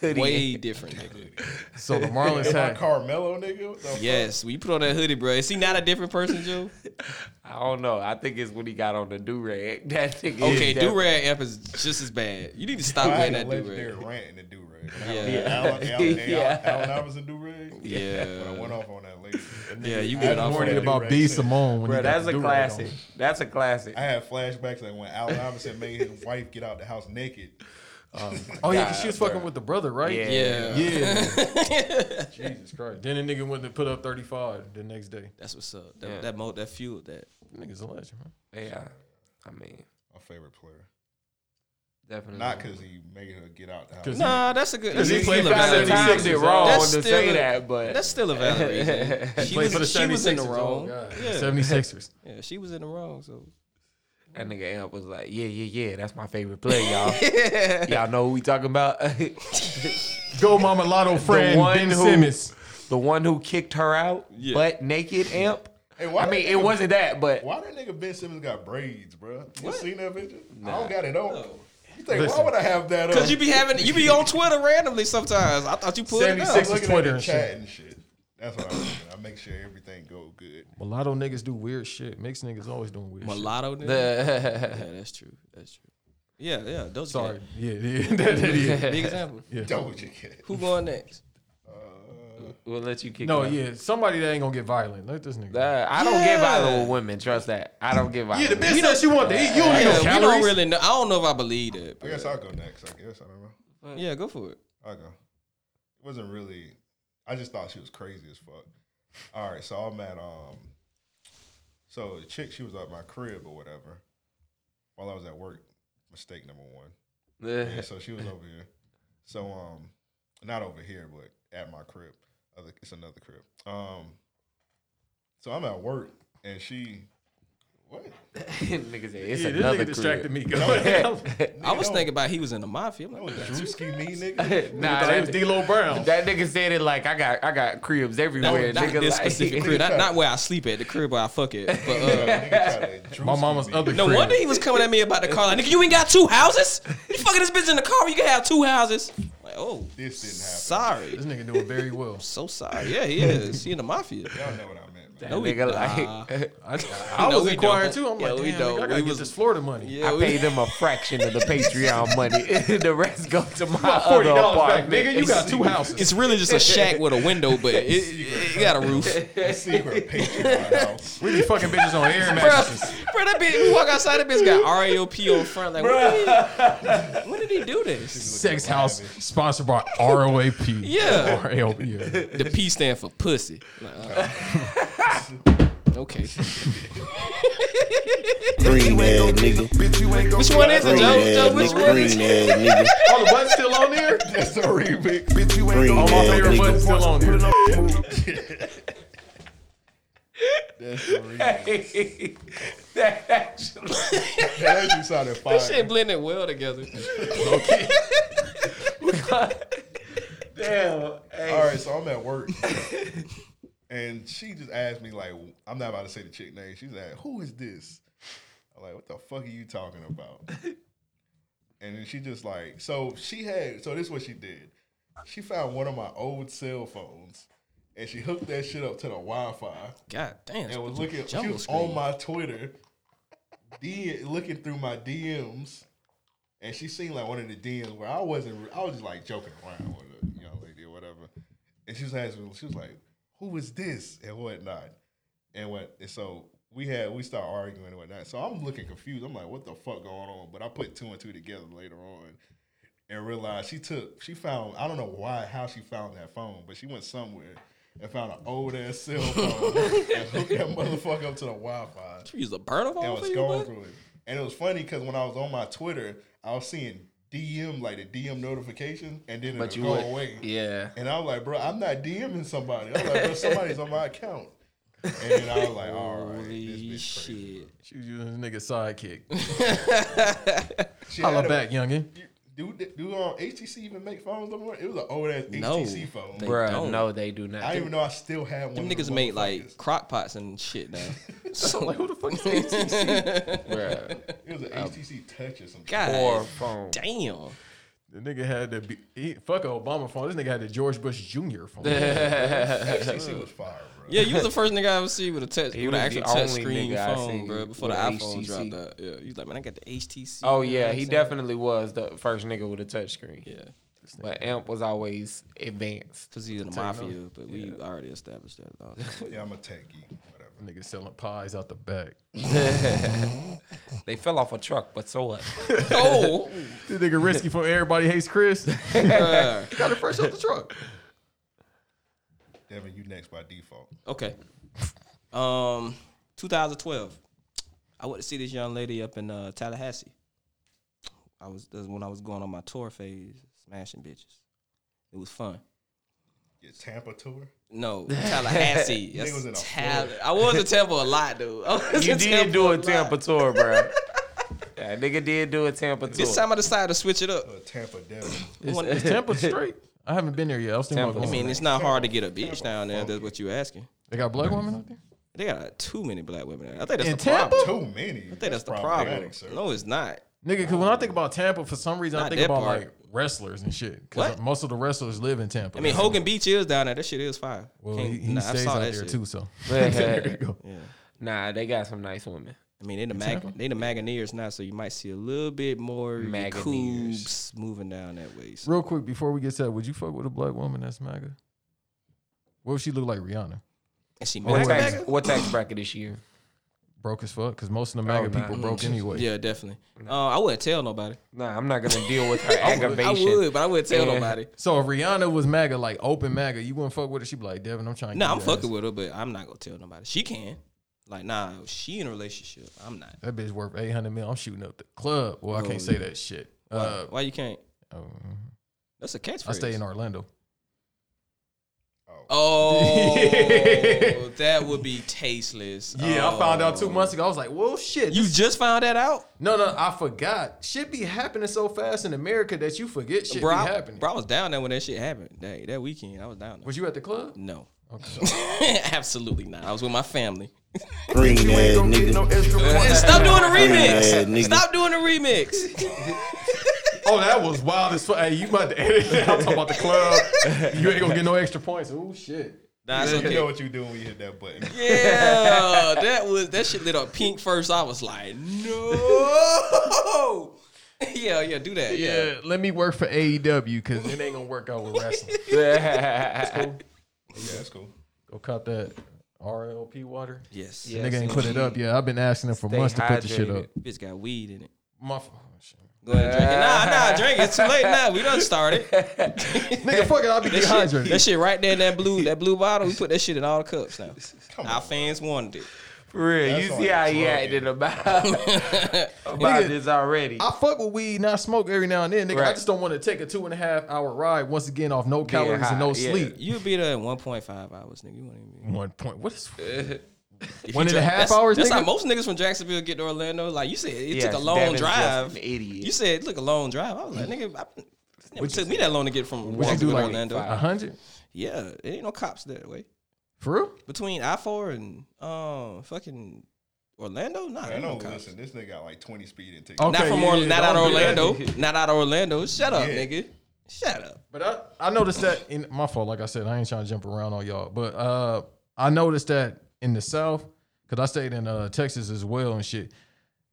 [SPEAKER 11] Hoodie
[SPEAKER 10] Way
[SPEAKER 11] amp.
[SPEAKER 10] different nigga.
[SPEAKER 12] So the
[SPEAKER 11] Am I Carmelo nigga. What the fuck?
[SPEAKER 10] Yes, when you put on that hoodie, bro. Is he not a different person, Joe?
[SPEAKER 8] (laughs) I don't know. I think it's when he got on the do rag. (laughs) That nigga.
[SPEAKER 10] Okay,
[SPEAKER 8] do
[SPEAKER 10] do rag amp is just as bad. You need to stop
[SPEAKER 11] I
[SPEAKER 10] wearing
[SPEAKER 11] had a
[SPEAKER 10] that do
[SPEAKER 11] legendary
[SPEAKER 10] rag.
[SPEAKER 11] rant in the do rag. Alan,
[SPEAKER 12] Yeah.
[SPEAKER 11] Alan, Alan,
[SPEAKER 12] Yeah.
[SPEAKER 11] Alan Iverson do rag.
[SPEAKER 12] (laughs) Yeah.
[SPEAKER 11] But I went off on that later.
[SPEAKER 12] Yeah, you went off on that do-rag shit. Bruh, that's a classic.
[SPEAKER 8] That's a classic.
[SPEAKER 11] I had flashbacks like when Alan Iverson made his wife get out the house naked.
[SPEAKER 12] Oh yeah, 'cause she was fucking with the brother, right?
[SPEAKER 11] Yeah.
[SPEAKER 12] yeah.
[SPEAKER 11] Yeah.
[SPEAKER 12] Jesus Christ! Then the nigga went to put up thirty five the next day.
[SPEAKER 10] That's what's up. That, that mo that fueled that.
[SPEAKER 12] Niggas a legend, man.
[SPEAKER 8] Yeah, I mean,
[SPEAKER 11] my favorite player.
[SPEAKER 8] Definitely.
[SPEAKER 11] Not because he made her get out the house.
[SPEAKER 10] 'Cause he- Nah, that's a good-
[SPEAKER 12] Because he
[SPEAKER 10] that's
[SPEAKER 12] played
[SPEAKER 10] still
[SPEAKER 12] for
[SPEAKER 10] a valid
[SPEAKER 12] the Sixers.
[SPEAKER 10] reason.
[SPEAKER 12] Did wrong
[SPEAKER 10] That's
[SPEAKER 12] to
[SPEAKER 10] still
[SPEAKER 12] say
[SPEAKER 10] a-
[SPEAKER 12] that, but
[SPEAKER 10] that's still a valid reason.
[SPEAKER 12] He played for the
[SPEAKER 10] she was in the
[SPEAKER 12] 76ers.
[SPEAKER 10] wrong.
[SPEAKER 12] Oh, God.
[SPEAKER 10] Yeah.
[SPEAKER 12] 76ers.
[SPEAKER 10] Yeah, she was in the wrong. So
[SPEAKER 8] That nigga Amp was like, yeah, yeah, yeah, that's my favorite play,
[SPEAKER 10] (laughs)
[SPEAKER 8] y'all. y'all know who we talking about?
[SPEAKER 12] Go Mama Lotto friend Ben Simmons.
[SPEAKER 8] The one who kicked her out,
[SPEAKER 11] Yeah.
[SPEAKER 8] butt naked Amp.
[SPEAKER 11] Hey, why
[SPEAKER 8] I mean,
[SPEAKER 11] that
[SPEAKER 8] it
[SPEAKER 11] nigga-
[SPEAKER 8] wasn't that, but
[SPEAKER 11] why that nigga Ben Simmons got braids, bro? You seen that picture? I
[SPEAKER 10] Nah.
[SPEAKER 11] don't got it on. You think why
[SPEAKER 10] Listen.
[SPEAKER 11] would I have that? on?
[SPEAKER 10] Because you be having you be on Twitter randomly sometimes. I thought you pulled it up.
[SPEAKER 11] 76 is Twitter and shit. and shit. That's what I'm doing. I make sure everything go good.
[SPEAKER 12] Mulatto niggas do weird shit. Mixed niggas always doing weird
[SPEAKER 10] Mulatto niggas?
[SPEAKER 12] shit.
[SPEAKER 10] The- Yeah, that's true. That's true. Yeah, yeah. Those
[SPEAKER 12] Sorry.
[SPEAKER 10] Cats.
[SPEAKER 12] Yeah, yeah. (laughs) That- that- yeah.
[SPEAKER 10] Big example.
[SPEAKER 12] Yeah. Doja
[SPEAKER 11] Cat.
[SPEAKER 10] Who going next?
[SPEAKER 8] we'll let you kick
[SPEAKER 12] No,
[SPEAKER 8] it off.
[SPEAKER 12] yeah. Somebody that ain't gonna get violent. Let this nigga.
[SPEAKER 8] Uh, I don't get
[SPEAKER 12] Yeah.
[SPEAKER 8] violent with women. Trust that. I don't get violent.
[SPEAKER 12] Yeah, the bitch that she want to eat. You don't
[SPEAKER 10] yeah,
[SPEAKER 12] eat no
[SPEAKER 10] We don't
[SPEAKER 12] calories.
[SPEAKER 10] really know. I don't know if I believe that.
[SPEAKER 11] I guess I'll go next. I guess I don't know.
[SPEAKER 10] Yeah, go for it.
[SPEAKER 11] I'll go. It wasn't really. I just thought she was crazy as fuck. All right, so I'm at um. So the chick, she was at my crib or whatever, while I was at work. Mistake number one.
[SPEAKER 10] (laughs)
[SPEAKER 8] (laughs)
[SPEAKER 11] yeah, so she was over here. So um, not over here, but at my crib. Other, it's another crib. Um, so I'm at work and she.
[SPEAKER 12] (laughs)
[SPEAKER 11] What?
[SPEAKER 8] Nigga said,
[SPEAKER 10] It's
[SPEAKER 11] Yeah, this
[SPEAKER 10] another
[SPEAKER 11] nigga distracted
[SPEAKER 8] (laughs)
[SPEAKER 11] me. Go
[SPEAKER 10] (laughs)
[SPEAKER 11] ahead.
[SPEAKER 12] (laughs)
[SPEAKER 10] I was
[SPEAKER 11] Nigga,
[SPEAKER 10] thinking about he was in the mafia. I'm like,
[SPEAKER 11] Drewski, me,
[SPEAKER 10] nigga.
[SPEAKER 8] nah, that was
[SPEAKER 12] D'Lo Brown.
[SPEAKER 8] That nigga said it like I got I got cribs
[SPEAKER 10] Not,
[SPEAKER 8] everywhere.
[SPEAKER 10] not
[SPEAKER 8] nigga,
[SPEAKER 10] this
[SPEAKER 8] like- (laughs)
[SPEAKER 10] specific crib. Not, not where I sleep at. The crib where I fuck it.
[SPEAKER 11] (laughs)
[SPEAKER 10] (laughs) But uh,
[SPEAKER 12] My mama's other
[SPEAKER 10] No
[SPEAKER 12] crib.
[SPEAKER 10] wonder he was coming at me about the car. Like, nigga, you ain't got two houses? You fucking this bitch in the car. You can have two houses. Like, oh,
[SPEAKER 11] this didn't happen.
[SPEAKER 10] Sorry,
[SPEAKER 12] this nigga doing very
[SPEAKER 10] (laughs)
[SPEAKER 12] well.
[SPEAKER 10] so sorry. Yeah, he is. He in the (laughs) mafia.
[SPEAKER 11] Y'all know what I meant.
[SPEAKER 8] That
[SPEAKER 10] No, we-
[SPEAKER 8] nigga
[SPEAKER 10] nah.
[SPEAKER 8] (laughs) like
[SPEAKER 12] I
[SPEAKER 10] No,
[SPEAKER 12] was
[SPEAKER 10] we
[SPEAKER 12] inquiring
[SPEAKER 10] don't.
[SPEAKER 12] too. I'm
[SPEAKER 10] Yeah,
[SPEAKER 12] like,
[SPEAKER 10] we
[SPEAKER 12] damn, nigga,
[SPEAKER 10] don't.
[SPEAKER 12] I
[SPEAKER 10] We
[SPEAKER 12] gotta get
[SPEAKER 10] was- (laughs)
[SPEAKER 12] this Florida money.
[SPEAKER 8] I pay them a fraction of the Patreon money. (laughs) the rest go to my
[SPEAKER 12] got
[SPEAKER 8] other
[SPEAKER 12] $40 back,
[SPEAKER 8] apartment.
[SPEAKER 12] nigga. You got
[SPEAKER 10] (laughs)
[SPEAKER 12] two houses.
[SPEAKER 10] It's really just a shack with a window, (laughs) but it, it, it got a (laughs) roof.
[SPEAKER 11] Secret Patreon house.
[SPEAKER 12] We be fucking bitches on
[SPEAKER 10] (laughs)
[SPEAKER 12] air
[SPEAKER 10] Bruh,
[SPEAKER 12] mattresses.
[SPEAKER 10] bruh, that bitch you walk outside, that bitch got RAOP on front. Like, when did, he, when did he do this?
[SPEAKER 12] Sex house sponsored by ROAP.
[SPEAKER 10] Yeah.
[SPEAKER 12] ROAP. Yeah.
[SPEAKER 10] The P stand for pussy. Like, uh, okay.
[SPEAKER 14] Green ass nigga.
[SPEAKER 10] Which one is it,
[SPEAKER 14] Green
[SPEAKER 10] Joe? Joe,
[SPEAKER 14] ass
[SPEAKER 10] which
[SPEAKER 14] nigga.
[SPEAKER 10] one is
[SPEAKER 14] Green
[SPEAKER 10] it?
[SPEAKER 14] ass nigga.
[SPEAKER 12] Oh, the button's still on there?
[SPEAKER 11] That's the remix.
[SPEAKER 14] Green
[SPEAKER 12] All my
[SPEAKER 14] ass
[SPEAKER 12] favorite
[SPEAKER 14] nigga.
[SPEAKER 12] buttons still on there.
[SPEAKER 11] That's the remix.
[SPEAKER 8] Hey, that actually.
[SPEAKER 11] That actually sounded fire.
[SPEAKER 10] This shit blended well together.
[SPEAKER 8] Damn. Hey.
[SPEAKER 11] All right, so I'm at work, and she just asked me like, I'm not about to say the chick name. She's like, "Who is this?" I'm like, "What the fuck are you talking about?" And then she just like, so she had, so this is what she did. She found one of my old cell phones, and she hooked that shit up to the Wi-Fi.
[SPEAKER 10] God damn.
[SPEAKER 11] and was
[SPEAKER 10] it's a
[SPEAKER 11] looking. She
[SPEAKER 10] jumbo
[SPEAKER 11] was
[SPEAKER 10] screen.
[SPEAKER 11] on my Twitter, D, looking through my DMs, and she seen like one of the DMs where I wasn't. re- I was just like joking around with a young lady or whatever, and she was asking. She was like, "Who is this?" and whatnot, and what. And so we had we start arguing and whatnot. So I'm looking confused. I'm like, "What the fuck going on?" But I put two and two together later on. And realized she took, she found, I don't know why, how she found that phone, but she went somewhere and found an old ass cell phone and hooked that motherfucker up to the Wi Fi.
[SPEAKER 10] You use a burner phone
[SPEAKER 11] And
[SPEAKER 10] for
[SPEAKER 11] was
[SPEAKER 10] you,
[SPEAKER 11] going
[SPEAKER 10] boy?
[SPEAKER 11] through it. And it was funny because when I was on my Twitter, I was seeing DM like the DM notification, and then
[SPEAKER 8] But
[SPEAKER 11] it
[SPEAKER 8] you
[SPEAKER 11] would go
[SPEAKER 8] would-
[SPEAKER 11] away.
[SPEAKER 8] yeah.
[SPEAKER 11] And I was like, bro, I'm not DMing somebody. I was like, bro, somebody's on my account. And then I was like, all right, this bitch
[SPEAKER 10] shit.
[SPEAKER 12] She was using this nigga sidekick.
[SPEAKER 11] She
[SPEAKER 12] Holla
[SPEAKER 11] had a-
[SPEAKER 12] back, youngin.
[SPEAKER 11] Do do um, HTC even make phones no more? It was an old ass
[SPEAKER 10] No,
[SPEAKER 11] HTC phone.
[SPEAKER 10] they
[SPEAKER 8] Bruh,
[SPEAKER 10] don't.
[SPEAKER 8] no, they do not.
[SPEAKER 11] I didn't even know I still had one.
[SPEAKER 10] Them
[SPEAKER 11] of the
[SPEAKER 10] niggas made like crock pots and shit now.
[SPEAKER 8] (laughs)
[SPEAKER 10] so
[SPEAKER 12] like, who the fuck is
[SPEAKER 11] HTC?
[SPEAKER 8] Bruh.
[SPEAKER 11] It was an HTC Touch or some shit.
[SPEAKER 10] um, God
[SPEAKER 8] (laughs)
[SPEAKER 12] Poor phone.
[SPEAKER 10] damn.
[SPEAKER 12] The nigga had the be- he, fuck a Obama phone. This nigga had the George Bush Jr. phone.
[SPEAKER 11] HTC was fire, bro.
[SPEAKER 10] Yeah, you was the first nigga I ever see with a touch,
[SPEAKER 8] He
[SPEAKER 10] with an
[SPEAKER 8] was the
[SPEAKER 10] actual touch
[SPEAKER 8] only
[SPEAKER 10] screen
[SPEAKER 8] nigga I
[SPEAKER 10] phone,
[SPEAKER 8] seen
[SPEAKER 10] bro. Before the
[SPEAKER 8] with a
[SPEAKER 10] iPhone
[SPEAKER 8] HTC.
[SPEAKER 10] dropped out, yeah, he was like, man, I got the HTC.
[SPEAKER 8] Oh
[SPEAKER 10] you know what
[SPEAKER 8] yeah, he
[SPEAKER 10] I'm saying?
[SPEAKER 8] definitely was the first nigga with a touchscreen.
[SPEAKER 10] Yeah.
[SPEAKER 8] But Amp was always advanced.
[SPEAKER 10] Because he's in the mafia, but we already established that. dog.
[SPEAKER 8] (laughs)
[SPEAKER 11] yeah, I'm a techie. Whatever.
[SPEAKER 12] Niggas selling pies out the back.
[SPEAKER 8] they fell off a truck, but so what?
[SPEAKER 12] oh, this nigga risky for everybody hates Chris. Got it fresh off the truck.
[SPEAKER 11] Devin, you next by default.
[SPEAKER 10] Okay. Um, 2012. I went to see this young lady up in uh, Tallahassee. I was that's when I was going on my tour phase, smashing bitches. It was fun.
[SPEAKER 11] Your Tampa tour?
[SPEAKER 10] No, Tallahassee.
[SPEAKER 11] Nigga
[SPEAKER 10] That's
[SPEAKER 11] was in a
[SPEAKER 10] Tal-
[SPEAKER 11] Florida.
[SPEAKER 10] I was in Tampa a lot, dude. I was
[SPEAKER 8] (laughs) you
[SPEAKER 10] in
[SPEAKER 8] did
[SPEAKER 10] Tampa
[SPEAKER 8] do a
[SPEAKER 10] lot.
[SPEAKER 8] Tampa tour, bro. (laughs) Yeah, nigga did do a Tampa tour.
[SPEAKER 10] This time I decided to switch it up.
[SPEAKER 11] Uh, Tampa Devin.
[SPEAKER 12] Is,
[SPEAKER 10] (laughs)
[SPEAKER 12] is Tampa straight? I haven't been there yet. I was thinking about
[SPEAKER 10] I
[SPEAKER 12] going.
[SPEAKER 10] mean, it's not hard to get a bitch down there. if That's what you asking.
[SPEAKER 12] They got
[SPEAKER 10] Mm-hmm.
[SPEAKER 12] black women out there.
[SPEAKER 10] They got uh, too many black women. Out there. I think that's
[SPEAKER 12] In
[SPEAKER 10] the
[SPEAKER 12] Tampa?
[SPEAKER 10] problem.
[SPEAKER 11] Too many.
[SPEAKER 10] I think that's, the problem. No, it's not.
[SPEAKER 12] Nigga, because when I think about Tampa, for some reason I
[SPEAKER 10] Not
[SPEAKER 12] think
[SPEAKER 10] that
[SPEAKER 12] about
[SPEAKER 10] part.
[SPEAKER 12] like wrestlers and shit. Because most of the wrestlers live in Tampa.
[SPEAKER 10] I mean, Hogan Beach is down there. That shit is fire.
[SPEAKER 12] Well,
[SPEAKER 10] Can't-
[SPEAKER 12] he, he
[SPEAKER 10] nah, I
[SPEAKER 12] stays
[SPEAKER 10] saw
[SPEAKER 12] out
[SPEAKER 10] that
[SPEAKER 12] there
[SPEAKER 10] shit.
[SPEAKER 12] too, so there you go.
[SPEAKER 10] Yeah.
[SPEAKER 8] Nah, they got some nice women.
[SPEAKER 10] I mean, they the
[SPEAKER 8] In
[SPEAKER 10] mag-
[SPEAKER 8] Tampa?
[SPEAKER 10] they the Magoneers now, so you might see a little bit more Magoneers moving down that way. So.
[SPEAKER 12] Real quick before we get to that, would you fuck with a black woman that's MAGA? What if she look like Rihanna?
[SPEAKER 10] And she
[SPEAKER 8] What
[SPEAKER 10] MAGA?
[SPEAKER 8] tax, what tax bracket is she in?
[SPEAKER 12] Broke as fuck, because most of the
[SPEAKER 10] Oh,
[SPEAKER 12] MAGA
[SPEAKER 8] nah.
[SPEAKER 12] people broke anyway.
[SPEAKER 10] Yeah, definitely. Uh, I wouldn't tell nobody.
[SPEAKER 8] Nah, I'm not (laughs) gonna deal with her
[SPEAKER 10] I would-
[SPEAKER 8] aggravation.
[SPEAKER 10] I would, but I wouldn't tell nobody.
[SPEAKER 12] So if Rihanna was MAGA, like open MAGA, you wouldn't fuck with her. She'd be like, Devin, I'm trying. to
[SPEAKER 10] No,
[SPEAKER 12] get
[SPEAKER 10] I'm
[SPEAKER 12] your
[SPEAKER 10] fucking
[SPEAKER 12] ass.
[SPEAKER 10] with her, but I'm not gonna tell nobody. She can. Like, nah, she in a relationship. I'm not.
[SPEAKER 12] That bitch worth 800 mil. I'm shooting up the club. Well, I
[SPEAKER 10] Oh,
[SPEAKER 12] can't say
[SPEAKER 10] yeah.
[SPEAKER 12] that shit.
[SPEAKER 10] Why,
[SPEAKER 12] Uh,
[SPEAKER 10] why you can't?
[SPEAKER 12] um,
[SPEAKER 10] That's a catchphrase.
[SPEAKER 12] I stay in Orlando. (laughs)
[SPEAKER 10] Oh, that would be tasteless.
[SPEAKER 12] Yeah, I found out two
[SPEAKER 10] Oh.
[SPEAKER 12] months ago. I was like, "Well, shit."
[SPEAKER 10] You
[SPEAKER 12] this-
[SPEAKER 10] just found that out,
[SPEAKER 12] no, no, I forgot. Shit be happening so fast in America that you forget shit
[SPEAKER 10] bro?
[SPEAKER 12] be
[SPEAKER 10] I,
[SPEAKER 12] happening.
[SPEAKER 10] bro, I was down there when that shit happened. That that weekend, I was down there.
[SPEAKER 12] Was you at the club?
[SPEAKER 10] No, (laughs)
[SPEAKER 12] Okay.
[SPEAKER 10] absolutely not. I was with my family.
[SPEAKER 14] Green ass nigga.
[SPEAKER 10] (laughs) Stop doing the
[SPEAKER 14] Green ass
[SPEAKER 10] remix.
[SPEAKER 14] nigga.
[SPEAKER 10] Stop doing the remix.
[SPEAKER 12] oh, that was wild as fuck. Hey, you about to edit that? (laughs) I'm talking about the club. You ain't gonna get no extra points. Oh shit.
[SPEAKER 10] Nah, it's
[SPEAKER 11] you
[SPEAKER 10] okay.
[SPEAKER 11] know what you do when you hit that button.
[SPEAKER 10] Yeah, that was that shit lit up pink first. I was like, no. (laughs) yeah, yeah, do that. Yeah.
[SPEAKER 12] Yeah, let me work for AEW because it ain't gonna work out
[SPEAKER 10] (laughs)
[SPEAKER 12] with wrestling. That's cool.
[SPEAKER 11] Yeah, that's cool.
[SPEAKER 12] Go cop that RLP water.
[SPEAKER 10] Yes.
[SPEAKER 12] The nigga ain't put it up yet. I've been asking him for
[SPEAKER 8] Stay
[SPEAKER 12] months to put the shit up.
[SPEAKER 10] Bitch got weed in it.
[SPEAKER 12] My f- oh, shit.
[SPEAKER 10] Go ahead and drink it. Nah, nah, drink it. It's too late now. We done (laughs) started.
[SPEAKER 12] Nigga, fuck it. I'll be
[SPEAKER 10] That shit,
[SPEAKER 12] dehydrated.
[SPEAKER 10] that shit right there in that blue that blue bottle. We put that shit in all the cups now. Our fans wanted it.
[SPEAKER 8] For real,
[SPEAKER 11] That's
[SPEAKER 8] you
[SPEAKER 11] on
[SPEAKER 8] see
[SPEAKER 11] the
[SPEAKER 8] how he
[SPEAKER 11] drug
[SPEAKER 8] acted about (laughs) about
[SPEAKER 10] (laughs)
[SPEAKER 12] Nigga,
[SPEAKER 8] this already.
[SPEAKER 12] I fuck with weed, not smoke every now and then, nigga. I
[SPEAKER 8] Right.
[SPEAKER 12] just don't want to take a two and a half hour ride once again off no
[SPEAKER 8] Being
[SPEAKER 12] calories and no
[SPEAKER 8] high, yeah.
[SPEAKER 12] sleep.
[SPEAKER 10] You'd be there in 1.5 hours, nigga. You wouldn't even be.
[SPEAKER 12] One point. What is
[SPEAKER 10] (laughs) If
[SPEAKER 12] One
[SPEAKER 10] you
[SPEAKER 12] and a
[SPEAKER 10] dri-
[SPEAKER 12] half
[SPEAKER 10] that's,
[SPEAKER 12] hours,
[SPEAKER 10] That's
[SPEAKER 12] nigga?
[SPEAKER 10] how most niggas from Jacksonville get to Orlando. Like you said, it
[SPEAKER 8] Yes,
[SPEAKER 10] took a long
[SPEAKER 8] Devin's just
[SPEAKER 10] drive.
[SPEAKER 8] an idiot.
[SPEAKER 10] You said it took a long drive. I was like, nigga, I, it never took me that long to get from
[SPEAKER 12] Would you
[SPEAKER 10] Jacksonville to
[SPEAKER 12] do like
[SPEAKER 10] Orlando.
[SPEAKER 12] a hundred?
[SPEAKER 10] Yeah, it ain't no cops that way.
[SPEAKER 12] For real?
[SPEAKER 10] Between I four and um fucking Orlando, nah,
[SPEAKER 11] I
[SPEAKER 10] ain't no
[SPEAKER 11] know.
[SPEAKER 10] cops.
[SPEAKER 11] Listen, this nigga got like 20 speeding tickets.
[SPEAKER 12] Okay,
[SPEAKER 10] not from
[SPEAKER 12] yeah,
[SPEAKER 10] Orla-
[SPEAKER 12] yeah,
[SPEAKER 10] not out of
[SPEAKER 12] don't do that.
[SPEAKER 10] Orlando, not out of Orlando. Shut up,
[SPEAKER 11] Yeah.
[SPEAKER 10] nigga. Shut up.
[SPEAKER 12] But I, I noticed that in my fault. Like I said, I ain't trying to jump around on y'all. But uh, I noticed that in the South, because I stayed in uh, Texas as well and shit.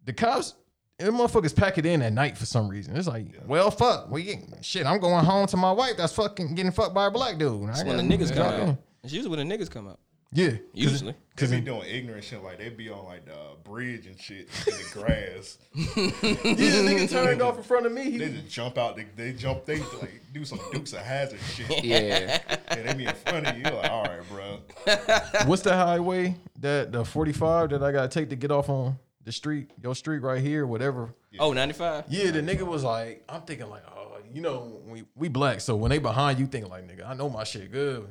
[SPEAKER 12] The cops, them motherfuckers pack it in at night for some reason. It's like, well, fuck, we get, shit. I'm going home to my wife. That's fucking getting fucked by a black dude. I
[SPEAKER 10] That's when the
[SPEAKER 12] got-
[SPEAKER 10] niggas come
[SPEAKER 12] Yeah.
[SPEAKER 10] out. It's usually when the niggas come out.
[SPEAKER 12] Yeah,
[SPEAKER 10] (laughs) Usually.
[SPEAKER 11] Cause they be doing ignorant shit like they be on like the uh, bridge and shit (laughs) in the grass.
[SPEAKER 12] yeah, nigga turned off in front of me.
[SPEAKER 11] They
[SPEAKER 12] He,
[SPEAKER 11] just jump out. They, they jump. They like do some Dukes of Hazard
[SPEAKER 10] (laughs)
[SPEAKER 11] shit.
[SPEAKER 8] yeah,
[SPEAKER 11] And they be in front of you. You're like, all right, bro.
[SPEAKER 12] (laughs) what's the highway that the 45 that I gotta take to get off on the street, your street right here, whatever.
[SPEAKER 10] Oh, 95?
[SPEAKER 12] Yeah, the nigga was like, I'm thinking like, oh, you know, we, we black, so when they behind you, thinking like, nigga, I know my shit good. Mhm.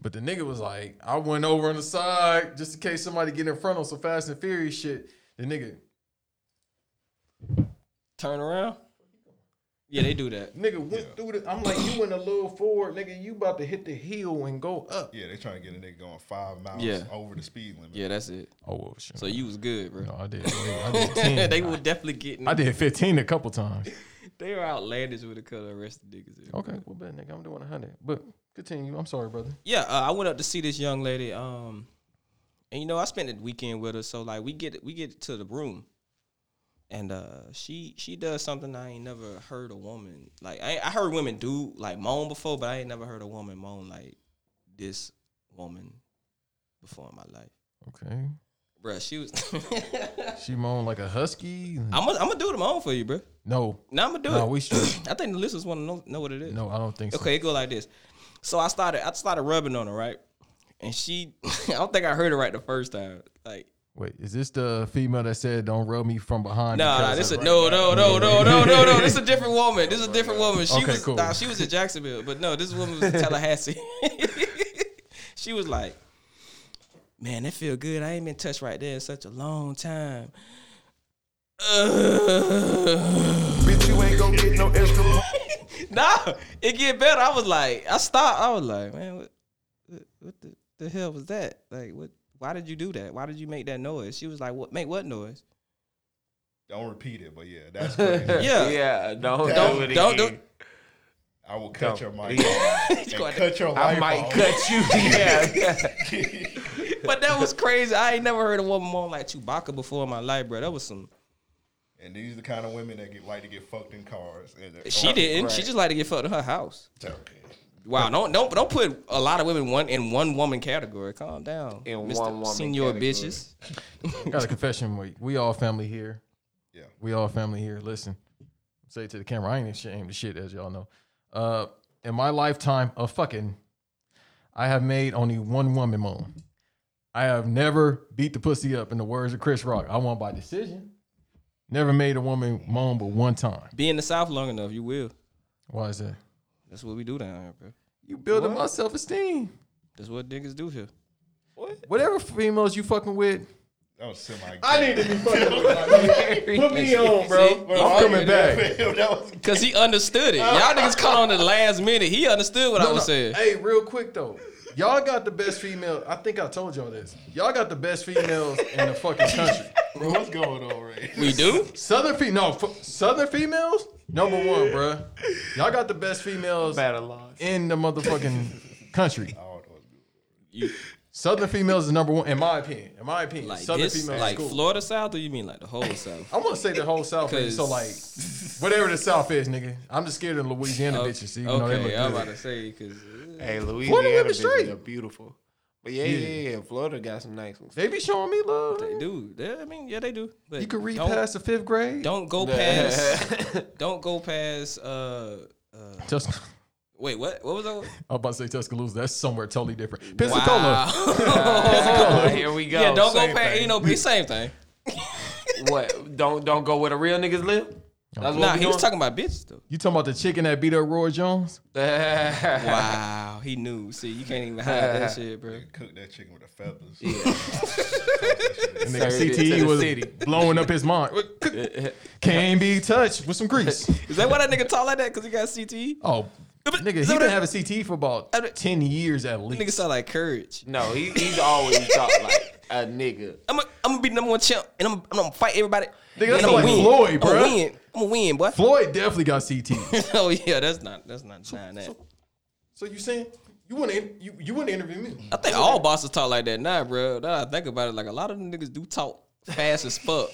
[SPEAKER 12] But the nigga was like, I went over on the side just in case somebody get in front on some Fast and Furious shit. The nigga,
[SPEAKER 10] Turn around. Yeah, they do that.
[SPEAKER 12] nigga went through the. I'm like, you went a little forward, nigga. You about to hit the hill and go up.
[SPEAKER 11] Yeah, they trying to get a nigga going five miles
[SPEAKER 10] Yeah.
[SPEAKER 11] over the speed limit.
[SPEAKER 10] Yeah, that's it.
[SPEAKER 12] Oh well, shit.
[SPEAKER 10] So you was good, bro.
[SPEAKER 12] no,
[SPEAKER 10] (laughs)
[SPEAKER 12] I did. I did 10.
[SPEAKER 10] they were definitely getting.
[SPEAKER 12] I did 15 a couple times.
[SPEAKER 10] They were outlandish with the color rest of niggas. is.
[SPEAKER 12] Okay, well, bet nigga, I'm doing 100. But continue. I'm sorry, brother.
[SPEAKER 10] Yeah, uh, I went up to see this young lady. Um, and you know, I spent the weekend with her, so like we get we get to the room, and uh, she she does something I ain't never heard a woman like. I, I heard women do like moan before, but I ain't never heard a woman moan like this woman before in my life.
[SPEAKER 12] Okay.
[SPEAKER 10] Bruh, she was. (laughs)
[SPEAKER 12] She moan like a husky.
[SPEAKER 10] I'm gonna I'm gonna do the moan for you, bruh.
[SPEAKER 12] No.
[SPEAKER 10] No, I'm gonna do
[SPEAKER 12] No,
[SPEAKER 10] it. (laughs)
[SPEAKER 12] we straight.
[SPEAKER 10] I think the listeners want to know, know what it is.
[SPEAKER 12] No, I don't think so.
[SPEAKER 10] Okay, it go like this. So I started, I started rubbing on her, right? And she, (laughs) I don't think I heard it right the first time. Like,
[SPEAKER 12] Wait, is this the female that said don't rub me from behind?
[SPEAKER 10] no, no,
[SPEAKER 12] because
[SPEAKER 10] this
[SPEAKER 12] I-
[SPEAKER 10] a no, no, no, no, no, no, no.
[SPEAKER 12] (laughs)
[SPEAKER 10] This is a different woman. This is a different woman. She
[SPEAKER 12] Okay,
[SPEAKER 10] was,
[SPEAKER 12] cool.
[SPEAKER 10] nah, she was in Jacksonville, but no, this woman was in Tallahassee. (laughs) she was like, man, that feel good. I ain't been touched right there in such a long time. (laughs)
[SPEAKER 13] Bitch, you ain't gonna get no extra.
[SPEAKER 10] (laughs) nah, it get better. I was like, I stopped. I was like, man, what, what, what the, the hell was that? Like, what? Why did you do that? Why did you make that noise? She was like, what? Make what noise?
[SPEAKER 11] Don't repeat it, but yeah,
[SPEAKER 10] (laughs)
[SPEAKER 11] that's crazy.
[SPEAKER 10] Yeah.
[SPEAKER 8] Yeah, don't do it
[SPEAKER 10] don't,
[SPEAKER 8] again.
[SPEAKER 11] I will cut
[SPEAKER 8] Don't. (laughs)
[SPEAKER 11] your mic. off and cut your
[SPEAKER 8] I
[SPEAKER 11] life
[SPEAKER 8] might
[SPEAKER 11] off.
[SPEAKER 8] cut you. (laughs) Yeah, yeah.
[SPEAKER 10] But that was crazy. I ain't never heard a woman moan like Chewbacca before in my life, bro. That was some.
[SPEAKER 11] And these are the kind of women that get like to get fucked in cars. And
[SPEAKER 10] She didn't. She just like to get fucked in her house. Wow, don't don't don't put a lot of women one in one woman category. Calm down,
[SPEAKER 8] In
[SPEAKER 10] Mr.
[SPEAKER 8] one woman
[SPEAKER 10] senior
[SPEAKER 8] category.
[SPEAKER 10] bitches.
[SPEAKER 12] Got a confession. We we all family here.
[SPEAKER 11] Yeah.
[SPEAKER 12] We all family here. Listen, say it to the camera. I ain't ashamed of shit, as y'all know. Uh, in my lifetime of fucking, I have made only one woman moan. I have never beat the pussy up. In the words of Chris Rock, I won by decision. Never made a woman moan but one time.
[SPEAKER 10] Be in the South long enough, you will.
[SPEAKER 12] Why is that?
[SPEAKER 10] That's what we do down here, bro.
[SPEAKER 12] You building my self esteem.
[SPEAKER 10] That's what niggas do here.
[SPEAKER 12] Whatever females you fucking with,
[SPEAKER 11] That was semi.
[SPEAKER 12] I need to be fucking with. Put me on, bro. I'm
[SPEAKER 11] (laughs)
[SPEAKER 12] coming back.
[SPEAKER 10] Cause he understood it. Y'all niggas caught on the last minute. He understood what I
[SPEAKER 12] No,
[SPEAKER 10] was
[SPEAKER 12] no.
[SPEAKER 10] saying.
[SPEAKER 12] Hey, real quick though, y'all got the best female. I think I told y'all this. Y'all got the best females in the fucking country.
[SPEAKER 11] Bro, what's going on, Ray?
[SPEAKER 10] We do.
[SPEAKER 12] Southern fe no f- Southern females number one, bruh. Y'all got the best females in the motherfucking country. Southern females is number one in my opinion. In my opinion,
[SPEAKER 10] Like
[SPEAKER 12] Southern
[SPEAKER 10] this,
[SPEAKER 12] females
[SPEAKER 10] like
[SPEAKER 12] is cool.
[SPEAKER 10] Florida South, or you mean like the whole South?
[SPEAKER 12] I want to say the whole South is
[SPEAKER 10] (laughs)
[SPEAKER 12] so like whatever the South is, nigga. I'm just scared of Louisiana bitches. See, you know, they
[SPEAKER 10] Oh, okay,
[SPEAKER 12] look
[SPEAKER 10] I'm
[SPEAKER 12] good.
[SPEAKER 10] about to say uh, because
[SPEAKER 8] Hey,
[SPEAKER 12] Florida
[SPEAKER 8] Louisiana
[SPEAKER 12] women
[SPEAKER 8] bitches
[SPEAKER 12] straight.
[SPEAKER 8] are beautiful. But yeah, yeah, yeah, yeah. Florida got some nice ones.
[SPEAKER 12] They be showing me love.
[SPEAKER 10] they do. Yeah, I mean, yeah, they do. But
[SPEAKER 12] You can read
[SPEAKER 10] don't-
[SPEAKER 12] past the fifth grade.
[SPEAKER 10] Don't go
[SPEAKER 12] Nah.
[SPEAKER 10] past.
[SPEAKER 12] (laughs)
[SPEAKER 10] don't go past. Uh, uh,
[SPEAKER 12] Tus-
[SPEAKER 10] wait, what? What was that? one?
[SPEAKER 12] I'm about to say Tuscaloosa. That's somewhere totally different.
[SPEAKER 10] Wow. (laughs)
[SPEAKER 12] Pensacola.
[SPEAKER 8] (laughs) Pensacola. Here we go.
[SPEAKER 10] Yeah, don't
[SPEAKER 8] Same
[SPEAKER 10] go past.
[SPEAKER 8] thing.
[SPEAKER 10] You know, it's same
[SPEAKER 12] (laughs)
[SPEAKER 10] thing.
[SPEAKER 8] What? Don't don't go where the real niggas live. (laughs) That's
[SPEAKER 10] Nah,
[SPEAKER 8] we
[SPEAKER 10] he was
[SPEAKER 8] doing?
[SPEAKER 10] talking about bitches
[SPEAKER 12] (laughs)
[SPEAKER 10] though.
[SPEAKER 12] You talking about the chicken that beat up Roy Jones?
[SPEAKER 10] Wow, he knew. See, you can't even hide
[SPEAKER 12] (laughs)
[SPEAKER 10] that shit, bro.
[SPEAKER 11] Cook that chicken with the feathers.
[SPEAKER 12] And
[SPEAKER 8] Served it
[SPEAKER 12] nigga,
[SPEAKER 8] to the
[SPEAKER 12] CTE E was
[SPEAKER 8] city.
[SPEAKER 12] blowing up his mind. Can't be touched with
[SPEAKER 10] (laughs)
[SPEAKER 12] some grease.
[SPEAKER 10] Is that why that nigga talk like that? Cause he got E? CTE.
[SPEAKER 12] Oh, nigga, he
[SPEAKER 10] So
[SPEAKER 12] been
[SPEAKER 10] that-
[SPEAKER 12] having CTE for about ten years at
[SPEAKER 10] Nigga
[SPEAKER 12] least.
[SPEAKER 10] sound like courage.
[SPEAKER 8] No, he, he's always talked like a nigga.
[SPEAKER 10] I'm gonna I'm gonna be number one champ, and I'm, I'm gonna fight everybody.
[SPEAKER 12] Nigga, that's
[SPEAKER 10] and I'ma
[SPEAKER 12] like
[SPEAKER 10] win.
[SPEAKER 12] Floyd,
[SPEAKER 10] I'm gonna
[SPEAKER 12] bruh.
[SPEAKER 10] win. I'm gonna win, boy.
[SPEAKER 12] Floyd definitely got CTE.
[SPEAKER 10] (laughs) oh yeah, that's not that's not trying that.
[SPEAKER 12] so you saying you want to you you want to interview me?
[SPEAKER 10] I think all bosses talk like that now, bro. Now that I think about it, like a lot of them niggas do talk fast as fuck.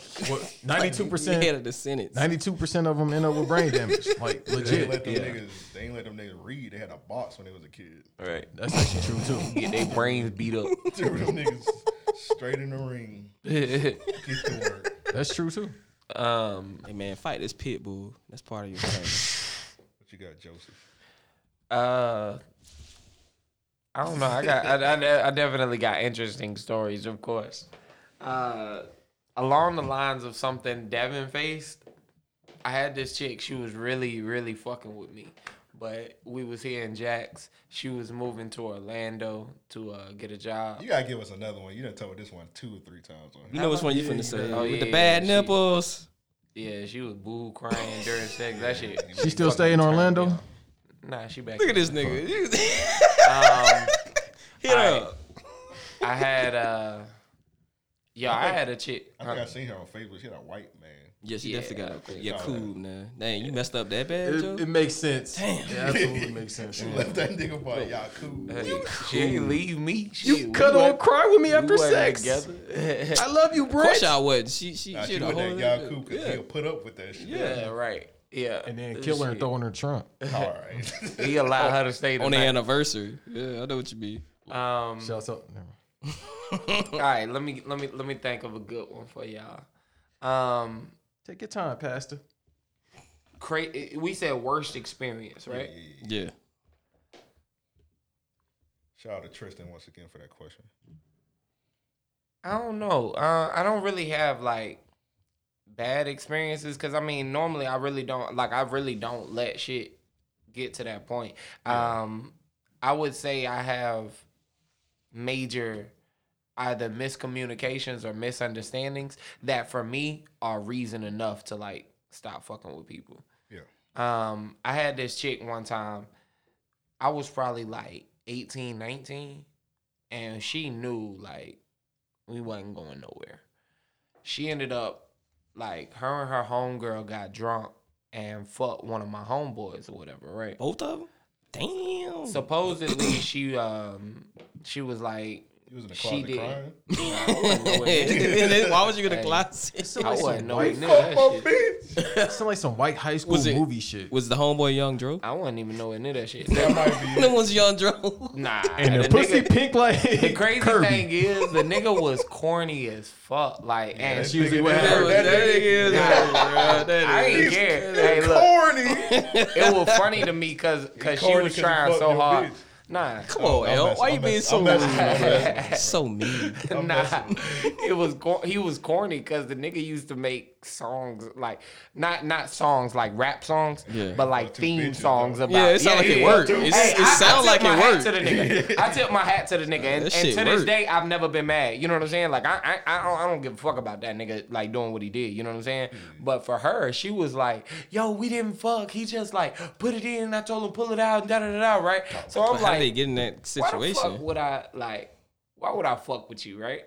[SPEAKER 10] (laughs)
[SPEAKER 12] Ninety two
[SPEAKER 10] Head
[SPEAKER 12] percent.
[SPEAKER 10] of the sentence.
[SPEAKER 12] Ninety two percent of them end up with brain damage. Like
[SPEAKER 11] They ain't let
[SPEAKER 12] legit.
[SPEAKER 11] them niggas. They ain't let them niggas read. They had a box when they was a kid. (laughs)
[SPEAKER 8] Right.
[SPEAKER 12] That's actually true too.
[SPEAKER 8] Get their brains beat up.
[SPEAKER 11] Dude, them niggas straight in the ring.
[SPEAKER 10] (laughs)
[SPEAKER 11] Get to work.
[SPEAKER 12] That's true too.
[SPEAKER 8] um.
[SPEAKER 10] Hey man, fight this pit bull. That's part of your
[SPEAKER 8] (laughs)
[SPEAKER 10] thing.
[SPEAKER 11] What you got, Joseph?
[SPEAKER 8] Uh. I don't know. I got. I, I, I definitely got interesting stories, of course. Uh, along the lines of something Devin faced, I had this chick. She was really, really fucking with me, but we was here in Jax. She was moving to Orlando to uh, get a job.
[SPEAKER 11] You gotta give us another one. You done told this one two or three times on
[SPEAKER 10] You
[SPEAKER 11] here.
[SPEAKER 10] know which one you finna say?
[SPEAKER 8] Oh,
[SPEAKER 10] With
[SPEAKER 8] yeah,
[SPEAKER 10] the bad
[SPEAKER 8] she-
[SPEAKER 10] nipples.
[SPEAKER 8] Yeah, she was boo crying
[SPEAKER 10] (laughs)
[SPEAKER 8] during sex. That shit.
[SPEAKER 12] She still stay in Orlando.
[SPEAKER 8] Nah, she back.
[SPEAKER 10] Look at
[SPEAKER 8] in.
[SPEAKER 10] this nigga. (laughs)
[SPEAKER 8] Um, (laughs)
[SPEAKER 10] Hit
[SPEAKER 8] I,
[SPEAKER 10] up.
[SPEAKER 8] I had uh, yeah, I, had a chick.
[SPEAKER 11] I think I seen her on Facebook. She had a white man. (laughs)
[SPEAKER 10] Yeah, she
[SPEAKER 12] Yeah,
[SPEAKER 10] definitely got
[SPEAKER 12] okay.
[SPEAKER 10] a yeah,
[SPEAKER 12] All right.
[SPEAKER 10] cool man. Dang, you messed up that bad,
[SPEAKER 12] It-
[SPEAKER 10] Joe?
[SPEAKER 12] it makes sense.
[SPEAKER 10] Damn,
[SPEAKER 12] It absolutely makes (laughs) sense, She yeah. left that nigga for y'all
[SPEAKER 10] cool.
[SPEAKER 8] She leave me.
[SPEAKER 12] You cut on cry with me after
[SPEAKER 8] wasn't
[SPEAKER 12] sex.
[SPEAKER 10] (laughs)
[SPEAKER 8] together.
[SPEAKER 12] I love you,
[SPEAKER 10] Of
[SPEAKER 12] bro.
[SPEAKER 10] course y'all wasn't. She she
[SPEAKER 11] Nah,
[SPEAKER 10] she
[SPEAKER 11] she
[SPEAKER 10] the
[SPEAKER 11] with
[SPEAKER 10] whole
[SPEAKER 11] that y'all cool because he'll put up with that shit.
[SPEAKER 8] Yeah, Uh, right. Yeah. And
[SPEAKER 12] then kill her and throw in her trunk.
[SPEAKER 11] All right.
[SPEAKER 8] he allowed her to stay
[SPEAKER 10] on the
[SPEAKER 8] tonight.
[SPEAKER 10] anniversary. Yeah, I know what you mean.
[SPEAKER 8] Um,
[SPEAKER 12] Shouts out.
[SPEAKER 8] All right, let me let me let me think of a good one for y'all. Um,
[SPEAKER 12] Take your time, Pastor.
[SPEAKER 8] cra- we said worst experience, right?
[SPEAKER 10] Yeah.
[SPEAKER 11] (laughs) Shout out to Tristan once again for that question.
[SPEAKER 8] I don't know. Uh, I don't really have like bad experiences because I mean, normally I really don't like. I really don't let shit get to that point. Um, I would say I have major either miscommunications or misunderstandings that for me are reason enough to like stop fucking with people.
[SPEAKER 11] Yeah.
[SPEAKER 8] Um, I had this chick one time. I was probably like 18, 19, and she knew like we wasn't going nowhere. She ended up like her and her homegirl got drunk and fucked one of my homeboys or whatever, right?
[SPEAKER 10] Both of them. Damn.
[SPEAKER 8] Supposedly she um she was like
[SPEAKER 11] you was in the
[SPEAKER 8] she
[SPEAKER 11] closet
[SPEAKER 8] did.
[SPEAKER 11] crying?
[SPEAKER 8] Nah, I
[SPEAKER 10] (laughs)
[SPEAKER 8] wasn't no nigga.
[SPEAKER 10] Why was you gonna
[SPEAKER 8] Hey,
[SPEAKER 10] class?
[SPEAKER 8] I wasn't no nigga. that shit.
[SPEAKER 12] Sound like some white high school
[SPEAKER 10] Was it-
[SPEAKER 12] movie shit.
[SPEAKER 10] Was the homeboy Young Dro?
[SPEAKER 8] I wasn't even nowhere near that
[SPEAKER 10] (laughs)
[SPEAKER 8] shit.
[SPEAKER 10] Them was Young Dro.
[SPEAKER 8] Nah.
[SPEAKER 12] And the pussy pink like
[SPEAKER 8] The
[SPEAKER 12] (laughs)
[SPEAKER 8] crazy
[SPEAKER 12] Kirby.
[SPEAKER 8] thing is, the nigga was corny as fuck. Like, and
[SPEAKER 12] that's usually what happens.
[SPEAKER 8] That
[SPEAKER 12] That
[SPEAKER 8] nigga
[SPEAKER 12] is-
[SPEAKER 8] is-
[SPEAKER 12] that is-
[SPEAKER 8] I ain't
[SPEAKER 12] He's
[SPEAKER 8] care. Hey, look, It was funny to me because
[SPEAKER 12] He
[SPEAKER 8] because she
[SPEAKER 12] corny
[SPEAKER 8] was
[SPEAKER 12] 'cause he
[SPEAKER 8] trying
[SPEAKER 12] fucked
[SPEAKER 8] so
[SPEAKER 12] your
[SPEAKER 8] hard.
[SPEAKER 12] bitch.
[SPEAKER 8] Nah,
[SPEAKER 10] Come on,
[SPEAKER 8] I'm
[SPEAKER 10] L.
[SPEAKER 8] messing-
[SPEAKER 10] Why you
[SPEAKER 8] I'm
[SPEAKER 10] being
[SPEAKER 8] messing-
[SPEAKER 10] so
[SPEAKER 8] I'm
[SPEAKER 10] mean?
[SPEAKER 8] messing- I'm messing.
[SPEAKER 10] so mean?
[SPEAKER 8] (laughs) nah, it was cor- he was corny because the nigga used to make songs like not not songs like rap songs,
[SPEAKER 10] Yeah.
[SPEAKER 8] but like theme songs about.
[SPEAKER 10] Yeah, it sound like it worked. It's- it sound
[SPEAKER 8] I, I
[SPEAKER 10] like
[SPEAKER 8] tip
[SPEAKER 10] it
[SPEAKER 8] my hat
[SPEAKER 10] worked.
[SPEAKER 8] To the
[SPEAKER 10] (laughs)
[SPEAKER 8] nigga. I tip my hat to the nigga, and, and
[SPEAKER 10] that
[SPEAKER 8] to
[SPEAKER 10] shit
[SPEAKER 8] this
[SPEAKER 10] worked.
[SPEAKER 8] day, I've never been mad. You know what I'm saying? Like I I, I, don't, I don't give a fuck about that nigga like doing what he did. You know what I'm saying? But for her, she was like, "Yo, we didn't fuck. He just like put it in, and I told him pull it out, and da da da da." Right? So I'm
[SPEAKER 10] But
[SPEAKER 8] like,
[SPEAKER 10] how they get in that
[SPEAKER 8] Why the fuck
[SPEAKER 10] situation?
[SPEAKER 8] would I like? Why would I fuck with
[SPEAKER 10] (laughs)
[SPEAKER 8] you, right?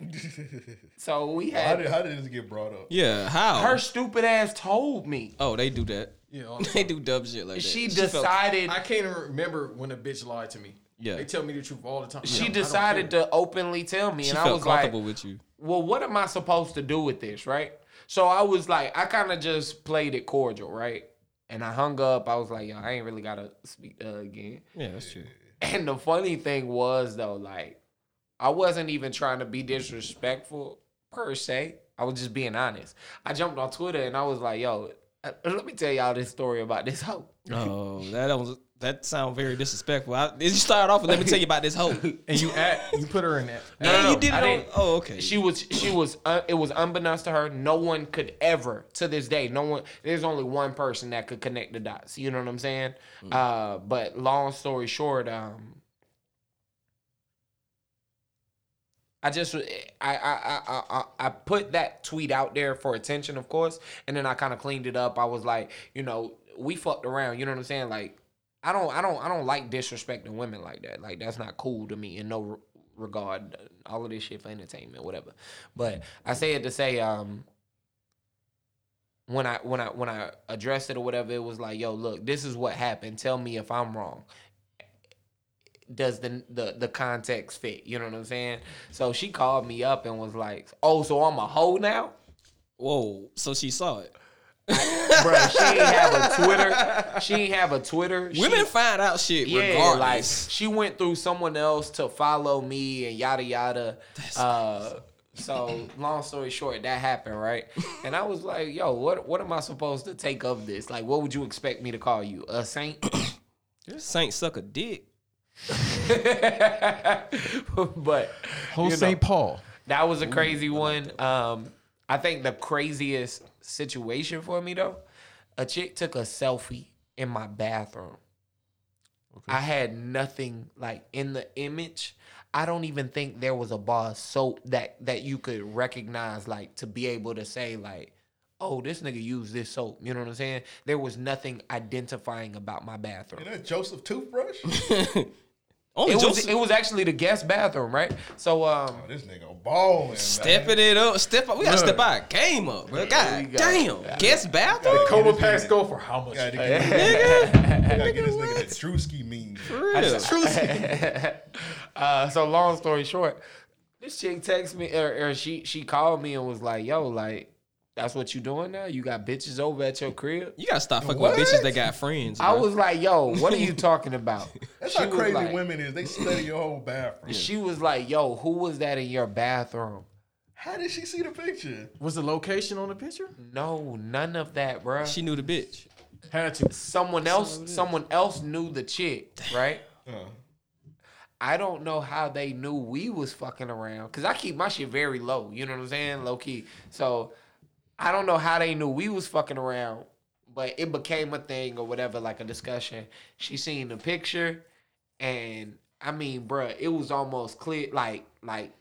[SPEAKER 8] so we
[SPEAKER 11] How
[SPEAKER 8] had
[SPEAKER 11] did, how did this get brought up?
[SPEAKER 10] Yeah, how?
[SPEAKER 8] her stupid ass told me.
[SPEAKER 10] oh, they do that.
[SPEAKER 12] Yeah,
[SPEAKER 10] (laughs) they do dumb shit like that.
[SPEAKER 8] She
[SPEAKER 10] felt-
[SPEAKER 8] decided
[SPEAKER 12] I can't even remember when a bitch lied to me.
[SPEAKER 10] Yeah.
[SPEAKER 12] They tell me the truth all the time.
[SPEAKER 8] She decided to openly tell me,
[SPEAKER 10] she
[SPEAKER 8] and
[SPEAKER 10] felt
[SPEAKER 8] I was like,
[SPEAKER 10] comfortable with you.
[SPEAKER 8] well, what am I supposed to do with this, right? So I was like, I kind of just played it cordial, right? And I hung up. I was like, yo, I ain't really gotta speak uh, again.
[SPEAKER 10] Yeah, that's true.
[SPEAKER 8] And the funny thing was though, like, I wasn't even trying to be disrespectful per se. I was just being honest. I jumped on Twitter and I was like, yo, uh, let me tell y'all this story about this hoe.
[SPEAKER 10] Oh, that was that sound very disrespectful. I, did you start off with let me tell you about this (laughs) hoe?
[SPEAKER 12] And you at you put her in that.
[SPEAKER 8] No,
[SPEAKER 10] Yeah,
[SPEAKER 8] no,
[SPEAKER 10] (laughs) you
[SPEAKER 8] no,
[SPEAKER 10] did
[SPEAKER 8] I
[SPEAKER 10] it on-
[SPEAKER 8] didn't.
[SPEAKER 10] oh, okay.
[SPEAKER 8] She was. She was. Uh, it was unbeknownst to her. No one could ever, to this day, no one. There's only one person that could connect the dots. You know what I'm saying? Uh, but long story short, um, I just I I, I I I I put that tweet out there for attention, of course, and then I kind of cleaned it up. I was like, you know, we fucked around. You know what I'm saying? Like, I don't I don't I don't like disrespecting women like that. Like that's not cool to me in no re- regard. All of this shit for entertainment, whatever. But I say it to say, um, when I when I when I addressed it or whatever, it was like, yo, look, this is what happened. Tell me if I'm wrong does the, the the context fit? You know what I'm saying? So she called me up and was like, "Oh, so I'm a hoe now,
[SPEAKER 10] Whoa! So she saw it.
[SPEAKER 8] bro? She ain't have a Twitter. She ain't have a Twitter. She-
[SPEAKER 10] Women find out shit
[SPEAKER 8] yeah, like
[SPEAKER 10] regardless.
[SPEAKER 8] she went through someone else to follow me and yada yada. Uh, so long story short, that happened, right? And I was like, "Yo, what what am I supposed to take of this? Like, what would you expect me to call you? A saint?" (laughs)
[SPEAKER 10] Saint suck a dick.
[SPEAKER 8] but
[SPEAKER 12] Whole
[SPEAKER 8] you know.
[SPEAKER 12] St. Paul.
[SPEAKER 8] That was a crazy one. Um, I think the craziest situation for me though, a chick took a selfie in my bathroom. I had nothing like in the image. I don't even think there was a bar of soap that that you could recognize, like to be able to say like, "Oh, this nigga used this soap." You know what I'm saying? There was nothing identifying about my bathroom.
[SPEAKER 11] Is that Joseph toothbrush?
[SPEAKER 10] Only
[SPEAKER 8] it was
[SPEAKER 10] Joseph-
[SPEAKER 8] it was actually the guest bathroom, right? So um,
[SPEAKER 11] this nigga balling.
[SPEAKER 10] Stepping it up, step up. We gotta
[SPEAKER 8] Look.
[SPEAKER 10] step our game up, bro.
[SPEAKER 8] Yeah, we
[SPEAKER 10] God
[SPEAKER 8] gotta-
[SPEAKER 10] damn,
[SPEAKER 8] gotta-
[SPEAKER 10] guest bathroom.
[SPEAKER 11] The Cobra
[SPEAKER 12] Packs go for how much?
[SPEAKER 11] Gotta
[SPEAKER 12] Hey.
[SPEAKER 11] get,
[SPEAKER 10] nigga,
[SPEAKER 11] gotta get this nigga that Drewski mean.
[SPEAKER 10] real.
[SPEAKER 8] (laughs) uh, so long story short, this chick texted me or, or she she called me and was like, "Yo, like that's what you doing now? You got bitches over at your crib?
[SPEAKER 10] You gotta stop fucking with bitches that got friends,
[SPEAKER 8] I
[SPEAKER 10] bro.
[SPEAKER 8] was like, "Yo, what are you talking about?"
[SPEAKER 11] That's
[SPEAKER 8] She
[SPEAKER 11] how
[SPEAKER 8] was
[SPEAKER 11] crazy
[SPEAKER 8] like-
[SPEAKER 11] women is. They study your whole bathroom.
[SPEAKER 8] She was like, "Yo, who was that in your bathroom?"
[SPEAKER 11] How did she see the picture?
[SPEAKER 12] Was the location on the picture?
[SPEAKER 8] No, none of that, bro.
[SPEAKER 10] She knew the bitch.
[SPEAKER 12] Had to.
[SPEAKER 8] Someone else, someone else knew the chick, right? I don't know how they knew we was fucking around because I keep my shit very low. You know what I'm saying, low key. So I don't know how they knew we was fucking around, but it became a thing or whatever, like a discussion. She seen the picture, and I mean, bruh, it was almost clear, like like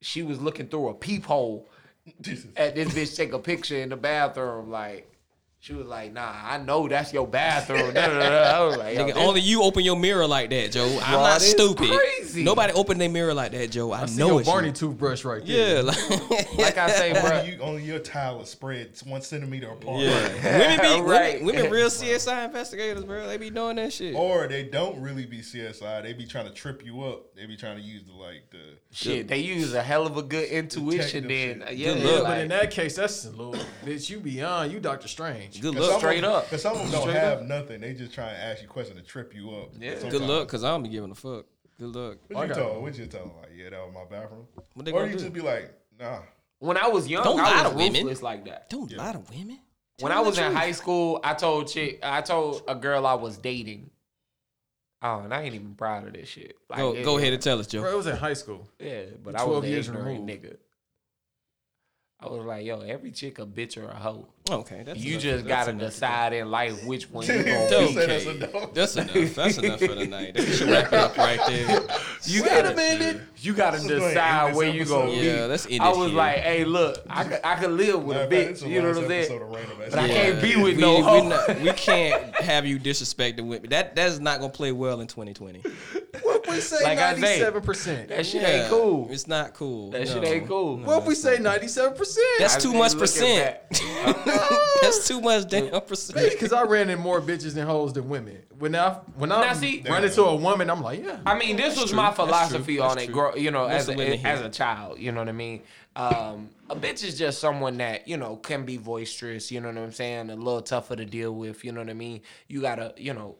[SPEAKER 8] she was looking through a peephole at this bitch take a picture in the bathroom, like. She was like, "Nah, I know that's your bathroom." (laughs) Da, da, da, da. I was like, yo,
[SPEAKER 10] Nigga,
[SPEAKER 8] this-
[SPEAKER 10] only you open your mirror like that, Joe. I'm
[SPEAKER 8] Bro,
[SPEAKER 10] not
[SPEAKER 8] this
[SPEAKER 10] stupid.
[SPEAKER 8] crazy.
[SPEAKER 10] Nobody open their mirror like that, Joe. I,
[SPEAKER 12] I
[SPEAKER 10] know
[SPEAKER 12] see your
[SPEAKER 10] it's you.
[SPEAKER 12] Barney toothbrush right there.
[SPEAKER 10] Yeah, like
[SPEAKER 8] (laughs) like I say, bro.
[SPEAKER 11] Only, you, only your towel is spread one centimeter apart.
[SPEAKER 10] Yeah. (laughs) women be
[SPEAKER 8] Right.
[SPEAKER 10] women, women real CSI investigators, bro. They be doing that shit.
[SPEAKER 11] Or they don't really be CSI. They be trying to trip you up. They be trying to use the like the
[SPEAKER 8] Shit, they use a hell of a good intuition. Then,
[SPEAKER 11] Detective
[SPEAKER 8] Uh,
[SPEAKER 11] shit.
[SPEAKER 8] yeah,
[SPEAKER 12] Good
[SPEAKER 8] yeah,
[SPEAKER 12] luck.
[SPEAKER 8] like-
[SPEAKER 12] but in that case, that's a little bitch. You beyond. You Doctor Strange.
[SPEAKER 11] 'Cause some
[SPEAKER 10] Good luck.
[SPEAKER 11] of 'em-
[SPEAKER 8] Straight up.
[SPEAKER 11] Cause some of them don't
[SPEAKER 8] Straight
[SPEAKER 11] have
[SPEAKER 8] up.
[SPEAKER 11] nothing. They just trying to ask you questions to trip you up.
[SPEAKER 8] Yeah. Good
[SPEAKER 10] Good
[SPEAKER 11] Sometimes.
[SPEAKER 10] luck, cause I don't be giving a fuck. Good luck.
[SPEAKER 11] What you
[SPEAKER 12] I got
[SPEAKER 11] tell?
[SPEAKER 12] one.
[SPEAKER 11] What you tell? 'em? Like, yeah, that was my bathroom.
[SPEAKER 10] What they
[SPEAKER 11] or
[SPEAKER 10] gonna
[SPEAKER 11] you
[SPEAKER 10] do?
[SPEAKER 11] just be like, nah.
[SPEAKER 8] when I was young,
[SPEAKER 10] Don't
[SPEAKER 8] I
[SPEAKER 10] lie
[SPEAKER 8] was
[SPEAKER 10] to women.
[SPEAKER 8] ruthless like that.
[SPEAKER 10] Don't lie to women.
[SPEAKER 8] When I
[SPEAKER 10] Tell
[SPEAKER 8] was
[SPEAKER 10] the
[SPEAKER 8] in
[SPEAKER 10] truth.
[SPEAKER 8] high school, I told chick, I told a girl I was dating. Oh, and I ain't even proud of this shit. Like,
[SPEAKER 10] Go
[SPEAKER 8] it-
[SPEAKER 10] go ahead and tell us, Joe.
[SPEAKER 12] Bro, it was in high school.
[SPEAKER 8] Yeah, but
[SPEAKER 12] You're
[SPEAKER 8] I was
[SPEAKER 12] 12
[SPEAKER 8] an
[SPEAKER 12] years
[SPEAKER 8] ignorant
[SPEAKER 12] removed.
[SPEAKER 8] nigga. I was like, yo, every chick a bitch or a hoe.
[SPEAKER 10] Oh, Okay, that's
[SPEAKER 8] you
[SPEAKER 10] enough.
[SPEAKER 8] just
[SPEAKER 10] That's
[SPEAKER 8] gotta
[SPEAKER 10] enough.
[SPEAKER 8] decide in life which one
[SPEAKER 11] (laughs)
[SPEAKER 8] you
[SPEAKER 11] That's
[SPEAKER 8] gonna be.
[SPEAKER 11] That's
[SPEAKER 10] Okay,
[SPEAKER 11] enough.
[SPEAKER 10] that's enough. That's enough for the night. We should wrap it up right there.
[SPEAKER 8] You gotta, you gotta
[SPEAKER 11] go ahead and end
[SPEAKER 8] decide
[SPEAKER 11] this
[SPEAKER 8] where you gonna
[SPEAKER 11] episode.
[SPEAKER 8] be.
[SPEAKER 10] Yeah, let's end
[SPEAKER 8] I
[SPEAKER 10] it
[SPEAKER 8] was
[SPEAKER 10] here.
[SPEAKER 8] like, hey, look, I could, I could live with a
[SPEAKER 11] Matter of fact, it's
[SPEAKER 8] bitch.
[SPEAKER 11] the
[SPEAKER 8] You know
[SPEAKER 11] last
[SPEAKER 8] what I'm
[SPEAKER 11] episode
[SPEAKER 8] saying?
[SPEAKER 11] of
[SPEAKER 8] (laughs)
[SPEAKER 11] Random Ass
[SPEAKER 8] But I
[SPEAKER 11] Niggas.
[SPEAKER 8] can't be with
[SPEAKER 10] we,
[SPEAKER 8] no
[SPEAKER 10] we
[SPEAKER 8] hoe.
[SPEAKER 10] not- we can't have you disrespecting women. That that's not gonna play well in 2020.
[SPEAKER 12] What if we say
[SPEAKER 8] Like I say.
[SPEAKER 12] ninety-seven percent?
[SPEAKER 8] That shit
[SPEAKER 10] Yeah,
[SPEAKER 8] ain't cool.
[SPEAKER 10] It's not cool.
[SPEAKER 8] That shit
[SPEAKER 10] No.
[SPEAKER 8] ain't cool.
[SPEAKER 12] What if we say ninety-seven percent?
[SPEAKER 10] That's
[SPEAKER 8] I
[SPEAKER 10] too
[SPEAKER 8] mean,
[SPEAKER 10] much
[SPEAKER 8] look at
[SPEAKER 10] percent. that's too much damn percent.
[SPEAKER 12] Because I ran in more bitches and hoes than women. When I when I
[SPEAKER 8] Now, see-
[SPEAKER 12] run into a woman, I'm like, yeah.
[SPEAKER 8] I mean, this was
[SPEAKER 10] true.
[SPEAKER 8] my
[SPEAKER 10] That's true.
[SPEAKER 8] philosophy
[SPEAKER 10] That's
[SPEAKER 8] on it,
[SPEAKER 10] true.
[SPEAKER 8] grow, you know,
[SPEAKER 10] Most
[SPEAKER 8] as
[SPEAKER 10] of women
[SPEAKER 8] a,
[SPEAKER 10] here.
[SPEAKER 8] as a child. You know what I mean? Um, a bitch is just someone that you know can be boisterous. You know what I'm saying? A little tougher to deal with. You know what I mean? You gotta, you know,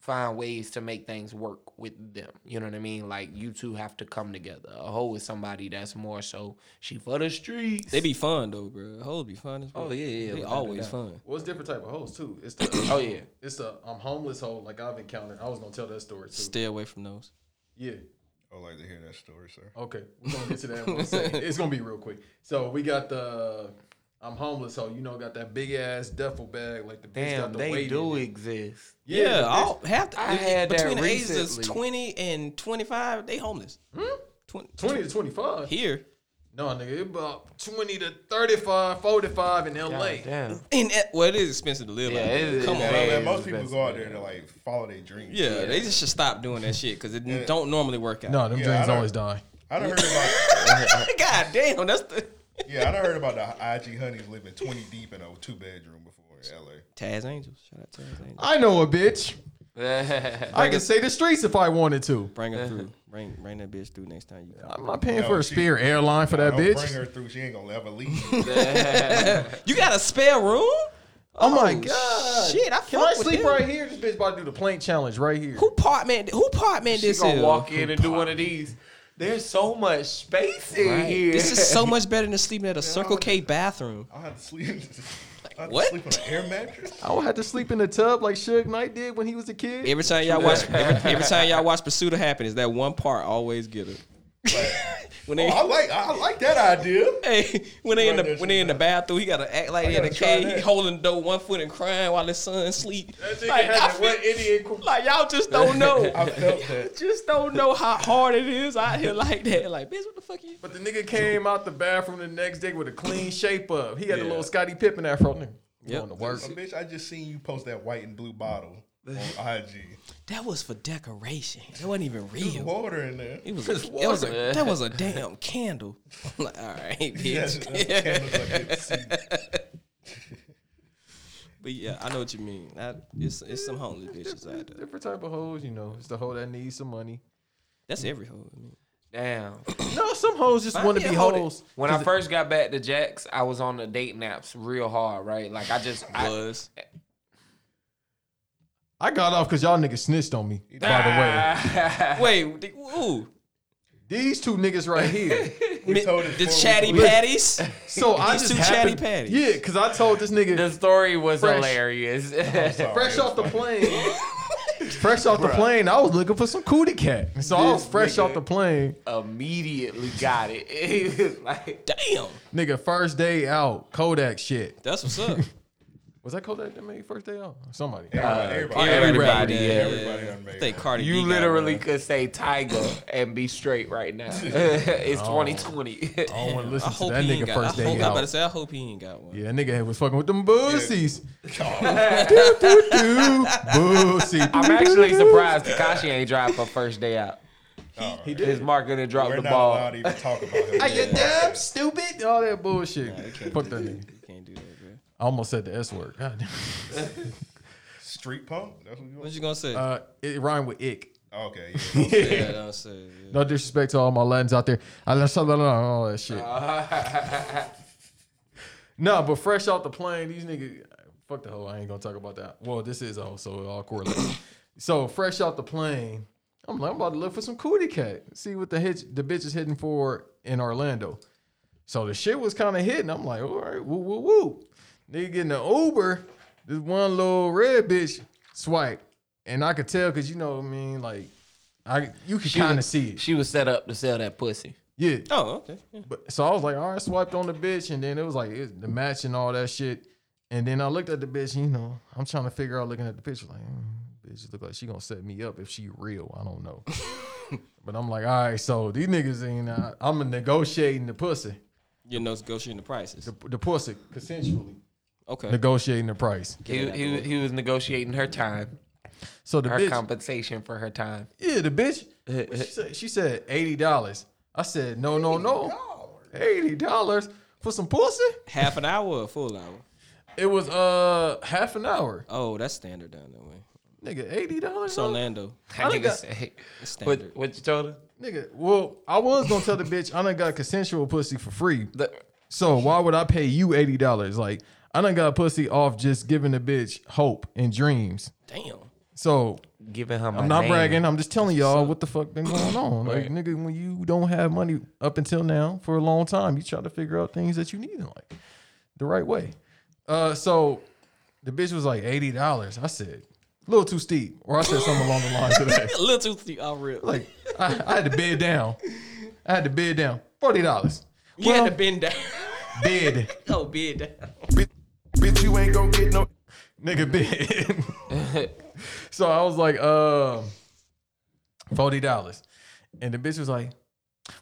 [SPEAKER 8] find ways to make things work with them. You know what I mean? Like you two have to come together. A hoe is somebody that's more so she for the streets.
[SPEAKER 10] They be fun though, bro. Hoes be fun as well.
[SPEAKER 8] Oh, yeah, yeah,
[SPEAKER 10] They
[SPEAKER 8] without a
[SPEAKER 10] always
[SPEAKER 8] doubt.
[SPEAKER 10] fun.
[SPEAKER 12] Well, it's different type of hoes too. It's the
[SPEAKER 8] Oh, yeah.
[SPEAKER 12] it's the um, homeless hoe like I've encountered. I was gonna tell that story too.
[SPEAKER 10] Stay away from those.
[SPEAKER 12] Yeah.
[SPEAKER 11] I like to hear that story, sir.
[SPEAKER 8] Oh,
[SPEAKER 12] Okay, we're gonna get to that in one second. It's gonna be real quick. So we got the I'm homeless hoe. You know, got that big ass duffel bag like the bitch got
[SPEAKER 8] Damn,
[SPEAKER 12] the
[SPEAKER 8] they
[SPEAKER 12] weight in
[SPEAKER 8] do
[SPEAKER 12] it.
[SPEAKER 8] exist.
[SPEAKER 10] Yeah,
[SPEAKER 12] the
[SPEAKER 10] all half the,
[SPEAKER 8] I had that
[SPEAKER 10] between the ages of
[SPEAKER 8] recently. Hmm?
[SPEAKER 10] 20 and 25, they homeless. Twen-
[SPEAKER 12] bitch- twenty to twenty five.
[SPEAKER 10] here
[SPEAKER 12] No, nigga, it about twenty to 35, 45 in L.A.
[SPEAKER 8] God damn.
[SPEAKER 10] in L- well, it is expensive to live.
[SPEAKER 8] Yeah,
[SPEAKER 10] like
[SPEAKER 8] it
[SPEAKER 10] that.
[SPEAKER 8] is
[SPEAKER 10] Come on,
[SPEAKER 11] Yeah,
[SPEAKER 8] very-
[SPEAKER 11] man,
[SPEAKER 8] it's
[SPEAKER 11] most
[SPEAKER 8] the
[SPEAKER 11] people
[SPEAKER 8] best
[SPEAKER 11] go out there to like follow their dreams.
[SPEAKER 10] yeah, they just should stop doing that shit because it don't normally work out.
[SPEAKER 12] No, them
[SPEAKER 11] Yeah, I
[SPEAKER 12] dreams
[SPEAKER 11] don't-
[SPEAKER 12] always die.
[SPEAKER 11] I don't heard about.
[SPEAKER 10] (laughs)
[SPEAKER 8] (laughs)
[SPEAKER 10] God damn, that's the
[SPEAKER 11] Yeah, I don't heard about the IG honeys living twenty deep in a two bedroom before in LA.
[SPEAKER 10] Taz Angels. Shout out Taz Angels.
[SPEAKER 12] I know a bitch. I
[SPEAKER 10] can
[SPEAKER 12] can say the streets if I wanted to.
[SPEAKER 10] Bring her through. Bring bring that bitch through next time you come.
[SPEAKER 12] I'm not paying
[SPEAKER 11] No,
[SPEAKER 12] for a
[SPEAKER 11] she-
[SPEAKER 12] Spirit airline for that
[SPEAKER 11] Don't
[SPEAKER 12] bitch.
[SPEAKER 11] bring her through. She ain't gonna ever leave.
[SPEAKER 10] You got a spare room?
[SPEAKER 12] Oh my
[SPEAKER 10] Oh,
[SPEAKER 12] god!
[SPEAKER 10] shit, I
[SPEAKER 12] can
[SPEAKER 10] fuck with
[SPEAKER 12] I sleep
[SPEAKER 10] them.
[SPEAKER 12] right here? This bitch about to do the plank challenge right here.
[SPEAKER 10] Who part man? Who part man
[SPEAKER 8] She
[SPEAKER 10] this
[SPEAKER 8] gonna
[SPEAKER 10] is?
[SPEAKER 8] walk in and do one of these. There's so much space in
[SPEAKER 10] Right.
[SPEAKER 8] here.
[SPEAKER 10] This is
[SPEAKER 12] (laughs)
[SPEAKER 10] so much better than sleeping at a Circle K bathroom.
[SPEAKER 11] I have to sleep. (laughs) I have
[SPEAKER 10] what?
[SPEAKER 11] To sleep on an air mattress.
[SPEAKER 12] I would have to sleep in the tub like Suge Knight did when he was a kid.
[SPEAKER 10] Every time y'all watch, every, every time y'all watch Pursuit of Happiness, that one part always get it. (laughs) when they,
[SPEAKER 11] I like. I like that idea.
[SPEAKER 10] hey, when they in
[SPEAKER 11] Oh, Right,
[SPEAKER 10] the
[SPEAKER 11] that
[SPEAKER 10] when they
[SPEAKER 11] shit
[SPEAKER 10] in the bathroom, he gotta act like
[SPEAKER 11] I
[SPEAKER 10] he in a
[SPEAKER 11] gotta try
[SPEAKER 10] cave. He
[SPEAKER 11] that.
[SPEAKER 10] holding the door one foot and crying while his son sleep.
[SPEAKER 11] That nigga
[SPEAKER 10] Like,
[SPEAKER 11] had
[SPEAKER 10] I
[SPEAKER 11] that one Indian. qu-
[SPEAKER 10] feel- like y'all just (laughs) don't
[SPEAKER 11] I
[SPEAKER 10] know.
[SPEAKER 11] felt that.
[SPEAKER 10] just don't know how hard it is out here like that. Like, bitch, what the fuck you?
[SPEAKER 12] But the nigga came out the bathroom the next day with a clean shape up. He had a little Scotty Pippen afro. Nigga,
[SPEAKER 10] Yep.
[SPEAKER 12] going to work.
[SPEAKER 11] Bitch, I just seen you post that white and blue bottle. on IG.
[SPEAKER 10] That was for decoration. That wasn't even real.
[SPEAKER 11] There's water in there.
[SPEAKER 10] It (laughs) was.
[SPEAKER 11] There's
[SPEAKER 10] A, it was a,
[SPEAKER 11] water.
[SPEAKER 10] that was a damn candle. (laughs) I'm like, all
[SPEAKER 12] (laughs)
[SPEAKER 10] right,
[SPEAKER 11] Yes, that candle's like
[SPEAKER 10] bitch.
[SPEAKER 11] it's
[SPEAKER 10] (laughs) but yeah, I know what you mean. I, it's it's some homeless bitches out there.
[SPEAKER 12] Different type of hoes, you know. It's the hoe that needs some money.
[SPEAKER 10] That's every hoe. I mean.
[SPEAKER 8] Damn.
[SPEAKER 12] No, some hoes just
[SPEAKER 8] Find
[SPEAKER 12] want
[SPEAKER 8] me
[SPEAKER 12] to
[SPEAKER 8] a
[SPEAKER 12] be
[SPEAKER 8] hoe that-
[SPEAKER 12] hoes.
[SPEAKER 8] When I
[SPEAKER 12] 'Cause
[SPEAKER 8] first got back to Jack's, I was on the date naps real hard, right? Like I just (laughs)
[SPEAKER 10] was.
[SPEAKER 12] I got off because y'all niggas snitched on me. By
[SPEAKER 10] the way, wait, the, ooh,
[SPEAKER 12] these two niggas right here.
[SPEAKER 10] the chatty
[SPEAKER 12] Listen, (laughs)
[SPEAKER 10] patties.
[SPEAKER 12] So I
[SPEAKER 10] These
[SPEAKER 12] just
[SPEAKER 10] two chatty
[SPEAKER 12] happened-
[SPEAKER 10] patties.
[SPEAKER 12] Yeah, because I told this nigga
[SPEAKER 8] (laughs) the story was hilarious. (laughs)
[SPEAKER 12] fresh off the plane. fresh off the plane, I was looking for some cootie cat. And So I was
[SPEAKER 8] This
[SPEAKER 12] fresh off
[SPEAKER 8] nigga-
[SPEAKER 12] the plane.
[SPEAKER 8] Immediately got it. It (laughs) was like
[SPEAKER 10] damn.
[SPEAKER 12] Nigga, first day out, Kodak shit.
[SPEAKER 10] That's what's (laughs) up.
[SPEAKER 12] Was that Kodak that made first day out? Somebody.
[SPEAKER 8] Everybody,
[SPEAKER 12] Everybody,
[SPEAKER 8] yeah.
[SPEAKER 12] yeah.
[SPEAKER 10] I think Cardi B
[SPEAKER 8] you
[SPEAKER 10] got
[SPEAKER 8] literally could say Tiger and be straight
[SPEAKER 12] (laughs)
[SPEAKER 8] right now. (laughs) it's
[SPEAKER 12] Oh.
[SPEAKER 8] 2020. I (laughs)
[SPEAKER 12] don't wanna
[SPEAKER 10] I
[SPEAKER 12] listen
[SPEAKER 10] hope
[SPEAKER 12] that
[SPEAKER 10] he ain't
[SPEAKER 12] nigga
[SPEAKER 10] got.
[SPEAKER 12] first
[SPEAKER 10] I
[SPEAKER 12] day
[SPEAKER 10] hope, I about to
[SPEAKER 12] out.
[SPEAKER 10] say. I hope he ain't got one.
[SPEAKER 12] Yeah, that nigga was fucking with them bussies.
[SPEAKER 8] I'm
[SPEAKER 12] Bussy.
[SPEAKER 8] actually surprised Takashi ain't dropped for first day out.
[SPEAKER 12] He
[SPEAKER 8] did. His marker didn't drop
[SPEAKER 11] Oh, We're
[SPEAKER 8] the
[SPEAKER 11] not
[SPEAKER 8] ball.
[SPEAKER 11] allowed to even talk about him.
[SPEAKER 12] Are you dumb, stupid? All that bullshit. Fuck that nigga.
[SPEAKER 10] Can't do that, bro.
[SPEAKER 12] I almost said the S word. God damn.
[SPEAKER 11] Street punk? That's what you,
[SPEAKER 10] (laughs) What you gonna say?
[SPEAKER 12] Uh, it rhymed with ick.
[SPEAKER 11] Okay,
[SPEAKER 10] Don't say that, don't say that.
[SPEAKER 12] No disrespect to all my Latins out there. I all that shit.
[SPEAKER 8] Uh,
[SPEAKER 12] No, but fresh out the plane, these niggas. Fuck the hoe. I ain't gonna talk about that. Well, this is a hoe, so it all correlates. (coughs) so fresh out the plane, I'm like, I'm about to look for some cootie cat. See what the hitch, the bitch is hitting for in Orlando. So the shit was kind of hitting. I'm like, all right, woo woo woo. Nigga getting the Uber. This one little red bitch swipe, and I could tell because you know what I mean. Like, I you could
[SPEAKER 8] She
[SPEAKER 12] kind of
[SPEAKER 8] was-
[SPEAKER 12] see it.
[SPEAKER 8] She was set up to sell that pussy.
[SPEAKER 12] Yeah.
[SPEAKER 10] Oh, okay. Yeah.
[SPEAKER 12] But so I was like, all right, swiped on the bitch, and then it was like it, the match and all that shit. And then I looked at the bitch, you know, I'm trying to figure out looking at the picture, like, mm, bitch, look like she gonna set me up if she real. I don't know. but I'm like, all right, so these niggas ain't. Uh, I'm negotiating the pussy,
[SPEAKER 10] You're negotiating the prices.
[SPEAKER 12] the pussy consensually.
[SPEAKER 10] Okay.
[SPEAKER 12] Negotiating the price.
[SPEAKER 8] (laughs) He, he, he was negotiating her time.
[SPEAKER 12] So the
[SPEAKER 8] her
[SPEAKER 12] bitch-
[SPEAKER 8] compensation for her time.
[SPEAKER 12] Yeah, the bitch. she, said, she said eighty dollars. I said no, no, no. Eighty dollars for some pussy.
[SPEAKER 10] Half an hour or a full hour?
[SPEAKER 12] It was uh half an hour.
[SPEAKER 10] Oh, that's standard down that way.
[SPEAKER 12] Nigga, eighty dollars.
[SPEAKER 10] It's Orlando.
[SPEAKER 12] I done got,
[SPEAKER 10] It's
[SPEAKER 8] What,
[SPEAKER 10] standard.
[SPEAKER 8] what you told her?
[SPEAKER 12] nigga, well, I was gonna tell the (laughs) bitch I done got consensual pussy for free. So why would I pay you eighty dollars? Like I done got pussy off just giving the bitch hope and dreams.
[SPEAKER 10] Damn.
[SPEAKER 12] So
[SPEAKER 8] giving her, my
[SPEAKER 12] I'm not
[SPEAKER 8] name.
[SPEAKER 12] bragging. I'm just telling y'all what the fuck been going on. Like
[SPEAKER 8] Right.
[SPEAKER 12] nigga, when you don't have money up until now for a long time, you try to figure out things that you need in life the right way. Uh, so the bitch was like eighty dollars. I said a little too steep, or I said something along the lines of that.
[SPEAKER 10] a little too steep. Oh, I'll rip.
[SPEAKER 12] Like I, I had to bid down. I had to bid down forty dollars.
[SPEAKER 10] you had to bend down. (laughs)
[SPEAKER 12] Bid,
[SPEAKER 10] oh, bend down.
[SPEAKER 13] Bitch, you ain't gonna get no.
[SPEAKER 12] nigga, bid. (laughs) so I was like, um, forty dollars, and the bitch was like,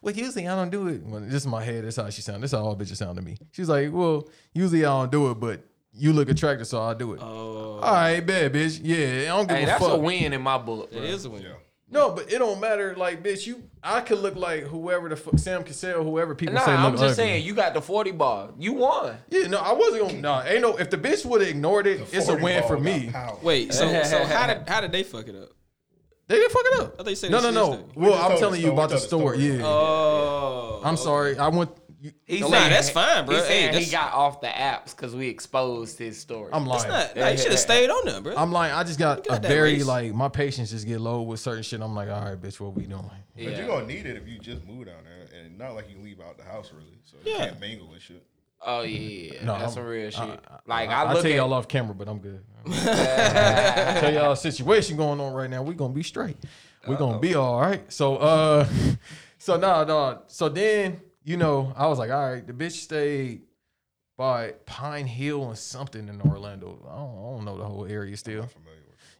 [SPEAKER 12] "Well, usually I don't do it." Well, this is my head. That's how she sound. That's how all bitches sound to me. She's like, "Well, usually I don't do it, but you look attractive, so I'll do it."
[SPEAKER 10] Oh, all
[SPEAKER 12] right, bad bitch. Yeah, I don't give
[SPEAKER 8] Hey,
[SPEAKER 12] a
[SPEAKER 8] that's
[SPEAKER 12] fuck.
[SPEAKER 8] a win in my book. Bro.
[SPEAKER 10] It is a win.
[SPEAKER 12] No, but it don't matter. Like, bitch, you I could look like whoever the fuck Sam Cassell, whoever people
[SPEAKER 8] Nah,
[SPEAKER 12] say
[SPEAKER 8] I'm
[SPEAKER 12] look
[SPEAKER 8] just
[SPEAKER 12] ugly.
[SPEAKER 8] saying you got the 40 bar. You won.
[SPEAKER 12] Yeah, no, I wasn't gonna. Nah, ain't no. If the bitch would have ignored it, it's a
[SPEAKER 8] 40
[SPEAKER 12] win for
[SPEAKER 8] ball
[SPEAKER 12] me.
[SPEAKER 8] got power.
[SPEAKER 10] Wait, so
[SPEAKER 8] (laughs)
[SPEAKER 10] so how did how did they fuck it up?
[SPEAKER 12] They didn't fuck it up.
[SPEAKER 10] I thought you said
[SPEAKER 12] no,
[SPEAKER 10] it
[SPEAKER 12] no,
[SPEAKER 10] was
[SPEAKER 12] no.
[SPEAKER 10] Tuesday.
[SPEAKER 12] Well, I'm telling you about the story. Yeah.
[SPEAKER 10] Oh,
[SPEAKER 12] I'm sorry. I went. You,
[SPEAKER 8] He
[SPEAKER 12] Nah,
[SPEAKER 8] said-
[SPEAKER 10] that's fine, bro.
[SPEAKER 8] He,
[SPEAKER 10] Hey,
[SPEAKER 8] said he
[SPEAKER 10] that's-
[SPEAKER 8] got off the apps because we exposed his story.
[SPEAKER 12] I'm lying.
[SPEAKER 10] not- (laughs) nah, you shoulda stayed on there,
[SPEAKER 8] (laughs)
[SPEAKER 10] bro.
[SPEAKER 12] I'm lying. I just got a
[SPEAKER 10] that
[SPEAKER 12] very
[SPEAKER 10] race.
[SPEAKER 12] like my patience just get low with certain shit. I'm like, all right, bitch, what we doing?
[SPEAKER 11] But you're gonna need it if you just move down there, and not like you leave out the house really, so you
[SPEAKER 12] Yeah.
[SPEAKER 11] can't mingle and shit.
[SPEAKER 8] Oh yeah,
[SPEAKER 12] No,
[SPEAKER 8] that's
[SPEAKER 12] I'm-
[SPEAKER 8] some real shit.
[SPEAKER 12] I-
[SPEAKER 8] like
[SPEAKER 12] I,
[SPEAKER 8] I,
[SPEAKER 12] Uh-huh. I
[SPEAKER 8] look
[SPEAKER 12] tell
[SPEAKER 8] at
[SPEAKER 12] y'all off camera, but I'm good. tell y'all a situation going on right now. We gonna be straight. We gonna be all right. So uh, (laughs) so nah, nah. So then you know I was like, all right, the bitch stayed by Pine Hill and something in Orlando. I don't, I don't know the whole area still.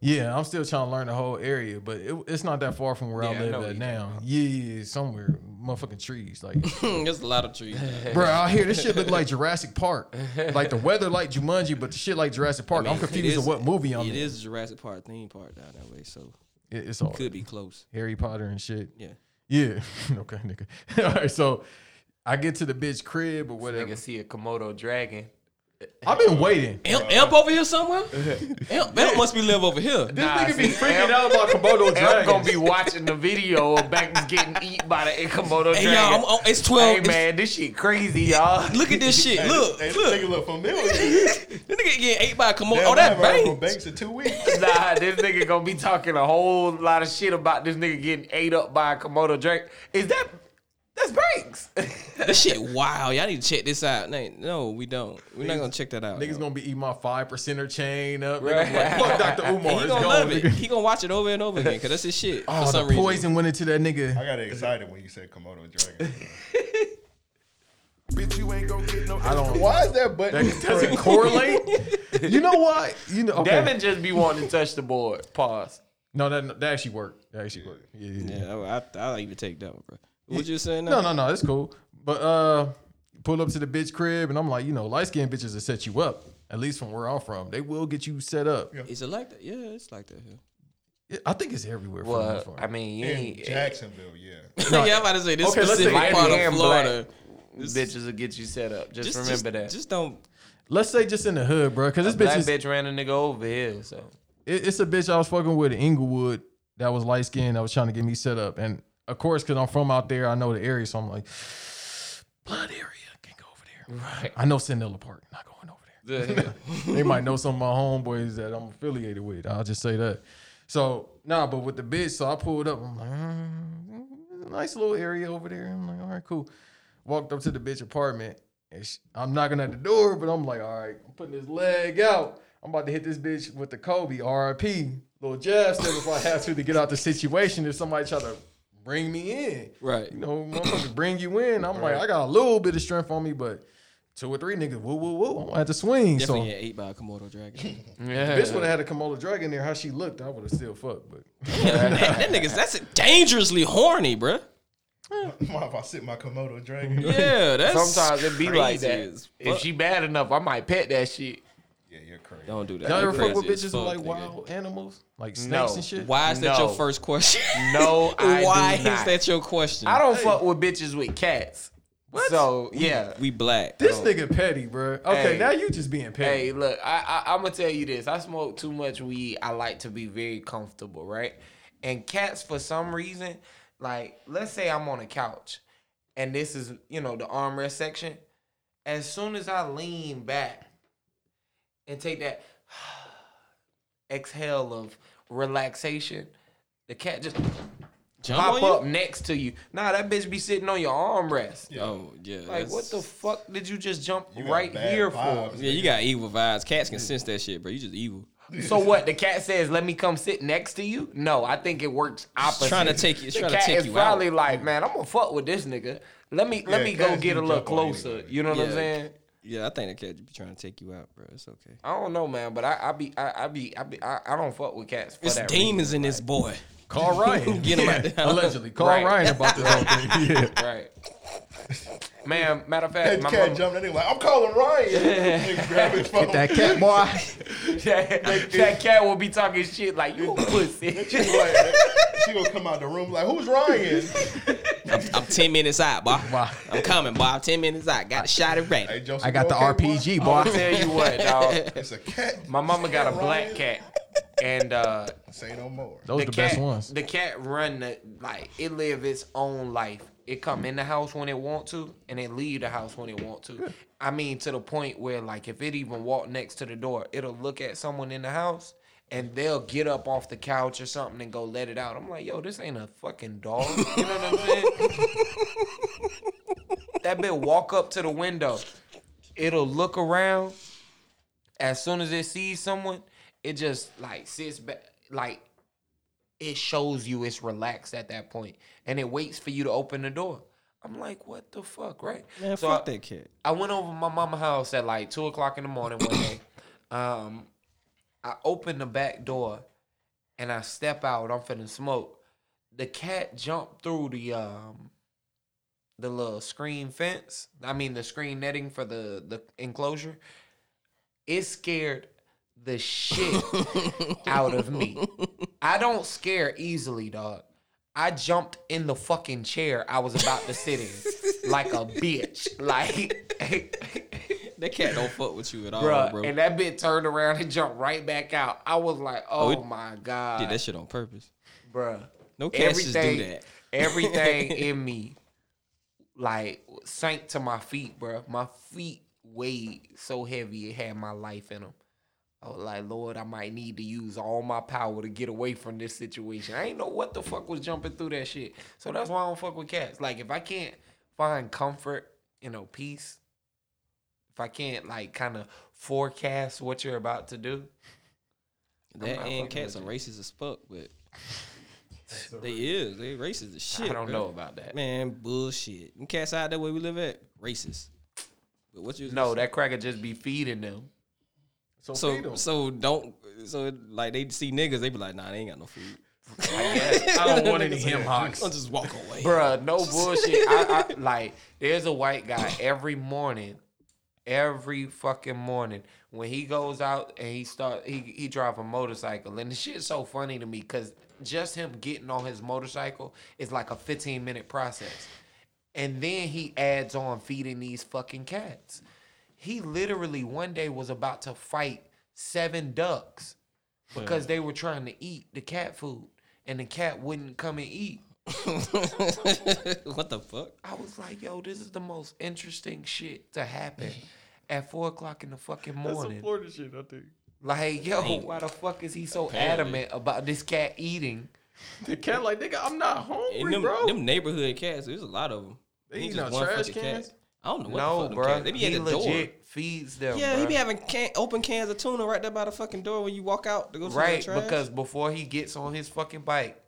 [SPEAKER 12] Yeah, I'm still trying to learn the whole area, but it, it's not that far from where
[SPEAKER 10] Yeah, I
[SPEAKER 12] I live
[SPEAKER 10] know what
[SPEAKER 12] at
[SPEAKER 10] you
[SPEAKER 12] now. Yeah, yeah, yeah, somewhere, motherfucking trees, like.
[SPEAKER 10] Hmm, There's a lot of trees. (laughs) down
[SPEAKER 12] Bro,
[SPEAKER 10] there.
[SPEAKER 12] out here, this shit look like Jurassic Park. Like the weather like Jumanji, but the shit like Jurassic Park. I am
[SPEAKER 10] mean,
[SPEAKER 12] confused
[SPEAKER 10] it
[SPEAKER 12] on
[SPEAKER 10] is-
[SPEAKER 12] what movie I'm
[SPEAKER 10] It
[SPEAKER 12] in.
[SPEAKER 10] is Jurassic Park theme park down that way, so
[SPEAKER 12] It- it's all
[SPEAKER 10] could be close.
[SPEAKER 12] Harry Potter and shit.
[SPEAKER 10] Yeah.
[SPEAKER 12] Yeah. (laughs) okay, nigga. all right, so I get to the bitch crib or whatever.
[SPEAKER 8] Nigga see a Komodo dragon.
[SPEAKER 12] I've been waiting.
[SPEAKER 10] Elp, Elp over here somewhere?
[SPEAKER 12] (laughs)
[SPEAKER 10] Elp, Elp must be live over here.
[SPEAKER 12] This nigga be freaking out about (laughs)
[SPEAKER 8] (laughs)
[SPEAKER 12] Komodo
[SPEAKER 8] And I'm gonna
[SPEAKER 12] dragons.
[SPEAKER 8] be watching the video of Banks getting eat by the Komodo
[SPEAKER 10] Hey,
[SPEAKER 8] dragon.
[SPEAKER 10] y'all, I'm- I'm- it's 12.
[SPEAKER 8] Hey man, this shit crazy, y'all.
[SPEAKER 10] Look at this shit. Look,
[SPEAKER 11] Hey, this
[SPEAKER 10] (laughs) look.
[SPEAKER 11] nigga look familiar.
[SPEAKER 10] this nigga getting ate by a Komodo.
[SPEAKER 8] Damn,
[SPEAKER 10] Oh, that
[SPEAKER 8] I haven't heard
[SPEAKER 10] bank.
[SPEAKER 11] From Banks in two weeks.
[SPEAKER 8] (laughs) nah, this nigga gonna be talking a whole lot of shit about this nigga getting ate up by a Komodo dragon. Is that that's Banks?
[SPEAKER 10] (laughs) This shit wow. Y'all need to check this out. No, no we don't. We're not gonna check that out.
[SPEAKER 12] Niggas gonna be eating my five percenter chain up. Nigga,
[SPEAKER 10] Right.
[SPEAKER 12] I'm
[SPEAKER 10] (laughs)
[SPEAKER 12] like, (laughs) fuck Dr.
[SPEAKER 10] And
[SPEAKER 12] Umar.
[SPEAKER 10] he
[SPEAKER 12] it's
[SPEAKER 10] gonna
[SPEAKER 12] gone,
[SPEAKER 10] love it.
[SPEAKER 12] nigga.
[SPEAKER 10] He gonna watch it over and over again because that's his shit.
[SPEAKER 12] Oh,
[SPEAKER 10] for some
[SPEAKER 12] the
[SPEAKER 10] reason.
[SPEAKER 12] poison went into that nigga.
[SPEAKER 11] I got excited when you said Komodo dragon.
[SPEAKER 12] I don't.
[SPEAKER 11] Why is that button?
[SPEAKER 12] (laughs) That doesn't correlate. you know what? You know. Okay.
[SPEAKER 8] Devin just be wanting to touch the board. Pause.
[SPEAKER 12] No, that that actually worked. That actually worked. Yeah, yeah.
[SPEAKER 10] Yeah, I, I, I'll even take that one, bro. What you saying?
[SPEAKER 12] No, no, no. It's cool. But uh, pull up to the bitch crib, and I'm like, you know, light skinned bitches will set you up. At least from where I'm from, they will get you set up.
[SPEAKER 10] Is it like that? Yeah, it's like that. Here.
[SPEAKER 12] Yeah, I think it's everywhere. from
[SPEAKER 8] Well,
[SPEAKER 12] where I'm from.
[SPEAKER 8] I mean, you
[SPEAKER 11] In
[SPEAKER 8] ain't,
[SPEAKER 11] Jacksonville, yeah.
[SPEAKER 10] (laughs) yeah, I'm about to say this
[SPEAKER 12] Okay, let's
[SPEAKER 10] specific
[SPEAKER 12] say-
[SPEAKER 10] part
[SPEAKER 8] and
[SPEAKER 10] of Florida.
[SPEAKER 8] Black bitches will get you set up. Just, remember that.
[SPEAKER 10] Just don't.
[SPEAKER 12] Let's say just in the hood, bro, because this
[SPEAKER 8] Black
[SPEAKER 12] bitch is
[SPEAKER 8] bitch ran a nigga over here, so
[SPEAKER 12] it, it's a bitch I was fucking with in Inglewood that was light skinned that was trying to get me set up. And of course, because I'm from out there, I know the area. So I'm like, (sighs) blood area, can't go over there.
[SPEAKER 8] Right.
[SPEAKER 12] I know Sanilla Park, not going over there. they might know some of my homeboys that I'm affiliated with. I'll just say that. So, nah, but with the bitch, so I pulled up. I'm like, "Mm, nice little area over there. I'm like, all right, cool. Walked up to the bitch apartment. And sh I'm knocking at the door, but I'm like, all right, I'm putting this leg out. I'm about to hit this bitch with the Kobe RIP. Little jab step if I have to to get out the situation if somebody try to bring me in.
[SPEAKER 10] Right.
[SPEAKER 12] You know, motherfucker bring you in. I'm like, I got a little bit of strength on me, but two or three niggas, woo, woo, woo. I'm gonna have to swing.
[SPEAKER 10] Definitely
[SPEAKER 12] so
[SPEAKER 10] get ate by a Komodo dragon.
[SPEAKER 8] yeah.
[SPEAKER 12] bitch would have had a Komodo drug in there. How she looked, I would have still fucked. But
[SPEAKER 10] (laughs) that, that nigga's that's dangerously horny, bruh.
[SPEAKER 11] (laughs) Why if I sit my Komodo dragon?
[SPEAKER 10] Yeah, that's
[SPEAKER 8] sometimes it be like
[SPEAKER 10] crazy
[SPEAKER 8] that.
[SPEAKER 10] as
[SPEAKER 8] If
[SPEAKER 10] fuck.
[SPEAKER 8] she bad enough, I might pet that shit.
[SPEAKER 11] Yeah, you're crazy.
[SPEAKER 10] Don't do that.
[SPEAKER 12] y'all
[SPEAKER 10] You
[SPEAKER 12] ever fuck
[SPEAKER 10] crazy
[SPEAKER 12] with
[SPEAKER 10] as
[SPEAKER 12] bitches with like
[SPEAKER 10] fuck, nigga.
[SPEAKER 12] wild animals, like snakes
[SPEAKER 8] No.
[SPEAKER 12] and shit?
[SPEAKER 10] Why is that your
[SPEAKER 8] No.
[SPEAKER 10] first question? (laughs)
[SPEAKER 8] No, I
[SPEAKER 10] Why
[SPEAKER 8] do not.
[SPEAKER 10] is that your question?
[SPEAKER 8] I don't fuck with bitches with cats.
[SPEAKER 12] What?
[SPEAKER 8] So yeah.
[SPEAKER 10] We black.
[SPEAKER 12] This
[SPEAKER 10] bro.
[SPEAKER 12] nigga petty, bro. Okay,
[SPEAKER 8] Hey.
[SPEAKER 12] now you just being petty.
[SPEAKER 8] Hey, look, I, I I'm gonna tell you this. I smoke too much weed. I like to be very comfortable, right? And cats, for some reason, like let's say I'm on a couch, and this is you know the armrest section. As soon as I lean back and take that (sighs) exhale of relaxation, the cat just
[SPEAKER 10] Jump
[SPEAKER 8] pop
[SPEAKER 10] on you?
[SPEAKER 8] up next to you. Nah, that bitch be sitting on your armrest.
[SPEAKER 10] Oh yeah.
[SPEAKER 8] Like, what
[SPEAKER 10] that's-
[SPEAKER 8] the fuck did you just jump
[SPEAKER 11] You got
[SPEAKER 8] right
[SPEAKER 11] bad
[SPEAKER 8] here for?
[SPEAKER 11] vibes.
[SPEAKER 10] Yeah, you got evil vibes. Cats can sense that shit, bro. You just evil.
[SPEAKER 8] So what? The cat says, "Let me come sit next to you." No, I think it works opposite.
[SPEAKER 10] trying to take you- it's
[SPEAKER 8] The
[SPEAKER 10] trying to
[SPEAKER 8] cat
[SPEAKER 10] take
[SPEAKER 8] is
[SPEAKER 10] you
[SPEAKER 8] probably like, "Man, I'm gonna fuck with this nigga. Let me let
[SPEAKER 11] Yeah,
[SPEAKER 8] me go
[SPEAKER 11] cats
[SPEAKER 8] get
[SPEAKER 11] do
[SPEAKER 8] a little
[SPEAKER 11] jump on anybody.
[SPEAKER 8] closer." You know what I'm
[SPEAKER 10] Yeah.
[SPEAKER 8] saying?
[SPEAKER 10] Yeah, I think the cat be trying to take you out, bro. It's okay.
[SPEAKER 8] I don't know, man, but I, I be I, I be I be I, I don't fuck with cats. For
[SPEAKER 10] It's
[SPEAKER 8] that
[SPEAKER 10] demons in this boy.
[SPEAKER 12] (laughs)
[SPEAKER 10] (laughs)
[SPEAKER 12] Call Ryan.
[SPEAKER 10] Get him out the house.
[SPEAKER 12] Allegedly, call
[SPEAKER 8] Right.
[SPEAKER 12] Ryan about
[SPEAKER 10] (laughs)
[SPEAKER 12] this whole thing. Yeah.
[SPEAKER 8] reason. right? man, matter of
[SPEAKER 11] That
[SPEAKER 8] fact, my
[SPEAKER 11] cat
[SPEAKER 8] mama,
[SPEAKER 11] jumped in like, I'm calling
[SPEAKER 8] (laughs)
[SPEAKER 11] Ryan. Nigga grab his phone.
[SPEAKER 6] That
[SPEAKER 12] (laughs)
[SPEAKER 6] cat boy.
[SPEAKER 8] that, that cat will be talking shit like
[SPEAKER 11] (laughs)
[SPEAKER 8] you a (laughs)
[SPEAKER 11] She
[SPEAKER 8] pussy.
[SPEAKER 11] was like, (laughs) she gonna come out the room like, who's
[SPEAKER 8] (laughs)
[SPEAKER 11] Ryan?
[SPEAKER 10] I'm ten minutes out, boy. I'm coming, boy. I'm ten minutes out. Got a shot at
[SPEAKER 11] Hey,
[SPEAKER 10] rain.
[SPEAKER 11] Joseph,
[SPEAKER 6] I got
[SPEAKER 11] you
[SPEAKER 6] the
[SPEAKER 11] okay, boy?
[SPEAKER 6] RPG,
[SPEAKER 12] Oh,
[SPEAKER 8] I'll
[SPEAKER 6] boy.
[SPEAKER 8] tell you what, dog.
[SPEAKER 11] (laughs) It's a cat.
[SPEAKER 8] (laughs) My mama got a black cat, and uh,
[SPEAKER 11] Say no more.
[SPEAKER 12] Those the,
[SPEAKER 8] cat,
[SPEAKER 12] best ones.
[SPEAKER 8] The cat run the like it live its own life. It come in the house when it want to, and it leave the house when it want to. I mean, to the point where like if it even walk next to the door, it'll look at someone in the house, and they'll get up off the couch or something and go let it out. I'm like, yo, this ain't a fucking dog. You know what I'm
[SPEAKER 12] (laughs)
[SPEAKER 8] saying? that bitch walk up to the window. It'll look around. As soon as it sees someone, it just like sits back, like it shows you it's relaxed at that point and it waits for you to open the door. I'm like, what the fuck, right?
[SPEAKER 10] Man,
[SPEAKER 8] So
[SPEAKER 10] fuck
[SPEAKER 8] I,
[SPEAKER 10] that cat.
[SPEAKER 8] I went over to my mama's house (coughs) at like two o'clock in the morning one day. um, I opened the back door and I step out, I'm finna smoke. The cat jumped through the um the little screen fence. I mean the screen netting for the the enclosure. It scared
[SPEAKER 10] (laughs)
[SPEAKER 8] the shit out of me. I don't scare easily, dog. I jumped in the fucking chair I was about to sit in like a bitch. (laughs) Like
[SPEAKER 10] That cat don't fuck with you at all,
[SPEAKER 8] Bruh,
[SPEAKER 10] bro.
[SPEAKER 8] And that bitch turned around and jumped right back out. I was like,
[SPEAKER 10] Oh,
[SPEAKER 8] oh,
[SPEAKER 10] it-
[SPEAKER 8] my God.
[SPEAKER 10] did that shit on purpose.
[SPEAKER 8] Bruh.
[SPEAKER 10] No cats just do that. (laughs)
[SPEAKER 8] everything in me, like, sank to my feet, bruh. My feet weighed so heavy, it had my life in them. I was like, Lord, I might need to use all my power to get away from this situation. I ain't know what the fuck was jumping through that shit. So that's why I don't fuck with cats. Like, if I can't find comfort, you know, peace, if I can't like kind of forecast what you're about to do, I'm
[SPEAKER 10] That
[SPEAKER 8] not
[SPEAKER 10] and
[SPEAKER 8] fucking
[SPEAKER 10] cats are
[SPEAKER 8] with you.
[SPEAKER 10] racist as fuck, but they is. They racist as shit.
[SPEAKER 8] don't
[SPEAKER 10] bruh.
[SPEAKER 8] know about that.
[SPEAKER 10] Man, bullshit. Them cats out that way we live at, racist. But what you
[SPEAKER 8] No, that cracker just be feeding them.
[SPEAKER 10] So (laughs)
[SPEAKER 8] feed 'em.
[SPEAKER 10] so, don't so like they see niggas, they be like, nah, they ain't got no food.
[SPEAKER 8] I don't want any
[SPEAKER 10] Niggas
[SPEAKER 8] hem
[SPEAKER 10] like,
[SPEAKER 8] hocks.
[SPEAKER 10] I'll just walk away.
[SPEAKER 8] Bruh, no bullshit. I, I, like, there's a white guy every morning, every fucking morning, when he goes out and he start he he drive a motorcycle, and the shit's so funny to me because just him getting on his motorcycle is like a 15 minute process, and then he adds on feeding these fucking cats. He literally one day was about to fight seven ducks because they were trying to eat the cat food, and the cat wouldn't come and eat.
[SPEAKER 10] (laughs) what the fuck?
[SPEAKER 8] I was like, yo, this is the most interesting shit to
[SPEAKER 10] (laughs)
[SPEAKER 8] happen at four o'clock in the fucking
[SPEAKER 12] That's
[SPEAKER 8] morning.
[SPEAKER 12] some Florida shit, I think.
[SPEAKER 8] Like, yo,
[SPEAKER 12] Dang.
[SPEAKER 8] why the fuck is he so
[SPEAKER 10] Apparently.
[SPEAKER 8] adamant about this cat eating?
[SPEAKER 12] The cat like, nigga, I'm not
[SPEAKER 10] And
[SPEAKER 12] hungry,
[SPEAKER 10] them,
[SPEAKER 12] bro.
[SPEAKER 10] them neighborhood cats, there's a lot of them.
[SPEAKER 12] They eating out
[SPEAKER 10] just one
[SPEAKER 12] trash
[SPEAKER 10] fucking
[SPEAKER 12] cans?
[SPEAKER 10] cat. I don't know what
[SPEAKER 8] No,
[SPEAKER 10] the fuck them
[SPEAKER 8] bruh.
[SPEAKER 10] cats. They be
[SPEAKER 8] He
[SPEAKER 10] at the door.
[SPEAKER 8] legit feeds them.
[SPEAKER 10] Yeah, he
[SPEAKER 8] bruh.
[SPEAKER 10] be having can- open cans of tuna right there by the fucking door when you walk out to go to
[SPEAKER 8] right
[SPEAKER 10] the trash.
[SPEAKER 8] because before he gets on his fucking bike,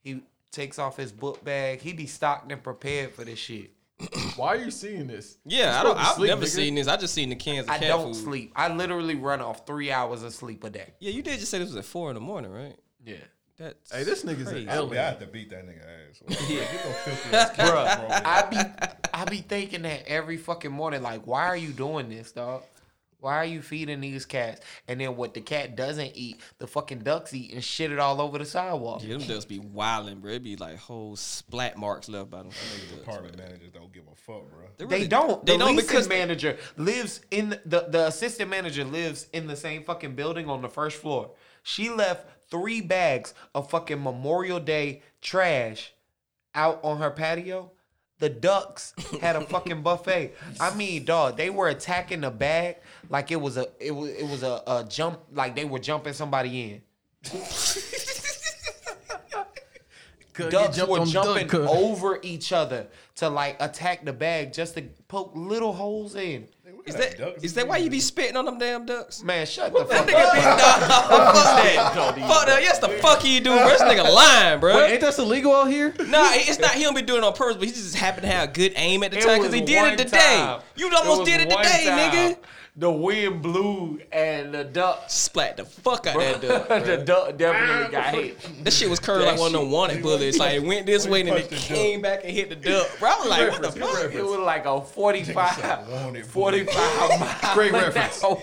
[SPEAKER 8] he takes off his book bag. He be stocked and prepared for this shit.
[SPEAKER 12] Why are you seeing this?
[SPEAKER 10] yeah, I don't,
[SPEAKER 12] You're supposed to
[SPEAKER 10] I've
[SPEAKER 12] sleep,
[SPEAKER 10] never
[SPEAKER 12] nigga.
[SPEAKER 10] seen this. I just seen the cans of
[SPEAKER 8] I
[SPEAKER 10] cat
[SPEAKER 8] don't
[SPEAKER 10] food.
[SPEAKER 8] sleep. I literally run off three hours of sleep a day.
[SPEAKER 10] Yeah, you did just say this was at four in the morning, right?
[SPEAKER 8] Yeah.
[SPEAKER 10] That's
[SPEAKER 12] Hey, this nigga's
[SPEAKER 10] crazy.
[SPEAKER 12] an
[SPEAKER 11] I
[SPEAKER 12] alien.
[SPEAKER 11] have to beat that nigga ass.
[SPEAKER 8] (laughs)
[SPEAKER 11] Like, get no filthy ass cat,
[SPEAKER 10] (laughs)
[SPEAKER 8] Bruh,
[SPEAKER 11] bro.
[SPEAKER 8] I be I be thinking that every fucking morning, like, why are you doing this, dog? Why are you feeding these cats? And then what the cat doesn't eat, the fucking ducks eat and shit it all over the sidewalk.
[SPEAKER 10] Yeah, them ducks be wilding, bro. It be like whole splat marks left by them.
[SPEAKER 11] The Department managers don't give a fuck, bro.
[SPEAKER 10] They
[SPEAKER 8] They
[SPEAKER 10] really-
[SPEAKER 8] don't.
[SPEAKER 10] They
[SPEAKER 8] the
[SPEAKER 10] don't
[SPEAKER 8] leasing
[SPEAKER 10] because
[SPEAKER 8] manager lives in the, the the assistant manager lives in the same fucking building on the first floor. She left three bags of fucking Memorial Day trash out on her patio. The ducks
[SPEAKER 10] (laughs)
[SPEAKER 8] had a fucking buffet. I mean, dog, they were attacking the bag like it was a it was it was a, a jump like they were jumping somebody in.
[SPEAKER 12] Cuz get
[SPEAKER 8] ducks
[SPEAKER 12] jumped
[SPEAKER 8] were
[SPEAKER 12] on the duck,
[SPEAKER 8] jumping
[SPEAKER 12] cuz.
[SPEAKER 8] over each other to like attack the bag just to poke little holes in.
[SPEAKER 10] is that is that why you be spitting on them damn ducks?
[SPEAKER 8] Man, shut the
[SPEAKER 10] That
[SPEAKER 8] fuck
[SPEAKER 10] nigga be (laughs)
[SPEAKER 8] up.
[SPEAKER 10] nah, fuck that. Fuck that. Yes, the fuck he do, bro. This nigga lying, bro.
[SPEAKER 12] Wait, ain't that illegal out here?
[SPEAKER 10] Nah, it's not him be doing it on purpose, but he just happened to have good aim at the time because he
[SPEAKER 8] was
[SPEAKER 10] did
[SPEAKER 8] one
[SPEAKER 10] it today.
[SPEAKER 8] time.
[SPEAKER 10] You almost
[SPEAKER 8] was
[SPEAKER 10] did it
[SPEAKER 8] one
[SPEAKER 10] today,
[SPEAKER 8] time
[SPEAKER 10] nigga.
[SPEAKER 8] The wind blew and the duck,
[SPEAKER 10] Splat the fuck out that duck.
[SPEAKER 8] the duck definitely got hit.
[SPEAKER 10] That shit was curved like one of them wanted bullets. Like it went this way and then it came back and hit the duck. Bro, I was like, what the
[SPEAKER 8] It was-
[SPEAKER 10] fuck?
[SPEAKER 8] It was like a 45, 45 mile.
[SPEAKER 12] Great
[SPEAKER 8] an
[SPEAKER 12] reference.
[SPEAKER 8] hour.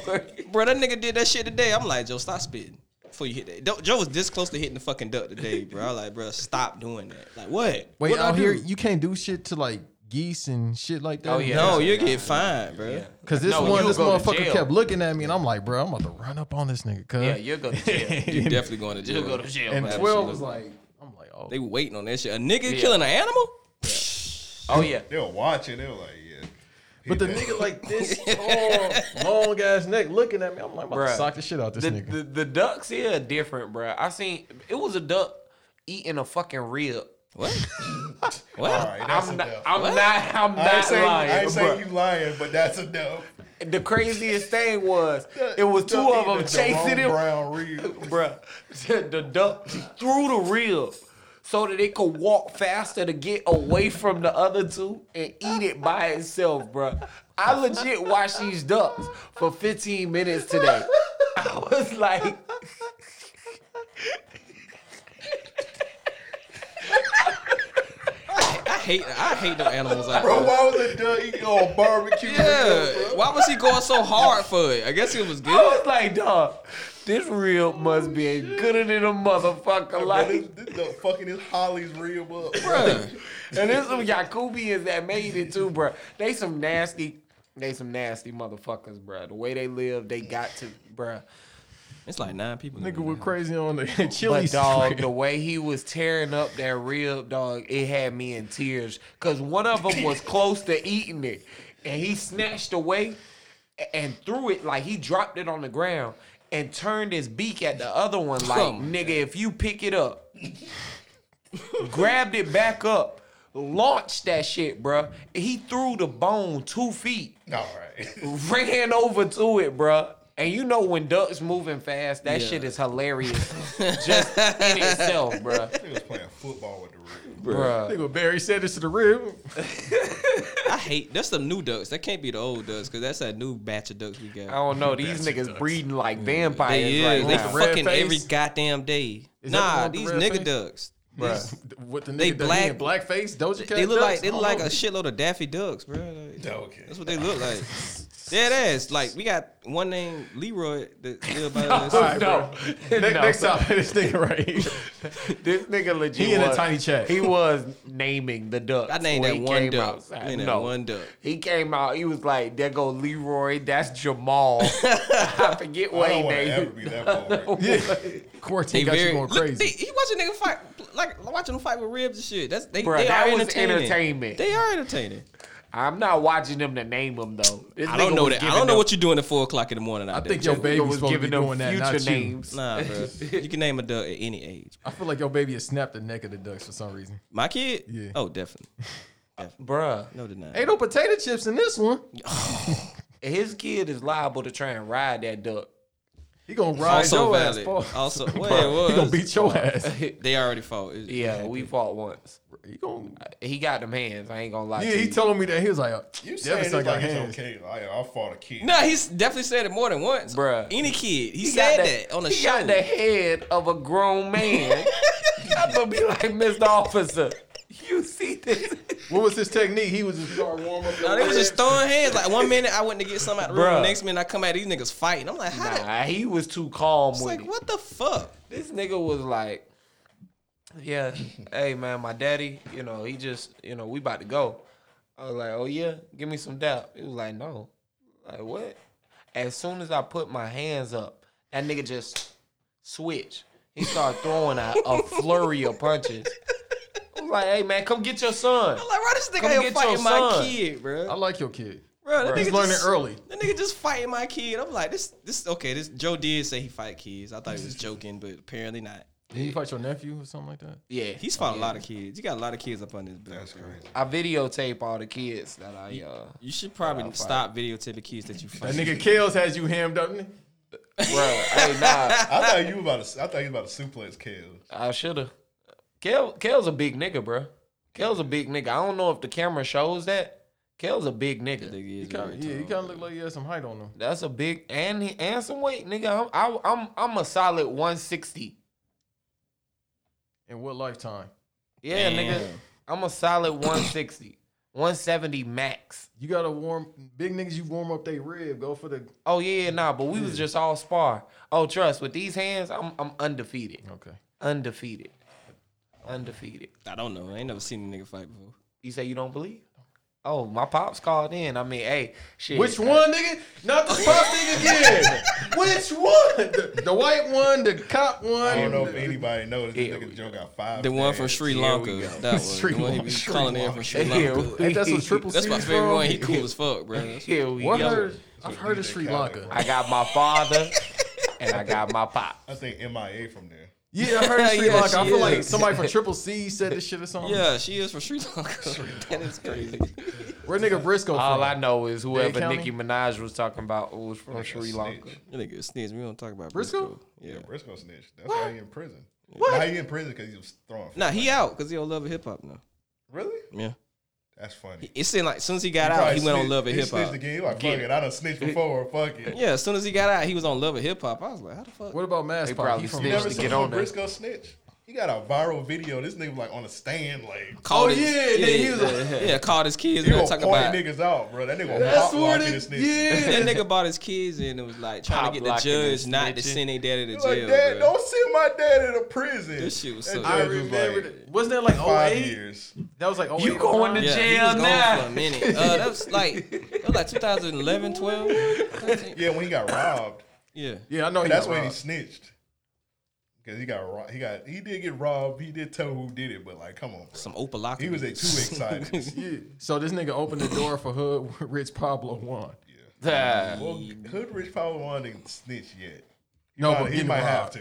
[SPEAKER 10] Bro, that nigga did that shit today. I'm like, Joe, stop spitting before you hit that. Don't- Joe was this close to hitting the fucking duck today, bro. I was like, bro, stop doing that. Like, what?
[SPEAKER 12] Wait,
[SPEAKER 10] What'd I
[SPEAKER 12] out here
[SPEAKER 10] do?
[SPEAKER 12] you can't do shit to like geese and shit like that.
[SPEAKER 8] Oh, yeah.
[SPEAKER 10] No, you get fined, bro.
[SPEAKER 12] Cause this
[SPEAKER 8] No,
[SPEAKER 12] one,
[SPEAKER 8] you'll
[SPEAKER 12] this
[SPEAKER 8] go to
[SPEAKER 12] motherfucker
[SPEAKER 8] jail.
[SPEAKER 12] kept looking at me, and I'm like, bro, I'm about to run up on this nigga. Cause
[SPEAKER 8] Yeah, you'll go to jail.
[SPEAKER 10] (laughs) You
[SPEAKER 12] (laughs)
[SPEAKER 10] definitely going to jail.
[SPEAKER 8] You'll go to jail.
[SPEAKER 12] and
[SPEAKER 8] man.
[SPEAKER 12] twelve was like, I'm like, oh,
[SPEAKER 10] They waiting on that shit. A nigga
[SPEAKER 8] Yeah.
[SPEAKER 10] killing an animal?
[SPEAKER 8] oh yeah.
[SPEAKER 11] They were watching. They were like, yeah.
[SPEAKER 12] but the nigga like this long, long ass neck looking at me. I'm like, I'm about to
[SPEAKER 8] Bruh.
[SPEAKER 12] sock the shit out this
[SPEAKER 8] the,
[SPEAKER 12] nigga.
[SPEAKER 8] The, the ducks here are different, bruh. I seen it was a duck eating a fucking rib.
[SPEAKER 10] What? what?
[SPEAKER 11] All right, that's
[SPEAKER 8] I'm not,
[SPEAKER 11] enough.
[SPEAKER 8] I'm
[SPEAKER 10] What?
[SPEAKER 8] not. I'm
[SPEAKER 11] I ain't
[SPEAKER 8] not
[SPEAKER 11] saying, I
[SPEAKER 8] lying,
[SPEAKER 11] ain't saying
[SPEAKER 8] bruh.
[SPEAKER 11] you lying, but that's enough.
[SPEAKER 8] The craziest thing was it was two of them chasing him,
[SPEAKER 11] Brown
[SPEAKER 8] (laughs)
[SPEAKER 11] Reed.
[SPEAKER 8] bruh. The- The duck threw the rib so that it could walk faster to get away from the other two and eat it by itself, bruh. I legit watched these ducks for (laughs) 15 minutes today. I was like,
[SPEAKER 10] hate I hate them animals out
[SPEAKER 11] Bro,
[SPEAKER 10] there.
[SPEAKER 11] why Oh, was a duck eating on barbecue?
[SPEAKER 10] Yeah, why was he going so hard for it? I guess it was good.
[SPEAKER 8] I was like, dog, this reel must be gooder than a motherfucker. Like,
[SPEAKER 11] This duck fucking his Holly's rib up.
[SPEAKER 8] Bruh. and there's some Yakubians that made it too, bruh. They some nasty, they some nasty motherfuckers, bruh. The way they live, they got to, bruh.
[SPEAKER 10] It's like nine people.
[SPEAKER 12] Nigga was crazy on the (laughs)
[SPEAKER 8] But
[SPEAKER 12] chili
[SPEAKER 8] dog,
[SPEAKER 12] dog.
[SPEAKER 8] the way he was tearing up that rib, dog, it had me in tears. Cause one of them was close to eating it, and he snatched away a- and threw it like he dropped it on the ground and turned his beak at the other one like,
[SPEAKER 10] Oh,
[SPEAKER 8] nigga, if you pick it up, grabbed it back up, launched that shit, bruh. He threw the bone two feet,
[SPEAKER 11] All right. (laughs)
[SPEAKER 8] ran over to it, bruh. And you know when ducks moving fast, that
[SPEAKER 11] Yeah.
[SPEAKER 8] shit is
[SPEAKER 10] (laughs)
[SPEAKER 8] hilarious, just in itself, bruh.
[SPEAKER 11] Nigga was playing football with the rib.
[SPEAKER 8] Bruh.
[SPEAKER 12] (laughs) Nigga Barry said this to the rib.
[SPEAKER 10] I hate that's the new ducks. That can't be the old ducks because that's that new batch of ducks we got.
[SPEAKER 8] I don't know. These niggas breeding like vampires.
[SPEAKER 10] They
[SPEAKER 8] right
[SPEAKER 10] is. They
[SPEAKER 8] now.
[SPEAKER 10] fucking every goddamn day.
[SPEAKER 8] Is that the
[SPEAKER 10] nah,
[SPEAKER 8] one with
[SPEAKER 10] these
[SPEAKER 8] the
[SPEAKER 10] nigga
[SPEAKER 8] red face?
[SPEAKER 10] ducks.
[SPEAKER 12] Bruh.
[SPEAKER 10] These-
[SPEAKER 12] What the
[SPEAKER 10] they
[SPEAKER 12] nigga black, in
[SPEAKER 10] black.
[SPEAKER 12] blackface?
[SPEAKER 10] They,
[SPEAKER 12] Doja Cat.
[SPEAKER 10] look like
[SPEAKER 12] ducks?
[SPEAKER 10] they
[SPEAKER 12] Oh,
[SPEAKER 10] look like a
[SPEAKER 12] okay.
[SPEAKER 10] shitload of Daffy Ducks, bro. Like,
[SPEAKER 11] Okay.
[SPEAKER 10] That's what they look like. Dead ass. Like we got one named Leroy that live by
[SPEAKER 12] No,
[SPEAKER 10] us.
[SPEAKER 12] alright,
[SPEAKER 8] (laughs)
[SPEAKER 12] bro.
[SPEAKER 10] (laughs)
[SPEAKER 12] Ne- Next topic, (laughs) this nigga right here. (laughs)
[SPEAKER 8] This nigga legit.
[SPEAKER 12] He in a
[SPEAKER 8] was-
[SPEAKER 12] tiny chat.
[SPEAKER 8] He was naming the ducks.
[SPEAKER 10] I named
[SPEAKER 8] when
[SPEAKER 10] that
[SPEAKER 8] he
[SPEAKER 10] one
[SPEAKER 8] came
[SPEAKER 10] duck.
[SPEAKER 8] outside.
[SPEAKER 10] I named that
[SPEAKER 8] no.
[SPEAKER 10] one duck.
[SPEAKER 8] He came out. He was like, "There go Leroy. That's
[SPEAKER 10] (laughs)
[SPEAKER 8] Jamal." I forget what
[SPEAKER 11] I
[SPEAKER 8] he
[SPEAKER 11] don't want to ever
[SPEAKER 8] named.
[SPEAKER 11] be that (laughs) ball.
[SPEAKER 12] Quartet
[SPEAKER 10] They
[SPEAKER 12] got
[SPEAKER 10] very-
[SPEAKER 12] you going
[SPEAKER 10] look,
[SPEAKER 12] crazy.
[SPEAKER 10] they- he watching nigga fight like watching him fight with ribs and shit. That's they,
[SPEAKER 8] Bruh,
[SPEAKER 10] they
[SPEAKER 8] that
[SPEAKER 10] are
[SPEAKER 8] was
[SPEAKER 10] entertaining.
[SPEAKER 8] entertainment.
[SPEAKER 10] They are entertaining.
[SPEAKER 8] I'm not watching them to name them though. This
[SPEAKER 10] I don't
[SPEAKER 8] nigga
[SPEAKER 10] know
[SPEAKER 8] was
[SPEAKER 10] that. I
[SPEAKER 8] giving
[SPEAKER 10] don't know
[SPEAKER 8] them-
[SPEAKER 10] what you're doing at four o'clock in the morning. Out
[SPEAKER 12] I
[SPEAKER 10] there.
[SPEAKER 12] think your
[SPEAKER 8] nigga
[SPEAKER 12] baby's
[SPEAKER 8] was
[SPEAKER 12] supposed to be
[SPEAKER 8] giving them
[SPEAKER 12] doing that, not
[SPEAKER 8] future
[SPEAKER 12] you.
[SPEAKER 8] names.
[SPEAKER 10] Nah, bro. (laughs) you can name a duck at any age.
[SPEAKER 12] I feel like your baby has snapped the neck of the ducks for some reason.
[SPEAKER 10] My kid?
[SPEAKER 12] Yeah.
[SPEAKER 10] Oh, definitely. definitely.
[SPEAKER 8] Bruh,
[SPEAKER 10] No denying.
[SPEAKER 12] Ain't no potato chips in this one.
[SPEAKER 8] his kid is liable to try and ride that duck.
[SPEAKER 12] He gonna ride
[SPEAKER 10] also
[SPEAKER 12] your ass.
[SPEAKER 10] valid.
[SPEAKER 12] Paul. (laughs)
[SPEAKER 10] Also, wait,
[SPEAKER 12] Bruh, he
[SPEAKER 10] what?
[SPEAKER 12] gonna beat your ass.
[SPEAKER 10] They already fought. It-
[SPEAKER 8] Yeah, we fought once.
[SPEAKER 12] He gonna,
[SPEAKER 8] He got them hands. I ain't gonna lie.
[SPEAKER 12] yeah,
[SPEAKER 8] to
[SPEAKER 12] he
[SPEAKER 8] you.
[SPEAKER 12] telling me that he was like,
[SPEAKER 11] You
[SPEAKER 12] "Devin
[SPEAKER 11] saying it's
[SPEAKER 12] suck
[SPEAKER 11] like
[SPEAKER 12] our
[SPEAKER 11] it's
[SPEAKER 12] hands."
[SPEAKER 11] okay. Like, I fought a kid.
[SPEAKER 10] Nah, he's definitely said it more than once,
[SPEAKER 8] Bruh.
[SPEAKER 10] Any kid, he,
[SPEAKER 8] He
[SPEAKER 10] said
[SPEAKER 8] got
[SPEAKER 10] that,
[SPEAKER 8] the-
[SPEAKER 10] on the
[SPEAKER 8] he
[SPEAKER 10] show.
[SPEAKER 8] got the head of a grown
[SPEAKER 10] (laughs)
[SPEAKER 8] man. I'm gonna be like, Mr. Officer, you see this?
[SPEAKER 12] What was his technique? He was just start warm up.
[SPEAKER 10] Nah,
[SPEAKER 12] your
[SPEAKER 10] they was
[SPEAKER 12] legs.
[SPEAKER 10] just throwing hands. Like one minute I went to get something out of the room,
[SPEAKER 8] Bruh.
[SPEAKER 10] the next minute I come at these niggas fighting. I'm like, how? the-
[SPEAKER 8] Nah, he was too calm
[SPEAKER 10] It's
[SPEAKER 8] with
[SPEAKER 10] like
[SPEAKER 8] it.
[SPEAKER 10] what the fuck?
[SPEAKER 8] This nigga was like, yeah, hey man, my daddy, you know, he just, you know, we about to go. I was like, oh yeah, give me some dap. He was like, no. Like what? As soon as I put my hands up, that nigga just switched. He started throwing a, a flurry of punches. I was like, hey man, come get your son.
[SPEAKER 10] I'm like, why this
[SPEAKER 8] Come
[SPEAKER 10] nigga here
[SPEAKER 8] get your
[SPEAKER 10] fighting my
[SPEAKER 8] son.
[SPEAKER 10] kid, bro?
[SPEAKER 12] I like your kid.
[SPEAKER 10] Bro, that
[SPEAKER 12] Bruh.
[SPEAKER 10] nigga
[SPEAKER 12] He's learning
[SPEAKER 10] just-
[SPEAKER 12] early.
[SPEAKER 10] That nigga just fighting my kid. I'm like, this, this, okay. This Joe did say he fight kids. I thought he was joking, but apparently not.
[SPEAKER 12] Did he fight your nephew or something like that?
[SPEAKER 8] Yeah,
[SPEAKER 10] He's fought a lot of kids. You got a lot of kids up on this bill.
[SPEAKER 11] That's crazy.
[SPEAKER 8] I videotape all the kids that I uh
[SPEAKER 10] You should probably
[SPEAKER 8] I'll
[SPEAKER 10] stop videotaping kids that you fight.
[SPEAKER 12] That nigga Kales has you hammed up. didn't he?
[SPEAKER 8] bro. hey nah,
[SPEAKER 11] I thought you about to. I thought you about to suplex Kale.
[SPEAKER 8] I shoulda. Kel Kel's a big nigga, bro. Kel's a big nigga. I don't know if the camera shows that. Kel's a big nigga.
[SPEAKER 10] Nigga is
[SPEAKER 12] He kinda,
[SPEAKER 10] very
[SPEAKER 12] yeah,
[SPEAKER 10] tall.
[SPEAKER 12] he kind of looked like he had some height on him.
[SPEAKER 8] That's a big and he and some weight, nigga. I'm I, I'm I'm a solid 160.
[SPEAKER 12] In what lifetime?
[SPEAKER 8] Yeah, nigga.
[SPEAKER 10] Damn.
[SPEAKER 8] I'm a solid 160. 170 max.
[SPEAKER 12] You gotta warm big niggas. You warm up they rib. Go for the
[SPEAKER 8] Oh yeah, nah, but we was just all spar. Oh, trust with these hands, I'm I'm undefeated.
[SPEAKER 12] okay.
[SPEAKER 8] Undefeated. Undefeated.
[SPEAKER 10] I don't know. I ain't never seen a nigga fight before.
[SPEAKER 8] You say you don't believe? Oh, my pops called in. I mean, hey, shit.
[SPEAKER 12] Which one, nigga? Not the pop nigga again. Which one? The, the white one, the cop one.
[SPEAKER 11] I don't know if anybody knows this
[SPEAKER 8] Here
[SPEAKER 11] nigga Joe got five.
[SPEAKER 10] The one from
[SPEAKER 11] dads.
[SPEAKER 10] Sri
[SPEAKER 8] we
[SPEAKER 10] Lanka.
[SPEAKER 8] go.
[SPEAKER 10] That one.
[SPEAKER 12] Sri
[SPEAKER 10] the one he
[SPEAKER 12] Lanka.
[SPEAKER 10] was
[SPEAKER 12] Sri
[SPEAKER 10] calling in from Sri
[SPEAKER 8] Here
[SPEAKER 10] Lanca.
[SPEAKER 8] we-
[SPEAKER 12] Hey, that's a (laughs) triple
[SPEAKER 10] That's my
[SPEAKER 12] C's
[SPEAKER 10] favorite
[SPEAKER 12] from?
[SPEAKER 10] one. He cool as fuck, bro.
[SPEAKER 8] Here we
[SPEAKER 12] What
[SPEAKER 8] go.
[SPEAKER 12] heard, I've heuld heard of Sri Lanka.
[SPEAKER 8] I got my father and I got my pop.
[SPEAKER 11] I think MIA from there.
[SPEAKER 12] Yeah, I heard of Sri
[SPEAKER 10] Yeah,
[SPEAKER 12] Lanka. I
[SPEAKER 10] she
[SPEAKER 12] feel
[SPEAKER 10] is.
[SPEAKER 12] like somebody from Triple C said this shit or something.
[SPEAKER 10] Yeah, she is from Sri Lanka. (laughs) that is crazy.
[SPEAKER 12] Where nigga Briscoe
[SPEAKER 8] All
[SPEAKER 12] from?
[SPEAKER 8] I know is whoever
[SPEAKER 12] County?
[SPEAKER 8] Nicki Minaj was talking about was from
[SPEAKER 11] Like a
[SPEAKER 8] Sri
[SPEAKER 11] snitch.
[SPEAKER 8] Lanka. (laughs)
[SPEAKER 10] That nigga a snitch. We don't talk about
[SPEAKER 12] Briscoe?
[SPEAKER 10] Briscoe. Yeah.
[SPEAKER 11] Yeah, Briscoe snitch. That's why he in prison. Why he in prison? Because he was throwing.
[SPEAKER 10] Nah, he out because he don't love hip hop now.
[SPEAKER 11] Really?
[SPEAKER 10] Yeah.
[SPEAKER 11] That's funny.
[SPEAKER 10] It seemed like as soon as he got
[SPEAKER 11] Probably
[SPEAKER 10] out, he went on
[SPEAKER 11] snitched-
[SPEAKER 10] Love and
[SPEAKER 11] he
[SPEAKER 10] Hip Hop.
[SPEAKER 11] snitched again. He like, fuck it. I done snitched before. Fuck it.
[SPEAKER 10] Yeah, as soon as he got out, he was on Love and Hip Hop. I was like, how the fuck?
[SPEAKER 12] What about Mass
[SPEAKER 8] They
[SPEAKER 12] Pop?
[SPEAKER 8] probably
[SPEAKER 12] He from
[SPEAKER 8] snitched
[SPEAKER 11] Never
[SPEAKER 8] to
[SPEAKER 11] seen
[SPEAKER 8] get on there.
[SPEAKER 11] Briscoe snitch. He got a viral video. This nigga like on a stand, like.
[SPEAKER 10] Called his- yeah, called his kids. We
[SPEAKER 11] gonna
[SPEAKER 10] were talking
[SPEAKER 11] point
[SPEAKER 10] about
[SPEAKER 11] niggas out, bro. That nigga
[SPEAKER 10] That's
[SPEAKER 11] hot
[SPEAKER 10] what
[SPEAKER 11] walking
[SPEAKER 10] it-
[SPEAKER 11] this nigga. (laughs)
[SPEAKER 10] that nigga bought his kids in and was like trying
[SPEAKER 11] Pop
[SPEAKER 10] to get the
[SPEAKER 11] locking
[SPEAKER 10] judge
[SPEAKER 11] and
[SPEAKER 10] not to
[SPEAKER 11] snitching.
[SPEAKER 10] send their daddy to
[SPEAKER 11] He like,
[SPEAKER 10] jail.
[SPEAKER 11] Dad,
[SPEAKER 10] bro.
[SPEAKER 11] don't send my dad to prison.
[SPEAKER 10] This shit was
[SPEAKER 11] That
[SPEAKER 10] so
[SPEAKER 11] judge
[SPEAKER 10] good.
[SPEAKER 11] was like,
[SPEAKER 12] Wasn't that like
[SPEAKER 11] five
[SPEAKER 12] 08?
[SPEAKER 11] years.
[SPEAKER 12] That was like 08.
[SPEAKER 10] You going to
[SPEAKER 12] Yeah.
[SPEAKER 10] jail
[SPEAKER 12] He was gone
[SPEAKER 10] now.
[SPEAKER 12] for a minute.
[SPEAKER 10] Uh, that was (laughs) like that was like 2011, 12.
[SPEAKER 11] yeah, when he got
[SPEAKER 12] (laughs)
[SPEAKER 11] robbed.
[SPEAKER 10] Yeah.
[SPEAKER 12] Yeah, I know he
[SPEAKER 11] That's
[SPEAKER 12] got
[SPEAKER 11] when he
[SPEAKER 12] robbed.
[SPEAKER 11] snitched. Cause he got robbed. He got he did get robbed. He did tell who did it, but like, come on, bro.
[SPEAKER 10] some Opalaka.
[SPEAKER 11] He was
[SPEAKER 10] (laughs)
[SPEAKER 11] a too excited.
[SPEAKER 12] So this nigga opened the door for Hood Rich Pablo won.
[SPEAKER 11] Yeah. Well, Hood Rich probably wanted to snitch yet. He
[SPEAKER 12] No,
[SPEAKER 11] might,
[SPEAKER 12] but
[SPEAKER 11] Uh, he
[SPEAKER 12] getting
[SPEAKER 11] might have
[SPEAKER 12] robbed.
[SPEAKER 11] to.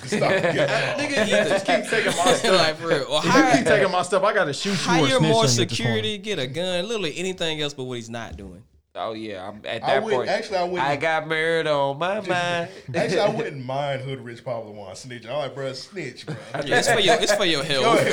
[SPEAKER 11] to Stop getting robbed.
[SPEAKER 10] Nigga, either- (laughs)
[SPEAKER 12] Just
[SPEAKER 8] (laughs)
[SPEAKER 12] keep taking my stuff.
[SPEAKER 10] Like, for real. Or
[SPEAKER 12] If
[SPEAKER 10] hire-
[SPEAKER 12] you keep taking my stuff, I gotta shoot you or
[SPEAKER 10] Hire
[SPEAKER 12] snitch
[SPEAKER 10] more
[SPEAKER 12] on you at this point.
[SPEAKER 10] security, get a gun, literally anything else but what he's not doing.
[SPEAKER 8] Oh yeah, I'm at
[SPEAKER 11] I wouldn't- actually, I wouldn't-
[SPEAKER 8] got married on my mind.
[SPEAKER 11] (laughs) Actually,
[SPEAKER 8] (laughs)
[SPEAKER 11] I wouldn't mind Hood Rich Pablo Juan snitching. I'm like, bro, snitch, bro.
[SPEAKER 10] (laughs) Yeah, it's for your it's for
[SPEAKER 11] (laughs)
[SPEAKER 10] your health.
[SPEAKER 11] y'all.
[SPEAKER 10] (laughs)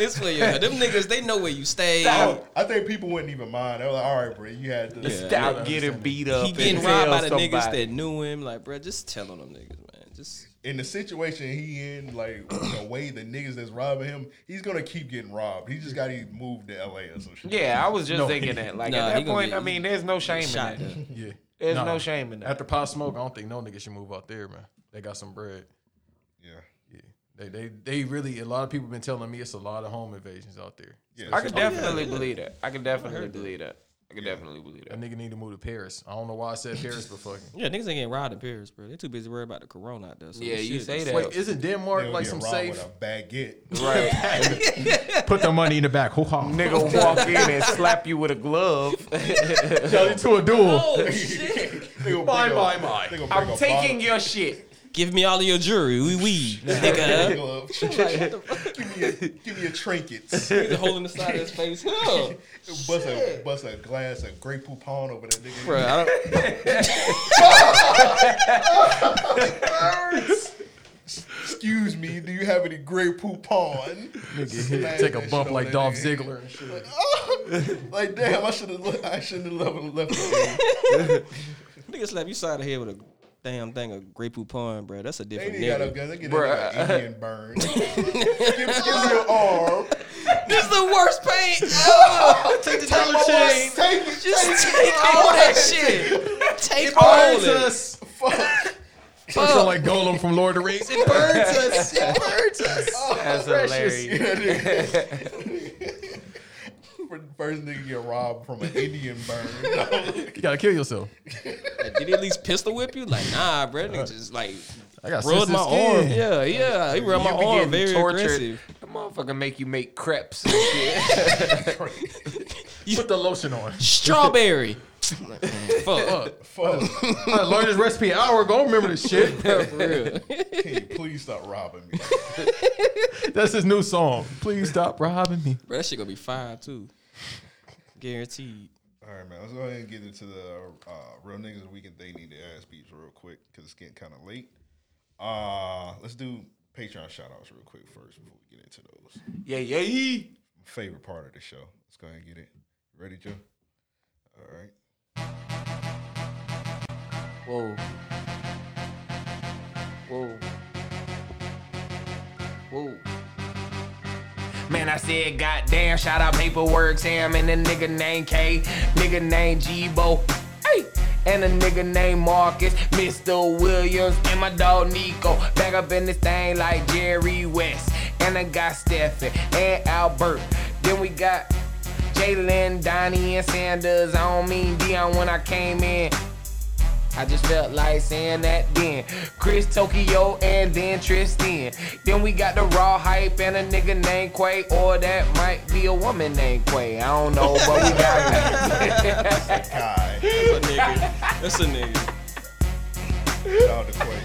[SPEAKER 10] it's for your health. Them niggas, they know where you stay.
[SPEAKER 11] I, I think people wouldn't even mind. They were like, all right, bro, you had to
[SPEAKER 10] Yeah.
[SPEAKER 8] Stop getting beat up.
[SPEAKER 10] He getting
[SPEAKER 8] and
[SPEAKER 10] robbed by the
[SPEAKER 8] tell
[SPEAKER 10] niggas
[SPEAKER 8] somebody.
[SPEAKER 10] that knew him. Like, bruh, just tell on them niggas, man. Just
[SPEAKER 11] in the situation he in, like the way the niggas that's robbing him, he's gonna keep getting robbed. He just got to move to LA or some shit.
[SPEAKER 8] Yeah, I was just thinking that. Like
[SPEAKER 10] Nah,
[SPEAKER 8] at
[SPEAKER 10] he
[SPEAKER 8] that
[SPEAKER 10] gonna
[SPEAKER 8] point,
[SPEAKER 10] get-
[SPEAKER 8] I mean, there's no shame in
[SPEAKER 10] shot
[SPEAKER 8] that.
[SPEAKER 10] up.
[SPEAKER 12] Yeah.
[SPEAKER 8] There's
[SPEAKER 12] Nah.
[SPEAKER 8] no shame in that.
[SPEAKER 12] After Pop Smoke, I don't think no nigga should move out there, man. They got some bread.
[SPEAKER 11] yeah.
[SPEAKER 12] Yeah. They they they really a lot of people been telling me it's a lot of home invasions out there.
[SPEAKER 11] Yeah.
[SPEAKER 8] I could
[SPEAKER 12] Especially-
[SPEAKER 8] definitely believe that. I could definitely believe that. I could definitely believe
[SPEAKER 12] That
[SPEAKER 8] that.
[SPEAKER 12] nigga need to move to Paris. I don't know why I said Paris, but fucking. (laughs)
[SPEAKER 10] yeah, niggas ain't getting robbed in Paris, bro. They too busy worried about the corona out there. So
[SPEAKER 8] Yeah, you
[SPEAKER 10] shit,
[SPEAKER 8] say
[SPEAKER 10] just- (laughs)
[SPEAKER 8] that.
[SPEAKER 12] Wait, isn't Denmark
[SPEAKER 11] They'll
[SPEAKER 12] like
[SPEAKER 11] get
[SPEAKER 12] some
[SPEAKER 11] robbed
[SPEAKER 12] safe?
[SPEAKER 11] with a baguette. (laughs)
[SPEAKER 12] Put the money in the back. (laughs) Hoo-ha.
[SPEAKER 8] Nigga walk
[SPEAKER 12] (laughs)
[SPEAKER 8] in and slap you with a glove.
[SPEAKER 12] Tell it to a duel.
[SPEAKER 10] Oh shit!
[SPEAKER 11] They gonna
[SPEAKER 12] My,
[SPEAKER 11] bring
[SPEAKER 12] my,
[SPEAKER 11] a-
[SPEAKER 12] my.
[SPEAKER 11] they gonna bring
[SPEAKER 8] (laughs) I'm
[SPEAKER 11] a
[SPEAKER 8] taking your shit.
[SPEAKER 10] Give me all of your jewelry, we (laughs) weed,
[SPEAKER 11] (laughs) bottle
[SPEAKER 10] nigga.
[SPEAKER 11] glove. give, me a, give me a trinkets.
[SPEAKER 10] He's holding the side of his face. Huh?
[SPEAKER 11] Bust a, bust a glass of grape poupon over that nigga.
[SPEAKER 10] (laughs) Bro, I don't,
[SPEAKER 11] Excuse me, do you have any grape poupon?
[SPEAKER 12] Nigga,
[SPEAKER 11] Smash
[SPEAKER 12] take a
[SPEAKER 11] that shit
[SPEAKER 12] bump
[SPEAKER 11] on
[SPEAKER 12] like
[SPEAKER 11] that
[SPEAKER 12] Dolph
[SPEAKER 11] nigga.
[SPEAKER 12] Ziggler and shit.
[SPEAKER 11] Like damn, I should have I shouldn't have left left. it.
[SPEAKER 10] (laughs) nigga slap you side of head with a damn thing of Grey Poupon, bro. That's a
[SPEAKER 11] They
[SPEAKER 10] different
[SPEAKER 11] ain't got no
[SPEAKER 10] nigga.
[SPEAKER 11] guns. They get
[SPEAKER 8] Bruh.
[SPEAKER 11] that nigga Indian
[SPEAKER 12] (laughs)
[SPEAKER 11] burn. give, give me your arm.
[SPEAKER 10] This is the worst
[SPEAKER 12] (laughs)
[SPEAKER 10] paint. Oh, take the dollar chain.
[SPEAKER 11] Take it.
[SPEAKER 10] Just take all
[SPEAKER 12] (laughs)
[SPEAKER 10] that shit. Take all
[SPEAKER 12] Burns
[SPEAKER 10] that.
[SPEAKER 12] us. Fuck. Sound like Golem from Lord of the Rings. It burns us.
[SPEAKER 10] (laughs)
[SPEAKER 12] It burns us.
[SPEAKER 8] That's (laughs) hilarious.
[SPEAKER 11] First nigga get robbed from an Indian burn. (laughs)
[SPEAKER 12] You gotta kill yourself.
[SPEAKER 10] Like, did he at least pistol whip you? Like, nah, bro. That nigga just like
[SPEAKER 12] I got
[SPEAKER 10] rubbed my
[SPEAKER 12] sensitive
[SPEAKER 10] arm.
[SPEAKER 12] skin.
[SPEAKER 10] Yeah, yeah. He rubbed my
[SPEAKER 8] You be
[SPEAKER 10] arm.
[SPEAKER 8] getting
[SPEAKER 10] Very
[SPEAKER 8] tortured.
[SPEAKER 10] aggressive.
[SPEAKER 8] That motherfucker make you make crepes and shit.
[SPEAKER 12] Put the lotion on.
[SPEAKER 10] Strawberry. (laughs) Fuck.
[SPEAKER 12] Fuck.
[SPEAKER 11] Fuck.
[SPEAKER 12] I learned this recipe an hour ago. I don't remember this shit. (laughs)
[SPEAKER 10] For real.
[SPEAKER 11] Can you please stop robbing me?
[SPEAKER 12] That's his new song. Please stop robbing me.
[SPEAKER 10] Bro, that shit gonna be fire too. Guaranteed.
[SPEAKER 11] All right, man. Let's go ahead and get into the uh, real niggas of the week and they need their ass beats real quick because it's getting kind of late. Uh, let's do Patreon shout outs real quick first before we get into those.
[SPEAKER 8] yeah, yeah, yeah.
[SPEAKER 11] Favorite part of the show. Let's go ahead and get it. Ready, Joe? All right.
[SPEAKER 8] Whoa. Whoa. Whoa. Man, I said, goddamn, shout out Paperwork Sam and a nigga named K, nigga named G-Bo, hey, and a nigga named Marcus, Mr. Williams, and my dog Nico. Back up in this thing like Jerry West, and I got Stephen and Albert. Then we got Jalen, Donnie, and Sanders. I don't mean Dion when I came in. I just felt like saying that then. Chris Tokyo and then Tristan. Then we got the raw hype and a nigga named Quay, or that might be a woman named Quay. I don't know, but we got it.
[SPEAKER 11] Kai.
[SPEAKER 10] That's a nigga. That's a nigga.
[SPEAKER 11] Shout out to Quake.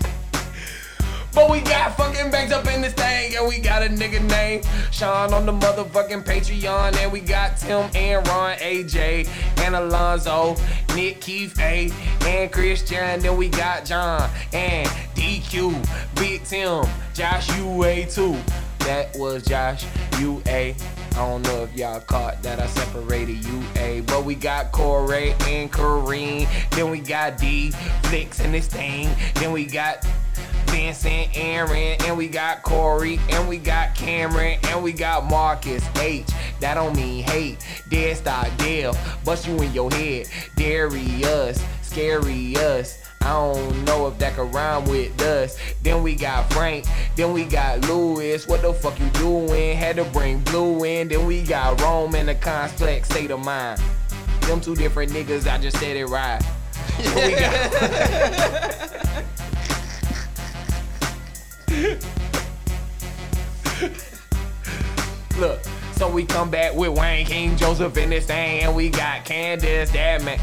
[SPEAKER 8] But we got fucking banks up in this thing, and we got a nigga named Sean on the motherfucking Patreon, and we got Tim and Ron, AJ, and Alonzo, Nick, Keith, A, and Christian. Then we got John and DQ, Big Tim, Josh UA too. That was Josh UA. I don't know if y'all caught that I separated UA, but we got Corey and Kareem. Then we got D, Flicks and this thing. Then we got. Then Lance and Aaron, and we got Corey, and we got Cameron, and we got Marcus H. That don't mean hate. Dead stop deal, bust you in your head. Darius, scary us. I don't know if that could rhyme with us. Then we got Frank, then we got Lewis. What the fuck you doing? Had to bring Blue in. Then we got Rome in the complex state of mind. Them two different niggas, I just said it right. But we got- Look, so we come back with Wayne King Joseph in this thing, and we got Candace, that man.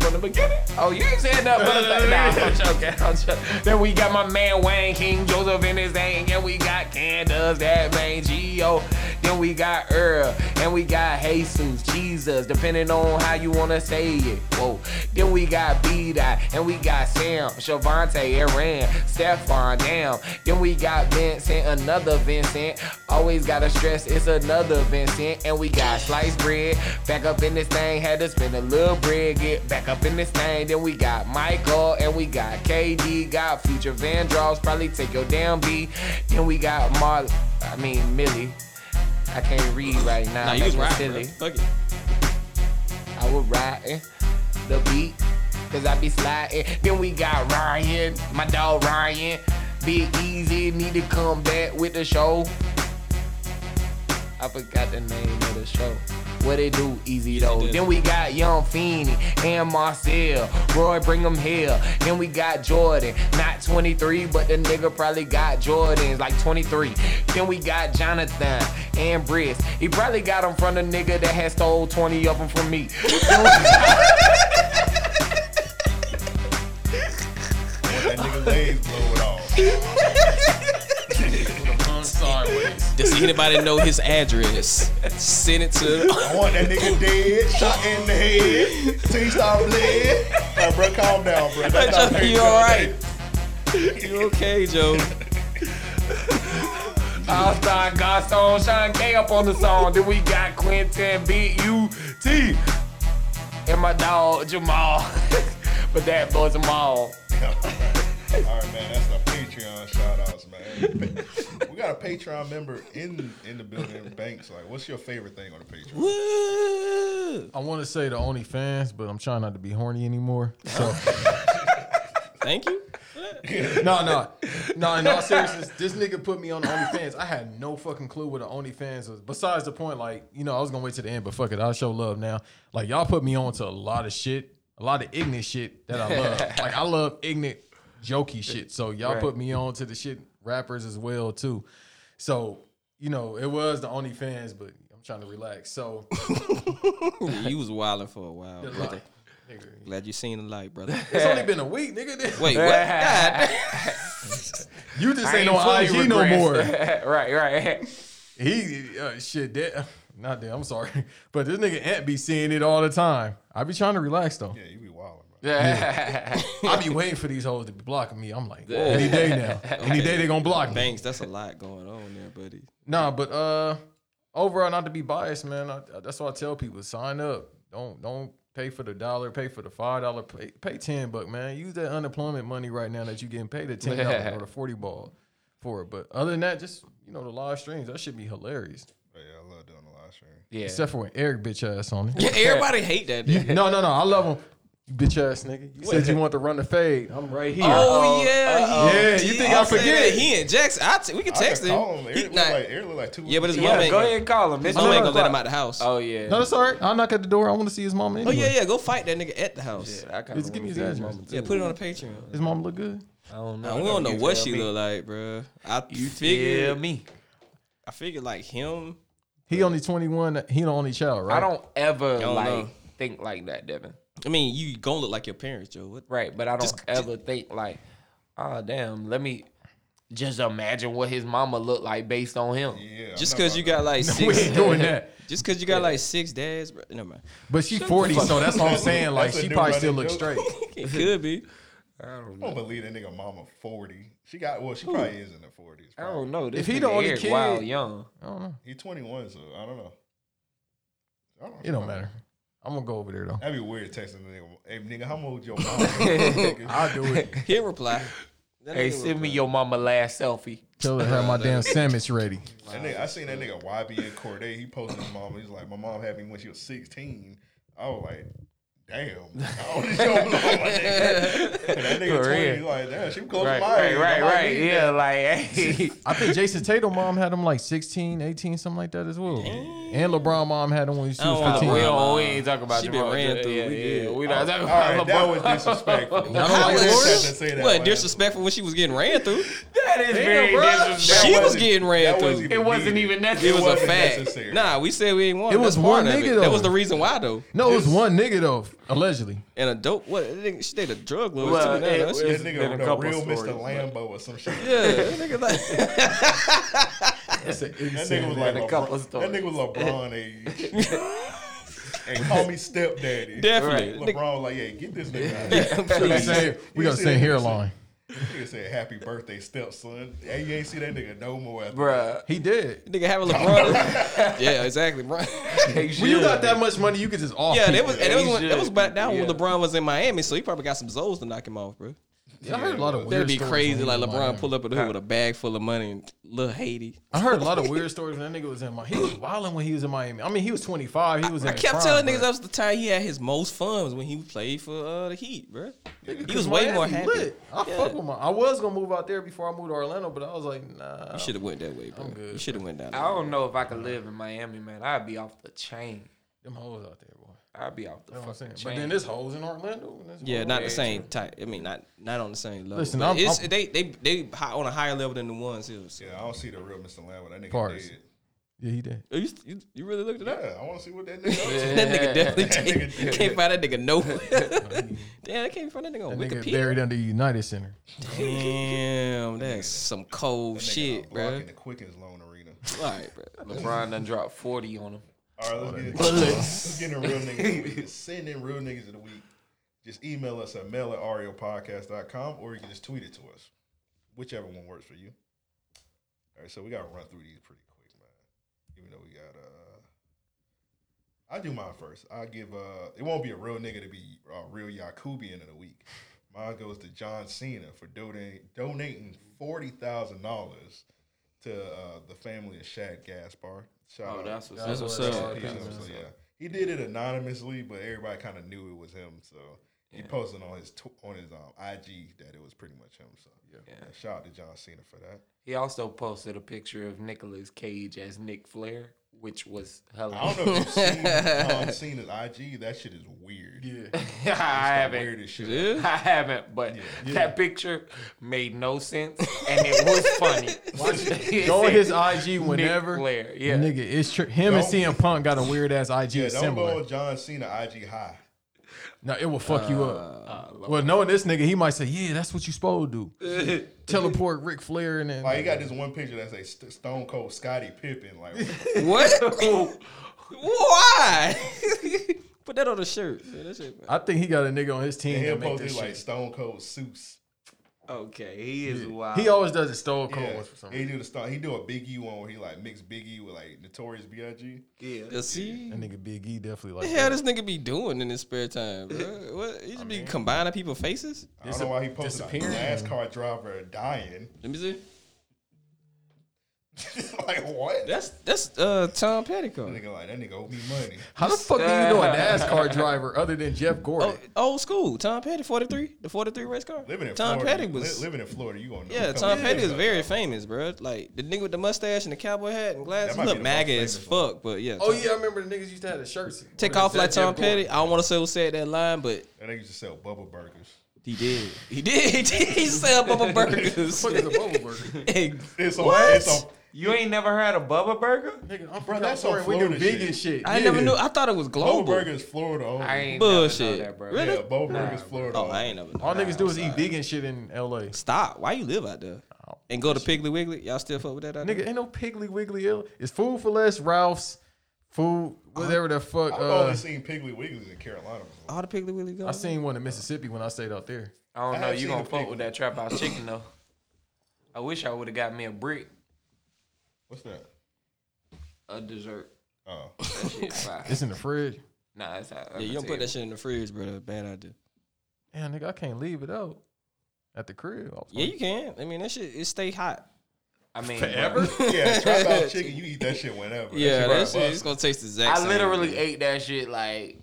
[SPEAKER 8] From the beginning? (laughs) Oh, you ain't saying nothing. but it's like, nah, I'm joking. I'm joking. Then we got my man Wayne King Joseph in his thing, and we got Candace, that man Geo. Then we got Earl, and we got Jesus, Jesus, depending on how you wanna say it. Whoa. Then we got B Dot, and we got Sam, Shavante, Aaron, Stefan, damn. Then we got Vincent, another Vincent. Always gotta stress it's another Vincent, and we got sliced bread. Back up in this thing, had to spend a little bread, get back up in this thing. Then we got Michael, and we got KD, got future Van Draws, probably take your damn B. Then we got Mar, I mean Millie. I can't read right now.
[SPEAKER 10] Nah, you
[SPEAKER 8] Make
[SPEAKER 10] was
[SPEAKER 8] me
[SPEAKER 10] right,
[SPEAKER 8] silly.
[SPEAKER 10] bro. Fuck it.
[SPEAKER 8] I was riding the beat, cause I be sliding. Then we got Ryan, my dog Ryan. Big Easy need to come back with the show. I forgot the name of the show. What it do, easy though. Then we got Young Feeney and Marcel. Roy, bring 'em here. Then we got Jordan. Not 23, but the nigga probably got Jordans, like 23. Then we got Jonathan and Briss. He probably got 'em from the nigga that had stole 20 of 'em from me. Then we-
[SPEAKER 11] that nigga legs blow it off.
[SPEAKER 12] I'm sorry,
[SPEAKER 10] Does anybody know his address? Send (laughs) it to.
[SPEAKER 11] I want that nigga dead, shot in the head, till he start bleeding. Like, bro, calm down, bro.
[SPEAKER 10] (laughs)
[SPEAKER 11] That's not
[SPEAKER 10] you all right? You okay, Joe?
[SPEAKER 8] All Star Gaston, Sean K up on the song. Then we got Quentin B U T and my dog Jamal. (laughs) but that boy Jamal.
[SPEAKER 11] All right, man. That's our Patreon shout outs, man. (laughs) we got a Patreon member in in the building, Banks. Like, what's your favorite thing on the Patreon?
[SPEAKER 12] I want to say the only fans, but I'm trying not to be horny anymore. So. (laughs)
[SPEAKER 10] Thank you.
[SPEAKER 12] no, no, no. In all seriousness, this nigga put me on the OnlyFans. I had no fucking clue what the OnlyFans was. Besides the point, like you know, I was gonna wait to the end, but fuck it, I'll show love now. Like y'all put me on to a lot of shit, a lot of ignorant shit that I (laughs) love. like I love ignorant, jokey shit. So y'all all
[SPEAKER 11] Right.
[SPEAKER 12] put me on to the shit rappers as well too. So you know, it was the OnlyFans, but I'm trying to relax. So
[SPEAKER 10] you was wilding for a while,
[SPEAKER 12] The
[SPEAKER 10] brother.
[SPEAKER 12] light.
[SPEAKER 10] Glad you seen the light, brother.
[SPEAKER 12] (laughs) It's only been a week, nigga. (laughs)
[SPEAKER 10] Wait,
[SPEAKER 8] (laughs)
[SPEAKER 10] what? God.
[SPEAKER 12] You just
[SPEAKER 10] I ain't
[SPEAKER 12] ain't on
[SPEAKER 10] fully
[SPEAKER 12] IG no more. (laughs)
[SPEAKER 10] regressed.
[SPEAKER 8] (laughs) right, right.
[SPEAKER 12] He uh, shit. That, (laughs) not that. I'm sorry, (laughs) but this nigga Ant be seeing it all the time. I be trying to relax though. Yeah,
[SPEAKER 11] you be wilding,
[SPEAKER 12] bro. Yeah. I (laughs) be waiting for these hoes to be blocking me. I'm like,
[SPEAKER 10] Whoa.
[SPEAKER 12] any day (laughs) now. Any day they gonna block me.
[SPEAKER 10] Banks, that's a lot going on there,
[SPEAKER 8] (laughs)
[SPEAKER 10] buddy.
[SPEAKER 12] Nah, but uh, overall, not to be biased, man. I, I- that's why I tell people: sign up. Don't don't pay for the dollar. Pay for the five dollar. Pay, pay ten buck, man. Use that unemployment money right now that you getting paid at ten (laughs) dollars or the forty ball for it. But other than that, just you know the live streams. That should be hilarious.
[SPEAKER 11] Yeah, I love doing the live stream.
[SPEAKER 8] (laughs) Yeah.
[SPEAKER 12] Except for when Eric bitch ass on it.
[SPEAKER 10] Yeah, everybody hate that nigga.
[SPEAKER 12] You- no, no, no. I love him. You bitch ass nigga. You said you want to run the fade. I'm right here.
[SPEAKER 10] Oh yeah, he-
[SPEAKER 12] yeah. You think I
[SPEAKER 10] I'm saying
[SPEAKER 12] forget?
[SPEAKER 10] that He and Jackson. I t- we can
[SPEAKER 11] I can
[SPEAKER 10] text
[SPEAKER 11] call him.
[SPEAKER 10] him. He
[SPEAKER 11] Eric
[SPEAKER 10] not-
[SPEAKER 11] like- Eric look like two
[SPEAKER 10] yeah, but his
[SPEAKER 12] Yeah,
[SPEAKER 10] mom ain't
[SPEAKER 12] go
[SPEAKER 10] gonna-
[SPEAKER 12] ahead and call him. It's
[SPEAKER 10] Mom ain't gonna let
[SPEAKER 12] 11
[SPEAKER 10] him out the house.
[SPEAKER 12] Oh,
[SPEAKER 8] yeah.
[SPEAKER 12] No, that's all right. I'll knock at the door. I want to see his mama. Anyway.
[SPEAKER 10] Oh yeah, yeah. Go fight that nigga at the house.
[SPEAKER 8] Yeah, I
[SPEAKER 12] Just give me his address.
[SPEAKER 10] Yeah, put it on the Patreon.
[SPEAKER 12] His mom look good.
[SPEAKER 8] I don't
[SPEAKER 10] Nah, we don't know what she look like, bro. I you figured,
[SPEAKER 8] tell me.
[SPEAKER 10] I figured like him.
[SPEAKER 12] He only 21. He the only child, right?
[SPEAKER 10] I don't
[SPEAKER 8] Ever
[SPEAKER 10] Don't
[SPEAKER 8] like
[SPEAKER 10] know.
[SPEAKER 8] think like that, Devin.
[SPEAKER 10] I mean, you gonna look like your parents, Joe. What?
[SPEAKER 8] Right, but I don't ever think like, oh damn, let me just imagine what his mama looked like based on him.
[SPEAKER 11] Yeah,
[SPEAKER 10] Just because you got like six, (laughs) Just because you got
[SPEAKER 8] Yeah.
[SPEAKER 10] like six dads, bro. Never mind.
[SPEAKER 12] But she
[SPEAKER 10] Shut the
[SPEAKER 12] 40,
[SPEAKER 10] fuck
[SPEAKER 12] so
[SPEAKER 10] up.
[SPEAKER 12] that's what I'm saying. Like she probably still looks straight.
[SPEAKER 10] it could be.
[SPEAKER 8] I don't,
[SPEAKER 11] I don't believe that nigga mama 40. She got, well, she probably is in the 40s.
[SPEAKER 8] I don't know.
[SPEAKER 11] probably.
[SPEAKER 8] This if he the only kid, wild young.
[SPEAKER 12] I don't know.
[SPEAKER 11] He 21, so I don't know. I don't know.
[SPEAKER 12] It don't matter. I'm gonna go over there though.
[SPEAKER 11] That'd be weird texting a nigga. Hey nigga, how old your
[SPEAKER 10] (laughs)
[SPEAKER 11] (laughs) mom?
[SPEAKER 12] I'll do it.
[SPEAKER 10] He'll reply. That
[SPEAKER 8] Hey,
[SPEAKER 10] nigga
[SPEAKER 8] send me your mama last selfie.
[SPEAKER 12] Tell her to have my damn sandwich ready.
[SPEAKER 11] That nigga, I seen that nigga YB and Corday. He posted his mom. He's like, my mom had me when she was sixteen. I was like, damn.
[SPEAKER 12] (laughs)
[SPEAKER 11] I don't know, my nigga. And that nigga
[SPEAKER 12] For
[SPEAKER 11] twenty.
[SPEAKER 12] real.
[SPEAKER 11] He like, damn, she was close
[SPEAKER 12] Right,
[SPEAKER 11] to my
[SPEAKER 12] right,
[SPEAKER 11] age.
[SPEAKER 12] right,
[SPEAKER 11] I might
[SPEAKER 12] right.
[SPEAKER 11] need
[SPEAKER 12] Yeah,
[SPEAKER 11] that.
[SPEAKER 8] like, hey.
[SPEAKER 12] I think Jason Tatum mom had him like 16, 18, something like that as well. And LeBron mom had him when she
[SPEAKER 8] I don't
[SPEAKER 12] was
[SPEAKER 8] wanna-
[SPEAKER 12] 15.
[SPEAKER 8] (laughs) we don't- we ain't talking about
[SPEAKER 10] She been
[SPEAKER 8] Jamal
[SPEAKER 10] ran
[SPEAKER 8] Jordan.
[SPEAKER 10] through.
[SPEAKER 8] Yeah,
[SPEAKER 10] We
[SPEAKER 8] yeah,
[SPEAKER 10] good.
[SPEAKER 8] we not talking
[SPEAKER 11] All right,
[SPEAKER 8] about
[SPEAKER 11] that
[SPEAKER 8] LeBron.
[SPEAKER 11] was
[SPEAKER 12] (laughs)
[SPEAKER 11] disrespectful.
[SPEAKER 10] Y'all don't like
[SPEAKER 11] Warriors?
[SPEAKER 10] that? What disrespectful when she was getting ran through?
[SPEAKER 8] (laughs) That is very disrespectful.
[SPEAKER 10] She
[SPEAKER 8] That
[SPEAKER 10] was
[SPEAKER 8] wasn't-
[SPEAKER 10] getting ran
[SPEAKER 8] that
[SPEAKER 10] through.
[SPEAKER 8] wasn't even It wasn't needed. even necessary.
[SPEAKER 10] It was a
[SPEAKER 8] It wasn't
[SPEAKER 10] fact.
[SPEAKER 8] necessary.
[SPEAKER 10] Nah, we said we ain't want.
[SPEAKER 12] It was
[SPEAKER 10] That's
[SPEAKER 12] one
[SPEAKER 10] part of
[SPEAKER 12] nigga,
[SPEAKER 10] it. That
[SPEAKER 12] though.
[SPEAKER 10] was the reason why though.
[SPEAKER 12] No, it was one nigga though, allegedly.
[SPEAKER 10] And a dope. What? that nigga- She did a drug lord.
[SPEAKER 12] Well,
[SPEAKER 10] too. Nah,
[SPEAKER 12] it-
[SPEAKER 10] that shit-
[SPEAKER 11] That nigga was a real Mr. Lambo or some shit.
[SPEAKER 10] Yeah,
[SPEAKER 8] (laughs)
[SPEAKER 10] that nigga like.
[SPEAKER 11] that nigga
[SPEAKER 12] insane
[SPEAKER 11] was
[SPEAKER 12] man.
[SPEAKER 11] like
[SPEAKER 12] A couple
[SPEAKER 11] LeBron. That
[SPEAKER 12] stories.
[SPEAKER 11] nigga was LeBron age.
[SPEAKER 10] (laughs)
[SPEAKER 11] (laughs) And call me stepdaddy.
[SPEAKER 10] Definitely.
[SPEAKER 11] Right. LeBron was like, yeah, get this nigga out
[SPEAKER 12] Yeah,
[SPEAKER 11] of
[SPEAKER 12] please.
[SPEAKER 11] here.
[SPEAKER 12] Say- we gotta say hairline.
[SPEAKER 11] Nigga said happy birthday, stepson. Hey, you ain't see that nigga no more. after that.
[SPEAKER 8] (laughs)
[SPEAKER 12] Bruh. He did.
[SPEAKER 10] Nigga have a LeBron. yeah, exactly. Bron.
[SPEAKER 12] When you got that much money, you could just off.
[SPEAKER 10] (laughs) Yeah, that
[SPEAKER 12] people.
[SPEAKER 10] was and that was when, that was back down when LeBron was in Miami, so he probably got some zoes to knock him off, bro.
[SPEAKER 12] Yeah, I heard a lot of
[SPEAKER 10] That'd
[SPEAKER 12] weird
[SPEAKER 10] be
[SPEAKER 12] stories
[SPEAKER 10] crazy.
[SPEAKER 12] when
[SPEAKER 10] Like
[SPEAKER 12] he was in
[SPEAKER 10] LeBron
[SPEAKER 12] Miami.
[SPEAKER 10] pull up at the hood with a bag full of money and little Haiti.
[SPEAKER 12] I heard a lot of weird stories when that nigga was in Miami. He was wilding when he was in Miami. I mean, he was 25. He was. in
[SPEAKER 10] I
[SPEAKER 12] his
[SPEAKER 10] kept
[SPEAKER 12] prime,
[SPEAKER 10] telling
[SPEAKER 12] but-
[SPEAKER 10] niggas that was the time he had his most fun was when he played for uh, the Heat, bro. He was
[SPEAKER 12] Cause
[SPEAKER 10] way
[SPEAKER 12] Miami
[SPEAKER 10] more happy.
[SPEAKER 12] lit. I fuck with my. I was gonna move out there before I moved to Orlando, but I was like, nah.
[SPEAKER 10] You should have went that way, bro. you should have went down.
[SPEAKER 8] I don't know if I could live in Miami, man. I'd be off the chain.
[SPEAKER 12] Them hoes out there, boy.
[SPEAKER 8] I'd be off the
[SPEAKER 12] You know what I'm saying?
[SPEAKER 8] fucking chain.
[SPEAKER 12] But then this hoes in Orlando. and this
[SPEAKER 10] Yeah,
[SPEAKER 12] hoes-
[SPEAKER 10] not the same type. I mean, not not on the same level.
[SPEAKER 12] Listen,
[SPEAKER 10] But
[SPEAKER 12] I'm-
[SPEAKER 10] it's,
[SPEAKER 12] I'm-
[SPEAKER 10] they they they high, on a higher level than the ones here. so.
[SPEAKER 11] Yeah, I don't see the real Mr. Lambo. That nigga
[SPEAKER 12] Parks.
[SPEAKER 11] dead.
[SPEAKER 12] Yeah,
[SPEAKER 10] (laughs)
[SPEAKER 12] he did.
[SPEAKER 10] Oh, You, you, you really looked it up?
[SPEAKER 11] Yeah, I want to see what that nigga.
[SPEAKER 10] (laughs) that nigga definitely
[SPEAKER 11] That nigga
[SPEAKER 10] can't,
[SPEAKER 11] dead.
[SPEAKER 10] can't find that nigga nowhere. (laughs) Damn, I can't find that nigga on
[SPEAKER 12] That nigga
[SPEAKER 10] Wikipedia.
[SPEAKER 12] buried under the United Center.
[SPEAKER 10] Damn, that's some cold shit,
[SPEAKER 11] Block
[SPEAKER 10] bro.
[SPEAKER 11] in the quickens loan arena.
[SPEAKER 10] All right, bro.
[SPEAKER 8] LeBron done dropped 40 on him.
[SPEAKER 11] All right, let's get, (laughs) let's get in real niggas of the week. Send in real niggas of the week. Just email us at mail at ariopodcast.com or you can just tweet it to us. Whichever one works for you. All right, so we got to run through these pretty quick, man. Even though we got, uh, I do mine first. I give, uh, it won't be a real nigga to be uh, real Yakubian of the week. Mine goes to John Cena for donating donating forty thousand dollars to uh, the family of Shad Gaspar. Shout
[SPEAKER 8] Oh,
[SPEAKER 11] out.
[SPEAKER 8] that's what's
[SPEAKER 10] That's up. what's up.
[SPEAKER 11] Yeah,
[SPEAKER 10] That's
[SPEAKER 11] so,
[SPEAKER 10] what's
[SPEAKER 11] yeah. He did it anonymously, but everybody kind of knew it was him. So he posted on his tw- on his um, IG that it was pretty much him. So yeah, shout out to John Cena for
[SPEAKER 12] (laughs)
[SPEAKER 11] that.
[SPEAKER 8] He also posted a picture of Nicolas Cage as Nick Flair, which was
[SPEAKER 11] I
[SPEAKER 8] hilarious. (laughs)
[SPEAKER 11] don't know if you've seen John Cena's IG. That shit is weird. Yeah,
[SPEAKER 8] I haven't.
[SPEAKER 11] Weird as shit.
[SPEAKER 8] I haven't, but that picture made no sense, and it was
[SPEAKER 10] (laughs)
[SPEAKER 8] funny. (laughs) It
[SPEAKER 12] Go on
[SPEAKER 8] said
[SPEAKER 12] his IG
[SPEAKER 8] Nick
[SPEAKER 12] whenever.
[SPEAKER 8] Flair, yeah.
[SPEAKER 12] Nigga, it's tr- him and
[SPEAKER 11] Don't-
[SPEAKER 12] CM Punk got a weird ass IG
[SPEAKER 11] Yeah, don't
[SPEAKER 12] similar.
[SPEAKER 11] go on John Cena IG high.
[SPEAKER 12] No, it will fuck you
[SPEAKER 10] Ah,
[SPEAKER 12] up. well, knowing this nigga, he might say, "Yeah, that's what you supposed to (laughs) do." Teleport Ric Flair and then
[SPEAKER 11] Like he got this one picture that's a st- Stone Cold Scotty Pippen.
[SPEAKER 12] (laughs)
[SPEAKER 11] Like
[SPEAKER 10] (laughs) What? Why? (laughs) Put that on the shirt. Yeah, that shit-
[SPEAKER 12] I think he got a nigga on his team
[SPEAKER 11] he'll
[SPEAKER 12] that make
[SPEAKER 11] post
[SPEAKER 12] this
[SPEAKER 11] it like
[SPEAKER 12] shit.
[SPEAKER 11] Stone Cold Seuss.
[SPEAKER 8] Okay, he is wild.
[SPEAKER 12] He always does a stone cold
[SPEAKER 11] Yeah,
[SPEAKER 12] ones for some
[SPEAKER 11] he do the Stone. He do a Big E one where he like mix Big E with like Notorious B.I.G.
[SPEAKER 8] Yeah.
[SPEAKER 10] Yeah, see,
[SPEAKER 12] That nigga Big E definitely
[SPEAKER 10] the
[SPEAKER 12] like
[SPEAKER 10] hell this
[SPEAKER 12] that.
[SPEAKER 10] nigga be doing in his spare time, bro? What? He just be combining people's faces.
[SPEAKER 11] I don't know why he posted a
[SPEAKER 12] disappearing.
[SPEAKER 11] NASCAR driver dying. (laughs)
[SPEAKER 10] Let me see.
[SPEAKER 11] like what?
[SPEAKER 10] That's that's uh Tom Petticoat.
[SPEAKER 11] Nigga, like that nigga owe me money.
[SPEAKER 12] How the fuck do you know a NASCAR (laughs) driver other than
[SPEAKER 10] Oh,
[SPEAKER 12] Jeff Gordon?
[SPEAKER 10] Old school. Tom Petty, 43. The 43 race car.
[SPEAKER 11] Living in
[SPEAKER 10] Tom
[SPEAKER 11] Florida,
[SPEAKER 10] Petty
[SPEAKER 11] li-
[SPEAKER 10] was.
[SPEAKER 11] living in Florida. You gonna know
[SPEAKER 10] yeah,
[SPEAKER 11] who
[SPEAKER 10] Tom
[SPEAKER 11] coming
[SPEAKER 10] Petty
[SPEAKER 11] in.
[SPEAKER 10] is very famous, bro. Like, the nigga with the mustache and the cowboy hat and glasses.
[SPEAKER 11] That might
[SPEAKER 10] He
[SPEAKER 11] be
[SPEAKER 10] look
[SPEAKER 11] the most
[SPEAKER 10] MAGA as
[SPEAKER 11] famous
[SPEAKER 10] fuck, but yeah.
[SPEAKER 12] Oh
[SPEAKER 10] Tom-
[SPEAKER 12] yeah, I remember the niggas used to have the shirts.
[SPEAKER 10] Take
[SPEAKER 12] What is
[SPEAKER 10] off
[SPEAKER 12] that,
[SPEAKER 10] like Tom
[SPEAKER 12] Jeff Gordon?
[SPEAKER 10] Petty. I don't want to say who said that line, but
[SPEAKER 11] That nigga used to sell bubble burgers.
[SPEAKER 10] he did. (laughs) He did. He did. He sell Bubba Burgers.
[SPEAKER 12] What is a bubble burger?
[SPEAKER 10] Hey,
[SPEAKER 11] It's on,
[SPEAKER 10] What?
[SPEAKER 11] It's on,
[SPEAKER 8] You ain't never had a Bubba Burger?
[SPEAKER 12] Nigga, I'm
[SPEAKER 11] Bro,
[SPEAKER 12] from
[SPEAKER 11] that's
[SPEAKER 12] California.
[SPEAKER 11] on
[SPEAKER 12] We do
[SPEAKER 11] Florida
[SPEAKER 12] vegan
[SPEAKER 11] shit.
[SPEAKER 12] shit.
[SPEAKER 10] I never knew. I thought it was
[SPEAKER 11] bubble
[SPEAKER 10] global.
[SPEAKER 11] burger is Florida only.
[SPEAKER 8] I ain't
[SPEAKER 10] Bullshit.
[SPEAKER 8] Never know that, bro.
[SPEAKER 10] Really?
[SPEAKER 11] Yeah, bubble burger is Florida
[SPEAKER 10] Oh,
[SPEAKER 11] only.
[SPEAKER 10] I ain't never.
[SPEAKER 12] All
[SPEAKER 10] nah,
[SPEAKER 12] niggas do
[SPEAKER 10] I'm
[SPEAKER 12] is eat
[SPEAKER 10] sorry.
[SPEAKER 12] vegan shit in L.A.
[SPEAKER 10] Stop. Why you live out there? And go to Piggly Wiggly. Y'all still fuck with that? Out there?
[SPEAKER 12] Nigga, ain't no Piggly Wiggly ill. It's food for less, Ralph's, food, whatever the fuck.
[SPEAKER 11] I've
[SPEAKER 12] Uh,
[SPEAKER 11] only seen Piggly Wigglies in Carolina. Before.
[SPEAKER 10] All the Piggly Wiggly go.
[SPEAKER 12] I seen one in Mississippi when I stayed out there.
[SPEAKER 8] I don't
[SPEAKER 11] I
[SPEAKER 8] know.
[SPEAKER 11] have
[SPEAKER 8] You
[SPEAKER 11] seen
[SPEAKER 8] gonna
[SPEAKER 11] the
[SPEAKER 8] fuck
[SPEAKER 11] pic.
[SPEAKER 8] with that trap house
[SPEAKER 11] (coughs)
[SPEAKER 8] chicken though? I wish I would have got me a brick,
[SPEAKER 11] What's that? Uh,
[SPEAKER 8] a dessert.
[SPEAKER 11] Oh,
[SPEAKER 10] (laughs)
[SPEAKER 8] That shit fire.
[SPEAKER 12] It's in the fridge.
[SPEAKER 8] Nah, that's not.
[SPEAKER 10] Yeah, you don't put that shit in the fridge, bro. Bad idea.
[SPEAKER 12] Damn, nigga, I can't leave it out at the crib. I was
[SPEAKER 10] Yeah, you can. I mean, that shit it stay hot.
[SPEAKER 8] I mean,
[SPEAKER 12] Forever?
[SPEAKER 11] Yeah, trap
[SPEAKER 10] (laughs)
[SPEAKER 11] out chicken. You eat that shit whenever.
[SPEAKER 10] Yeah, that
[SPEAKER 11] right.
[SPEAKER 10] shit it's gonna taste the exact
[SPEAKER 8] I
[SPEAKER 10] same.
[SPEAKER 8] literally ate that shit like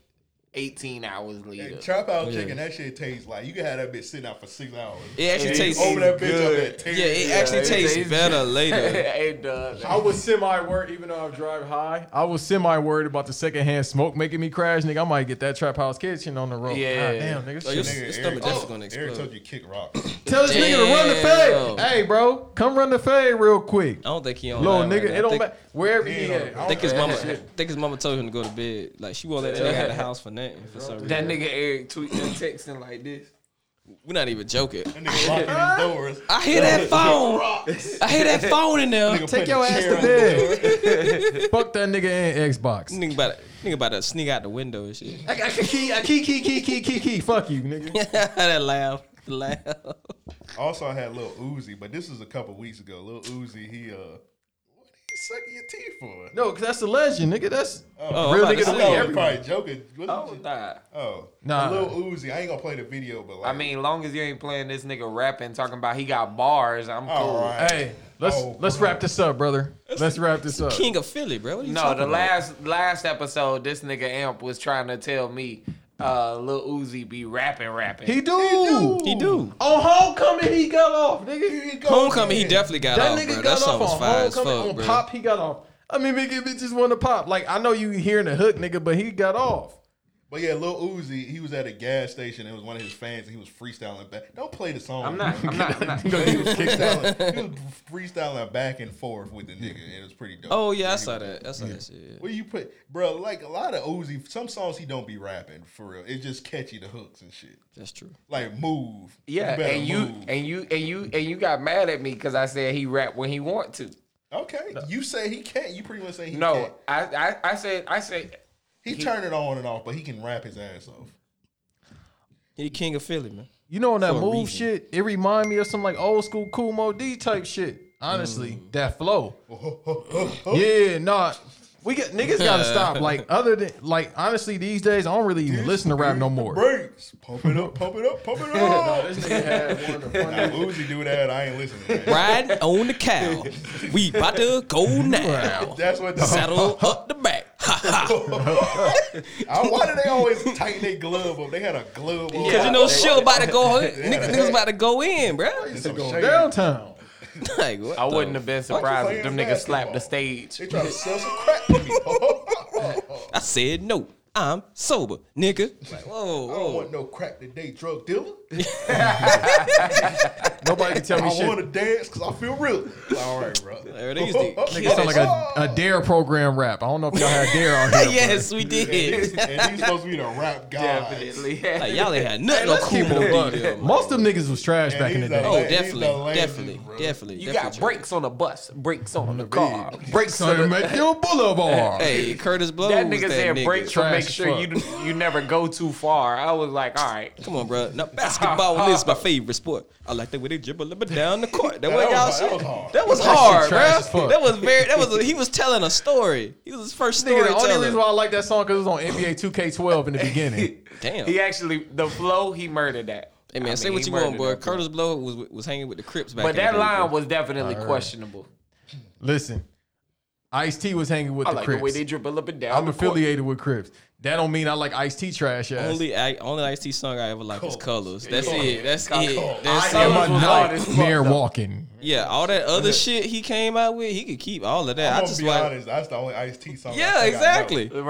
[SPEAKER 8] 18 hours later.
[SPEAKER 11] Trap out chicken, that shit tastes like you can have that bitch sitting out for six hours.
[SPEAKER 8] It actually
[SPEAKER 11] And you
[SPEAKER 8] tastes
[SPEAKER 11] open that bitch
[SPEAKER 8] good.
[SPEAKER 11] up at 10.
[SPEAKER 10] Yeah, it actually tastes better later.
[SPEAKER 8] (laughs) it does.
[SPEAKER 12] I was semi worried, even though I drive high. I was semi worried about the secondhand smoke making me crash, nigga. I might get that trap house kitchen on the road.
[SPEAKER 11] Yeah.
[SPEAKER 12] God damn, nigga.
[SPEAKER 11] Oh, your-
[SPEAKER 12] shit.
[SPEAKER 11] your
[SPEAKER 12] Nigga,
[SPEAKER 11] stomach
[SPEAKER 12] Eric-
[SPEAKER 11] definitely
[SPEAKER 12] Oh,
[SPEAKER 11] gonna
[SPEAKER 12] Eric
[SPEAKER 11] explode.
[SPEAKER 12] told you-
[SPEAKER 11] kick rocks.
[SPEAKER 12] Tell this nigga to run the
[SPEAKER 10] Damn.
[SPEAKER 12] fade. Hey, bro, come run the fade real quick. I
[SPEAKER 10] don't think he on
[SPEAKER 12] Little
[SPEAKER 10] line right
[SPEAKER 12] nigga,
[SPEAKER 10] now.
[SPEAKER 12] it don't
[SPEAKER 10] Think-
[SPEAKER 12] matter. Wherever he at. I
[SPEAKER 10] I think
[SPEAKER 12] don't
[SPEAKER 10] his
[SPEAKER 12] care.
[SPEAKER 10] mama. I
[SPEAKER 12] Shit.
[SPEAKER 10] think his mama told him to go to bed. Like she won't let that nigga have the house for nothing for some reason.
[SPEAKER 8] That nigga Eric tweeting and texting like this.
[SPEAKER 10] We're not even joking.
[SPEAKER 8] (laughs)
[SPEAKER 11] doors.
[SPEAKER 10] I hear that phone. I hear that phone in there.
[SPEAKER 12] Take your ass to
[SPEAKER 10] (laughs)
[SPEAKER 12] bed. Fuck that nigga and Xbox.
[SPEAKER 10] Nigga about to, nigga about to sneak out the window and shit.
[SPEAKER 12] I, I, key, I key, key, key, key, key, key. Fuck you,
[SPEAKER 10] (laughs)
[SPEAKER 12] nigga.
[SPEAKER 10] that laugh, laugh.
[SPEAKER 11] Also, I had little Uzi, but this was a couple weeks ago. Little Uzi, he uh, what he sucking your teeth for?
[SPEAKER 12] No, cause that's the legend, nigga. That's
[SPEAKER 11] Oh,
[SPEAKER 12] real
[SPEAKER 11] I'm
[SPEAKER 12] nigga.
[SPEAKER 11] about to
[SPEAKER 12] to lead
[SPEAKER 11] say, I'm
[SPEAKER 12] everywhere.
[SPEAKER 11] probably joking. What
[SPEAKER 8] Oh,
[SPEAKER 11] did you-
[SPEAKER 8] nah.
[SPEAKER 11] Oh,
[SPEAKER 12] Nah.
[SPEAKER 11] nah. Little Uzi, I ain't gonna play the video, but like,
[SPEAKER 8] I mean, long as you ain't playing this nigga rapping, talking about he got bars, I'm cool.
[SPEAKER 12] Hey, let's let's wrap this up, brother. Let's wrap this up.
[SPEAKER 10] Oh, King of Philly, bro. What are you
[SPEAKER 8] No,
[SPEAKER 10] talking
[SPEAKER 8] the
[SPEAKER 10] about?
[SPEAKER 8] last last episode, this nigga Amp was trying to tell me uh Lil Uzi be rapping rapping.
[SPEAKER 12] He do.
[SPEAKER 10] He do.
[SPEAKER 12] On homecoming, he got off, nigga.
[SPEAKER 10] Homecoming, he definitely got
[SPEAKER 12] that
[SPEAKER 10] off,
[SPEAKER 12] nigga
[SPEAKER 10] bro.
[SPEAKER 12] got
[SPEAKER 10] That
[SPEAKER 12] off
[SPEAKER 10] song was
[SPEAKER 12] on
[SPEAKER 10] fire as
[SPEAKER 12] homecoming.
[SPEAKER 10] fuck,
[SPEAKER 12] on
[SPEAKER 10] bro.
[SPEAKER 12] pop, he got off. I mean, nigga, bitches want to pop. Like I know you hearing the hook, nigga, but he got off.
[SPEAKER 11] but yeah, Lil Uzi, he was at a gas station. It was one of his fans, and he was freestyling back. Don't play the song.
[SPEAKER 8] I'm
[SPEAKER 11] (laughs)
[SPEAKER 8] not- I'm not- I'm not.
[SPEAKER 11] he, was freestyling, he was freestyling back and forth with the nigga, and it was pretty dope.
[SPEAKER 10] Oh yeah, I saw that. I saw that shit. yeah.
[SPEAKER 11] Where you put, bro? Like a lot of Uzi, some songs he don't be rapping for real. It's just catchy the hooks and shit.
[SPEAKER 10] That's true.
[SPEAKER 11] Like move,
[SPEAKER 8] Yeah,
[SPEAKER 11] better
[SPEAKER 8] and you
[SPEAKER 11] move.
[SPEAKER 8] and you and you and you got mad at me because I said he rap when he want to.
[SPEAKER 11] Okay, you say he can't. You pretty much say he
[SPEAKER 8] No,
[SPEAKER 11] can't.
[SPEAKER 8] I, I I said I said
[SPEAKER 11] He, turned it on and off, but he can rap his ass off. (laughs)
[SPEAKER 10] He king of Philly, man.
[SPEAKER 12] You know, on that
[SPEAKER 10] For a
[SPEAKER 12] move
[SPEAKER 10] reason.
[SPEAKER 12] shit, it remind me of some like old school Cool Mo D type shit. Honestly,
[SPEAKER 10] Mm.
[SPEAKER 12] that flow. Oh. yeah, nah. We got niggas gotta stop. Like other than like honestly, these days I don't really even listen to rap no more.
[SPEAKER 11] Brakes, pump it up, pump it up,
[SPEAKER 8] (laughs)
[SPEAKER 11] pump it up.
[SPEAKER 12] this nigga had one of the (laughs)
[SPEAKER 11] Nah, Uzi do that. I ain't listening. to that.
[SPEAKER 10] Ride on the cow. We about to go now.
[SPEAKER 11] That's
[SPEAKER 8] (laughs)
[SPEAKER 11] what the
[SPEAKER 10] Saddle up the back. Ha ha.
[SPEAKER 11] I, why do they always tighten their glove up? They had a glove. on.
[SPEAKER 10] Cause you know
[SPEAKER 11] They-
[SPEAKER 10] shit about to go.
[SPEAKER 11] They had a
[SPEAKER 10] Niggas,
[SPEAKER 11] hat.
[SPEAKER 10] niggas about to go in, bro.
[SPEAKER 11] Some shade.
[SPEAKER 12] Downtown.
[SPEAKER 10] (laughs) Like what?
[SPEAKER 8] I
[SPEAKER 10] the-
[SPEAKER 8] wouldn't have been surprised if them niggas slapped the stage.
[SPEAKER 11] They try to sell some crack to me. (laughs)
[SPEAKER 8] (laughs)
[SPEAKER 10] I said no. I'm sober, nigga. Like,
[SPEAKER 11] I don't
[SPEAKER 10] whoa, (laughs) whoa.
[SPEAKER 11] want no crack today, drug dealer.
[SPEAKER 12] Nobody can tell me
[SPEAKER 11] I
[SPEAKER 12] shit.
[SPEAKER 11] want to dance because I feel real. All right, bro.
[SPEAKER 10] they
[SPEAKER 11] (laughs)
[SPEAKER 10] used to
[SPEAKER 12] Nigga sound like a, a dare program rap. I don't know if y'all had dare on here.
[SPEAKER 10] yes, we did.
[SPEAKER 11] and he's supposed to be the rap guy.
[SPEAKER 8] Definitely. (laughs)
[SPEAKER 10] Like, y'all ain't had nothing on
[SPEAKER 12] Keep it a
[SPEAKER 10] Kumo
[SPEAKER 12] buck.
[SPEAKER 10] D.
[SPEAKER 12] Most of them niggas was trash back in the day.
[SPEAKER 10] Oh, definitely, definitely, definitely.
[SPEAKER 8] You got
[SPEAKER 10] definitely.
[SPEAKER 8] brakes on the bus, brakes on the
[SPEAKER 10] (laughs)
[SPEAKER 8] car, brakes
[SPEAKER 12] Son
[SPEAKER 8] on
[SPEAKER 12] of
[SPEAKER 8] the
[SPEAKER 12] Matthew Boulevard.
[SPEAKER 10] Hey, Curtis Blow.
[SPEAKER 8] That
[SPEAKER 10] was
[SPEAKER 8] nigga
[SPEAKER 10] that
[SPEAKER 8] said
[SPEAKER 10] nigga.
[SPEAKER 8] brakes to make sure you you never go too far. I was like, all right.
[SPEAKER 10] Come on, bro. Now, basketball is my favorite sport. I like the way they dribble up and down the court. That, was, y'all shit. That was
[SPEAKER 12] That shit
[SPEAKER 10] hard,
[SPEAKER 12] trash as
[SPEAKER 10] bro.
[SPEAKER 12] fuck.
[SPEAKER 10] That was very. That was. A, he was telling a story. He was his first
[SPEAKER 12] Nigga, the only
[SPEAKER 10] storyteller.
[SPEAKER 12] reason why I like that song because it was on NBA 2K12 in the
[SPEAKER 8] (laughs)
[SPEAKER 12] beginning.
[SPEAKER 10] Damn.
[SPEAKER 8] He actually the flow he murdered that.
[SPEAKER 10] Hey man,
[SPEAKER 8] I
[SPEAKER 10] say
[SPEAKER 8] mean,
[SPEAKER 10] what
[SPEAKER 8] he
[SPEAKER 10] you want,
[SPEAKER 8] murdered
[SPEAKER 10] boy.
[SPEAKER 8] that.
[SPEAKER 10] Curtis Blow was was hanging with the Crips back.
[SPEAKER 8] But
[SPEAKER 10] in the
[SPEAKER 8] that
[SPEAKER 10] day,
[SPEAKER 8] line
[SPEAKER 10] bro.
[SPEAKER 8] was definitely
[SPEAKER 12] Alright.
[SPEAKER 8] questionable.
[SPEAKER 12] Listen, Ice T was hanging with
[SPEAKER 8] I
[SPEAKER 12] the
[SPEAKER 8] like
[SPEAKER 12] Crips.
[SPEAKER 8] the way they dribble up and down.
[SPEAKER 12] I'm
[SPEAKER 8] the court.
[SPEAKER 12] affiliated with Crips. That don't mean I like Ice T trash ass.
[SPEAKER 10] only I, only Ice T song I ever liked was Colors. That's
[SPEAKER 12] Colours.
[SPEAKER 10] it. That's
[SPEAKER 12] Colours.
[SPEAKER 10] it. That's
[SPEAKER 12] I am
[SPEAKER 10] it.
[SPEAKER 12] a nightmare walking.
[SPEAKER 10] Yeah, all that other shit he came out with, he could keep all of that.
[SPEAKER 11] I'm
[SPEAKER 10] I
[SPEAKER 11] gonna
[SPEAKER 10] just
[SPEAKER 11] be
[SPEAKER 10] like
[SPEAKER 11] honest. That's the only Ice T song. I
[SPEAKER 10] Yeah,
[SPEAKER 11] think I know.
[SPEAKER 10] exactly.
[SPEAKER 8] (laughs)
[SPEAKER 10] (laughs)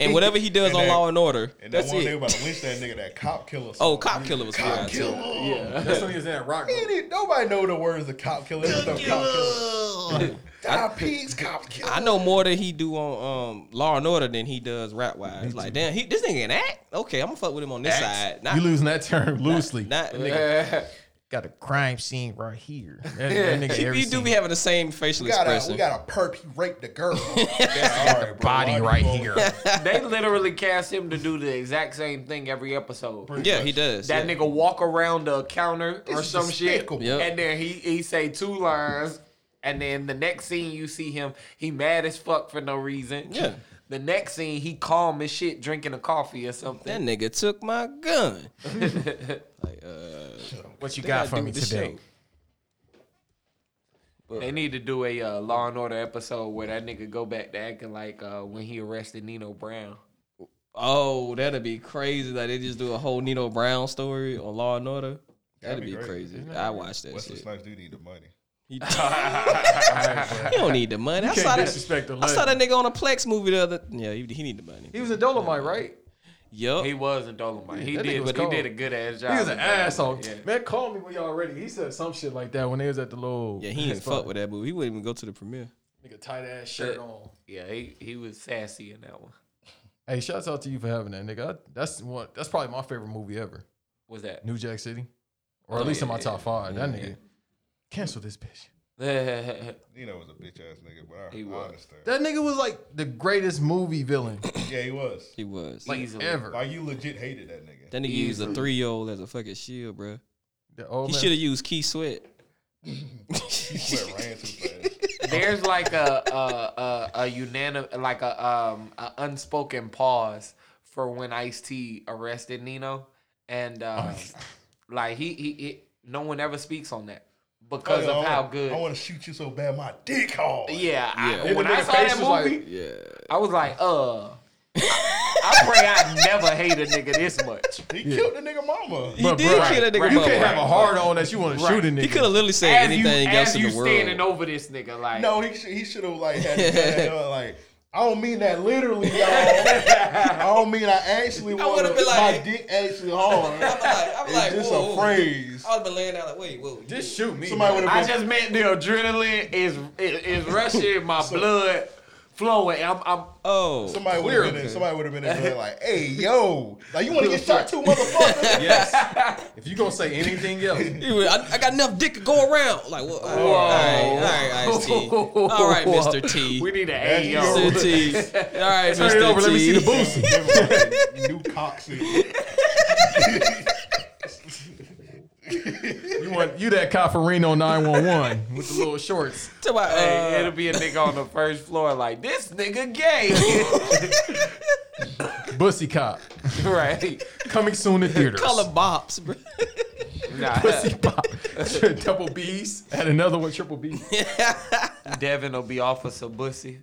[SPEAKER 8] Right.
[SPEAKER 10] And whatever he does
[SPEAKER 11] And
[SPEAKER 10] on
[SPEAKER 11] that-
[SPEAKER 10] Law and Order,
[SPEAKER 11] And that
[SPEAKER 10] that's
[SPEAKER 11] one they
[SPEAKER 10] it.
[SPEAKER 11] about to lynch that nigga, that cop killer.
[SPEAKER 10] Oh,
[SPEAKER 11] song.
[SPEAKER 10] Cop Killer was fire
[SPEAKER 11] Cop
[SPEAKER 10] too.
[SPEAKER 11] killer.
[SPEAKER 12] Yeah. That's when he was in that rock
[SPEAKER 11] He didn't- Nobody know the words of cop killer. It was no cop killer. (laughs) Die Pete's cop killer.
[SPEAKER 10] I know more than he do on um, Law and Order than he does rap wise. Like damn, he this nigga can act. Okay, I'm gonna fuck with him on this side. Not,
[SPEAKER 12] you losing that term loosely.
[SPEAKER 10] not (laughs) nigga.
[SPEAKER 12] Got a crime scene right here. That,
[SPEAKER 10] (laughs)
[SPEAKER 12] that nigga
[SPEAKER 10] He-
[SPEAKER 12] every
[SPEAKER 10] we do
[SPEAKER 12] scene.
[SPEAKER 10] be having the same facial
[SPEAKER 11] We got, a,
[SPEAKER 10] expression.
[SPEAKER 11] we got a perp. He raped the
[SPEAKER 10] (laughs)
[SPEAKER 11] girl. Yeah, all right, bro.
[SPEAKER 12] body
[SPEAKER 11] Why you
[SPEAKER 12] right
[SPEAKER 11] gonna-
[SPEAKER 12] here.
[SPEAKER 8] they literally cast him to do the exact same thing every episode.
[SPEAKER 10] yeah, he does.
[SPEAKER 8] That
[SPEAKER 10] yeah.
[SPEAKER 8] nigga walk around a counter or
[SPEAKER 11] is
[SPEAKER 8] some shit,
[SPEAKER 11] despicable.
[SPEAKER 10] Yep.
[SPEAKER 8] and then he he say two lines, and then the next scene you see him, he mad as fuck for no reason.
[SPEAKER 10] Yeah.
[SPEAKER 8] The next scene, he calm as shit, drinking a coffee or something.
[SPEAKER 10] That nigga took my gun. like,
[SPEAKER 8] uh, what you
[SPEAKER 10] they
[SPEAKER 8] got
[SPEAKER 10] gotta
[SPEAKER 8] for
[SPEAKER 10] do
[SPEAKER 8] me
[SPEAKER 10] this
[SPEAKER 8] today?
[SPEAKER 10] show.
[SPEAKER 8] They need to do a uh, Law and Order episode where that nigga go back to acting like uh, when he arrested Nino Brown.
[SPEAKER 10] Oh, that'd be crazy. Like they just do a whole Nino Brown story on Law and Order. That'd,
[SPEAKER 11] That'd
[SPEAKER 10] be,
[SPEAKER 11] be great.
[SPEAKER 10] crazy.
[SPEAKER 11] That'd be
[SPEAKER 10] I
[SPEAKER 11] great.
[SPEAKER 10] watched that
[SPEAKER 11] Wesley
[SPEAKER 10] shit.
[SPEAKER 11] Snipes do need the money.
[SPEAKER 10] He You don't need the money.
[SPEAKER 12] You
[SPEAKER 10] I
[SPEAKER 12] can't
[SPEAKER 10] saw,
[SPEAKER 12] disrespect
[SPEAKER 10] that,
[SPEAKER 12] the
[SPEAKER 10] I saw that
[SPEAKER 12] legend.
[SPEAKER 10] nigga on a Plex movie the other. Yeah, he, he need the money.
[SPEAKER 12] He was a Dolomite, right?
[SPEAKER 10] Yup.
[SPEAKER 8] He was a Dolomite. He
[SPEAKER 12] That nigga
[SPEAKER 8] did,
[SPEAKER 12] was
[SPEAKER 8] but he
[SPEAKER 12] cold.
[SPEAKER 8] did a good ass job.
[SPEAKER 12] He was an
[SPEAKER 8] as Dolomite.
[SPEAKER 12] asshole.
[SPEAKER 8] Yeah.
[SPEAKER 12] Man, call me when y'all ready. He said some shit like that when they was at the little.
[SPEAKER 10] Yeah, he
[SPEAKER 12] (laughs)
[SPEAKER 10] didn't fuck with that movie. He wouldn't even go to the premiere.
[SPEAKER 12] Nigga, tight ass shirt on.
[SPEAKER 8] Yeah, he, he was sassy in that one.
[SPEAKER 12] Hey, shouts out to you for having that, nigga. I, that's one. That's probably my favorite movie ever.
[SPEAKER 8] Was that?
[SPEAKER 12] New Jack City, or
[SPEAKER 8] Oh,
[SPEAKER 12] at least in
[SPEAKER 8] yeah,
[SPEAKER 12] my
[SPEAKER 8] yeah.
[SPEAKER 12] top five? that
[SPEAKER 8] Yeah,
[SPEAKER 12] nigga.
[SPEAKER 8] yeah.
[SPEAKER 12] Cancel this bitch.
[SPEAKER 8] (laughs)
[SPEAKER 11] Nino was a bitch ass nigga, but I,
[SPEAKER 8] He
[SPEAKER 11] I
[SPEAKER 8] was.
[SPEAKER 11] understand.
[SPEAKER 12] That nigga was like the greatest movie villain.
[SPEAKER 11] Yeah, he was.
[SPEAKER 10] He was.
[SPEAKER 12] Like, Easily. ever.
[SPEAKER 11] Like you legit hated that nigga.
[SPEAKER 10] That nigga used a
[SPEAKER 11] Easily.
[SPEAKER 10] three year old as a fucking shield, bro.
[SPEAKER 12] The old
[SPEAKER 10] He
[SPEAKER 12] man-
[SPEAKER 10] should have used Key Sweat.
[SPEAKER 11] Sweat ran too fast.
[SPEAKER 8] There's like a a a, a unanimous like a um a unspoken pause for when Ice T arrested Nino, and
[SPEAKER 11] Oh,
[SPEAKER 8] uh, like he, he he no one ever speaks on that because
[SPEAKER 11] Oh, yeah,
[SPEAKER 8] of
[SPEAKER 11] I
[SPEAKER 8] how
[SPEAKER 11] wanna-
[SPEAKER 8] good.
[SPEAKER 11] I want to shoot you so bad, my dick hard.
[SPEAKER 8] yeah, I-
[SPEAKER 11] And
[SPEAKER 8] when
[SPEAKER 11] the
[SPEAKER 8] I
[SPEAKER 11] nigga
[SPEAKER 8] saw
[SPEAKER 11] face
[SPEAKER 8] that
[SPEAKER 11] was
[SPEAKER 8] movie,
[SPEAKER 11] like,
[SPEAKER 8] I was like, uh, I pray I never hate a nigga this much.
[SPEAKER 11] he killed the nigga mama.
[SPEAKER 12] But, bro, You can't have a hard on that you want to shoot a nigga.
[SPEAKER 8] As you- as you standing over this nigga, like
[SPEAKER 11] No, he sh- he should have like had his gun out, like. I don't mean that literally, y'all. I don't mean I actually want to.
[SPEAKER 10] been like-
[SPEAKER 11] my dick actually hard. I'm like,
[SPEAKER 10] (laughs) I'm like,
[SPEAKER 11] just
[SPEAKER 10] whoa,
[SPEAKER 11] a
[SPEAKER 10] whoa. Oh,
[SPEAKER 11] phrase.
[SPEAKER 10] I was been laying down like, wait, whoa.
[SPEAKER 12] Just shoot me.
[SPEAKER 11] Somebody would've
[SPEAKER 8] I
[SPEAKER 11] been-
[SPEAKER 8] just meant the adrenaline is is, is rushing, my blood flowing. I'm, I'm
[SPEAKER 10] oh
[SPEAKER 11] Somebody would have been. In, somebody would have been in there like, "Hey, yo, like you want to get shot (laughs) too, motherfucker."
[SPEAKER 12] If you gonna say anything else,
[SPEAKER 10] I, I got enough dick to go around. Like, well, all right, all
[SPEAKER 8] oh,
[SPEAKER 10] right, all right, Ice T. All right, Mr.
[SPEAKER 12] (laughs)
[SPEAKER 10] T.
[SPEAKER 8] We need an
[SPEAKER 11] That's
[SPEAKER 8] A, yo. (laughs)
[SPEAKER 10] Mr. T. All right,
[SPEAKER 12] Turn
[SPEAKER 10] Mr.
[SPEAKER 12] it over.
[SPEAKER 10] T.
[SPEAKER 12] Let me see (laughs) the boost.
[SPEAKER 11] New coxie.
[SPEAKER 12] You want you that Caffarino nine one one with the little shorts.
[SPEAKER 10] Talk about,
[SPEAKER 8] Hey,
[SPEAKER 10] uh,
[SPEAKER 8] it'll be a nigga on the first floor like this
[SPEAKER 11] (laughs)
[SPEAKER 8] nigga gay,
[SPEAKER 12] Bussy Cop.
[SPEAKER 8] right?
[SPEAKER 12] Coming soon to theaters.
[SPEAKER 10] color bops, bro. (laughs)
[SPEAKER 11] (laughs)
[SPEAKER 8] Nah,
[SPEAKER 12] Bussy Pop. (laughs) Double B's. Had another one, triple B.
[SPEAKER 8] Devin will be Officer Bussy.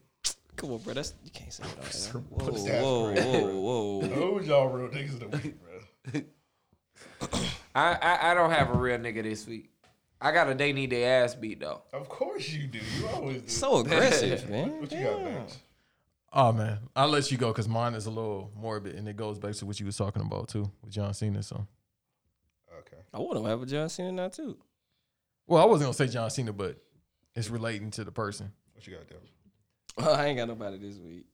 [SPEAKER 10] Come on, bro. That's you can't say that. Whoa,
[SPEAKER 11] Pussy ass
[SPEAKER 10] whoa,
[SPEAKER 11] bro.
[SPEAKER 10] whoa, whoa.
[SPEAKER 11] Those y'all real niggas of the week, bro.
[SPEAKER 8] I, I I don't have a real nigga this week. I got a they need their ass beat though.
[SPEAKER 11] Of course you do. You always do.
[SPEAKER 10] So aggressive, man.
[SPEAKER 11] What you got, Max?
[SPEAKER 12] Oh man, I'll let you go because mine is a little morbid and it goes back to what you was talking about too with John Cena. So,
[SPEAKER 11] Okay.
[SPEAKER 10] I want to have a John Cena now too. (laughs)
[SPEAKER 12] well, I wasn't gonna say John Cena, but it's relating to the person.
[SPEAKER 11] What you got, Devin?
[SPEAKER 10] I ain't got nobody this week.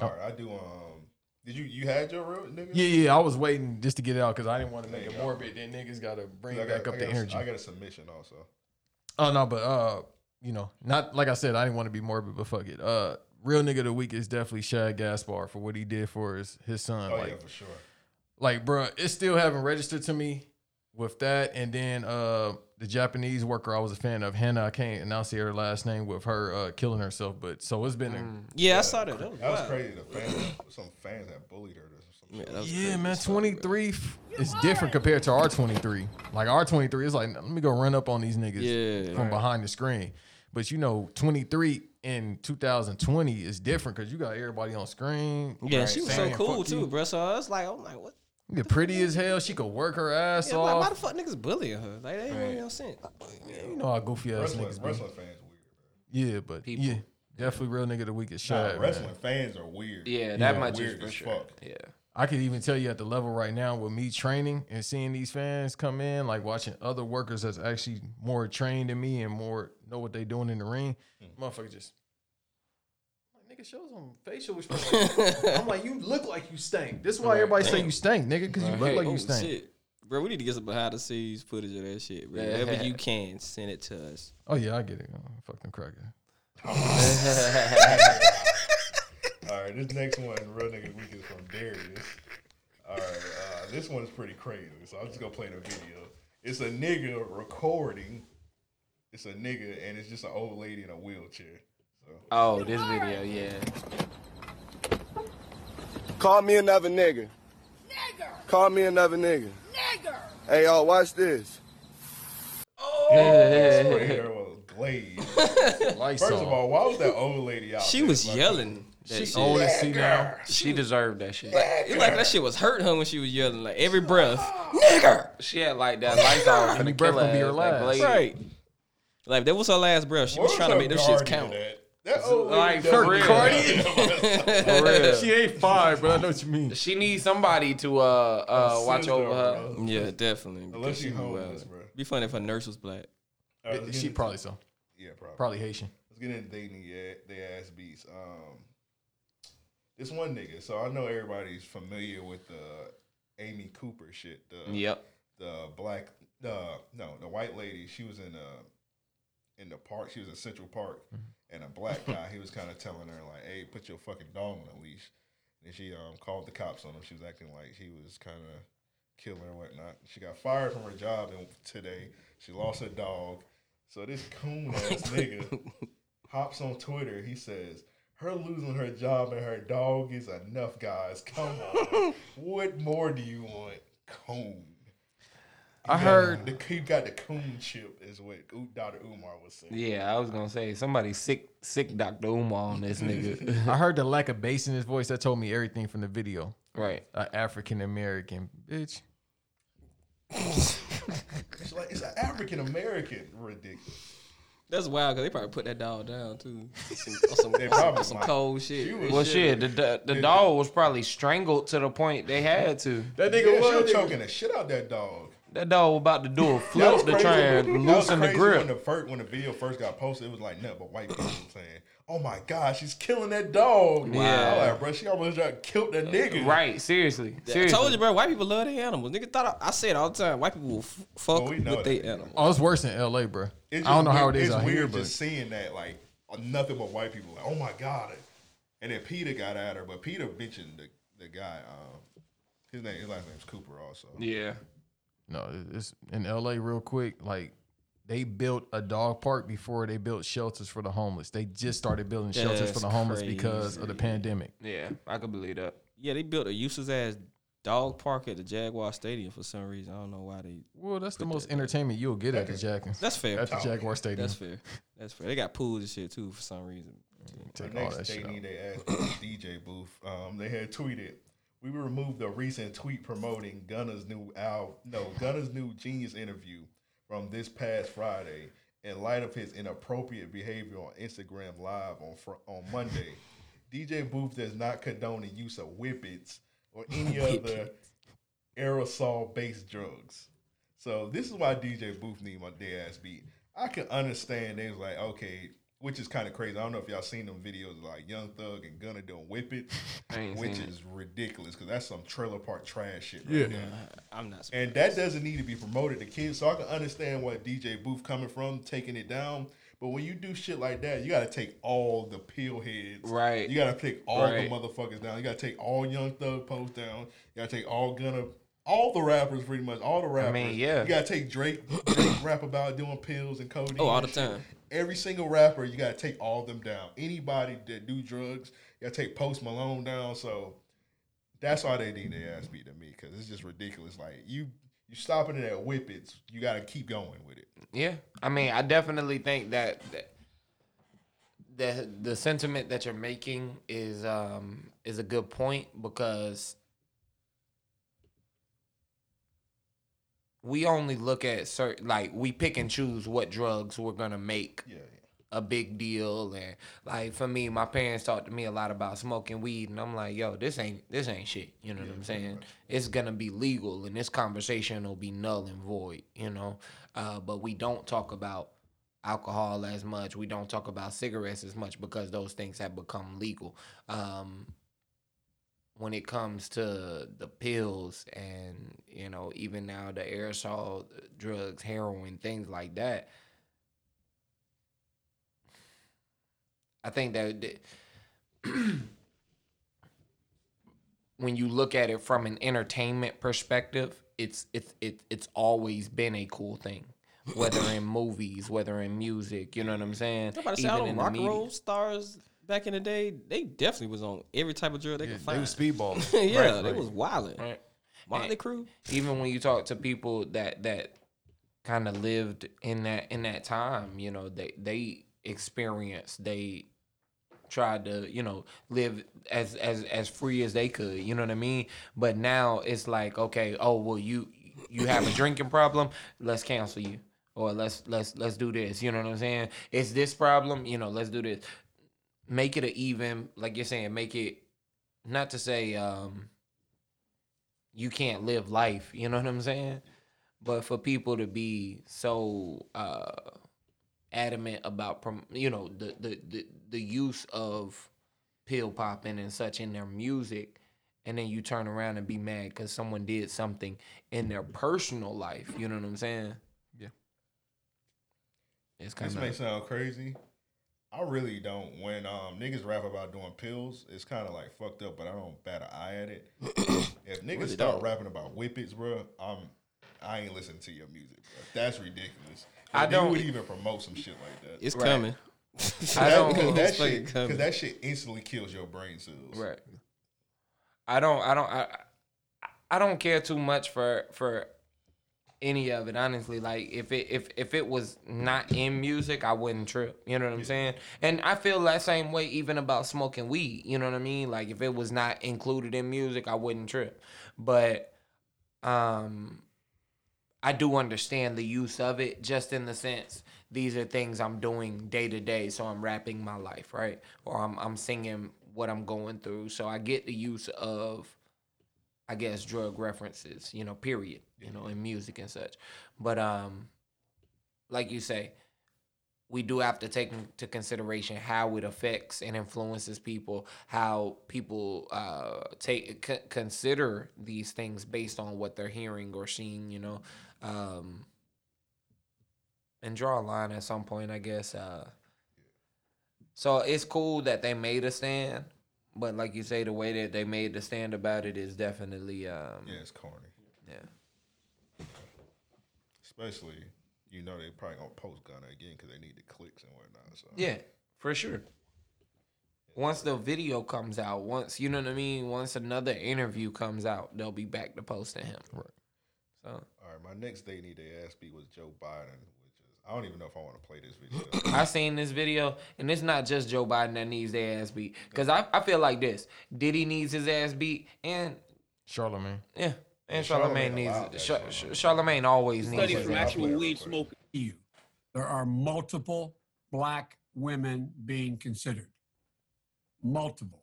[SPEAKER 11] All right, I do. Um, did you you had your real nigga?
[SPEAKER 12] Oh. Yeah, yeah. I was waiting just to get it out because I didn't want to
[SPEAKER 11] There
[SPEAKER 12] make
[SPEAKER 11] you
[SPEAKER 12] it
[SPEAKER 11] go.
[SPEAKER 12] morbid. Then niggas gotta bring
[SPEAKER 11] I got-
[SPEAKER 12] back
[SPEAKER 11] I
[SPEAKER 12] up the
[SPEAKER 11] got a-
[SPEAKER 12] energy.
[SPEAKER 11] I got a submission also.
[SPEAKER 12] Oh no, but uh, you know, not like I said, I didn't want to be morbid, but fuck it. Uh, real nigga of the week is definitely Shad Gaspar for what he did for his his son.
[SPEAKER 11] Oh
[SPEAKER 12] like,
[SPEAKER 11] yeah, for sure.
[SPEAKER 12] like, bruh, it still haven't registered to me with that. And then uh, the Japanese worker I was a fan of, Hannah. I can't announce her last name with her uh killing herself, but so it's been a
[SPEAKER 11] Mm.
[SPEAKER 10] Yeah, I saw that. That was,
[SPEAKER 11] That was
[SPEAKER 10] wild.
[SPEAKER 11] crazy. The fans, some fans that bullied her. Or some shit.
[SPEAKER 10] Yeah, that was
[SPEAKER 12] Yeah,
[SPEAKER 10] crazy
[SPEAKER 12] man,
[SPEAKER 10] as fuck, bro.
[SPEAKER 12] 23 f- is different compared to our 23. Like our 23 is like, let me go run up on these niggas
[SPEAKER 10] Yeah.
[SPEAKER 12] from behind the screen. But you know, 23 in 2020 is different because you got everybody on screen.
[SPEAKER 10] Yeah,
[SPEAKER 12] Right,
[SPEAKER 10] she was so
[SPEAKER 12] saying,
[SPEAKER 10] cool
[SPEAKER 12] "Fuck
[SPEAKER 10] too,
[SPEAKER 12] you."
[SPEAKER 10] bro. So I was like, I'm like, what?
[SPEAKER 12] Yeah, pretty as hell. She could work her ass
[SPEAKER 10] Yeah, I'm like, why the
[SPEAKER 12] off.
[SPEAKER 10] fuck niggas bullying her? Like, that ain't
[SPEAKER 12] Right.
[SPEAKER 10] make no sense.
[SPEAKER 12] you know how Oh, goofy ass
[SPEAKER 11] Wrestling,
[SPEAKER 12] niggas be.
[SPEAKER 11] wrestling fans weird.
[SPEAKER 12] Yeah, but yeah, definitely real nigga of the week is
[SPEAKER 11] Nah,
[SPEAKER 12] shot.
[SPEAKER 11] wrestling fans are weird.
[SPEAKER 8] Yeah, that
[SPEAKER 12] Yeah,
[SPEAKER 8] much is
[SPEAKER 11] weird
[SPEAKER 8] for
[SPEAKER 11] as
[SPEAKER 8] sure.
[SPEAKER 11] fuck.
[SPEAKER 8] Yeah.
[SPEAKER 12] I could even tell you at the level right now with me training and seeing these fans come in, like watching other workers that's actually more trained than me and more know what they doing in the ring. Motherfucker just like nigga shows on facial expression. I'm like, you look like you stink. This is why everybody say you stink, nigga, because you look like
[SPEAKER 10] Oh,
[SPEAKER 12] you stink.
[SPEAKER 10] shit. Bro, we need to get some behind the scenes footage of that shit, bro. Whenever you can, send it to us.
[SPEAKER 12] Oh yeah, I get it. Oh, fuck them crackers.
[SPEAKER 11] All right, this next one, real nigga of the week is from Darius. All right, uh, this one's pretty crazy, so I'm just gonna play the video. It's a nigga recording. It's a nigga, and it's just an old lady in a wheelchair. So
[SPEAKER 8] Oh, this video, yeah.
[SPEAKER 16] Call me another nigga. Nigger. Call me another nigga. Nigger. Hey, y'all, watch this.
[SPEAKER 8] Oh, (laughs)
[SPEAKER 11] Swear was glazed. First of all, why was that old lady out?
[SPEAKER 10] She
[SPEAKER 11] there?
[SPEAKER 10] was
[SPEAKER 11] Like,
[SPEAKER 10] yelling. that
[SPEAKER 11] she
[SPEAKER 10] shit. (laughs)
[SPEAKER 11] only see now.
[SPEAKER 8] She deserved that shit.
[SPEAKER 10] Like, it's like that shit was hurting her when she was yelling. Like every breath,
[SPEAKER 8] She had like that lights off and the breath
[SPEAKER 10] gonna
[SPEAKER 8] gonna be her last.
[SPEAKER 10] right? Like that was her last breath. She was
[SPEAKER 11] Where's
[SPEAKER 10] trying to
[SPEAKER 11] her
[SPEAKER 10] make them shits
[SPEAKER 11] guardian
[SPEAKER 10] count.
[SPEAKER 11] That old lady
[SPEAKER 8] Like,
[SPEAKER 11] done
[SPEAKER 8] for real. For real. She ain't five, bro. I know what you mean. She needs somebody to uh uh watch over her.
[SPEAKER 10] Yeah, definitely. because
[SPEAKER 11] Unless she
[SPEAKER 10] she was
[SPEAKER 11] homeless,
[SPEAKER 10] wild.
[SPEAKER 11] bro.
[SPEAKER 10] Be funny if her nurse was black.
[SPEAKER 11] All right, let's
[SPEAKER 12] She
[SPEAKER 11] get into-
[SPEAKER 12] probably so.
[SPEAKER 11] Yeah, probably.
[SPEAKER 12] Probably Haitian.
[SPEAKER 11] Let's get into dating yeah, they ass beats. Um, this one nigga. So I know everybody's familiar with the Amy Cooper shit. The,
[SPEAKER 8] Yep.
[SPEAKER 11] The black. The no, the white lady. She was in a in the park. She was in Central Park, and a black guy. He was kind of telling her like, "Hey, put your fucking dog on a leash." And she um called the cops on him. She was acting like she was kind of killing or whatnot. She got fired from her job and today. She lost her dog. So this coon ass nigga hops on Twitter. He says, "Her losing her job and her dog is enough, guys. Come on, what more do you want, coon?"
[SPEAKER 8] I
[SPEAKER 11] He got
[SPEAKER 8] heard-
[SPEAKER 11] the, he got the coon chip, is what U- Dr. Umar was saying.
[SPEAKER 8] Yeah, I was gonna say somebody sick sick Dr. Umar on this nigga.
[SPEAKER 12] I heard the lack of bass in his voice. That told me everything from the video.
[SPEAKER 8] (laughs) Right.
[SPEAKER 12] Uh, African American bitch.
[SPEAKER 11] It's like it's an African American ridiculous.
[SPEAKER 10] That's wild because they probably put that dog
[SPEAKER 11] (laughs)
[SPEAKER 10] down too. Some, on some,
[SPEAKER 11] They
[SPEAKER 10] on some-
[SPEAKER 11] probably
[SPEAKER 10] on some
[SPEAKER 11] might.
[SPEAKER 10] cold shit.
[SPEAKER 11] She
[SPEAKER 10] They
[SPEAKER 11] was-
[SPEAKER 8] Well,
[SPEAKER 10] should've.
[SPEAKER 8] shit, the, the, the
[SPEAKER 10] Yeah.
[SPEAKER 8] dog was probably strangled to the point they had to.
[SPEAKER 11] That yeah,
[SPEAKER 12] nigga was-
[SPEAKER 11] she choking the shit out that dog.
[SPEAKER 8] That dog was about to do a
[SPEAKER 11] That
[SPEAKER 8] flip
[SPEAKER 11] was
[SPEAKER 8] to
[SPEAKER 11] crazy.
[SPEAKER 8] try and
[SPEAKER 11] That was
[SPEAKER 8] loosen the
[SPEAKER 11] crazy
[SPEAKER 8] grip.
[SPEAKER 11] When the, first, when the video first got posted, it was like nothing but white people saying, "Oh my God, she's killing that dog!" Wow,
[SPEAKER 8] Yeah. Uh,
[SPEAKER 11] like, bro, she almost just killed that nigga.
[SPEAKER 8] Right, seriously.
[SPEAKER 10] I
[SPEAKER 8] Seriously.
[SPEAKER 10] told you, bro. White people love their animals. Nigga thought I, I say it all the time. White people will f- fuck with their animals.
[SPEAKER 12] Oh, it's worse in L.A., bro. I
[SPEAKER 11] It's just
[SPEAKER 12] don't know how it
[SPEAKER 11] weird-
[SPEAKER 12] is
[SPEAKER 11] It's
[SPEAKER 12] out
[SPEAKER 11] weird
[SPEAKER 12] here, but
[SPEAKER 11] just seeing that like uh, nothing but white people. Like, oh my God! And then Peter got at her, but Peter bitching the the guy. Um, his name, his last name's Cooper, also.
[SPEAKER 8] Yeah.
[SPEAKER 12] no, it- it's in L.A. Real quick, like. They built a dog park before they built shelters for the homeless. They just started building shelters for
[SPEAKER 10] That's
[SPEAKER 12] the homeless because of the pandemic.
[SPEAKER 8] Yeah, I could believe that.
[SPEAKER 10] Yeah, they built a useless ass dog park at the Jaguar Stadium for some reason. I don't know why they.
[SPEAKER 12] Well, that's the most entertainment you'll get at the Jackins.
[SPEAKER 10] That's fair.
[SPEAKER 12] At the Jaguar Stadium.
[SPEAKER 10] That's fair. That's fair. They got pools and shit too for some reason.
[SPEAKER 11] The next they need they asked (coughs) DJ Booth. Um, they had tweeted, "We removed a recent tweet promoting Gunna's new al no Gunna's new Genius interview from this past Friday in light of his inappropriate behavior on Instagram Live on fr- on Monday. (laughs) DJ Booth does not condone the use of whippets or any other aerosol based drugs. So this is why DJ Booth need my dead ass beat. I can understand they was like, okay, which is kind of crazy. I don't know if y'all seen them videos of, like Young Thug and Gunna doing whip it,
[SPEAKER 8] (laughs) I ain't
[SPEAKER 11] which
[SPEAKER 8] seen it.
[SPEAKER 11] is ridiculous because that's some trailer park trash shit.
[SPEAKER 10] Yeah.
[SPEAKER 11] Right there.
[SPEAKER 10] I'm not.
[SPEAKER 11] And that doesn't need to be promoted to kids. So I can understand where DJ Booth coming from, taking it down. But when you do shit like that, you gotta take all the pill heads.
[SPEAKER 8] Right.
[SPEAKER 11] You gotta take all the
[SPEAKER 8] Right.
[SPEAKER 11] motherfuckers down. You gotta take all Young Thug posts down. You gotta take all Gunna, all the rappers pretty much, all the rappers.
[SPEAKER 8] mean, yeah.
[SPEAKER 11] You gotta take Drake, Drake rap about doing pills and codeine.
[SPEAKER 10] Oh, all
[SPEAKER 11] and
[SPEAKER 10] the
[SPEAKER 11] shit.
[SPEAKER 10] time.
[SPEAKER 11] Every single rapper, you gotta take all them down. Anybody that do drugs, you gotta take Post Malone down. So that's why they need their ass beat to me because it's just ridiculous. Like you, you stopping it at whippets. You got to keep going with it.
[SPEAKER 8] Yeah, I mean, I definitely think that, that the the sentiment that you're making is um is a good point because we only look at certain like we pick and choose what drugs we're gonna make a big deal and like for me my parents talked to me a lot about smoking weed and I'm like yo this ain't this ain't shit you know what I'm saying it's gonna be legal and this conversation will be null and void you know uh, but we don't talk about alcohol as much we don't talk about cigarettes as much because those things have become legal um, when it comes to the pills and you know even now the aerosol drugs heroin things like that i think that th- (clears throat) when you look at it from an entertainment perspective it's it's it's, it's always been a cool thing whether in movies whether in music you know what i'm saying
[SPEAKER 10] Nobody said I don't rock and roll stars back in the day, they definitely was on every type of drill they could find.
[SPEAKER 8] was
[SPEAKER 10] (laughs)
[SPEAKER 8] speedballing.
[SPEAKER 10] yeah,
[SPEAKER 8] Right,
[SPEAKER 10] they
[SPEAKER 8] right.
[SPEAKER 10] was wilding.
[SPEAKER 8] Right.
[SPEAKER 10] Motley Crue.
[SPEAKER 8] Even when you talk to people that that kind of lived in that in that time, you know, they they experienced, they tried to, you know, live as as as free as they could, you know what I mean? But now it's like, okay, oh, well you you have a drinking problem, let's cancel you. Or let's let's let's do this, you know what I'm saying? It's this problem, you know, let's do this. Make it an even, like you're saying, make it not to say um you can't live life. You know what I'm saying? But for people to be so uh, adamant about, prom- you know, the, the the the use of pill popping and such in their music, and then you turn around and be mad because someone did something in their personal life. You know what I'm saying? Yeah. It's
[SPEAKER 11] This
[SPEAKER 8] kind
[SPEAKER 11] may
[SPEAKER 8] of
[SPEAKER 11] sound crazy. I really don't. When um, niggas rap about doing pills, it's kind of like fucked up, but I don't bat an eye at
[SPEAKER 10] (coughs)
[SPEAKER 11] it. if niggas
[SPEAKER 10] Really
[SPEAKER 11] start
[SPEAKER 10] don't.
[SPEAKER 11] rapping about whippets, bro, I'm, I ain't listening to your music. Bro. That's ridiculous.
[SPEAKER 10] I
[SPEAKER 11] I
[SPEAKER 10] don't- e
[SPEAKER 11] don't would even promote some shit like that.
[SPEAKER 10] It's Right. coming.
[SPEAKER 11] I
[SPEAKER 10] I
[SPEAKER 11] don't
[SPEAKER 10] don't-
[SPEAKER 11] because (laughs) that shit
[SPEAKER 10] It's fucking coming.
[SPEAKER 11] because that shit instantly kills your brain cells.
[SPEAKER 8] right. I don't. I don't. I, I don't care too much for for any of it honestly like if it if if it was not in music i wouldn't trip you know what i'm saying and i feel that same way even about smoking weed you know what i mean like if it was not included in music i wouldn't trip but um i do understand the use of it just in the sense these are things i'm doing day to day so i'm rapping my life right or i'm i'm singing what i'm going through so i get the use of I guess drug references, you know, period, you know, in music and such. But um like you say, we do have to take into consideration how it affects and influences people, how people uh, take c- consider these things based on what they're hearing or seeing, you know, um, and draw a line at some point, I guess. Uh, so it's cool that they made a stand, but like you say, the way that they made the stand about it is definitely um,
[SPEAKER 11] Yeah, it's corny.
[SPEAKER 8] yeah.
[SPEAKER 11] Especially, you know, they probably gonna post Gunna again because they need the clicks and whatnot. So
[SPEAKER 8] Yeah, for sure. Once the video comes out, once you know what I mean, once another interview comes out, they'll be back to posting him. Right. So
[SPEAKER 11] All right, my next day need they asked me was Joe Biden, which is I don't even know if I want to play this video.
[SPEAKER 8] (coughs) I seen this video, and it's not just Joe Biden that needs their ass beat. Cause I, I feel like this: Diddy needs his ass beat, and
[SPEAKER 12] Charlemagne.
[SPEAKER 8] yeah, and
[SPEAKER 12] Charlemagne
[SPEAKER 8] Charlemagne
[SPEAKER 12] allowed
[SPEAKER 8] needs
[SPEAKER 12] that
[SPEAKER 8] Char- Charlemagne always needs.
[SPEAKER 17] Study
[SPEAKER 8] his
[SPEAKER 17] from
[SPEAKER 8] ass beat.
[SPEAKER 17] actual weed smoking EU. There are multiple black women being considered. Multiple.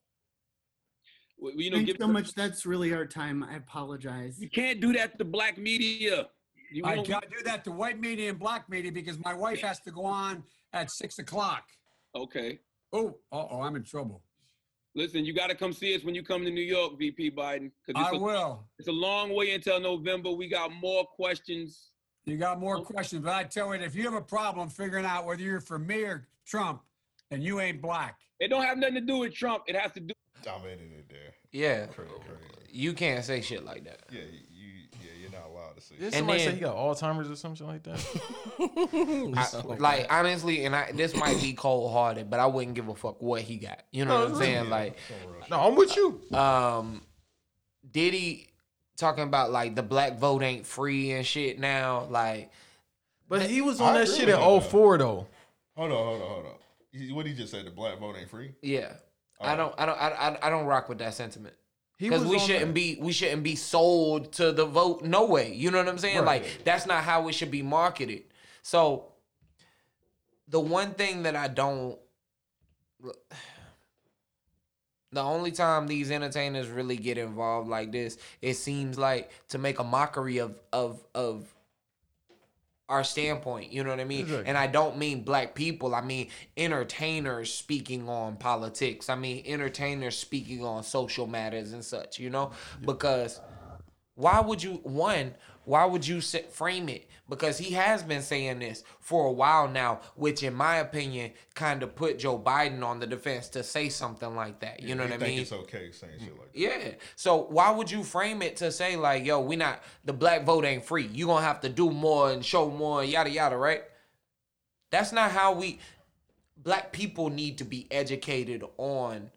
[SPEAKER 18] You
[SPEAKER 17] know,
[SPEAKER 19] Thanks
[SPEAKER 17] give-
[SPEAKER 19] so much. That's really our time. I apologize.
[SPEAKER 17] You can't do that to black media.
[SPEAKER 19] You
[SPEAKER 17] I
[SPEAKER 19] won't-
[SPEAKER 17] can't do that to white media and black media because my wife has to go on at six o'clock.
[SPEAKER 18] Okay.
[SPEAKER 17] Oh, oh, I'm in trouble.
[SPEAKER 18] Listen, you got to come see us when you come to New York, VP Biden. 'cause it's
[SPEAKER 17] I
[SPEAKER 18] a-
[SPEAKER 17] will.
[SPEAKER 18] It's a long way until November. We got more questions.
[SPEAKER 17] You got more questions, but I tell you, if you have a problem figuring out whether you're for me or Trump, then you ain't black.
[SPEAKER 18] It don't have nothing to do with Trump. It has to do.
[SPEAKER 11] I'm ending it there.
[SPEAKER 17] (laughs)
[SPEAKER 8] Yeah,
[SPEAKER 11] Crazy, crazy.
[SPEAKER 8] you can't say shit like (laughs) that.
[SPEAKER 11] Yeah, you yeah, you're not allowed to say.
[SPEAKER 12] Did
[SPEAKER 11] shit.
[SPEAKER 12] somebody say he got Alzheimer's or something like that?
[SPEAKER 8] I- like honestly, and I this might be cold hearted, but I wouldn't give a fuck what he got. You know
[SPEAKER 12] No,
[SPEAKER 8] what I'm
[SPEAKER 12] it's
[SPEAKER 8] saying?
[SPEAKER 12] okay.
[SPEAKER 8] Like,
[SPEAKER 12] no, I'm with you.
[SPEAKER 8] Um, Diddy talking about like the black vote ain't free and shit now. Like,
[SPEAKER 12] but he was
[SPEAKER 11] I
[SPEAKER 12] on that
[SPEAKER 11] agree
[SPEAKER 12] shit
[SPEAKER 11] with
[SPEAKER 12] in
[SPEAKER 11] him, though.
[SPEAKER 12] 04 though.
[SPEAKER 11] Hold on, hold on, hold on. He- What he just said? The black vote ain't free.
[SPEAKER 8] Yeah, I don't, I don't, I, I, I don't rock with that sentiment.
[SPEAKER 12] He
[SPEAKER 8] Because
[SPEAKER 12] was
[SPEAKER 8] we
[SPEAKER 12] on
[SPEAKER 8] shouldn't
[SPEAKER 12] that.
[SPEAKER 8] be, we shouldn't be sold to the vote. No way. You know what I'm saying?
[SPEAKER 12] Right.
[SPEAKER 8] Like that's not how it should be marketed. So, the one thing that I don't, (sighs) the only time these entertainers really get involved like this, it seems like to make a mockery of of of our standpoint. You know what I mean?
[SPEAKER 12] Exactly.
[SPEAKER 8] And I don't mean black people. I mean entertainers speaking on politics. I mean entertainers speaking on social matters and such. You know, because why would you one? Why would you se- frame it? Because he has been saying this for a while now, which, in my opinion, kind of put Joe Biden on the defense to say something like that. You know
[SPEAKER 11] He
[SPEAKER 8] what I
[SPEAKER 11] think
[SPEAKER 8] mean?
[SPEAKER 11] It's okay saying shit like.
[SPEAKER 8] Yeah. So why would you frame it to say like, yo, we not the black vote ain't free. You gonna have to do more and show more, yada yada, right? That's not how we black people need to be educated on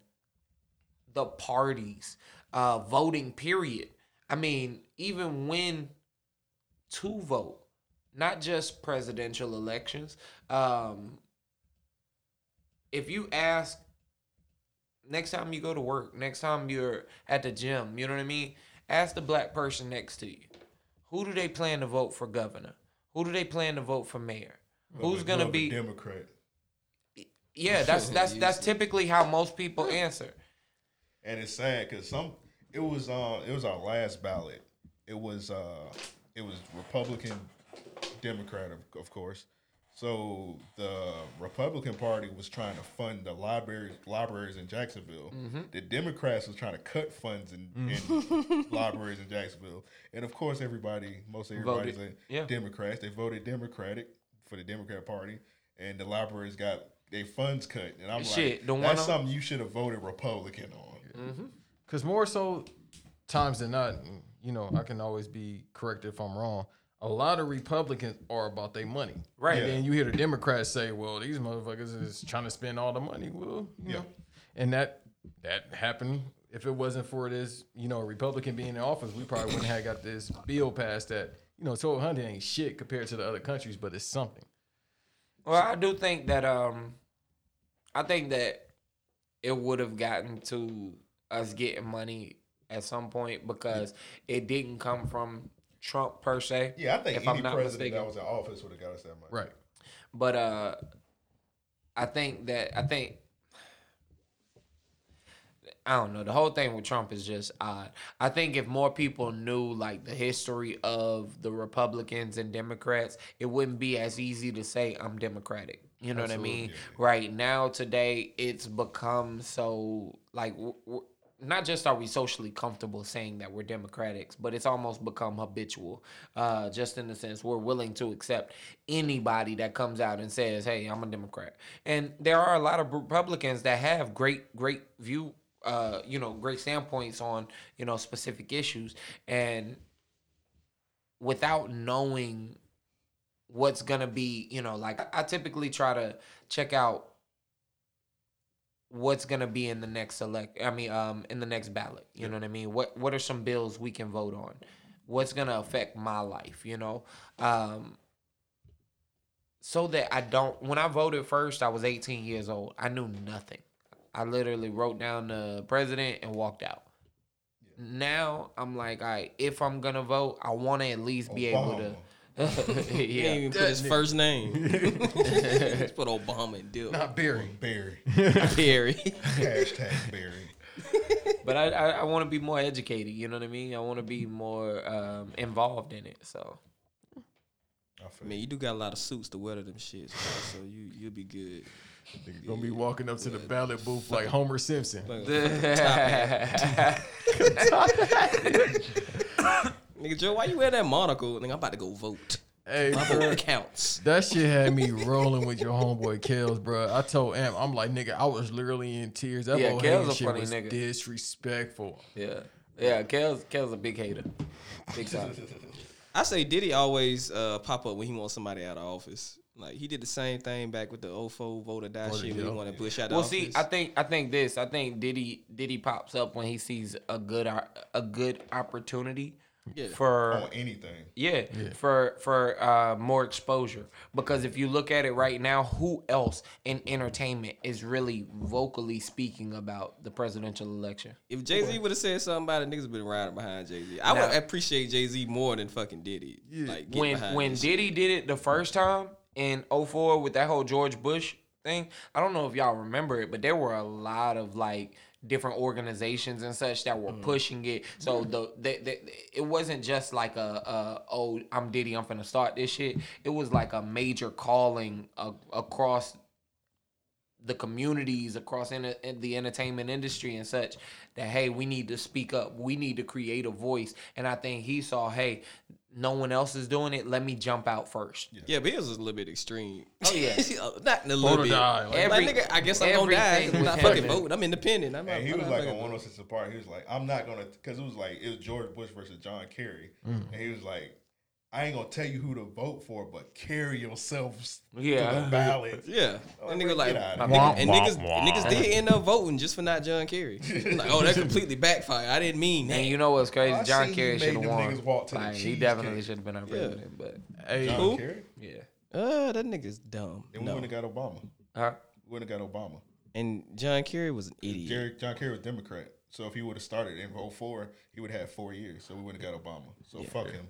[SPEAKER 8] the parties, uh, voting period. I mean, even when to vote, not just presidential elections. Um, if you ask next time you go to work, next time you're at the gym, you know what I mean? Ask the black person next to you. Who do they plan to vote for governor? Who do they plan to vote for mayor? Who's
[SPEAKER 11] Love a-
[SPEAKER 8] gonna
[SPEAKER 11] love a
[SPEAKER 8] be
[SPEAKER 11] Democrat? (laughs)
[SPEAKER 8] Yeah, that's that's that's typically how most people answer.
[SPEAKER 11] And it's sad because some it was uh it was our last ballot. It was uh it was Republican, Democrat of, of course. So the Republican Party was trying to fund the libraries libraries in Jacksonville.
[SPEAKER 20] Mhm.
[SPEAKER 11] The Democrats was trying to cut funds in,
[SPEAKER 20] Mm. (laughs)
[SPEAKER 11] in libraries in Jacksonville. And of course, everybody, most everybody's
[SPEAKER 20] Voted.
[SPEAKER 11] a
[SPEAKER 20] Yeah.
[SPEAKER 11] Democrats. They voted Democratic for the Democrat Party, and the libraries got their funds cut. And I'm
[SPEAKER 12] Shit,
[SPEAKER 11] like,
[SPEAKER 12] the one
[SPEAKER 11] that's
[SPEAKER 12] on-
[SPEAKER 11] something you should have voted Republican on.
[SPEAKER 12] Because more so times than not, and, you know, I can always be corrected if I'm wrong. A lot of Republicans are about their money.
[SPEAKER 11] Right.
[SPEAKER 12] And
[SPEAKER 11] Yeah.
[SPEAKER 12] then you hear the Democrats say, well, these motherfuckers is trying to spend all the money. Well, you
[SPEAKER 11] Yeah.
[SPEAKER 12] know. And that that happened. If it wasn't for this, you know, Republican being in office, we probably wouldn't have got this bill passed that, you know, 1200 ain't shit compared to the other countries, but it's something.
[SPEAKER 8] Well, I do think that um, I think that it would have gotten to us getting money at some point because it didn't come from Trump per se.
[SPEAKER 11] Yeah, I think
[SPEAKER 8] if
[SPEAKER 11] any
[SPEAKER 8] I'm not
[SPEAKER 11] president that
[SPEAKER 8] mistaken.
[SPEAKER 11] was in office would have got us that money.
[SPEAKER 12] Right.
[SPEAKER 8] But uh, I think that I think I don't know. The whole thing with Trump is just odd. I think if more people knew like the history of the Republicans and Democrats, it wouldn't be as easy to say I'm Democratic. You know what I mean? Right now, today, it's become so like. W- w- not just are we socially comfortable saying that we're Democrats, but it's almost become habitual. Uh, just in the sense we're willing to accept anybody that comes out and says, "Hey, I'm a Democrat." And there are a lot of Republicans that have great, great view uh, you know, great standpoints on, you know, specific issues. And without knowing what's gonna be, you know, like I typically try to check out what's gonna be in the next elect I mean, um, in the next ballot. You know what I mean? What what are some bills we can vote on? What's gonna affect my life, you know? Um so that I don't when I voted first, I was 18 years old. I knew nothing. I literally wrote down the president and walked out. Now I'm like, all right, if I'm gonna vote, I want to at least be able to. (laughs) yeah.
[SPEAKER 10] He ain't even put his
[SPEAKER 8] That
[SPEAKER 10] first
[SPEAKER 8] nigga.
[SPEAKER 10] name. Just put Obama and Dill.
[SPEAKER 12] Not Barry.
[SPEAKER 11] Barry.
[SPEAKER 10] Barry.
[SPEAKER 11] Hashtag Barry.
[SPEAKER 8] But I I, I want to be more educated. You know what I mean? I want to be more um, involved in it. So
[SPEAKER 10] I mean, you do got a lot of suits to wear to them shits, bro, so you you'll be good.
[SPEAKER 12] Gonna be walking up to the ballot booth like Homer Simpson.
[SPEAKER 10] Nigga Joe, why you wear that monocle? Nigga, I'm about to go vote.
[SPEAKER 12] Hey,
[SPEAKER 10] My
[SPEAKER 12] bro.
[SPEAKER 10] vote counts.
[SPEAKER 12] That shit had me rolling with your homeboy Kels, bro. I told Am, I'm like, nigga, I was literally in tears. That
[SPEAKER 8] Yeah,
[SPEAKER 12] whole
[SPEAKER 8] Kel's a
[SPEAKER 12] shit
[SPEAKER 8] funny
[SPEAKER 12] was
[SPEAKER 8] nigga.
[SPEAKER 12] disrespectful.
[SPEAKER 8] (laughs) yeah, yeah. Kel's Kel's a big hater. Big time.
[SPEAKER 10] I say Diddy always uh, pop up when he wants somebody out of office. Like he did the same thing back with the 04 vote or die
[SPEAKER 8] Voted,
[SPEAKER 10] shit when
[SPEAKER 8] yeah.
[SPEAKER 10] he wanted Bush out
[SPEAKER 8] Well,
[SPEAKER 10] of
[SPEAKER 8] see,
[SPEAKER 10] office.
[SPEAKER 8] I think I think this. I think Diddy Diddy pops up when he sees a good o- a good opportunity
[SPEAKER 11] Yeah. Oh,
[SPEAKER 8] for
[SPEAKER 11] On anything.
[SPEAKER 8] Yeah, for for uh, more exposure. Because if you look at it right now, who else in entertainment is really vocally speaking about the presidential election?
[SPEAKER 10] if Jay Z would have said something about it, niggas been riding behind Jay Z. I
[SPEAKER 8] Nah.
[SPEAKER 10] would appreciate Jay Z more than fucking Diddy. Like get
[SPEAKER 8] when
[SPEAKER 10] behind
[SPEAKER 8] when
[SPEAKER 10] this shit.
[SPEAKER 8] Diddy did it the first time in 04 with that whole George Bush thing, I don't know if y'all remember it, but there were a lot of like different organizations and such that were
[SPEAKER 10] Mm.
[SPEAKER 8] pushing it. So the, the, the it wasn't just like a, a oh I'm Diddy I'm finna start this shit. It was like a major calling uh, across the communities across in, in the entertainment industry and such that hey we need to speak up we need to create a voice and i think he saw hey no one else is doing it let me jump out first
[SPEAKER 10] yeah but his was a little bit extreme
[SPEAKER 8] oh yeah
[SPEAKER 10] (laughs) not in a little bit. Like, nigga, I guess I'm gonna die. 'cause I'm not fucking voting. I'm independent. I'm not,
[SPEAKER 11] and he
[SPEAKER 10] I'm
[SPEAKER 11] was
[SPEAKER 10] not
[SPEAKER 11] like oh on
[SPEAKER 10] fucking-
[SPEAKER 11] 106 apart. He was like, I'm not gonna, because it was like it was George Bush versus John Kerry,
[SPEAKER 10] Mm.
[SPEAKER 11] and he was like, I ain't gonna tell you who to vote for, but carry yourselves to
[SPEAKER 18] Yeah.
[SPEAKER 11] the ballot.
[SPEAKER 18] Yeah.
[SPEAKER 11] Like,
[SPEAKER 18] and nigga like,
[SPEAKER 11] Oh, get out of
[SPEAKER 18] and,
[SPEAKER 11] here.
[SPEAKER 18] nigga- and niggas, and niggas did end up voting just for not John
[SPEAKER 11] (laughs)
[SPEAKER 18] Kerry. like, oh, that completely backfired. I didn't mean that.
[SPEAKER 8] And you know what's crazy? John Kerry should have
[SPEAKER 18] won.
[SPEAKER 8] won. Like, he definitely should have been our
[SPEAKER 18] Yeah.
[SPEAKER 8] president. But
[SPEAKER 18] Hey, John who? Kerry?
[SPEAKER 8] Yeah.
[SPEAKER 18] (laughs) Uh, that nigga's dumb.
[SPEAKER 11] Then we
[SPEAKER 18] No.
[SPEAKER 11] wouldn't have got Obama.
[SPEAKER 8] Huh?
[SPEAKER 11] We wouldn't have got Obama.
[SPEAKER 18] And John Kerry was an idiot.
[SPEAKER 11] Jerry, John Kerry was Democrat. So if he would have started in 04, he would have had four years. So we wouldn't have got Obama. So fuck him.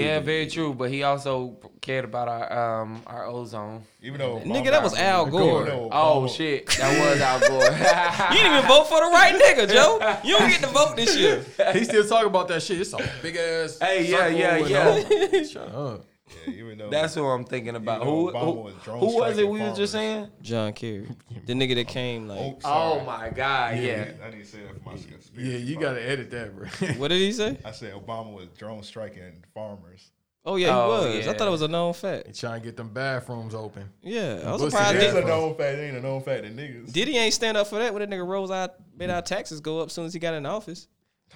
[SPEAKER 8] yeah, very true. But he also cared about our um our ozone.
[SPEAKER 11] Even though
[SPEAKER 18] Nigga, that was Al Gore.
[SPEAKER 8] Oh shit, that was Al Gore.
[SPEAKER 18] (laughs) you didn't even vote for the right nigga, (laughs) Joe. You don't get to vote this year.
[SPEAKER 12] He still talking about that shit. It's a big ass.
[SPEAKER 8] (laughs) Hey, yeah,
[SPEAKER 12] circle
[SPEAKER 8] yeah,
[SPEAKER 12] with uh,
[SPEAKER 8] yeah. (laughs)
[SPEAKER 12] all- Shut up.
[SPEAKER 11] even though
[SPEAKER 8] That's who I'm thinking about.
[SPEAKER 18] though
[SPEAKER 8] Who
[SPEAKER 18] Obama
[SPEAKER 8] who,
[SPEAKER 18] was drone
[SPEAKER 8] who was it
[SPEAKER 18] striking
[SPEAKER 8] we was just saying?
[SPEAKER 18] (laughs) John Kerry, the nigga that came like.
[SPEAKER 8] Oh my god, yeah.
[SPEAKER 11] I need to say that for my
[SPEAKER 12] Yeah, you gotta edit that, bro. (laughs)
[SPEAKER 18] What did he say?
[SPEAKER 11] I said Obama was drone striking farmers.
[SPEAKER 18] Oh yeah, he was. I thought it was a known fact.
[SPEAKER 12] He trying to get them bathrooms open.
[SPEAKER 18] Yeah, I was
[SPEAKER 12] Pussy
[SPEAKER 18] surprised.
[SPEAKER 11] It's a
[SPEAKER 18] Diddy,
[SPEAKER 11] known fact. It ain't a known fact that niggas.
[SPEAKER 18] Diddy ain't stand up for that when that nigga rose out made our taxes go up soon as he got in office.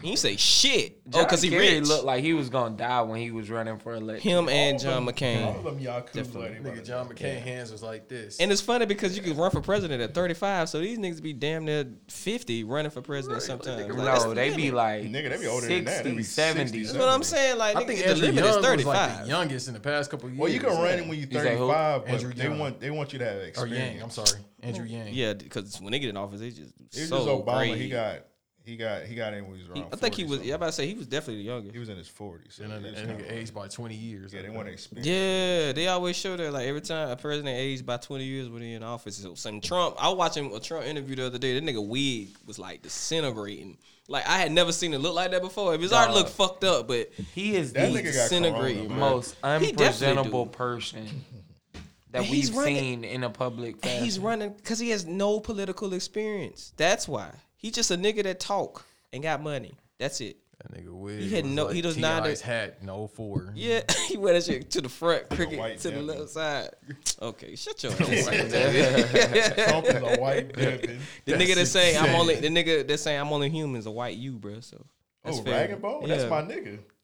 [SPEAKER 18] He ain't say shit. Oh,
[SPEAKER 8] John
[SPEAKER 18] cause he
[SPEAKER 8] Kerry
[SPEAKER 18] rich.
[SPEAKER 8] looked like he was gonna die when he was running for election.
[SPEAKER 18] Him and All John them- McCain.
[SPEAKER 11] All of them y'all cool
[SPEAKER 18] Definitely.
[SPEAKER 11] Nigga, John
[SPEAKER 12] McCain hands was like this.
[SPEAKER 18] And it's funny because you can run for president at 35, so these niggas be damn near 50 running for president sometimes. Like, that's
[SPEAKER 8] No,
[SPEAKER 18] the
[SPEAKER 8] they be
[SPEAKER 18] limit.
[SPEAKER 8] like
[SPEAKER 11] Nigga, they be older than that. They
[SPEAKER 8] 60,
[SPEAKER 11] be
[SPEAKER 8] 70.
[SPEAKER 18] That's what I'm saying. Like,
[SPEAKER 12] I
[SPEAKER 18] niggas,
[SPEAKER 12] think
[SPEAKER 18] the
[SPEAKER 12] Andrew
[SPEAKER 18] limit
[SPEAKER 12] Young
[SPEAKER 18] is
[SPEAKER 12] was like
[SPEAKER 18] 35.
[SPEAKER 12] the youngest in the past couple years.
[SPEAKER 11] Well, you can run it when you're
[SPEAKER 12] You say who?
[SPEAKER 11] 35, but
[SPEAKER 12] Andrew
[SPEAKER 11] they
[SPEAKER 12] Young.
[SPEAKER 11] want they want you to have
[SPEAKER 12] Or
[SPEAKER 11] experience.
[SPEAKER 12] Yang, I'm sorry, Andrew Yang.
[SPEAKER 18] yeah, because when they get in office, they just
[SPEAKER 11] It was
[SPEAKER 18] so
[SPEAKER 11] just Obama.
[SPEAKER 18] great.
[SPEAKER 11] He got he got he got in when he was
[SPEAKER 18] He-
[SPEAKER 11] around.
[SPEAKER 18] I think he
[SPEAKER 11] 40
[SPEAKER 18] was.
[SPEAKER 11] something.
[SPEAKER 18] Yeah, I'm about to say he was definitely the youngest.
[SPEAKER 11] He was in his 40s. So
[SPEAKER 12] And that
[SPEAKER 11] it was
[SPEAKER 12] that
[SPEAKER 11] kinda-
[SPEAKER 12] nigga aged by 20 years.
[SPEAKER 11] yeah, they want to experience.
[SPEAKER 18] Yeah, they always show that. Like every time a president aged by twenty years when he in office, so some Trump. I was watching a Trump interview the other day. That nigga wig was like disintegrating. Like I had never seen it look like that before. If his art
[SPEAKER 8] Dog.
[SPEAKER 18] looked fucked up, but
[SPEAKER 8] he is
[SPEAKER 18] that
[SPEAKER 8] the
[SPEAKER 18] nigga disintegrating. bro.
[SPEAKER 11] (laughs)
[SPEAKER 8] most
[SPEAKER 18] He definitely do. (laughs)
[SPEAKER 8] unpresentable person that
[SPEAKER 18] But he's
[SPEAKER 8] we've
[SPEAKER 18] running-
[SPEAKER 8] seen in a public
[SPEAKER 18] And
[SPEAKER 8] fashion.
[SPEAKER 18] He's running because he has no political experience. That's why he just a nigga that talk and got money. That's it.
[SPEAKER 12] That nigga weird.
[SPEAKER 18] He had no- he does not-
[SPEAKER 8] e-
[SPEAKER 12] His hat in 04.
[SPEAKER 18] Yeah, (laughs) he wear that shit to the front,
[SPEAKER 12] white
[SPEAKER 18] cricket to the
[SPEAKER 12] devil.
[SPEAKER 18] left
[SPEAKER 12] (laughs)
[SPEAKER 18] side. Okay, shut your
[SPEAKER 12] Trump
[SPEAKER 18] ass.
[SPEAKER 12] is
[SPEAKER 18] up,
[SPEAKER 12] a- Trump is
[SPEAKER 18] nigga.
[SPEAKER 11] (laughs)
[SPEAKER 12] a white devil.
[SPEAKER 18] The
[SPEAKER 12] That's
[SPEAKER 18] nigga that's saying I'm
[SPEAKER 12] insane.
[SPEAKER 18] only the nigga that's saying I'm only human is a white you, bro. So that's
[SPEAKER 11] Oh,
[SPEAKER 18] fair.
[SPEAKER 11] Rag and Bone? That's my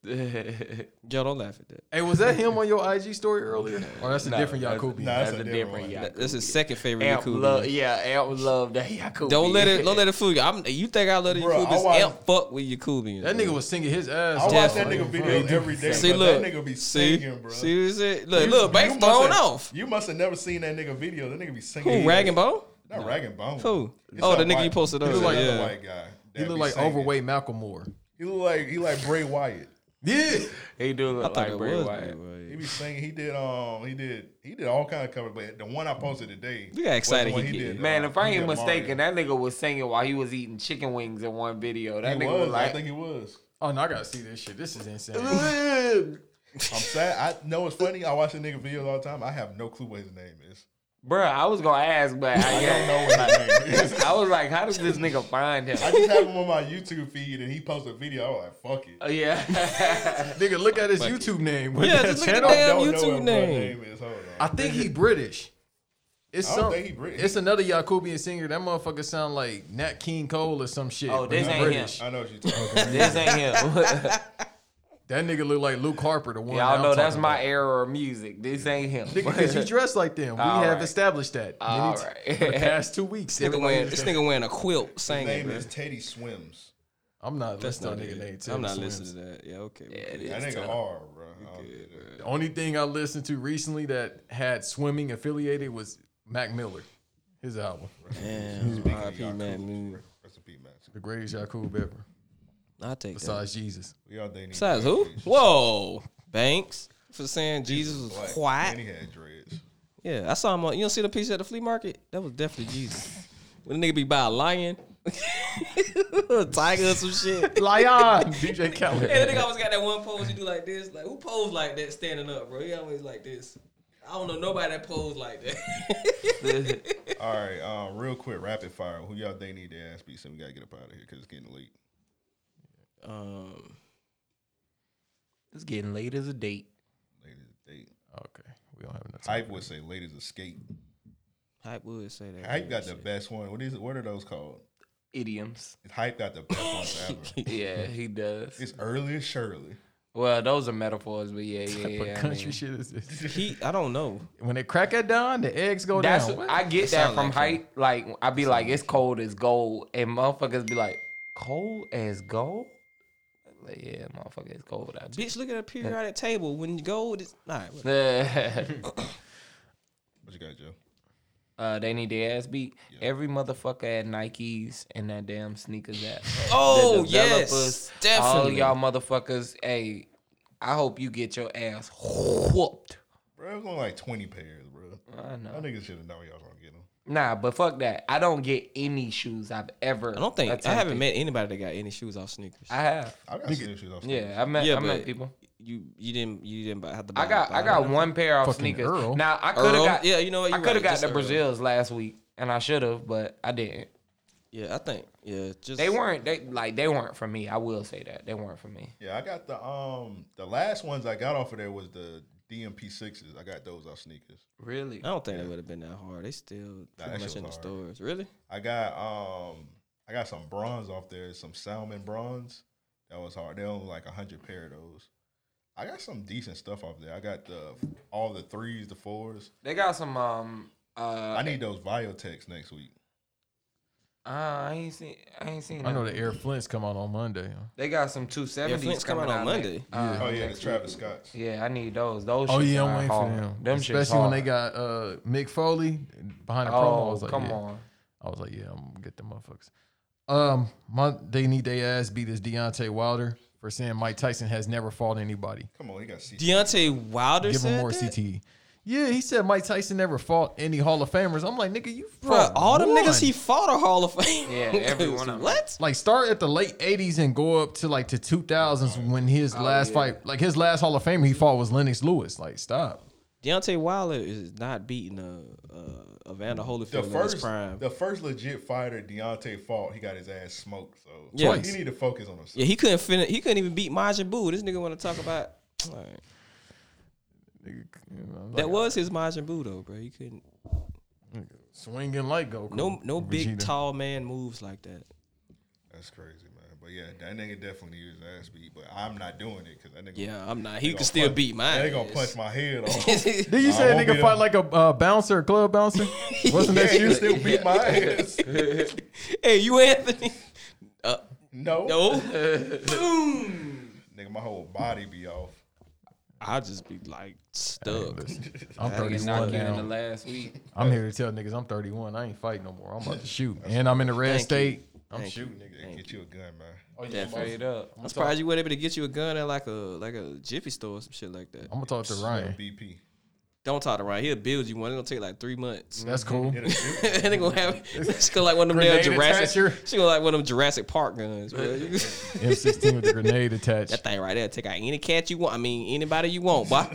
[SPEAKER 18] nigga. Joe, don't laugh at that.
[SPEAKER 12] Hey, was that him on your IG story (laughs) earlier? Or Oh, that's a
[SPEAKER 18] No,
[SPEAKER 12] different
[SPEAKER 18] that's-
[SPEAKER 12] Yakubi.
[SPEAKER 18] no, that's That's a a different
[SPEAKER 12] Yakubi.
[SPEAKER 18] That's his second favorite
[SPEAKER 8] Amp
[SPEAKER 18] Yakubi.
[SPEAKER 8] love, yeah, Amp love that Yakubi.
[SPEAKER 18] Don't let it don't let it fool you. I'm, you think I love the
[SPEAKER 12] Bro, I
[SPEAKER 18] Yakubians?
[SPEAKER 12] watch-
[SPEAKER 18] Amp fuck with Yakubians.
[SPEAKER 12] That
[SPEAKER 18] bro.
[SPEAKER 12] nigga was singing his ass.
[SPEAKER 11] I
[SPEAKER 12] off.
[SPEAKER 11] watch that
[SPEAKER 12] Like,
[SPEAKER 11] nigga
[SPEAKER 12] bro,
[SPEAKER 11] videos
[SPEAKER 12] he-
[SPEAKER 11] every day.
[SPEAKER 18] See,
[SPEAKER 11] but
[SPEAKER 18] look.
[SPEAKER 11] that nigga be
[SPEAKER 18] See?
[SPEAKER 11] singing, bro.
[SPEAKER 18] See what I'm saying? Look,
[SPEAKER 11] You-
[SPEAKER 18] look, Banks
[SPEAKER 11] you must
[SPEAKER 18] thrown
[SPEAKER 11] have-
[SPEAKER 18] off.
[SPEAKER 11] You must have never seen that nigga video. That nigga be singing.
[SPEAKER 18] Who,
[SPEAKER 11] He
[SPEAKER 18] Rag
[SPEAKER 11] is-
[SPEAKER 18] and Bone?
[SPEAKER 11] Not
[SPEAKER 18] No.
[SPEAKER 11] Rag and Bone.
[SPEAKER 18] Who?
[SPEAKER 11] It's
[SPEAKER 18] Oh, the
[SPEAKER 11] some
[SPEAKER 18] nigga
[SPEAKER 11] white-
[SPEAKER 18] you posted
[SPEAKER 11] He
[SPEAKER 18] up.
[SPEAKER 11] look like
[SPEAKER 18] Yeah.
[SPEAKER 11] a white guy.
[SPEAKER 12] He
[SPEAKER 11] that
[SPEAKER 12] look
[SPEAKER 11] be
[SPEAKER 12] like
[SPEAKER 11] singing.
[SPEAKER 12] overweight Malcolm Moore.
[SPEAKER 11] He look like he like Bray Wyatt.
[SPEAKER 12] Yeah,
[SPEAKER 8] (laughs) he do
[SPEAKER 12] I
[SPEAKER 8] look
[SPEAKER 12] thought
[SPEAKER 8] like
[SPEAKER 12] it
[SPEAKER 8] Bray
[SPEAKER 12] was
[SPEAKER 8] Wyatt.
[SPEAKER 11] He be singing. He did um. He did. He did all kind of cover. But the one I posted today.
[SPEAKER 18] Look how excited
[SPEAKER 11] was the one
[SPEAKER 18] he get.
[SPEAKER 11] did,
[SPEAKER 8] Man,
[SPEAKER 11] uh,
[SPEAKER 8] if I
[SPEAKER 11] he did
[SPEAKER 8] ain't
[SPEAKER 11] Mario.
[SPEAKER 8] mistaken, that nigga was singing while he was eating chicken wings in one video. That
[SPEAKER 11] He
[SPEAKER 8] nigga
[SPEAKER 11] was,
[SPEAKER 8] was,
[SPEAKER 11] I
[SPEAKER 8] like,
[SPEAKER 11] think he was.
[SPEAKER 12] (laughs) Oh no, I gotta see this shit. This is insane.
[SPEAKER 11] I'm sad. I know it's funny. I watch the nigga videos all the time. I have no clue what his name is.
[SPEAKER 8] Bruh, I was gonna ask, but I,
[SPEAKER 11] don't know (laughs) what his name is.
[SPEAKER 8] (laughs) I was like, how does this nigga find him?
[SPEAKER 11] I just have him on my YouTube feed, and he posts a video. I was like, "Fuck it."
[SPEAKER 12] (laughs)
[SPEAKER 8] Uh, yeah.
[SPEAKER 12] nigga, look at his
[SPEAKER 11] Fuck it.
[SPEAKER 12] YouTube name. (laughs)
[SPEAKER 18] Yeah,
[SPEAKER 12] that
[SPEAKER 18] just look at
[SPEAKER 12] channel?
[SPEAKER 18] the damn
[SPEAKER 12] I don't know
[SPEAKER 18] YouTube
[SPEAKER 12] what my
[SPEAKER 18] name.
[SPEAKER 11] is. Hold on.
[SPEAKER 12] I think he British. It's
[SPEAKER 11] I don't
[SPEAKER 12] some,
[SPEAKER 11] think he British.
[SPEAKER 12] It's another Yakubian singer. That motherfucker sound like Nat King Cole or some shit.
[SPEAKER 8] Oh,
[SPEAKER 12] but
[SPEAKER 8] this
[SPEAKER 12] he's
[SPEAKER 8] ain't him.
[SPEAKER 12] British.
[SPEAKER 11] I know what you're talking (laughs) about.
[SPEAKER 8] this ain't him.
[SPEAKER 12] That nigga look like Luke Harper, the one. that
[SPEAKER 8] Y'all
[SPEAKER 12] I'm
[SPEAKER 8] know that's
[SPEAKER 12] talking
[SPEAKER 8] my era of music. This ain't him.
[SPEAKER 12] about. nigga because he dressed like them. We
[SPEAKER 8] All
[SPEAKER 12] have
[SPEAKER 8] right.
[SPEAKER 12] established that.
[SPEAKER 8] (laughs) All
[SPEAKER 12] many t-
[SPEAKER 8] right.
[SPEAKER 12] for the
[SPEAKER 8] (laughs)
[SPEAKER 12] past two weeks.
[SPEAKER 18] This nigga,
[SPEAKER 12] everybody
[SPEAKER 18] wearing,
[SPEAKER 12] is
[SPEAKER 18] this
[SPEAKER 12] that.
[SPEAKER 18] nigga wearing a quilt
[SPEAKER 11] His
[SPEAKER 18] singing.
[SPEAKER 11] name
[SPEAKER 18] bro.
[SPEAKER 11] is Teddy Swims.
[SPEAKER 12] I'm not
[SPEAKER 18] That's
[SPEAKER 12] listening
[SPEAKER 18] not
[SPEAKER 12] to that nigga name. Taylor
[SPEAKER 18] I'm not
[SPEAKER 12] Swift.
[SPEAKER 18] listening to that. Yeah, okay. we
[SPEAKER 11] That
[SPEAKER 18] good.
[SPEAKER 11] nigga hard, bro. I don't get it.
[SPEAKER 12] The only thing I listened to recently that had swimming affiliated was Mac Miller, his album.
[SPEAKER 18] Damn, R.I.P. Mac Miller.
[SPEAKER 11] Recipe match.
[SPEAKER 12] The greatest Yakub ever.
[SPEAKER 18] I take that.
[SPEAKER 12] Besides Jesus.
[SPEAKER 11] We all they need.
[SPEAKER 18] Besides who? Whoa, Banks for saying Jesus was
[SPEAKER 11] Black.
[SPEAKER 18] quiet.
[SPEAKER 11] And he had dreads.
[SPEAKER 18] Yeah, I saw him. On, you don't see the piece at the flea market? That was definitely Jesus. when a nigga be by a lion, (laughs) a tiger, or some (laughs) shit.
[SPEAKER 12] Lion! DJ
[SPEAKER 18] And
[SPEAKER 8] (laughs)
[SPEAKER 12] Khaled.
[SPEAKER 18] the nigga always got that one pose you do like this. Like who posed like that standing up, bro? He always like this. I don't know nobody that posed like that. (laughs)
[SPEAKER 11] All right, um, real quick, rapid fire. Who y'all they need their ass beat? So we gotta get up out of here because it's getting late.
[SPEAKER 18] um,
[SPEAKER 8] It's getting late as a date.
[SPEAKER 11] Late as a date.
[SPEAKER 12] Okay. We don't have enough time.
[SPEAKER 11] Hype would say late as a skate.
[SPEAKER 18] Hype would say that.
[SPEAKER 11] Hype got the best one. What is it? What are those called?
[SPEAKER 8] Idioms.
[SPEAKER 11] Hype got the best ones ever.
[SPEAKER 8] Yeah, he does.
[SPEAKER 11] It's early as Shirley.
[SPEAKER 8] Well, those are metaphors, but yeah, yeah, yeah.
[SPEAKER 12] What
[SPEAKER 8] I
[SPEAKER 12] country
[SPEAKER 8] mean.
[SPEAKER 12] shit is this?
[SPEAKER 18] He, I don't know.
[SPEAKER 12] When it crack at dawn, the eggs go
[SPEAKER 8] That's
[SPEAKER 12] down. What?
[SPEAKER 8] I get that from hype. Like I be like, it's cold as gold, and motherfuckers be like, cold as gold. Like, yeah, motherfucker, it's cold out.
[SPEAKER 18] Bitch, look at a periodic table. When you go, it's all right. whatever.
[SPEAKER 8] (laughs) what
[SPEAKER 11] you got, Joe?
[SPEAKER 8] Uh, they need their ass beat. Every motherfucker at Nikes and that damn sneakers app.
[SPEAKER 18] Oh,
[SPEAKER 8] The
[SPEAKER 18] yes,
[SPEAKER 8] developers,
[SPEAKER 18] definitely.
[SPEAKER 8] All y'all motherfuckers. Hey, I hope you get your ass whooped.
[SPEAKER 11] Bro, it was only like 20 pairs, bro.
[SPEAKER 8] I know.
[SPEAKER 11] Y'all niggas should have known y'all was gonna get them.
[SPEAKER 8] Nah, but fuck that. I don't get any shoes I've ever.
[SPEAKER 18] I don't think I haven't
[SPEAKER 8] attempted.
[SPEAKER 18] met anybody that got any shoes off sneakers.
[SPEAKER 8] I have.
[SPEAKER 11] I got Nigga. shoes off
[SPEAKER 8] Yeah, I met. I met
[SPEAKER 18] but
[SPEAKER 8] people.
[SPEAKER 18] You you didn't you didn't buy- have to. Buy
[SPEAKER 8] I got I got one pair off sneakers. Now I could have got
[SPEAKER 18] yeah you know what
[SPEAKER 8] I
[SPEAKER 18] you
[SPEAKER 8] could
[SPEAKER 18] right,
[SPEAKER 8] have got
[SPEAKER 18] just
[SPEAKER 8] the
[SPEAKER 18] Earl.
[SPEAKER 8] Brazils last week and I should have, but I didn't.
[SPEAKER 18] Yeah, I think yeah just
[SPEAKER 8] They weren't they like they weren't for me. I will say that they weren't for me.
[SPEAKER 11] Yeah, I got the um the last ones I got off of there was the DMP sixes. I got those off sneakers.
[SPEAKER 8] Really?
[SPEAKER 18] I don't think it would have been that hard. They still
[SPEAKER 11] Nah,
[SPEAKER 18] pretty
[SPEAKER 11] that
[SPEAKER 18] much
[SPEAKER 11] shit was
[SPEAKER 18] in the
[SPEAKER 11] hard.
[SPEAKER 18] stores. Really?
[SPEAKER 11] I got um I got some bronze off there, some salmon bronze. That was hard. They only like hundred pair of those. I got some decent stuff off there. I got the all the threes, the fours.
[SPEAKER 8] They got some um uh
[SPEAKER 11] I need those Viotex next week.
[SPEAKER 8] uh, I ain't seen I ain't seen
[SPEAKER 12] I know
[SPEAKER 8] them.
[SPEAKER 12] the Air Flints come out on Monday. huh?
[SPEAKER 8] They got some 270s
[SPEAKER 18] Flint's
[SPEAKER 8] coming
[SPEAKER 18] coming
[SPEAKER 8] out
[SPEAKER 18] on Monday.
[SPEAKER 8] next-
[SPEAKER 11] oh yeah, the
[SPEAKER 8] next
[SPEAKER 11] Travis
[SPEAKER 8] week.
[SPEAKER 11] Scotts.
[SPEAKER 8] Yeah, I need those. Those
[SPEAKER 12] Oh
[SPEAKER 8] shits
[SPEAKER 12] yeah,
[SPEAKER 8] are
[SPEAKER 12] I'm waiting for
[SPEAKER 8] hard.
[SPEAKER 12] them.
[SPEAKER 8] Them shits
[SPEAKER 12] Especially when they
[SPEAKER 8] hard.
[SPEAKER 12] got uh, Mick Foley behind the promo. I was
[SPEAKER 8] Oh,
[SPEAKER 12] like,
[SPEAKER 8] come
[SPEAKER 12] yeah.
[SPEAKER 8] on.
[SPEAKER 12] I was like, yeah, I'm gonna get them motherfuckers. Um, my they need their ass beat is Deontay Wilder for saying Mike Tyson has never fought anybody.
[SPEAKER 11] Come on, he got CT.
[SPEAKER 18] Deontay Wilder
[SPEAKER 12] Give him
[SPEAKER 18] said
[SPEAKER 12] more
[SPEAKER 18] that?
[SPEAKER 12] CTE. Yeah, he said Mike Tyson never fought any Hall of Famers. I'm like, nigga, you
[SPEAKER 18] Bro,
[SPEAKER 12] fought
[SPEAKER 18] all them
[SPEAKER 12] one.
[SPEAKER 18] niggas he fought are Hall of Fame.
[SPEAKER 8] Yeah,
[SPEAKER 18] (laughs)
[SPEAKER 8] every one of them.
[SPEAKER 18] What?
[SPEAKER 12] Like start at the late '80s and go up to like to 2000s when
[SPEAKER 18] Oh,
[SPEAKER 12] his last
[SPEAKER 8] yeah.
[SPEAKER 12] fight, like his last Hall of Famer he fought was Lennox Lewis. Like, stop.
[SPEAKER 18] Deontay Wilder is not beating a uh, Evander
[SPEAKER 11] The
[SPEAKER 18] Holyfield in his
[SPEAKER 11] first,
[SPEAKER 18] prime.
[SPEAKER 11] the first legit fighter Deontay fought, he got his ass smoked. So
[SPEAKER 18] Yeah. Twice.
[SPEAKER 11] he need to focus on himself.
[SPEAKER 18] Yeah, he couldn't finish. He couldn't even beat Majin Buu. This nigga want to talk about. All right. That was his Majin Buu though, bro. He couldn't.
[SPEAKER 12] Swinging like go.
[SPEAKER 18] No, no big tall man moves like that.
[SPEAKER 11] That's crazy, man. But yeah, that nigga definitely needs his ass beat. But I'm not doing it because that nigga.
[SPEAKER 18] Yeah, I'm not.
[SPEAKER 11] they
[SPEAKER 18] He
[SPEAKER 11] gonna
[SPEAKER 18] could still
[SPEAKER 11] punch-
[SPEAKER 18] beat mine.
[SPEAKER 11] They gonna
[SPEAKER 18] (laughs)
[SPEAKER 11] punch my head off.
[SPEAKER 12] Did you say a nigga fight like a uh, bouncer,
[SPEAKER 18] (laughs)
[SPEAKER 12] club bouncer? Wasn't
[SPEAKER 11] yeah,
[SPEAKER 12] that you?
[SPEAKER 11] he
[SPEAKER 8] (laughs)
[SPEAKER 11] still beat my ass.
[SPEAKER 18] hey, you Anthony? Uh,
[SPEAKER 11] no,
[SPEAKER 18] (laughs) no.
[SPEAKER 11] nigga, my whole body be off.
[SPEAKER 18] I just be like stuck.
[SPEAKER 12] I'm
[SPEAKER 8] I get knocked
[SPEAKER 12] 31
[SPEAKER 8] you in
[SPEAKER 12] now.
[SPEAKER 8] the last week.
[SPEAKER 12] I'm here to tell niggas I'm 31. I ain't fighting no more. I'm
[SPEAKER 18] (laughs)
[SPEAKER 12] about to shoot, and I'm in the red
[SPEAKER 18] Thank you.
[SPEAKER 12] state. I'm
[SPEAKER 18] Thank you.
[SPEAKER 12] shooting,
[SPEAKER 11] Nigga, get you a gun, man.
[SPEAKER 12] nigga.
[SPEAKER 8] That straight up.
[SPEAKER 18] I'm surprised you weren't able to get you a gun at like a like a jiffy store or some shit like that.
[SPEAKER 12] I'm gonna talk to Ryan.
[SPEAKER 11] BP.
[SPEAKER 18] Don't talk to Ryan. He'll build you one. It'll take like three months. (laughs)
[SPEAKER 12] That's cool.
[SPEAKER 11] It'll shoot.
[SPEAKER 18] and they gonna have (laughs)
[SPEAKER 11] Mm-hmm.
[SPEAKER 18] she's gonna like one of them damn
[SPEAKER 12] Grenade
[SPEAKER 18] Jurassic.
[SPEAKER 12] attacher?
[SPEAKER 18] She gonna like one of them Jurassic Park guns.
[SPEAKER 11] (laughs)
[SPEAKER 18] bro. You- (laughs)
[SPEAKER 12] M16 with the grenade attached.
[SPEAKER 18] that thing right there. Take out any cat you want. I mean anybody you want,
[SPEAKER 11] (laughs)
[SPEAKER 18] boy.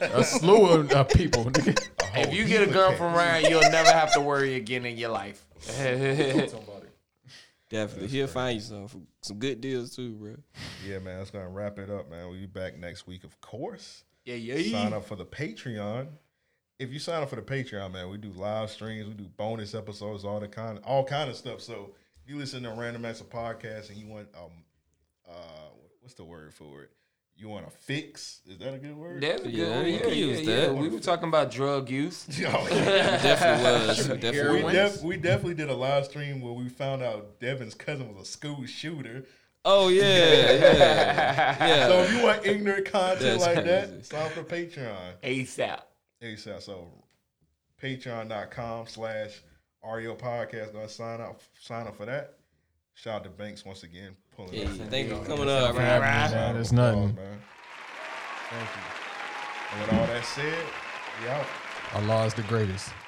[SPEAKER 12] A slew of uh, people. nigga.
[SPEAKER 8] If you get a gun from Ryan, you'll never have to worry again in
[SPEAKER 12] (laughs)
[SPEAKER 8] your life. (laughs)
[SPEAKER 18] Definitely. He'll find you some for some good deals too, bro.
[SPEAKER 11] Yeah, man, that's gonna wrap it up, man. We'll be back next week, of course.
[SPEAKER 8] Yeah, yeah.
[SPEAKER 11] Sign up for the Patreon. If you sign up for the Patreon, man, we do live streams, we do bonus episodes, all the kind, all kind of stuff. So if you listen to Random Acts of Podcast and you want um, uh, what's the word for it? You want a fix? Is that a good word?
[SPEAKER 8] That's a good
[SPEAKER 18] Yeah,
[SPEAKER 8] one.
[SPEAKER 18] you
[SPEAKER 8] Yeah,
[SPEAKER 18] can
[SPEAKER 8] yeah,
[SPEAKER 18] use
[SPEAKER 8] yeah.
[SPEAKER 18] that.
[SPEAKER 8] We were talking about drug use.
[SPEAKER 11] Oh,
[SPEAKER 18] He
[SPEAKER 11] (laughs)
[SPEAKER 18] (laughs)
[SPEAKER 11] yeah.
[SPEAKER 18] definitely was. He
[SPEAKER 11] we,
[SPEAKER 18] definitely was.
[SPEAKER 11] def- we definitely did a live stream where we found out Devin's cousin was a school shooter.
[SPEAKER 18] Oh yeah,
[SPEAKER 11] (laughs)
[SPEAKER 8] (laughs)
[SPEAKER 18] yeah. yeah.
[SPEAKER 11] So if you want ignorant content
[SPEAKER 18] That's
[SPEAKER 11] like
[SPEAKER 18] crazy.
[SPEAKER 11] that, sign up for Patreon.
[SPEAKER 8] ASAP.
[SPEAKER 11] ASAP. So patreon.com slash REO podcast. Gonna sign up sign up for that. Shout out to Banks once again. Pulling
[SPEAKER 18] Yeah,
[SPEAKER 11] up.
[SPEAKER 18] thank you for coming up,
[SPEAKER 12] Yeah,
[SPEAKER 18] man.
[SPEAKER 12] man, it's
[SPEAKER 11] Round of
[SPEAKER 12] nothing.
[SPEAKER 11] applause, man. Thank you. And with all that said, we out.
[SPEAKER 12] Allah is the greatest.